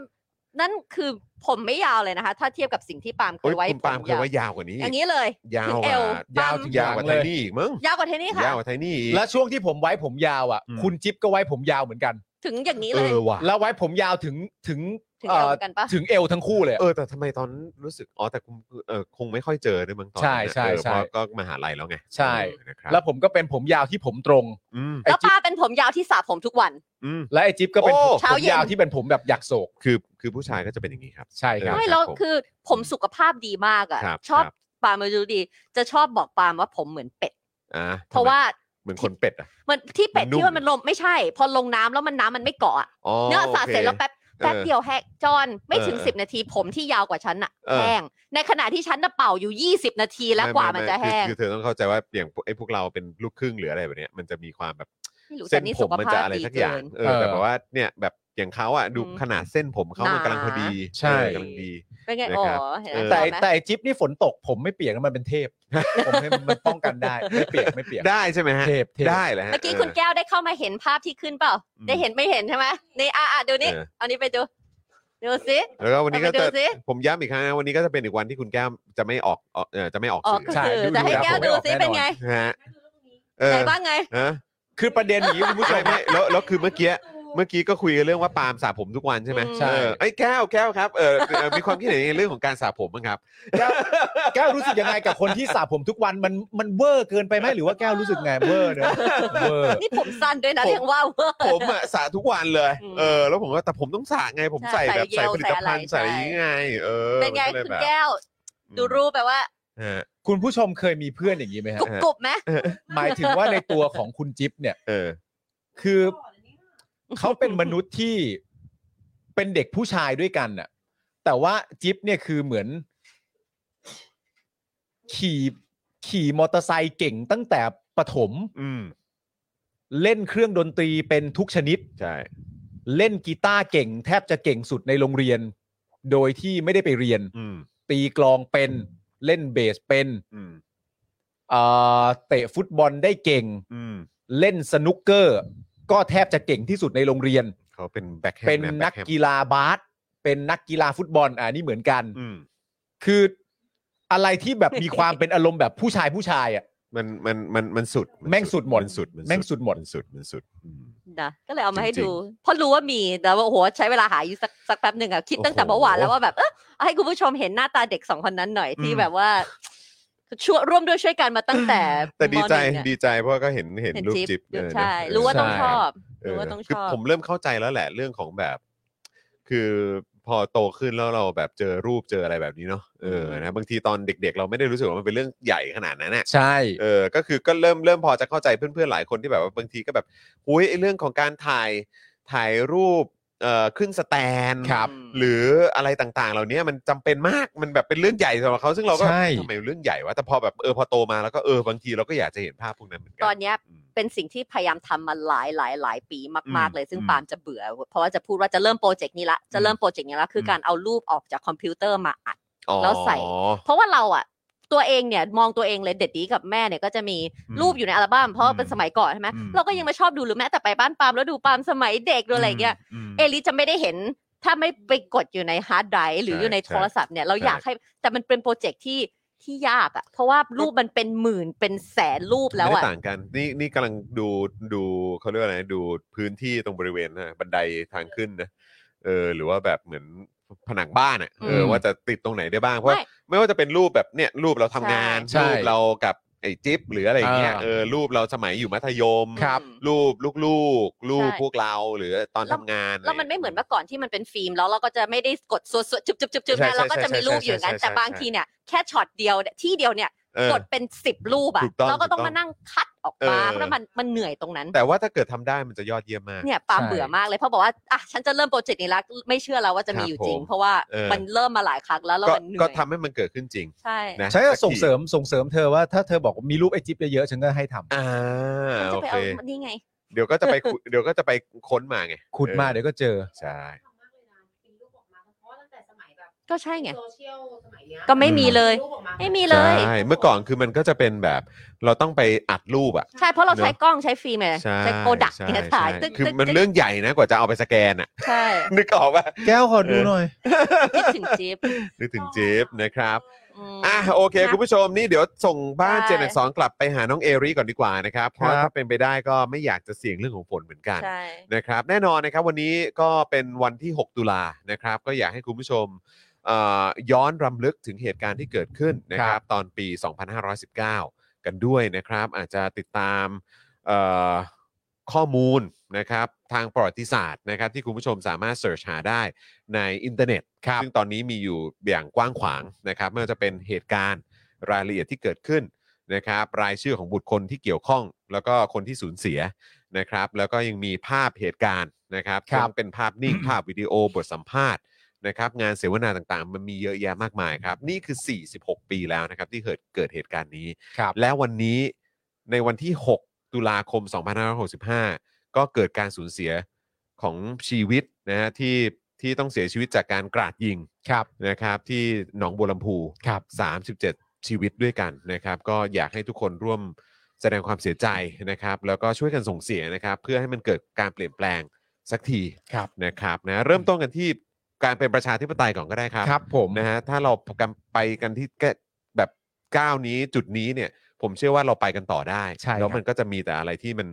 Speaker 5: นั่นคือผมไม่ยาวเลยนะคะ ถ้าเทียบกับสิ่งที่ปาล์มเค
Speaker 3: โอ้ย
Speaker 5: ยไว้
Speaker 3: คุณปาล์มเคยว่ายาวกว่านี้
Speaker 5: อย่างนี้เลย
Speaker 3: ยาว
Speaker 5: ถึง
Speaker 3: ก
Speaker 5: เอ
Speaker 3: ว่าว
Speaker 4: ปาล์ม
Speaker 3: ยาวกว่าไทนี่อีกมั้ง
Speaker 5: ยาวกว่าเทนี่ค่ะ
Speaker 3: ยาวกว่าไทนี่อีก
Speaker 4: และช่วงที่ผมไว้ผมยาวอ่ะ
Speaker 3: อืม
Speaker 4: คุณจิ๊บก็ไว้ผมยาวเหมือนกัน
Speaker 5: ถึงอย่างนี้
Speaker 3: เอ
Speaker 5: เลย
Speaker 3: อว่ะ
Speaker 4: แล้วไว้ผมยาวถึงถึง
Speaker 5: ถึง
Speaker 4: เอ่
Speaker 5: เอว
Speaker 4: อ
Speaker 5: กันปะ
Speaker 4: ถึงเอวทั้งคู่เลยอะ
Speaker 3: เออแต่ทำไมตอนนั้นรู้สึกอ๋อแต่คงเออคงไม่ค่อยเจอด้วยมั้งตอนนั้นน่ะ
Speaker 4: ใช่
Speaker 3: เออเพ
Speaker 4: ใช่
Speaker 3: ราะ
Speaker 4: ใช่
Speaker 3: ก็มหาลัยแล้วไง
Speaker 4: ใช่
Speaker 3: เออนะครับ
Speaker 4: แล้วผมก็เป็นผมยาวที่ผมตรง
Speaker 3: อืม
Speaker 5: แล้วปาเป็นผมยาวที่สระผมทุกวัน
Speaker 3: อืม
Speaker 4: และไอ้จิ๊บก็เป็น
Speaker 3: โอ้
Speaker 4: ผม
Speaker 5: เช้าเย็น
Speaker 4: ยาวที่เป็นผมแบบอยากโศก
Speaker 3: คือคือผู้ชายก็จะเป็นอย่างนี้ครับ
Speaker 4: ใช่ครับ
Speaker 5: ไม่แล้ว
Speaker 3: ผม
Speaker 5: คือผมสุขภาพดีมากอ่ะ
Speaker 3: ครับ
Speaker 5: ชอบ
Speaker 3: ครับ
Speaker 5: ปาล์มมาดูดี จะชอบบอกปาล์มว่าผมเหมือนเป็ด
Speaker 3: อ่า
Speaker 5: เพราะว่า
Speaker 3: เหมือนคนเป็ดอ่ะ
Speaker 5: มันที่เป็ด
Speaker 3: มันนุ่ม
Speaker 5: ที่ว่ามันลมไม่ใช่ พอลงน้ำแล้วมันน้ำมันไม่เกาะอะ
Speaker 3: อ๋อ
Speaker 5: เนื้อสาด
Speaker 3: โค
Speaker 5: เสร็จแล้วแป๊บแป๊บ
Speaker 3: เออ
Speaker 5: เดียวแห้งจอนไม่ถึง
Speaker 3: เออ
Speaker 5: สิบนาทีผมที่ยาวกว่าฉันอ่ะ
Speaker 3: เออ
Speaker 5: แห้งในขณะที่ฉันน่ะเป่าอยู่ยี่สิบนาทีแล้วกว่ามันจะ
Speaker 3: ไไไคือ
Speaker 5: แห้ง
Speaker 3: คือเธอต้องเข้าใจว่าอย่างพวกไอ้พวกเราเป็นลูกครึ่งหรืออะไรแบบเนี้ยมันจะมีความแบบ
Speaker 5: ไม่รู้
Speaker 3: เส้
Speaker 5: แต่
Speaker 3: น
Speaker 5: นี่
Speaker 3: ผ
Speaker 5: สุ
Speaker 3: ม
Speaker 5: ข
Speaker 3: มัน
Speaker 5: ภา
Speaker 3: จะ
Speaker 5: พ
Speaker 3: อะไร
Speaker 5: ดี
Speaker 3: สักอ
Speaker 5: เกิ
Speaker 3: ย่าง
Speaker 5: น
Speaker 3: เออแต่แบบว่าเนี่ยแบบอย่างเขาอ่ะดู
Speaker 5: อืม
Speaker 3: ขนาดเส้นผมเขามันกำลังพอดี
Speaker 4: ใช่
Speaker 3: เออกำลังดี
Speaker 5: เป็นไง
Speaker 3: นะ
Speaker 5: อ๋อ
Speaker 3: ครับ
Speaker 5: เห็น
Speaker 3: เออ
Speaker 5: ไหม
Speaker 4: แต่
Speaker 5: เห็นไหม
Speaker 4: แต่ไอ้จิ๊บนี่ฝนตกผมไม่เปียกนะมันเป็นเทพ ผมให้มันมันป้องกันได้ [laughs] ไม่เปียกไม่เปียก
Speaker 3: ได้ใช่ไหมฮะ
Speaker 4: เทพเทพ
Speaker 3: ได้แหละฮะ
Speaker 5: เมื่อกี้คุณ
Speaker 3: เ
Speaker 5: แก้วได้เข้ามาเห็นภาพที่ขึ้นเปล่า
Speaker 3: อืม
Speaker 5: ได้เห็นไม่เห็นใช่ไหมนี่อ่ะอ่ะดูนี่
Speaker 3: เออ
Speaker 5: เอานี้ไปดูดูสิ
Speaker 3: แล้วก็วันนี้ก็
Speaker 5: เอา
Speaker 3: จะ
Speaker 5: ไปดูสิ
Speaker 3: ผมย้ำอีกครั้งนะวันนี้ก็จะเป็นอีกวันที่คุณแก้มจะไม่ออกออกเอ่อจะไม่ออก
Speaker 5: อ๋อ
Speaker 3: สื่อ
Speaker 5: ก็คือ
Speaker 4: ใช่ดู
Speaker 5: จะให้
Speaker 4: ดู
Speaker 5: แก้ว
Speaker 4: แล้ว
Speaker 5: ดูสิ
Speaker 4: ผมไม่อ
Speaker 5: เป็น
Speaker 4: อกแน่นอน
Speaker 5: ไง
Speaker 3: นะฮะเออ
Speaker 5: ไหนบ้างไง
Speaker 3: ฮะ
Speaker 4: คือประเด็นนี้คุณผู้ช
Speaker 3: ไม่
Speaker 4: ม
Speaker 3: ไม่แล้วแล้วคือเมื่อกี้เมื่อกี้ก็คุยกันเรื่องว่าปาล์มสระผมทุกวันใช่ไหม
Speaker 5: อืม
Speaker 4: ใช่
Speaker 3: เออไอ้แก้วแก้วครับเออเออมีความคิดเห็นในเรื่องของการสระผมบ้างครับ
Speaker 4: แก้วแก้วรู้สึกยังไงกับคนที่สระผมทุกวันมันมันเวอร์เกินไปไหมหรือว่าแก้วรู้สึกไงเวอร์เนอะเวอร์
Speaker 5: นี่ผมสั้นด้วยนะ
Speaker 3: ผม
Speaker 5: ยังว่าเวอร์
Speaker 3: ผมอะ [laughs] สระทุกวันเลย
Speaker 5: อืม
Speaker 3: เออ แล้วผมก็แต่ผมต้องสระไงผมใส่
Speaker 5: ใช่
Speaker 3: แบบใส่
Speaker 5: ใส่เยล
Speaker 3: ผลิตภัณฑ์
Speaker 5: ใส่
Speaker 3: ใส่
Speaker 5: อะไร
Speaker 3: ยังไงเออ
Speaker 5: เป็นไง
Speaker 3: มัก็ลย
Speaker 5: คุ
Speaker 3: บ
Speaker 5: ณ
Speaker 3: บ
Speaker 5: แก้ว ดูรูปแปลว่า
Speaker 3: ฮะ
Speaker 4: คุณผู้ชมเคยมีเพื่อนอย่างนี้ไหมฮะ
Speaker 5: กรุบกรุบไหม
Speaker 4: หมายถึงว่าในตัวของคุณจิ๊บเนี่ย
Speaker 3: เออ
Speaker 4: คือเขาเป็นมนุษย์ที่เป็นเด็กผู้ชายด้วยกันน่ะ แต่ว่าจิ๊บเนี่ยคือเหมือน ขี่ขี่มอเตอร์ไซค์เก่งตั้งแต่ปฐม
Speaker 3: อืม
Speaker 4: เล่นเครื่องดนตรีเป็นทุกชนิด
Speaker 3: ใช่
Speaker 4: เล่นกีตาร์เก่ง แทบจะเก่งสุดในโรงเรียน โดยที่ไม่ได้ไปเรียน
Speaker 3: อืม
Speaker 4: ตีกลองเป็นเล่นเบสเป็น
Speaker 3: อืม
Speaker 4: เอ่อเตะฟุตบอลได้เก่ง
Speaker 3: อืม
Speaker 4: เล่นสนุกเกอร์ ก็แทบจะเก่งที่สุดในโรงเรียน
Speaker 3: เขาเป็นแบ็คแฮม
Speaker 4: เป็น
Speaker 3: นะ
Speaker 4: นัก
Speaker 3: แบ็คแฮม
Speaker 4: กีฬาบาสเป็นนักกีฬาฟุตบอลอ่านี่เหมือนกัน
Speaker 3: อืม
Speaker 4: คืออะไรที่แบบมีความ เป็นอารมณ์แบบผู้ชายผู้ชายอ่ะ
Speaker 3: มันมันมันมันสุดน
Speaker 4: แม่งสุดหมด
Speaker 3: นสุดน
Speaker 4: แม่งสุดหมด
Speaker 3: นสุดมันสุดอืม
Speaker 5: นะก็เลยเอามาให้
Speaker 3: จริงๆ
Speaker 5: ดู เพราะรู้ว่ามีแต่ว่าโอ้โหใช้เวลาหาอยู่สักสักแป๊บหนึ่งอะคิดตั้งแต่
Speaker 3: โอ้โห
Speaker 5: เมื่อวานแล้วว่าแบบเออเอาให้คุณผู้ชมเห็นหน้าตาเด็กสองคนนั้นหน่อยที่
Speaker 3: อืม
Speaker 5: แบบว่าช่วยร่วมด้วยช่วยกันมาตั้งแต่
Speaker 3: แต่ดีใจ
Speaker 5: มหนึ่งอะ
Speaker 3: ดีใจเพราะก็เห็นเห็น
Speaker 5: เห็น
Speaker 3: รูป
Speaker 5: จิ๊บ
Speaker 3: จิ๊บเออ
Speaker 5: ใช่
Speaker 3: เ
Speaker 5: รู้ว่าต้อง
Speaker 3: ใ
Speaker 5: ชอบ
Speaker 3: เอ
Speaker 5: รู้
Speaker 3: อ
Speaker 5: ว่าต้อง
Speaker 3: คือ
Speaker 5: ชอบ
Speaker 3: ผมเริ่มเข้าใจแล้วแหละเรื่องของแบบ คือพอโตขึ้นแล้วเราแบบเจอรูปเจออะไรแบบนี้เนาะเออนะบางทีตอนเด็ก ๆ เราไม่ได้รู้สึกว่ามันเป็นเรื่องใหญ่ขนาดนั้นน่ะ
Speaker 4: ใช่
Speaker 3: เออก็คือก็เริ่มเริ่มพอจะเข้าใจเพื่อนๆหลายคนที่แบบว่าบางทีก็แบบอุ้ยไอ้เรื่องของการถ่ายถ่ายรูปเอ่อขึ้นสแตน
Speaker 4: ครับ
Speaker 3: หรืออะไรต่างๆ เหล่านี้มันจำเป็นมากมันแบบเป็นเรื่องใหญ่สำหรับเขาซึ่งเราก็
Speaker 4: ใช่
Speaker 3: ทำไมเรื่องใหญ่วะแต่พอแบบเออพอโตมาแล้วก็เออบางทีเราก็อยากจะเห็นภาพพวกนั้นเหมือนกั
Speaker 5: ตอนเนี้ย
Speaker 3: ม
Speaker 5: เป็นสิ่งที่พยายามทำมาหลายหลายหลายปีมาก
Speaker 3: อืม
Speaker 5: ๆเลย ซึ่ง
Speaker 3: อืม
Speaker 5: ปาล์มจะเบื่อ เพราะว่าจะพูดว่าจะเริ่มโปรเจกต์นี้ละจะเริ่มโปรเจกต์นี้ละคืออ
Speaker 3: ม
Speaker 5: การเอารูปออกจากคอมพิวเตอร์มาอัด
Speaker 3: อ๋อ
Speaker 5: แล้วใส่ เพราะว่าเราอะตัวเองเนี่ยมองตัวเองเลยเด็ดดีกับแม่เนี่ยก็จะมี
Speaker 3: อืม
Speaker 5: รูปอยู่ในอัลบั้มเพราะว่าเป็นสมัยก่อนใช่ไหม
Speaker 3: อืม
Speaker 5: เราก็ยังมาชอบดูหรือแม้แต่ไปบ้านปาล์มแล้วดูปาล์มสมัยเด็กดูอะไรอย่างเงี้ย
Speaker 3: ม
Speaker 5: เอลิสจะไม่ได้เห็น ถ้าไม่ไปกดอยู่ในฮาร์ดไดรฟ์หรือ
Speaker 3: ใช่
Speaker 5: อยู่ในโทรศัพท์เนี่ยเรา
Speaker 3: ใช่
Speaker 5: อยากให้แต่มันเป็นโปรเจกต์ที่ที่ยากอะเพราะว่ารูปมันเป็นหมื่นเป็นแสนรูปแล้ว
Speaker 3: ไม่
Speaker 5: อะ
Speaker 3: ได้ต่างกันนี่นี่กำลังดูดูเขาเรียกว่าอะไรดูพื้นที่ตรงบริเวณนะบันไดทางขึ้นนะเออหรือว่าแบบเหมือนผนังบ้านอ่ะเออ
Speaker 4: อืม
Speaker 3: ว่าจะติดตรงไหนได้บ้างเพราะ
Speaker 5: ไม่
Speaker 3: ไม่ว่าจะเป็นรูปแบบเนี่ยรูปเราทำงาน
Speaker 4: ใช่
Speaker 3: รูปเรากับไอ้จิ๊บหรืออะไรอย่างเงี้ย
Speaker 4: อ่า
Speaker 3: เออรูปเราสมัยอยู่มัธยม
Speaker 4: ครับ
Speaker 3: รูปลูกๆรูป
Speaker 5: ใช่
Speaker 3: พวกเราหรือตอนทำงาน
Speaker 5: แล้วมันไม่เหมือนเมื่อก่อนที่มันเป็นฟิล์มแล้วเราก็จะไม่ได้กดสวดๆจุบจุบจุบจุบ
Speaker 3: ใช่
Speaker 5: นะเราก็จะมีรูปอยู่อย่างนั้น
Speaker 3: ใช่
Speaker 5: แต่บางทีเนี่ยแค่ช็อตเดียวเนี่ยที่เดียวเนี่ย
Speaker 3: เออ
Speaker 5: กดเป็นสิบรูปอะ
Speaker 3: ถูกต้อง
Speaker 5: เราก็ต้อง
Speaker 3: ถูกต้อง
Speaker 5: มานั่งคัดออกมา
Speaker 3: เออ
Speaker 5: เพราะมันมันเหนื่อยตรงนั้น
Speaker 3: แต่ว่าถ้าเกิดทำได้มันจะยอดเยี่ยมมาก
Speaker 5: เนี่ยปาล์ม
Speaker 4: ใช่
Speaker 5: เบื่อมากเลยเพราะบอกว่าอ่ะฉันจะเริ่มโปรเจกต์นี้ละไม่เชื่อแล้วว่าจะ
Speaker 3: ค
Speaker 5: มี
Speaker 3: รับ
Speaker 5: อยู่จริง
Speaker 3: ผม
Speaker 5: เพราะว่า
Speaker 3: เออ
Speaker 5: มันเริ่มมาหลายครั้งแล้วแล้ว
Speaker 3: ก็
Speaker 5: มันเหนื่
Speaker 3: ก็
Speaker 5: อย
Speaker 3: ทำให้มันเกิดขึ้นจริง
Speaker 5: ใช่
Speaker 3: นะ
Speaker 4: ใช่
Speaker 3: กที
Speaker 4: ส่งเสริมส่งเสริมเธอว่าถ้าเธอบอกว่ามีรูปไอจิ๊บเยอะๆฉันก็ให้ทำ
Speaker 3: อ่า
Speaker 5: ฉันจะ
Speaker 3: โอ
Speaker 5: ไป
Speaker 3: เค
Speaker 5: เอานี่ไง
Speaker 3: เดี๋ยวก็จะไป [laughs] คุ เดี๋ยวก็จะไปค้นมาไง
Speaker 4: ขุดมา
Speaker 3: เออ
Speaker 4: เดี๋ยวก็เจอ
Speaker 3: ใช่
Speaker 5: ก็ใช่ไง
Speaker 7: โซเชียลสมัยเนี้ย
Speaker 5: ก็ไม่มีเลย
Speaker 7: รูปออกา
Speaker 5: ไม่มีเลย
Speaker 3: ใช่เมื่อก่อนคือมันก็จะเป็นแบบ เราต้องไปอัดรูปอ่ะ
Speaker 5: ใช่เพราะเราใช้
Speaker 3: เนอะ
Speaker 5: กล้องใช้ฟิล์มไง
Speaker 3: ใช่
Speaker 5: ใช้โปรดักต์
Speaker 3: ใช่
Speaker 5: เนี่ย
Speaker 3: ใช่
Speaker 5: ถ่ายตึ๊ก
Speaker 3: คือ
Speaker 5: ตึ๊ก
Speaker 3: มัน
Speaker 5: ตึ๊ก
Speaker 3: เรื่องใหญ่นะกว่าจะเอาไปสแกนอ่ะ [laughs]
Speaker 5: ใช่
Speaker 3: นึกออกป่ะ
Speaker 4: แก้วขอดูหน่อย
Speaker 5: คิดถึงจิ๊บ
Speaker 3: นึกถึงเจฟนะครับ
Speaker 5: อืม
Speaker 3: อ่ะโอเค
Speaker 5: นะ
Speaker 3: คุณผู้ชมนี่เดี๋ยวส่งบ้าน
Speaker 5: ใช่
Speaker 3: เจนสองกลับไปหาน้องเอริก่อนดีกว่านะครับเพราะ
Speaker 4: ครับ
Speaker 3: ถ้าเป็นไปได้ก็ไม่อยากจะเสี่ยงเรื่องของฝนเหมือนกัน
Speaker 5: ใช่
Speaker 3: นะครับแน่นอนนะครับวันนี้ก็เป็นวันที่ 6 ตุลานะครับ ก็อยากให้คุณผู้ชมเอ่อย้อนรำลึกถึงเหตุการณ์ที่เกิดขึ้นนะครับตอนปี 2519 กันด้วยนะครับ อาจจะติดตามเอ่อข้อมูลนะครับทางประวัติศาสตร์นะครับ ที่คุณผู้ชมสามารถเสิร์ชหาได้ในอินเทอร์เน็ตครับซึ่งตอนนี้มีอยู่อย่างกว้างขวางนะครับไม่ว่าจะเป็นเหตุการณ์รายละเอียดที่เกิดขึ้นนะครับ รายชื่อของบุคคลที่เกี่ยวข้อง แล้วก็คนที่สูญเสีย นะครับแล้วก็ยังมีภาพเหตุการณ์นะครับ
Speaker 4: ครับ
Speaker 3: ทั้งเป็นภาพนิ่ง ภาพวิดีโอ บทสัมภาษณ์นะครับงานเสวนาต่างๆ มันมีเยอะแยะมากมายครับ นี่คือ 46 ปีแล้วนะครับที่เกิดเกิดเหตุการณ์นี้
Speaker 4: ครับ
Speaker 3: และวันนี้ในวันที่ 6 ตุลาคม 2565 ก็เกิดการสูญเสียของชีวิตนะฮะที่ที่ต้องเสียชีวิตจากการกราดยิง
Speaker 4: ครับ
Speaker 3: นะครับที่หนองบัวลำพู
Speaker 4: ครับ
Speaker 3: 37 ชีวิตด้วยกันนะครับ ก็อยากให้ทุกคนร่วมแสดงความเสียใจนะครับ แล้วก็ช่วยกันส่งเสียงนะครับ เพื่อให้มันเกิดการเปลี่ยนแปลงสักที
Speaker 4: ครับ
Speaker 3: นะครับนะเริ่มต้นกันที่การเป็นประชาธิปไตยก่อนก็ได้ครับ
Speaker 4: ครับผม
Speaker 3: นะฮะถ้าเรากันไปกันที่แกแบบก้าวนี้จุดนี้เนี่ย ผมเชื่อว่าเราไปกันต่อได้
Speaker 4: ใช่ครับ
Speaker 3: แล้วมันก็จะมีแต่อะไรที่มัน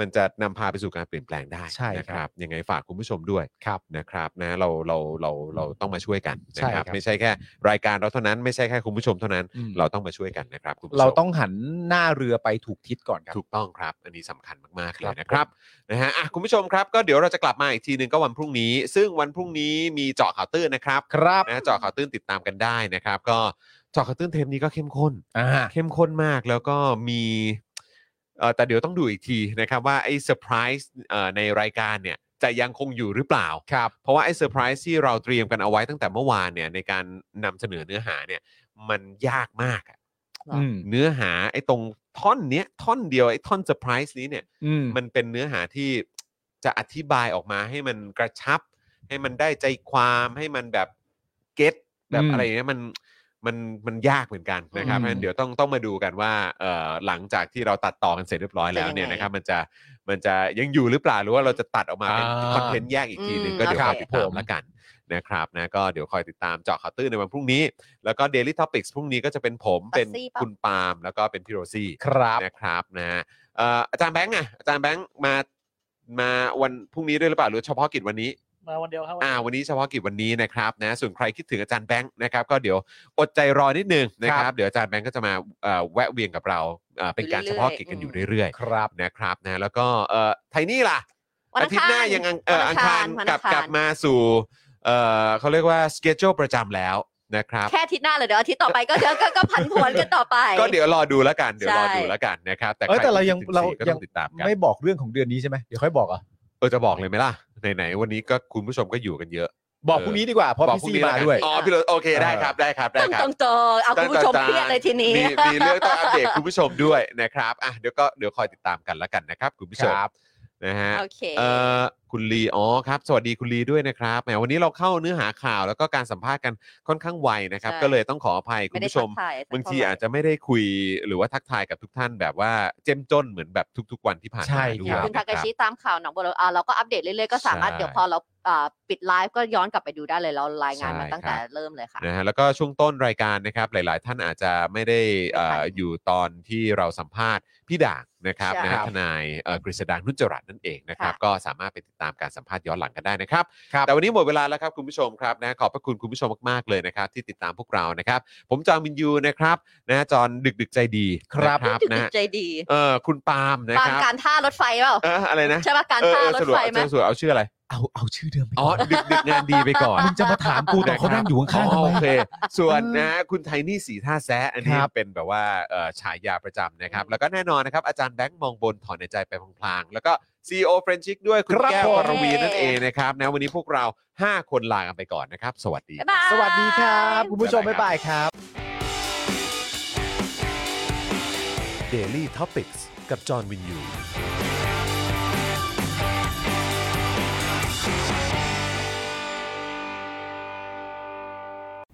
Speaker 3: มันจะนำพาไปสู่การเปลี่ยนแปลงได้
Speaker 4: ใช่ครับ
Speaker 3: นะยังไงฝากคุณผู้ชมด้วย
Speaker 4: ครับ
Speaker 3: นะครับนะเราเราเราเราต้องมาช่วยกันนะ
Speaker 4: ใช่
Speaker 3: ค
Speaker 4: ครั
Speaker 3: รับบ ไม่ใช่แค่รายการเราเท่านั้นไม่ใช่แค่คุณผู้ชมเท่านั้น
Speaker 4: อืม
Speaker 3: เราต้องมาช่วยกันนะครับคุณผู้ชม
Speaker 4: เราต้องหันหน้าเรือไปถูกทิศก่อนครับ
Speaker 3: ถูกต้องครับ อันนี้สำคัญมากๆเล
Speaker 4: ค
Speaker 3: ย
Speaker 4: รับ
Speaker 3: นะครับนะฮะอ่ะคุณผู้ชมครับก็เดี๋ยวเราจะกลับมาอีกทีหนึ่งก็วันพรุ่งนี้ ซึ่งวันพรุ่งนี้มีเจาะข่าวตื้นนะครับ
Speaker 4: ครับ
Speaker 3: นะเจาะข่าวตื้นติดตามกันได้นะครับ ก็เจาะข่าวตื้นเทปนี้ก็เข้มข้น
Speaker 4: อ่า
Speaker 3: เข้มข้นมากแล้วก็มีเอ่อแต่เดี๋ยวต้องดูอีกทีนะครับว่าไอ้เซอร์ไพรส์ในรายการเนี่ย จะยังคงอยู่หรือเปล่า
Speaker 4: ครับ
Speaker 3: เพราะว่าไอ้เซอร์ไพรส์ที่เราเตรียมกันเอาไว้ตั้งแต่เมื่อวานเนี่ยในการนำเสนอเนื้อหาเนี่ยมันยากมากอะ
Speaker 4: อืม
Speaker 3: เนื้อหาไอ้ตรงท่อนเนี้ยท่อนเดียวไอ้ท่อนเซอร์ไพรส์นี้เนี่ย
Speaker 4: อืม
Speaker 3: มันเป็นเนื้อหาที่จะอธิบายออกมาให้มันกระชับ ให้มันได้ใจความให้มันแบบเก็ตแบบ
Speaker 4: อืม
Speaker 3: อะไรอย่างเงี้ยมันมันมันยากเหมือนกันนะครับเพ
Speaker 4: อืม
Speaker 3: ราะฉะนั้นเดี๋ยวต้องต้องมาดูกันว่าเอ่อหลังจากที่เราตัดต่อกันเสร็จเรียบร้อยแล้ว
Speaker 5: จะยังไง
Speaker 3: เนี่ยนะครับมันจะมันจะยังอยู่หรือเปล่าหรือว่าเราจะตัดออกมาเป็น
Speaker 4: อ่า
Speaker 3: คอนเทนต์แยกอีกทีหนึ่ง
Speaker 5: อืม
Speaker 3: ก็เดี๋ยว
Speaker 5: ค
Speaker 3: ค
Speaker 5: รั
Speaker 3: อบ ยติดตา
Speaker 4: ผม ม
Speaker 3: แล้วกันนะครับนะก็เดี๋ยวคอยติดตามเจาะข่าวตื้นในวันพรุ่งนี้ แล้วก็ Daily Topics พรุ่งนี้ก็จะเป็นผมเป็น
Speaker 5: ตัดซี่ปะ
Speaker 3: คุณปาล์มแล้วก็เป็นพี่โรซี่
Speaker 4: ครับ
Speaker 3: นะครับนะฮะเอ่ออาจารย์แบงค์อ่ะอาจารย์แบงค์มามาวันพรุ่งนี้ด้วยหรือเปล่าหรือเฉพาะกิจวันนี้
Speaker 7: มาวันเดียวครับ
Speaker 3: อ่าวันนี้เฉพาะกิจวันนี้นะครับนะส่วนใครคิดถึงอาจารย์แบงค์นะครับก็เดี๋ยวอดใจรอนิดนึงนะค
Speaker 4: ค
Speaker 3: รั
Speaker 4: รั
Speaker 3: บบ เดี๋ยวอาจารย์แบงค์ก็จะมาเอ่อแวะเวียนกับเราเอ่อเป็นการ
Speaker 5: เรื่
Speaker 3: เฉ
Speaker 5: อยๆ
Speaker 3: พาะกิจกันอยู่เรื่อย
Speaker 4: ครับ
Speaker 3: ๆนะครับนะแล้วก็เอ่อไทนี่ล่ะ
Speaker 5: วันอั
Speaker 3: อาทิต
Speaker 5: ง
Speaker 3: ย์
Speaker 5: คาร
Speaker 3: หน้ายังอังเอ่อ
Speaker 5: วั
Speaker 3: อั
Speaker 5: น
Speaker 3: ง
Speaker 5: อั
Speaker 3: คา
Speaker 5: งคาร ร
Speaker 3: กลับ
Speaker 5: วันอังคาร
Speaker 3: กลับมาสู่เอ่อเขาเรียกว่าสเกจ e ประจำแล้วนะครับ
Speaker 5: แค่อาทิตย์หน้าเลยเดี๋ยวอาทิตย์ต่อไปก็ก็ก็ก็ผันผวนกันต่อไป
Speaker 3: ก็เดี๋ยวรอดูแล้วกันเดี๋ยวรอดู
Speaker 5: ใช่
Speaker 3: แล้วกันนะครับแต่
Speaker 4: เอ้ย
Speaker 3: ใค
Speaker 4: แต่เรายัง
Speaker 3: ที่ติด
Speaker 4: เรา
Speaker 3: สี่ก็ต้
Speaker 4: ยั
Speaker 3: อง งติดตามกัน
Speaker 4: ไม่บอกเรื่องของเดือนนี้ใช่ไหมเดี๋ยวค่อยบอกเหรอ่ะ
Speaker 3: เออจะบอกเลยไหมล่ะไหนๆวันนี้ก็คุณผู้ชมก็อยู่กันเยอะ
Speaker 4: บอกพรุ่งนี้ดีกว่าเพราะ
Speaker 3: บอกพ
Speaker 4: พี่
Speaker 3: รุ่ง
Speaker 4: ซี่
Speaker 3: นี้
Speaker 4: มาด้วย
Speaker 3: แล้วกันอ๋อพี่โรสโอเคได้ครับได้ครับได้
Speaker 5: ต้อง
Speaker 3: ครั
Speaker 5: จ
Speaker 3: บ
Speaker 5: องจองๆเอาคุณผู้ชมเครียดเลยทีนี้
Speaker 3: มีมีเรื่องต้องอัปเดตคุณผู้ชมด้วยนะครับอ่ะเดี๋ยวก็เดี๋ยวคอยติดตามกันแล้วกันนะครับ คุณผู้ชม
Speaker 4: ครับ
Speaker 3: นะฮะ
Speaker 5: โอเค
Speaker 3: เอ่อคุณลีอ๋อครับ สวัสดีคุณลีด้วยนะครับแหมวันนี้เราเข้าเนื้อหาข่าวแล้วก็การสัมภาษณ์กันค่อนข้างไวนะครับ
Speaker 5: ใช่
Speaker 3: ก็เลยต้องขออภัยคุ
Speaker 5: ไม่
Speaker 3: ณ
Speaker 5: ได้
Speaker 3: ผู้ช
Speaker 5: ทั
Speaker 3: ม
Speaker 5: กทยสัก
Speaker 3: บางที
Speaker 5: เท่ไหร่
Speaker 3: อาจจะไม่ได้คุยหรือว่าทักทายกับทุกท่านแบบว่าเจ้มจนเหมือนแบบทุก ๆ วันที่ผ่านมา
Speaker 4: ใช่ครับ
Speaker 3: ด้ว
Speaker 5: เนี่ยยคุณทา
Speaker 3: นะ
Speaker 5: กา
Speaker 3: รับ
Speaker 5: ชิตามข่าวหนองบัวลำอ่าเราก็อัปเดตเรื่อยๆ ก็สามารถ
Speaker 3: ใช่
Speaker 5: เดี๋ยวพอเราอ่าปิดไลฟ์ก็ย้อนกลับไปดูได้เลยเรารายงานมา
Speaker 3: ใช่
Speaker 5: ตั้งแต่
Speaker 3: ครับ
Speaker 5: เริ่มเลยค่ะ
Speaker 3: นะฮะแล้วก็ช่วงต้นรายการนะครับหลาย ๆ ท่านอาจจะไม่ได้เอ่ออยู่ตอนที่เราสัมภาษณ์พี่ด่างนะครับ
Speaker 5: ใช่
Speaker 3: นะฮะทนายเอ่อกฤษดางนุจจรัตน์นั่นเองนะครับ
Speaker 5: ค่ะ
Speaker 3: ก็สามารถไปติดตามการสัมภาษณ์ย้อนหลังกันได้นะครับ
Speaker 4: ครับ
Speaker 3: แต่วันนี้หมดเวลาแล้วครับคุณผู้ชมครับนะขอบพระคุณคุณผู้ชมมาก ๆ เลยนะครับที่ติดตามพวกเรานะครับ ผมจอมินยูนะครับนะจอนดึกดึกๆใจดี
Speaker 4: ครับ
Speaker 3: นะ
Speaker 5: ดึก
Speaker 3: นะ
Speaker 5: ดึ
Speaker 3: ฮะ
Speaker 5: กใจดี
Speaker 3: เอ่อคุณปาล์มนะ
Speaker 5: ตาม
Speaker 3: ครับ
Speaker 5: การท่ารถไฟเปล่า
Speaker 3: เอออะไรนะ
Speaker 5: ใช่ป่ะการ
Speaker 3: เออ
Speaker 5: ท่า
Speaker 3: เออ
Speaker 5: รถ
Speaker 3: สรุป
Speaker 5: ไฟ
Speaker 3: เอา
Speaker 5: ไหม
Speaker 3: สรุปเอาชื่ออะไร
Speaker 4: เอาเอาชื่อเดิมไป
Speaker 3: อ๋อดึกดึกๆงานดีไปก่อน
Speaker 4: มึงจะมาถามกูตอนเขานั่งอยู่ข้างๆทำ
Speaker 3: อ๋อ
Speaker 4: ไม
Speaker 3: โอเค ส่วน
Speaker 4: เออ
Speaker 3: นะคุณไทนี่สีท่าแซะอันนี้
Speaker 4: ครับ
Speaker 3: เป็นแบบว่าเอ่อฉายาประจำนะครับ แล้วก็แน่นอนนะครับ อาจารย์แบงค์มองบนถอนในใจไปพลางๆ แล้วก็ซีโอเฟรนชิกด้วย คุณแก้ววรวีนั่นเองนะครับนะวันนี้พวกเรา 5 คนลากันไปก่อนนะครับ สวัสดี
Speaker 5: บ๊ายบาย
Speaker 4: สวัสดีครับ คุณผู้ชมบ๊ายบายครับ
Speaker 2: Daily Topics กับจอห์นวินยู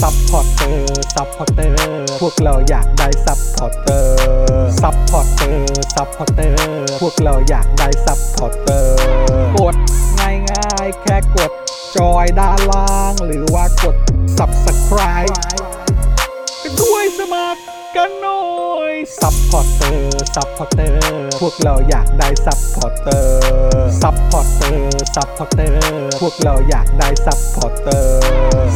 Speaker 1: ซัพพอร์เตอร์ ซัพพอร์เตอร์ พวกเราอยากได้ซัพพอร์เตอร์ ซัพพอร์เตอร์ ซัพพอร์เตอร์ พวกเราอยากได้ซัพพอร์เตอร์ กดง่ายง่ายๆแค่กด จอยด้านล่าง หรือว่ากด subscribe ไปด้วยสมัครกันหน่อย ซัพพอร์เตอร์ ซัพพอร์เตอร์ พวกเราอยากได้ซัพพอร์เตอร์ ซัพพอร์เตอร์ ซัพพอร์เตอร์ พวกเราอยากได้ซัพพอร์เตอร์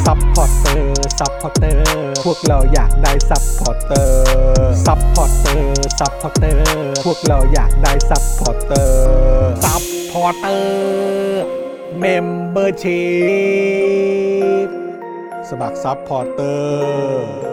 Speaker 1: ซัพพอร์เตอร์ ซัพพอร์เตอร์ พวกเราอยากได้ซัพพอร์เตอร์ ซัพพอร์เตอร์ ซัพพอร์เตอร์ พวกเราอยากได้ซัพพอร์เตอร์ ซัพพอร์เตอร์ เมมเบอร์ชีพสมัครซัพพอร์เตอร์